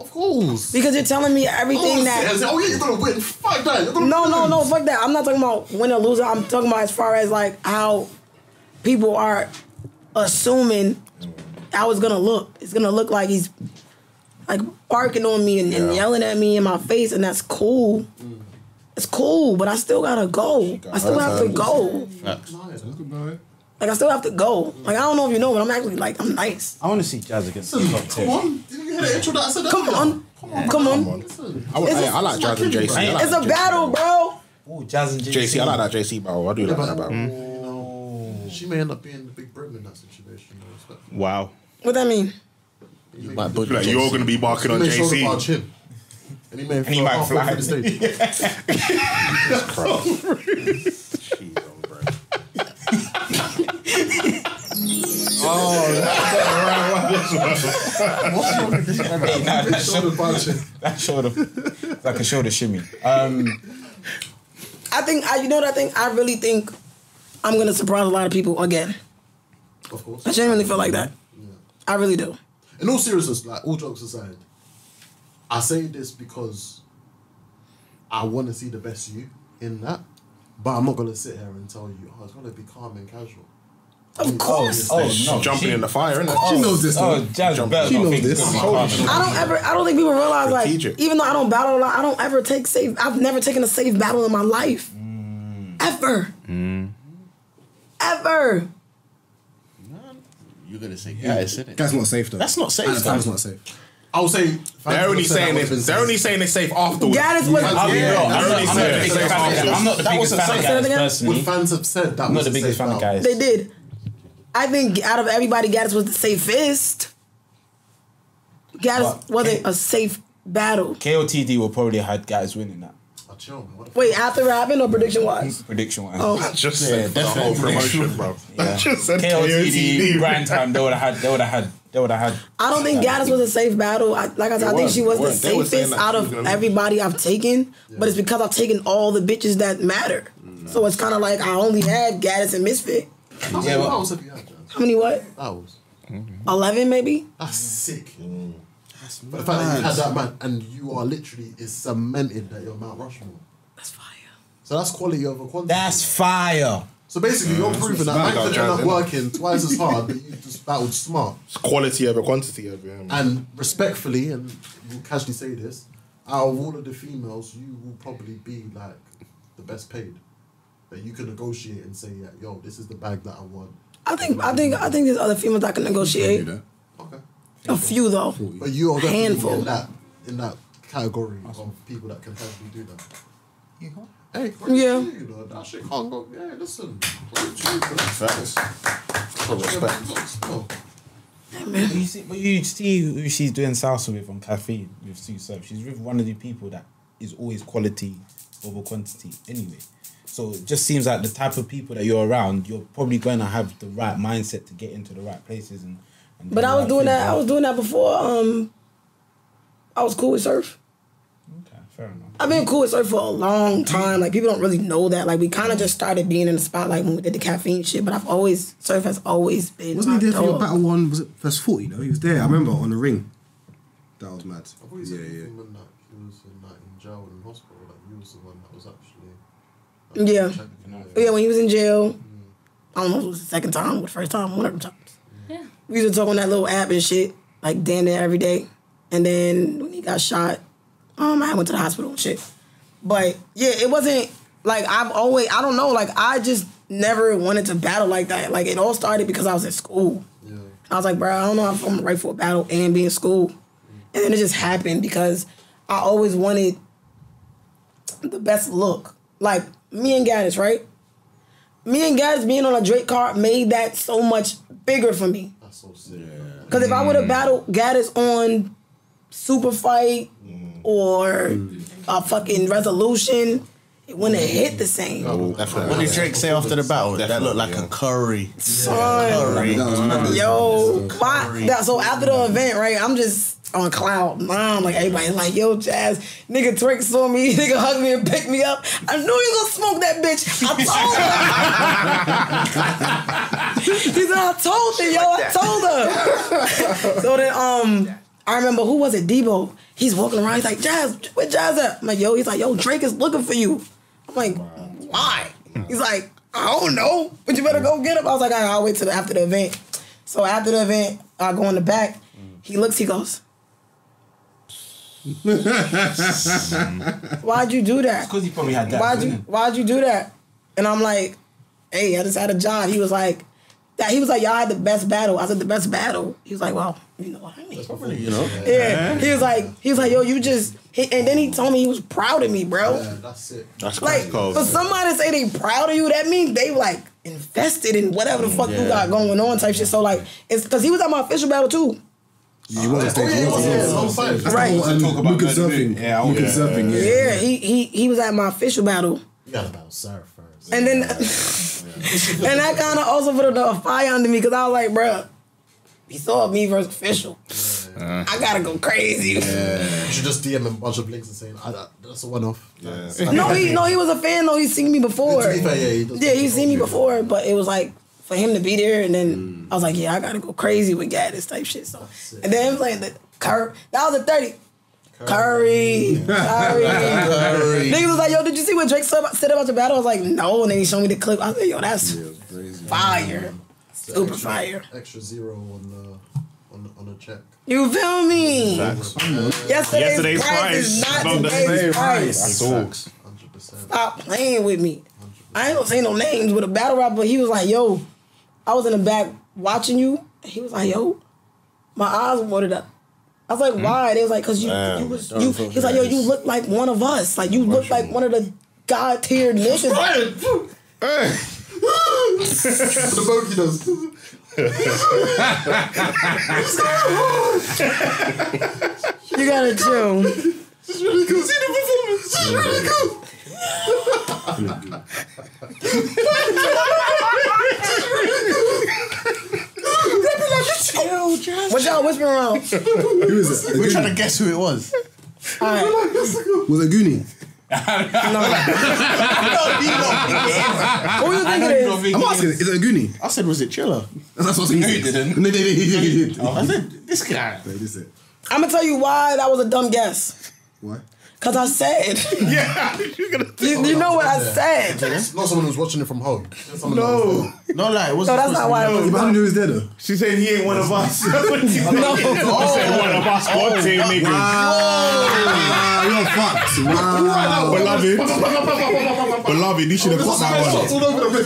[SPEAKER 3] Of course.
[SPEAKER 1] Because you're telling me everything
[SPEAKER 3] Oh,
[SPEAKER 1] that.
[SPEAKER 3] yes. Oh, yeah, you're gonna win. Fuck that. You're gonna
[SPEAKER 1] no, no,
[SPEAKER 3] lose.
[SPEAKER 1] no. Fuck that. I'm not talking about winner loser. I'm talking about as far as like how people are assuming how it's gonna look. It's gonna look like he's like barking on me and, and yelling at me in my face, and that's cool. It's cool, but I still gotta go. I still have to go. Like I still have to go. Like I don't know if you know, but I'm actually like I'm nice.
[SPEAKER 10] I want to see Jazz against the top
[SPEAKER 3] Come
[SPEAKER 10] tier.
[SPEAKER 3] on. Didn't you hear the intro that I said?
[SPEAKER 1] Come on, come on.
[SPEAKER 12] I, would,
[SPEAKER 1] It's
[SPEAKER 12] I,
[SPEAKER 1] a-
[SPEAKER 12] I like Jazz and JC. I like
[SPEAKER 1] It's a
[SPEAKER 12] JC.
[SPEAKER 1] battle, bro.
[SPEAKER 10] Ooh, Jazz and
[SPEAKER 12] JC, I like that JC battle. I do like that battle.
[SPEAKER 3] Mm-hmm. She may end up being the big Brim in that situation. though, so-
[SPEAKER 6] Wow.
[SPEAKER 1] What that mean?
[SPEAKER 3] You
[SPEAKER 12] might bully Like, you're JC. gonna be barking on JC.
[SPEAKER 3] him. And he may
[SPEAKER 12] And he might
[SPEAKER 3] fall off
[SPEAKER 12] fly.
[SPEAKER 3] the stage.
[SPEAKER 10] that shoulder That shoulder. Like a shoulder shimmy. Um,
[SPEAKER 1] I think I, you know what I think. I really think I'm gonna surprise a lot of people again.
[SPEAKER 3] Of course.
[SPEAKER 1] I genuinely feel like that. I really do.
[SPEAKER 3] In all seriousness, like all jokes aside, I say this because I want to see the best you in that, but I'm not gonna sit here and tell you, oh, it's gonna be calm and casual. Of
[SPEAKER 10] course. Oh, no.
[SPEAKER 12] Jumping in the fire, innit?
[SPEAKER 10] Oh,
[SPEAKER 12] She knows this,
[SPEAKER 10] Oh,
[SPEAKER 12] man.
[SPEAKER 10] Jazz
[SPEAKER 12] Jump-
[SPEAKER 10] better
[SPEAKER 12] She
[SPEAKER 10] not
[SPEAKER 12] knows
[SPEAKER 10] think
[SPEAKER 12] this.
[SPEAKER 10] it's gonna be
[SPEAKER 12] Hold on.
[SPEAKER 10] calm.
[SPEAKER 1] I don't ever. I don't think people realize like,
[SPEAKER 12] Strategic.
[SPEAKER 1] even though I don't battle a lot, I don't ever take safe. I've never taken a safe battle in my life, ever, ever.
[SPEAKER 20] You're gonna say guys, isn't it?
[SPEAKER 21] That's not safe though.
[SPEAKER 20] That's not safe, though.
[SPEAKER 21] That's not safe.
[SPEAKER 3] I would say
[SPEAKER 12] They're only saying
[SPEAKER 21] it.
[SPEAKER 12] this. They're only saying it's safe afterwards.
[SPEAKER 1] That is what-
[SPEAKER 12] I'll be
[SPEAKER 1] Yeah,
[SPEAKER 12] real.
[SPEAKER 1] that's
[SPEAKER 12] They're only
[SPEAKER 1] what-
[SPEAKER 12] saying it's safe afterwards.
[SPEAKER 10] I'm not the
[SPEAKER 12] That
[SPEAKER 10] biggest
[SPEAKER 12] wasn't
[SPEAKER 10] fan
[SPEAKER 12] safe.
[SPEAKER 10] of guys
[SPEAKER 1] again?
[SPEAKER 10] personally.
[SPEAKER 3] Would fans have said that
[SPEAKER 10] I'm not
[SPEAKER 3] was
[SPEAKER 10] the biggest fan of guys.
[SPEAKER 3] guys.
[SPEAKER 1] They did. I think out of everybody, Gaddis was the safest. Gaddis
[SPEAKER 10] But-
[SPEAKER 1] wasn't a safe battle.
[SPEAKER 10] KOTD will probably had guys winning that
[SPEAKER 3] Oh, chill, man. What the
[SPEAKER 1] Wait, after rapping or prediction wise?
[SPEAKER 10] prediction. wise.
[SPEAKER 1] Oh.
[SPEAKER 12] Just said for the whole promotion, bro.
[SPEAKER 10] Yeah.
[SPEAKER 12] Just said
[SPEAKER 10] KOTD
[SPEAKER 12] KOTD.
[SPEAKER 10] grind time. They would have had. They would have had. They would have had.
[SPEAKER 1] I don't think Gaddis was a safe battle. I, like I said, I
[SPEAKER 12] It
[SPEAKER 1] think
[SPEAKER 12] was,
[SPEAKER 1] she was
[SPEAKER 12] it
[SPEAKER 1] the
[SPEAKER 12] was. They were saying
[SPEAKER 1] safest
[SPEAKER 12] that
[SPEAKER 1] out
[SPEAKER 12] she was
[SPEAKER 1] of
[SPEAKER 12] gonna lose.
[SPEAKER 1] everybody I've taken, but it's because I've taken all the bitches that matter.
[SPEAKER 12] Mm.
[SPEAKER 1] So it's kind of like I only had Gaddis and Misfit.
[SPEAKER 3] How many
[SPEAKER 10] Yeah, but-
[SPEAKER 3] vowels have you had, Jazz?
[SPEAKER 1] How many what?
[SPEAKER 3] Vowels.
[SPEAKER 1] Eleven maybe?
[SPEAKER 3] That's sick. But the fact that you had that man and you are literally is cemented that you're Mount Rushmore.
[SPEAKER 1] That's fire.
[SPEAKER 3] So that's quality over quantity.
[SPEAKER 10] That's fire.
[SPEAKER 3] so basically, you're proving that
[SPEAKER 12] about,
[SPEAKER 3] I could end
[SPEAKER 12] Jazz,
[SPEAKER 3] up
[SPEAKER 12] innit?
[SPEAKER 3] working twice as hard, but you just battled smart.
[SPEAKER 12] It's quality over quantity over here. man.
[SPEAKER 3] And respectfully, and we'll casually say this, out of all of the females, you will probably be like the best paid. That you can negotiate and say, yeah, yo, this is the bag that I want.
[SPEAKER 1] I think I think I think there's other females I can negotiate.
[SPEAKER 3] Okay.
[SPEAKER 1] A few though.
[SPEAKER 3] But you are definitely
[SPEAKER 1] Handful.
[SPEAKER 3] in that in that category of people that can casually do that. Hey,
[SPEAKER 1] Yeah.
[SPEAKER 3] You know, that shit can't go. Yeah, listen. Facts.
[SPEAKER 10] But you see, but you see who she's doing salsa with on caffeine with Sue Surf. She's with one of the people that is always quality over quantity anyway. So it just seems like the type of people that you're around, you're probably going to have the right mindset to get into the right places. And, and do
[SPEAKER 1] But
[SPEAKER 10] the
[SPEAKER 1] I was
[SPEAKER 10] right
[SPEAKER 1] doing
[SPEAKER 10] thing.
[SPEAKER 1] that. I was doing that before. Um, I was cool with surf.
[SPEAKER 10] Okay, fair enough.
[SPEAKER 1] I've been cool with surf for a long time. Like people don't really know that. Like we kind of just started being in the spotlight when we did the caffeine shit. But I've always surf has always been.
[SPEAKER 21] Wasn't
[SPEAKER 1] my
[SPEAKER 21] he there for your
[SPEAKER 1] dog.
[SPEAKER 21] battle one? Was it first forty? No, he was there. I remember on the ring.
[SPEAKER 26] that was mad.
[SPEAKER 3] I thought you
[SPEAKER 26] Yeah,
[SPEAKER 3] said
[SPEAKER 26] yeah.
[SPEAKER 3] from when like he was in, like in jail and in hospital, like you was the one that was actually.
[SPEAKER 1] Yeah. Yeah, when he was in jail, I don't know if it was the second time or the first time, one of them times.
[SPEAKER 8] Yeah.
[SPEAKER 1] We used to talk on that little app and shit, like damn near every day. And then when he got shot, um, I went to the hospital and shit. But yeah, it wasn't like I've always I don't know, like I just never wanted to battle like that. Like it all started because I was in school. I was like, bro, I don't know if I'm right for a battle and be in school. And then it just happened because I always wanted the best look. Like me and Gaddis, right? Me and Gaddis being on a Drake card made that so much bigger for me. Because if I would
[SPEAKER 20] Mm.
[SPEAKER 1] have battled Gaddis on Super Fight or
[SPEAKER 20] Mm.
[SPEAKER 1] a fucking Resolution, it wouldn't have hit the same.
[SPEAKER 20] What did Drake say after the battle? That looked like a curry.
[SPEAKER 1] Son.
[SPEAKER 20] Curry. Mm.
[SPEAKER 1] Yo, my, that, so after the event, right, I'm just on cloud nine. Like everybody's like, yo, Jazz, nigga Drake saw me, nigga hugged me and picked me up. I knew you gonna smoke that bitch. I told her. he said, I told you, yo, I told her. so then um I remember who was it? Debo. He's walking around, he's like, Jazz, where Jazz at? I'm like, yo, he's like, yo, Drake is looking for you. I'm like, why? He's like, I don't know, but you better go get him. I was like, all right, I'll wait till after the event. So after the event, I go in the back. He looks, he goes, Why'd you do that?
[SPEAKER 2] Because he probably had that.
[SPEAKER 1] Why'd you
[SPEAKER 2] didn't
[SPEAKER 1] Why'd you do that? And I'm like, Hey, I just had a job. He was like, that. He was like, y'all had the best battle. I said the best battle. He was like, well, you know what I mean.
[SPEAKER 20] You know?
[SPEAKER 1] Yeah. He was like, he was like, yo, you just. He, and then he told me he was proud of me, bro.
[SPEAKER 3] That's it.
[SPEAKER 20] That's
[SPEAKER 1] like,
[SPEAKER 20] cold.
[SPEAKER 1] for somebody to say they proud of you, that means they like invested in whatever the fuck you
[SPEAKER 20] Yeah.
[SPEAKER 1] got going on type shit. So like, it's because he was at my official battle too.
[SPEAKER 26] You
[SPEAKER 3] Oh,
[SPEAKER 26] want to stay
[SPEAKER 1] Right.
[SPEAKER 26] Talk about Luca surfing. Yeah, Luca surfing.
[SPEAKER 1] Yeah,
[SPEAKER 26] Yeah.
[SPEAKER 1] he he he was at my official battle.
[SPEAKER 3] You got about surf.
[SPEAKER 1] And then, and that kind of also put a fire under me because I was like, bruh, he saw me versus official. I gotta go crazy.
[SPEAKER 3] You should just DM him a bunch of links and saying, I, that, that's a one off. Yeah.
[SPEAKER 1] no, he no, he was a fan though. He seen me before.
[SPEAKER 3] To be fair, yeah, Mm. he does
[SPEAKER 1] yeah, he seen me before, but it was like for him to be there, and then I was like, yeah, I gotta go crazy with Gaddis type shit. So, and then him playing the curve. That was a thirty. Curry, Curry.
[SPEAKER 26] Curry.
[SPEAKER 1] Niggas was like, yo, did you see what Drake said about- said about the battle? I was like, no. And then he showed me the clip. I was like, yo, that's fire. Super
[SPEAKER 3] extra,
[SPEAKER 1] fire.
[SPEAKER 3] Extra zero on the on, on a check.
[SPEAKER 1] You feel me?
[SPEAKER 3] Facts.
[SPEAKER 1] Yesterday's,
[SPEAKER 3] Yesterday's
[SPEAKER 1] price,
[SPEAKER 3] price
[SPEAKER 1] is not
[SPEAKER 3] about the
[SPEAKER 1] today's
[SPEAKER 3] same
[SPEAKER 1] price.
[SPEAKER 3] price. That's all.
[SPEAKER 1] Stop playing with me. I ain't gonna say no names, but a battle rapper, he was like, yo, I was in the back watching you. He was like, yo, my eyes watered up. I was
[SPEAKER 3] Hmm?
[SPEAKER 1] like, why? They was like, cause you,
[SPEAKER 20] Damn,
[SPEAKER 1] you was,
[SPEAKER 20] that
[SPEAKER 1] you,
[SPEAKER 20] was so
[SPEAKER 1] he's like, yo, you look like one of us. Like, you look like one of the God tier niggas.
[SPEAKER 3] the monkey does.
[SPEAKER 1] You gotta chill.
[SPEAKER 3] She's really cool. See the performance. She's really cool.
[SPEAKER 1] What y'all whispering around?
[SPEAKER 26] Who is it?
[SPEAKER 20] We're trying to guess who it was.
[SPEAKER 26] Was it Goonie?
[SPEAKER 1] Who you think it is?
[SPEAKER 26] I'm asking, is it a Goonie?
[SPEAKER 20] I said, was it Chiller?
[SPEAKER 26] That's what I'm saying.
[SPEAKER 20] No, you didn't. Oh,
[SPEAKER 26] No, they did. He did. He did.
[SPEAKER 20] I said, this guy.
[SPEAKER 26] Wait, this is it.
[SPEAKER 1] I'm gonna tell you why that was a dumb guess.
[SPEAKER 26] Why?
[SPEAKER 1] Cause I said.
[SPEAKER 3] Yeah,
[SPEAKER 1] you're gonna.
[SPEAKER 20] Oh,
[SPEAKER 1] You, you know what I said.
[SPEAKER 3] Not someone who's watching it from home.
[SPEAKER 1] No.
[SPEAKER 20] No lie, it
[SPEAKER 1] wasn't No, that's supposed not to be why like- I was-
[SPEAKER 26] But I don't know who's there though.
[SPEAKER 6] She's saying he ain't one of us.
[SPEAKER 26] No.
[SPEAKER 6] said one of
[SPEAKER 2] Oh,
[SPEAKER 6] us, one team niggas.
[SPEAKER 26] Wow, Ah, you're fucked. Wow.
[SPEAKER 12] Beloved. Beloved, you should have got that one.
[SPEAKER 1] I,
[SPEAKER 12] you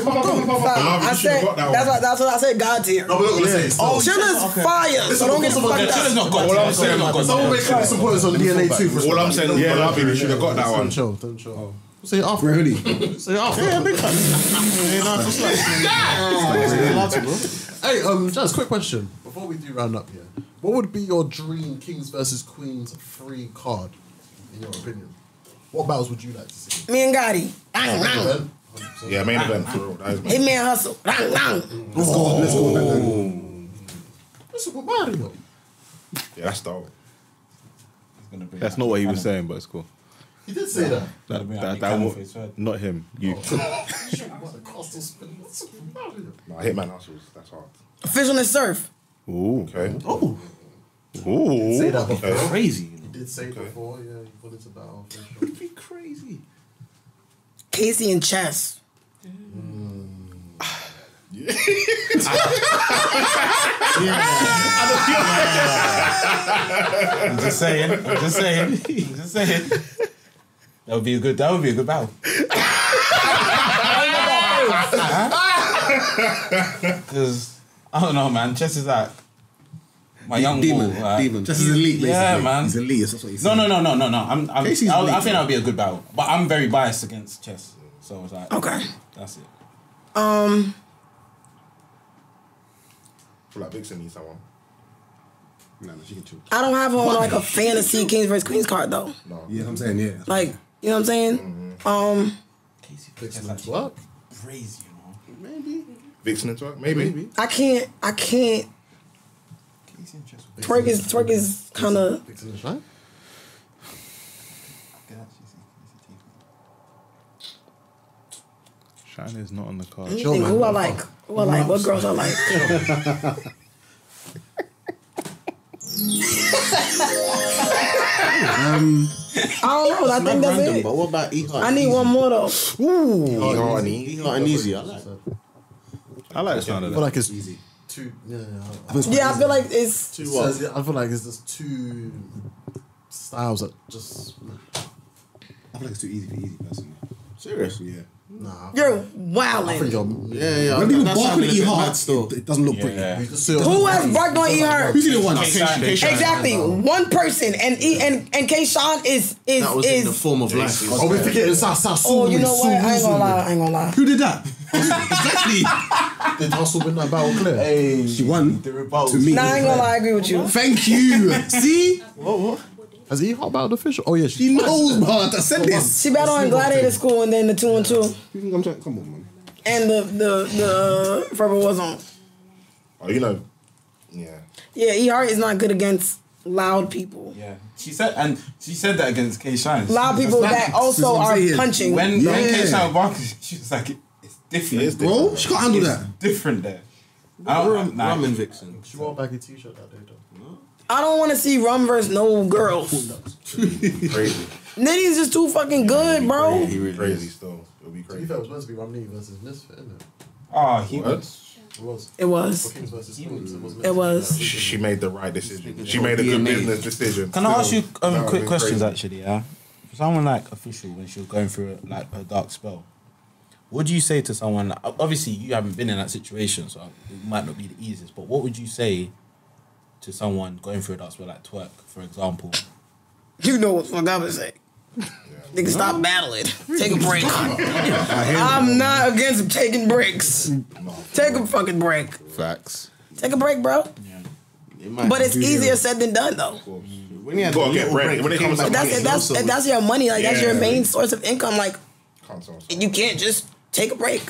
[SPEAKER 1] said,
[SPEAKER 12] should've got that
[SPEAKER 1] that's,
[SPEAKER 12] one.
[SPEAKER 1] what, that's what I said, God tier. No,
[SPEAKER 3] we're not gonna say it.
[SPEAKER 1] Oh,
[SPEAKER 3] Oh,
[SPEAKER 1] Chiller's
[SPEAKER 3] okay.
[SPEAKER 1] fire, so don't get the fuck
[SPEAKER 12] Chiller's not God tier. All I'm saying- Someone make some
[SPEAKER 3] supporters on DNA too. for
[SPEAKER 12] All I'm saying is
[SPEAKER 3] Yeah,
[SPEAKER 12] Beloved, you should have got that one.
[SPEAKER 3] Don't chill. Don't chill.
[SPEAKER 26] Say it off, Red Hoodie.
[SPEAKER 3] Say after. Yeah, big time. Hey, um, just quick question before we do round up here. What would be your dream Kings versus Queens free card, in your opinion? What battles would you like to see?
[SPEAKER 1] Me and Gotti. Bang, bang.
[SPEAKER 12] Yeah, main event for real. That is
[SPEAKER 1] Hit me and hustle. Bang, bang.
[SPEAKER 26] Let's go. Let's go.
[SPEAKER 12] Oh. Yeah, that's dope.
[SPEAKER 6] That's not what he was saying, but it's cool.
[SPEAKER 3] He did say that.
[SPEAKER 6] That,
[SPEAKER 3] Yeah.
[SPEAKER 6] that, that,
[SPEAKER 3] Yeah.
[SPEAKER 6] wa- not him, you.
[SPEAKER 12] Nah, Hitman Hustles, that's hard.
[SPEAKER 1] Official and surf.
[SPEAKER 6] Ooh. Okay.
[SPEAKER 1] Oh.
[SPEAKER 12] Ooh,
[SPEAKER 3] Say that
[SPEAKER 12] okay.
[SPEAKER 3] before.
[SPEAKER 12] crazy.
[SPEAKER 3] He did say before, yeah, he put into battle.
[SPEAKER 1] It'd be crazy. Casey and chess.
[SPEAKER 2] I'm just saying. I'm just saying. I'm just saying. That would be a good. That would be a good battle. Because I don't know, man. Chess is like my
[SPEAKER 27] De-
[SPEAKER 2] young
[SPEAKER 27] demon,
[SPEAKER 2] bull, like-
[SPEAKER 27] demon. Chess is elite,
[SPEAKER 2] Yeah,
[SPEAKER 27] basically.
[SPEAKER 2] man.
[SPEAKER 27] He's elite, that's what he's
[SPEAKER 2] No, no,
[SPEAKER 27] saying.
[SPEAKER 2] no, no, no, no. I'm. I'm
[SPEAKER 27] Casey's
[SPEAKER 2] I'll- I
[SPEAKER 27] elite,
[SPEAKER 2] think
[SPEAKER 27] man.
[SPEAKER 2] that'd be a good battle, but I'm very biased against chess. So it's like okay, that's it.
[SPEAKER 1] Um,
[SPEAKER 12] feel like Vixen needs someone. No, no, she can chill.
[SPEAKER 1] I don't have on like a fantasy kings versus queens card though.
[SPEAKER 12] No.
[SPEAKER 27] Yeah, I'm saying, yeah.
[SPEAKER 1] Like, you know what I'm saying? Um,
[SPEAKER 3] What?
[SPEAKER 2] Crazy,
[SPEAKER 12] you know. Maybe. Vixen and twerk, maybe. maybe.
[SPEAKER 1] I can't. I can't. Twerk is twerk is kind of.
[SPEAKER 6] China is not on the card.
[SPEAKER 1] Let me think, who I like? Who I like? What girls I like?
[SPEAKER 28] Um,
[SPEAKER 1] I don't know. I think that's it.
[SPEAKER 28] But what about E Hart?
[SPEAKER 1] I need one more though.
[SPEAKER 28] E
[SPEAKER 1] Ooh.
[SPEAKER 28] Hart and E Hart and Easy. I like that.
[SPEAKER 6] I like the sound
[SPEAKER 28] of
[SPEAKER 3] I
[SPEAKER 28] that.
[SPEAKER 3] feel like it's easy. Too, yeah, yeah.
[SPEAKER 1] Yeah, I feel like it's
[SPEAKER 3] It says- I feel like it's just two styles that just. I feel like it's too easy for easy personally.
[SPEAKER 28] Serious?
[SPEAKER 3] Yeah. Nah.
[SPEAKER 1] You're wowing.
[SPEAKER 3] I think you're.
[SPEAKER 28] Yeah, yeah. that-
[SPEAKER 27] When people
[SPEAKER 28] that's
[SPEAKER 27] bark on
[SPEAKER 28] sounding a
[SPEAKER 27] E
[SPEAKER 28] bit
[SPEAKER 27] Hart,
[SPEAKER 28] mad still.
[SPEAKER 27] it doesn't look pretty.
[SPEAKER 1] Who has barked on E Hart?
[SPEAKER 27] Who's the one?
[SPEAKER 1] Exactly, one person, and E and and K. Sean is is
[SPEAKER 28] That was
[SPEAKER 1] is.
[SPEAKER 28] in the form of life.
[SPEAKER 3] Are we forgetting Sa Sa
[SPEAKER 1] oh, you know what? I ain't gonna lie. I ain't gonna lie. Who
[SPEAKER 27] did that?
[SPEAKER 3] exactly. Did Hustle win that battle clear?
[SPEAKER 27] She won. To
[SPEAKER 1] Nah, I ain't gonna lie. I agree with you.
[SPEAKER 27] Thank you. See?
[SPEAKER 3] What? What? Has E Hart battled official? Oh yeah, she
[SPEAKER 27] knows, man. I said this.
[SPEAKER 1] She battled in Gladiator School and then the two and two.
[SPEAKER 27] You think I'm trying? Come on, man.
[SPEAKER 1] And the the the Ferber was on.
[SPEAKER 12] Oh, you know. Yeah.
[SPEAKER 1] Yeah, E Hart is not good against loud people.
[SPEAKER 2] Yeah, she said, and she said that against K. Shine.
[SPEAKER 1] A lot of people that also are punching.
[SPEAKER 2] When
[SPEAKER 1] Yeah.
[SPEAKER 2] when K. Shine barks, she was like, "It's different,
[SPEAKER 27] It is different, Bro, she can't handle
[SPEAKER 2] It's
[SPEAKER 27] that.
[SPEAKER 2] Different there. I don't, nah,
[SPEAKER 28] Ramen Vixen.
[SPEAKER 3] She wore a baggy t-shirt that day though.
[SPEAKER 1] I don't want to see Rum versus no girls.
[SPEAKER 12] Crazy.
[SPEAKER 1] Nitty's just too fucking good, bro.
[SPEAKER 12] He really crazy still. It'll be
[SPEAKER 3] To be
[SPEAKER 12] crazy.
[SPEAKER 3] fair, it was meant to be Romney versus Misfit, isn't it?
[SPEAKER 2] Oh, he
[SPEAKER 12] What?
[SPEAKER 3] It was.
[SPEAKER 1] It was.
[SPEAKER 3] For Kings versus Queens. It was. meant
[SPEAKER 1] It
[SPEAKER 3] to be
[SPEAKER 1] was.
[SPEAKER 12] She she made the right decision. She made a good
[SPEAKER 2] DNA.
[SPEAKER 12] business decision.
[SPEAKER 2] Can I ask you
[SPEAKER 12] Still, that
[SPEAKER 2] um,
[SPEAKER 12] would've
[SPEAKER 2] quick
[SPEAKER 12] been
[SPEAKER 2] questions
[SPEAKER 12] crazy.
[SPEAKER 2] actually? Yeah, for someone like official when she was going through like a dark spell, what do you say to someone? like, obviously, you haven't been in that situation, so it might not be the easiest. But what would you say to someone going through a dark spell, like twerk, for example?
[SPEAKER 1] You know what the fuck I would say. Nigga, stop battling. Take a break. I'm not against taking breaks. Take a fucking break.
[SPEAKER 28] Facts.
[SPEAKER 1] Take a break, bro. But it's easier said than done, though.
[SPEAKER 28] When you had
[SPEAKER 12] Gotta
[SPEAKER 28] the
[SPEAKER 12] get
[SPEAKER 28] little
[SPEAKER 12] bread.
[SPEAKER 28] break,
[SPEAKER 12] When it
[SPEAKER 28] came
[SPEAKER 12] comes to
[SPEAKER 28] back,
[SPEAKER 1] If that's, if that's, if that's your money, like that's your
[SPEAKER 12] Yeah.
[SPEAKER 1] main source of income. Like you can't just take a break.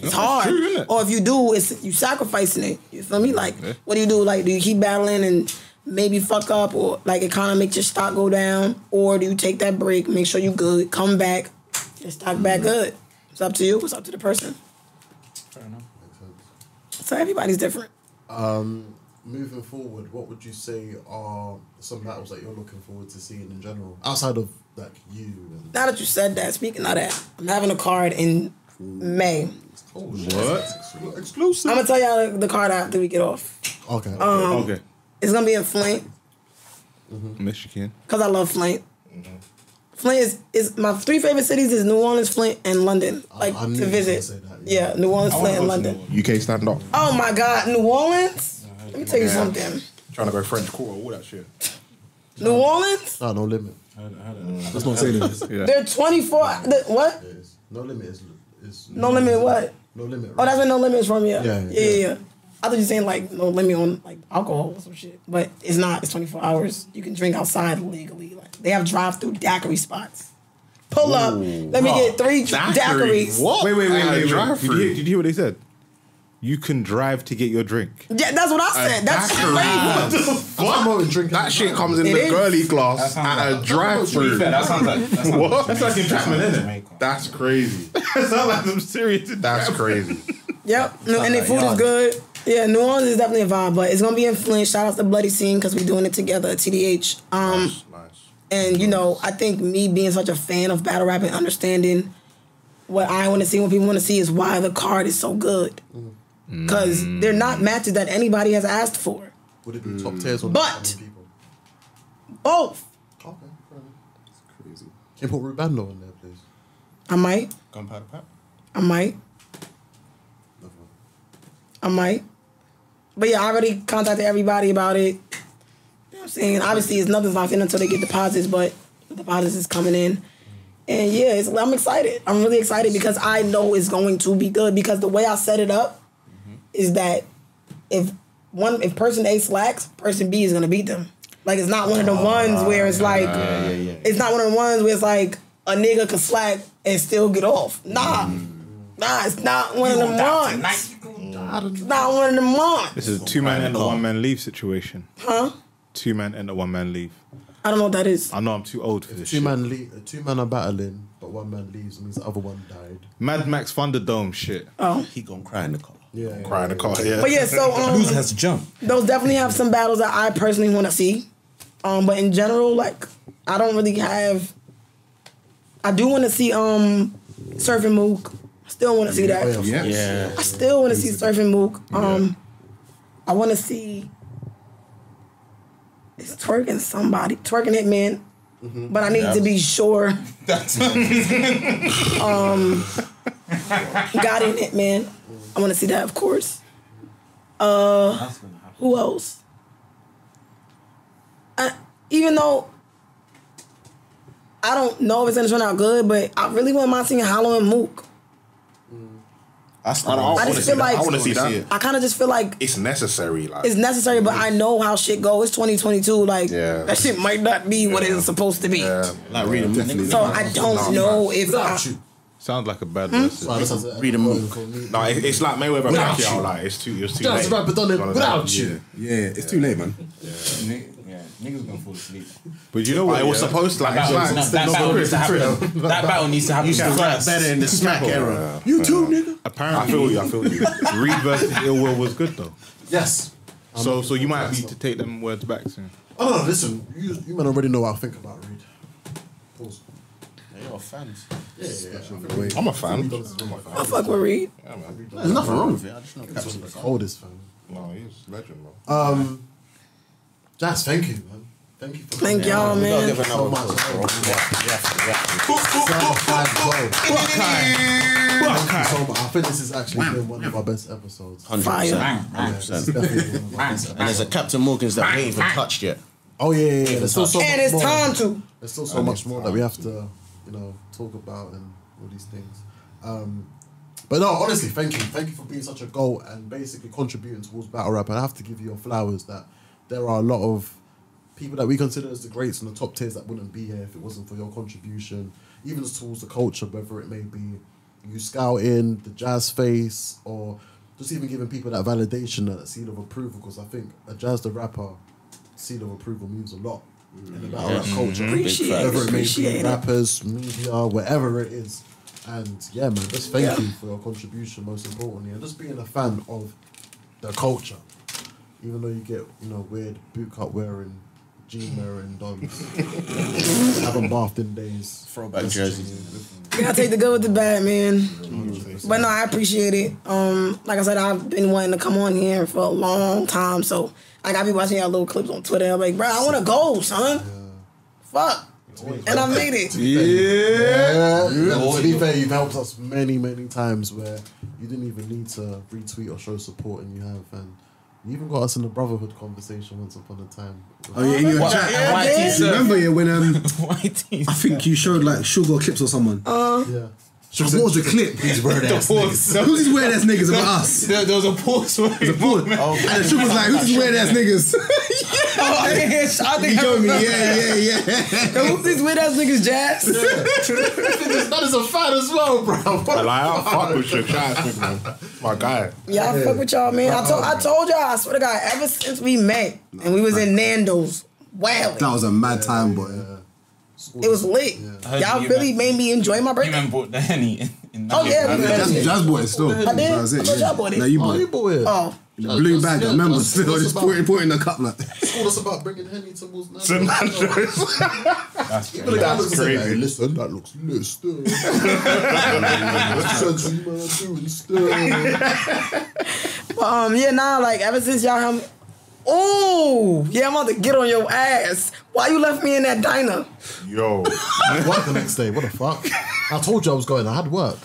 [SPEAKER 1] It's hard. Or if you do, it's you sacrificing it. You feel me? Like
[SPEAKER 29] Yeah.
[SPEAKER 1] what do you do? Like do you keep battling and maybe fuck up or like it kinda makes your stock go down? Or do you take that break, make sure you good, come back, your stock back good. It's up to you, it's up to the person. So everybody's different.
[SPEAKER 3] Um, moving forward, what would you say are some battles that you're looking forward to seeing in general outside of like you? And
[SPEAKER 1] Now that you said that, speaking of that, I'm having a card in May.
[SPEAKER 3] What?
[SPEAKER 1] Exclusive. I'm gonna tell y'all the- the card after we get off.
[SPEAKER 3] Okay.
[SPEAKER 1] Um,
[SPEAKER 6] okay.
[SPEAKER 1] It's gonna be in Flint
[SPEAKER 6] Michigan.
[SPEAKER 1] because I love Flint. Flint is, is my three favorite cities is New Orleans, Flint, and London. Like
[SPEAKER 12] Oh, I knew
[SPEAKER 1] to
[SPEAKER 12] you was
[SPEAKER 1] visit. yeah. New Orleans, Flint, and London.
[SPEAKER 12] UK stand up.
[SPEAKER 1] Oh my God, New Orleans. Let me tell you
[SPEAKER 12] Yeah.
[SPEAKER 1] something.
[SPEAKER 12] Trying to go French Quarter, all that shit.
[SPEAKER 1] New Orleans,
[SPEAKER 3] No, no limit.
[SPEAKER 12] That's
[SPEAKER 2] Mm.
[SPEAKER 3] Let's not say this.
[SPEAKER 1] they're 24. The, what?
[SPEAKER 3] No limit is is
[SPEAKER 1] No limit. What?
[SPEAKER 3] no limit.
[SPEAKER 1] Oh, that's what no limit is from. Yeah.
[SPEAKER 3] Yeah,
[SPEAKER 1] Yeah, yeah, yeah. I thought you were saying like no limit on like alcohol or some shit, but it's not. It's 24 hours. You can drink outside legally. Like they have drive-through daiquiri spots. Pull up. Let me get three daiquiri. daiquiris.
[SPEAKER 6] Wait, wait, wait, wait, wait. Did, you
[SPEAKER 12] drive-through.
[SPEAKER 6] hear, did you hear what they said? You can drive to get your drink.
[SPEAKER 1] Yeah, that's what I said. That's crazy.
[SPEAKER 12] What? That shit comes in
[SPEAKER 1] It
[SPEAKER 12] the
[SPEAKER 1] is.
[SPEAKER 12] girly glass at a drive-through.
[SPEAKER 2] That sounds like that sounds
[SPEAKER 12] What?
[SPEAKER 2] That's like entrapment, isn't it?
[SPEAKER 12] That's crazy. That's crazy.
[SPEAKER 1] Yep. No, and their food is good. Yeah, New Orleans is definitely a vibe, but it's gonna be in Flint. Shout out to Bloody Scene because we're doing it together at TDH. Um, And you know, I think me being such a fan of battle rap and understanding what I want to see, what people want to see, is why the card is so good. Because they're not matches that anybody has asked for.
[SPEAKER 3] Would it be top tiers or
[SPEAKER 1] But both,
[SPEAKER 3] crazy? Can you put Rubando in there, please?
[SPEAKER 1] I might,
[SPEAKER 3] Gunpowder Pat?
[SPEAKER 1] I might, I might. But yeah, I already contacted everybody about it. You know what I'm saying? Obviously, it's nothing's locked in until they get deposits, but the deposits is coming in. And yeah, it's, I'm excited. I'm really excited because I know it's going to be good because the way I set it up
[SPEAKER 26] Mm-hmm.
[SPEAKER 1] is that if one if person A slacks, person B is gonna beat them. Like it's not one of the ones where it's like
[SPEAKER 26] Oh, yeah, yeah, yeah.
[SPEAKER 1] it's not one of the ones where it's like a nigga can slack and still get off. Nah.
[SPEAKER 26] Mm-hmm.
[SPEAKER 1] Nah, it's not one of them ones. It's not one of them ones.
[SPEAKER 6] This is a two man and a one man leave situation.
[SPEAKER 1] Huh?
[SPEAKER 6] Two man and a one man leave.
[SPEAKER 1] I don't know what that is.
[SPEAKER 6] I know I'm too old for this.
[SPEAKER 3] Two
[SPEAKER 6] shit.
[SPEAKER 3] man, le- uh, two men are battling, but one man leaves means the other one died.
[SPEAKER 6] Mad Max Thunderdome shit.
[SPEAKER 1] Oh.
[SPEAKER 6] He gonna cry in the car.
[SPEAKER 3] Yeah,
[SPEAKER 6] cry in the car. Yeah.
[SPEAKER 1] But yeah, so, um, Who's has
[SPEAKER 6] to jump?
[SPEAKER 1] Those definitely have some battles that I personally want to see. Um, but in general, like I don't really have. I do want to see um, Surf and Mook. I still want to see that.
[SPEAKER 3] Oh,
[SPEAKER 26] Yeah. Yeah.
[SPEAKER 1] I still want to see Surf and Mook. Um, I want to see. It's twerking somebody twerking Hitman, but I need to be sure.
[SPEAKER 26] Mm-hmm. That's
[SPEAKER 1] um, got in it, man. I want to see that, of course. Uh, who else? I, even though I don't know if it's gonna turn out good, but I really wouldn't mind seeing Hollow and Mook.
[SPEAKER 12] That's, I, I,
[SPEAKER 1] just feel like
[SPEAKER 12] I want to see that.
[SPEAKER 1] I kind of just feel like
[SPEAKER 12] It's necessary. Like
[SPEAKER 1] it's necessary, but I know how shit goes. It's 2022. Like
[SPEAKER 12] Yeah.
[SPEAKER 1] that shit might not be what it's supposed to be.
[SPEAKER 12] Like read them.
[SPEAKER 1] So I don't know if I,
[SPEAKER 6] Sounds like a bad
[SPEAKER 1] Hmm?
[SPEAKER 6] message.
[SPEAKER 1] Well, this is
[SPEAKER 12] Read them. No, it- it's like Mayweather
[SPEAKER 6] Without
[SPEAKER 12] Pacquiao.
[SPEAKER 6] you.
[SPEAKER 12] Like it's too. It's too
[SPEAKER 3] That's
[SPEAKER 12] late.
[SPEAKER 3] rapper done it
[SPEAKER 12] One of
[SPEAKER 3] without
[SPEAKER 12] those,
[SPEAKER 3] you.
[SPEAKER 21] Yeah, it's too late, man.
[SPEAKER 2] Yeah, niggas gonna fall asleep.
[SPEAKER 6] But you know
[SPEAKER 2] But
[SPEAKER 6] what?
[SPEAKER 2] it was
[SPEAKER 6] yeah?
[SPEAKER 2] supposed to, like, That battle- it's that not- battle needs to happen. That battle needs to happen
[SPEAKER 6] You sound
[SPEAKER 2] first.
[SPEAKER 6] better in the smack
[SPEAKER 2] Yeah.
[SPEAKER 6] era.
[SPEAKER 21] You too, nigga.
[SPEAKER 6] Apparently,
[SPEAKER 12] I feel you, I feel you.
[SPEAKER 6] Reed versus Ill Will was good though.
[SPEAKER 3] Yes.
[SPEAKER 6] So, so you might need to take them words back soon.
[SPEAKER 3] Oh, no, listen, you, you man already know what I think about Reed. Pause.
[SPEAKER 20] They are fans.
[SPEAKER 3] Yeah, yeah,
[SPEAKER 12] I'm a fan.
[SPEAKER 1] I fuck with Reed.
[SPEAKER 3] There's nothing wrong with it.
[SPEAKER 20] I just know
[SPEAKER 3] He's
[SPEAKER 20] Captain
[SPEAKER 3] one of
[SPEAKER 20] was
[SPEAKER 3] the
[SPEAKER 20] old.
[SPEAKER 3] coldest, fam.
[SPEAKER 12] No, he's legend, bro.
[SPEAKER 26] Uh,
[SPEAKER 3] Um, Jazz, thank you, man. Thank you for
[SPEAKER 1] Thank
[SPEAKER 3] coming.
[SPEAKER 1] y'all,
[SPEAKER 3] We gotta
[SPEAKER 1] man.
[SPEAKER 3] give another
[SPEAKER 1] So
[SPEAKER 3] applause,
[SPEAKER 1] much.
[SPEAKER 3] bro. Thank you so much. I think this is actually been one of our best episodes.
[SPEAKER 20] 100%.
[SPEAKER 3] Yeah, it's
[SPEAKER 20] 100%.
[SPEAKER 3] definitely been one of our best
[SPEAKER 20] And there's a Captain Morgan's that we ain't even touched yet.
[SPEAKER 3] Oh yeah, yeah, yeah.
[SPEAKER 20] Even
[SPEAKER 3] There's still so
[SPEAKER 20] touched.
[SPEAKER 3] much more. There's still so
[SPEAKER 20] And
[SPEAKER 3] much
[SPEAKER 20] it's
[SPEAKER 3] more that we have to, you know, talk about and all these things. Um, but no, honestly, thank you, thank you for being such a goal and basically contributing towards battle rap. And I have to give you your flowers that there are a lot of people that we consider as the greats and the top tiers that wouldn't be here if it wasn't for your contribution, even towards the culture, whether it may be you scouting the jazz face or just even giving people that validation, that seal of approval. Because I think a jazz the rapper seal of approval means a lot in the battle rap
[SPEAKER 20] Yes.
[SPEAKER 3] culture,
[SPEAKER 20] Mhm. Appreciate it,
[SPEAKER 3] whether it may
[SPEAKER 20] appreciate
[SPEAKER 3] be
[SPEAKER 20] it.
[SPEAKER 3] rappers, media, whatever it is. And yeah, man, just thank
[SPEAKER 20] Yeah.
[SPEAKER 3] you for your contribution, most importantly, and just being a fan of the culture. Even though you get, you know, weird boot cut wearing, jean wearing dons, haven't bathed in days.
[SPEAKER 20] Throwback
[SPEAKER 3] Just
[SPEAKER 20] jerseys.
[SPEAKER 1] We gotta take the good with the bad, man. But no, I appreciate it. Um, like I said, I've been wanting to come on here for a long time, so like I be watching y'all little clips on Twitter. I'm like, bro, I want to go, son. Fuck. And I made it.
[SPEAKER 3] Yeah. To be fair, you've helped us many, many times where you didn't even need to retweet or show support, and you have. And you even got us in the brotherhood conversation once upon a time.
[SPEAKER 26] Oh yeah, in your
[SPEAKER 3] Wha-
[SPEAKER 26] chat.
[SPEAKER 3] Yeah, I did.
[SPEAKER 26] You remember yeah when um, I think you showed like sugar clips or someone.
[SPEAKER 1] Uh,
[SPEAKER 3] yeah.
[SPEAKER 26] What was the clip?
[SPEAKER 21] These weird ass
[SPEAKER 26] The
[SPEAKER 21] niggas.
[SPEAKER 26] pause. Who's these weird ass niggas
[SPEAKER 21] No,
[SPEAKER 26] about us?
[SPEAKER 21] there-
[SPEAKER 2] there was a pause. There
[SPEAKER 26] was a pause.
[SPEAKER 6] Oh,
[SPEAKER 26] and the sugar was like, "Who's these weird ass niggas?"
[SPEAKER 1] Oh, yeah, I think
[SPEAKER 26] you
[SPEAKER 1] I
[SPEAKER 26] showed me. Yeah,
[SPEAKER 1] remember
[SPEAKER 26] yeah,
[SPEAKER 1] that.
[SPEAKER 26] yeah.
[SPEAKER 1] Who's these weird ass niggas? Jazz.
[SPEAKER 3] that is a fan as well, bro.
[SPEAKER 12] But like, I fuck with your guys, man. My guy.
[SPEAKER 1] Yeah, I fuck with y'all, man. I told
[SPEAKER 26] Uh-uh.
[SPEAKER 1] I told y'all, I swear to God, ever since we met and we was in Nando's, wow,
[SPEAKER 26] That was a mad time, boy.
[SPEAKER 1] it was lit.
[SPEAKER 2] I heard
[SPEAKER 1] Y'all
[SPEAKER 2] you
[SPEAKER 1] really made me enjoy my birthday.
[SPEAKER 2] Man bought the henny. in- in
[SPEAKER 1] Oh yeah,
[SPEAKER 2] Nottingham.
[SPEAKER 1] we
[SPEAKER 26] Jazz,
[SPEAKER 1] did.
[SPEAKER 26] jazz boy still.
[SPEAKER 1] I did.
[SPEAKER 26] That was
[SPEAKER 1] I
[SPEAKER 26] it,
[SPEAKER 1] thought
[SPEAKER 26] yeah.
[SPEAKER 1] y'all bought it.
[SPEAKER 26] No, you bought it.
[SPEAKER 1] Oh,
[SPEAKER 21] In the blue bag,
[SPEAKER 3] That's-
[SPEAKER 21] I
[SPEAKER 3] yeah,
[SPEAKER 21] remember.
[SPEAKER 3] that's-
[SPEAKER 21] Still,
[SPEAKER 3] that's
[SPEAKER 21] just
[SPEAKER 3] about-
[SPEAKER 21] put it, put it in the cup like.
[SPEAKER 3] It's all us about bringing Henny towards now.
[SPEAKER 21] Some Nando's.
[SPEAKER 3] That's
[SPEAKER 21] crazy. That's crazy.
[SPEAKER 3] Hey, listen, that looks lit still. That's what you man are doing still.
[SPEAKER 1] But, um, yeah, nah, like ever since y'all have Oh, yeah, I'm about to get on your ass. Why you left me in that diner?
[SPEAKER 3] Yo. work the next day. What the fuck? I told you I was going. I had work.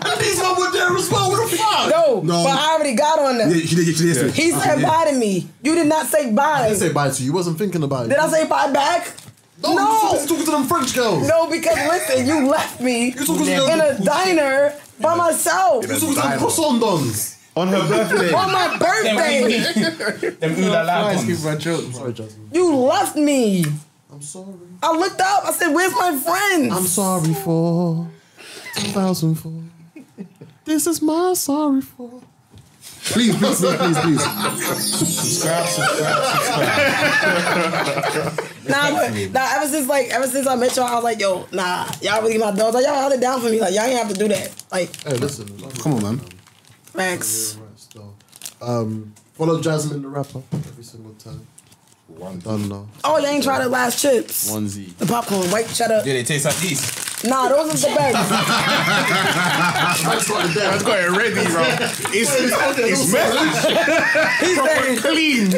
[SPEAKER 1] At least one with there as well. What the fuck? No,
[SPEAKER 3] No.
[SPEAKER 1] but I already got on there.
[SPEAKER 3] Yeah, she did- she did yesterday.
[SPEAKER 1] He
[SPEAKER 3] Yeah.
[SPEAKER 1] said
[SPEAKER 3] Yeah.
[SPEAKER 1] bye to me. You did not say bye.
[SPEAKER 3] I didn't say bye to you. You wasn't thinking about it.
[SPEAKER 1] Did I say bye back? No,
[SPEAKER 3] you was talking to them French girls.
[SPEAKER 1] No, because listen, you left me
[SPEAKER 3] talking to
[SPEAKER 1] in
[SPEAKER 3] them-
[SPEAKER 1] a diner by myself.
[SPEAKER 3] You was talking to them croissant dons.
[SPEAKER 6] On her birthday.
[SPEAKER 1] On my birthday.
[SPEAKER 3] Them
[SPEAKER 1] ooh-la-la ones.
[SPEAKER 3] Sorry, Jasmine.
[SPEAKER 1] you left me.
[SPEAKER 3] I'm sorry.
[SPEAKER 1] I looked up. I said, "Where's my friends?"
[SPEAKER 3] I'm sorry for 2004. This is my sorry for.
[SPEAKER 21] Please, please, please, please, please.
[SPEAKER 3] Subscribe,
[SPEAKER 1] Nah, but, nah. Ever since like, ever since I met y'all, I was like, "Yo, nah, y'all really my dogs. Like, y'all held it down for me. Like, y'all ain't have to do that. Like,
[SPEAKER 3] Hey, listen. Come on, man.
[SPEAKER 1] Max.
[SPEAKER 3] Um, follow Jasmine the rapper every single time. One done now.
[SPEAKER 1] Oh, they ain't try the last chips.
[SPEAKER 3] Onesie.
[SPEAKER 1] The popcorn, white cheddar.
[SPEAKER 2] Did it taste like these?
[SPEAKER 1] Nah, those is the best.
[SPEAKER 12] Man's got it ready, bro. It's, it's
[SPEAKER 1] messy.
[SPEAKER 12] clean.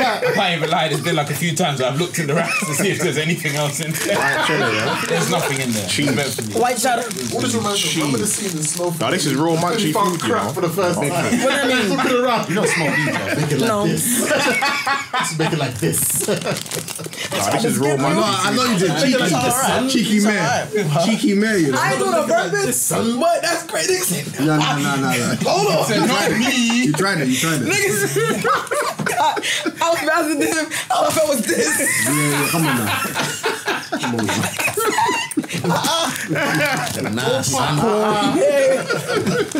[SPEAKER 2] I can't even lie. There's been like a few times I've looked in the racks to see if there's anything else in there. There's nothing in there. Cheese.
[SPEAKER 1] White cheddar.
[SPEAKER 3] What does reminds me? Remember the scene in Slow
[SPEAKER 12] Now this is real munchy food, you know.
[SPEAKER 3] for the first time.
[SPEAKER 12] What
[SPEAKER 3] I mean? Looking around. You know,
[SPEAKER 12] smoke these,
[SPEAKER 3] Make it like
[SPEAKER 1] No.
[SPEAKER 3] this. Just make it like this.
[SPEAKER 12] Nah, this is real
[SPEAKER 21] I
[SPEAKER 12] munchy
[SPEAKER 21] know, I know you did.
[SPEAKER 12] food.
[SPEAKER 21] Cheeky,
[SPEAKER 12] It's alright.
[SPEAKER 21] cheeky
[SPEAKER 12] It's
[SPEAKER 21] man. Cheeky man, you know.
[SPEAKER 1] I ain't doing it on purpose, but that's crazy.
[SPEAKER 21] Yeah, no, no, no, no.
[SPEAKER 1] Hold on.
[SPEAKER 21] You tried it. You tried it, you tried it.
[SPEAKER 1] Niggas, I, I was about to do. All I felt was this.
[SPEAKER 21] Yeah, yeah, come on now.
[SPEAKER 1] Uh-uh.
[SPEAKER 21] Nah, son.
[SPEAKER 1] Yeah.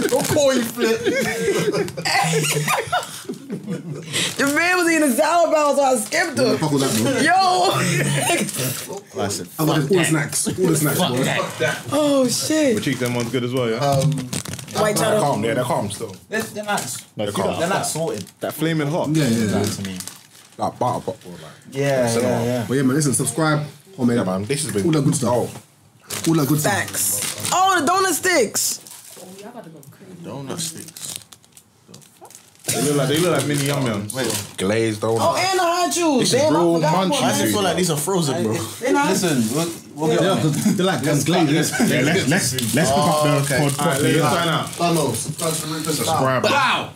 [SPEAKER 3] No coin flip.
[SPEAKER 1] Your man was eating a salad bar, so I skipped him.
[SPEAKER 21] Fuck all that, bro.
[SPEAKER 1] Yo.
[SPEAKER 21] Classic. I wanted all the snacks. All the snacks,
[SPEAKER 6] Fuck
[SPEAKER 21] bro.
[SPEAKER 1] oh shit.
[SPEAKER 6] But cheek, them ones good as well, yeah. Um,
[SPEAKER 1] White cheddar.
[SPEAKER 12] Uh, They're calm, yeah, they're calm still.
[SPEAKER 2] They're, they're not.
[SPEAKER 6] No,
[SPEAKER 2] they're not- they're not sorted.
[SPEAKER 6] That flaming hot.
[SPEAKER 21] Yeah, yeah, yeah.
[SPEAKER 2] To me.
[SPEAKER 12] Like butter pop, bro.
[SPEAKER 2] Yeah,
[SPEAKER 12] Cinema.
[SPEAKER 2] yeah, yeah.
[SPEAKER 21] But yeah, man, listen, subscribe, comment. Yeah,
[SPEAKER 12] man, this has been
[SPEAKER 21] all that good stuff. All that good stuff.
[SPEAKER 1] Oh, the donut sticks.
[SPEAKER 20] Donut sticks.
[SPEAKER 6] They look like they look like mini yum yums.
[SPEAKER 12] Glazed donuts.
[SPEAKER 1] Oh, and the hot juice.
[SPEAKER 20] This is
[SPEAKER 1] Damn, I
[SPEAKER 20] real
[SPEAKER 1] forgot about
[SPEAKER 20] munchy.
[SPEAKER 1] that.
[SPEAKER 20] I feel like these are frozen, bro.
[SPEAKER 1] They're not.
[SPEAKER 2] Listen, we'll, we'll get
[SPEAKER 21] Yeah,
[SPEAKER 2] on it.
[SPEAKER 21] they're like let's glaze. Let's,
[SPEAKER 12] Yeah,
[SPEAKER 6] Oh.
[SPEAKER 12] let's- let's- let's pick up the pod properly.
[SPEAKER 21] Let's
[SPEAKER 12] Alright,
[SPEAKER 21] sign
[SPEAKER 12] let's
[SPEAKER 21] out.
[SPEAKER 12] sign
[SPEAKER 3] Subscribe to Rufus.
[SPEAKER 12] Subscribe.
[SPEAKER 3] Bow.
[SPEAKER 12] bro.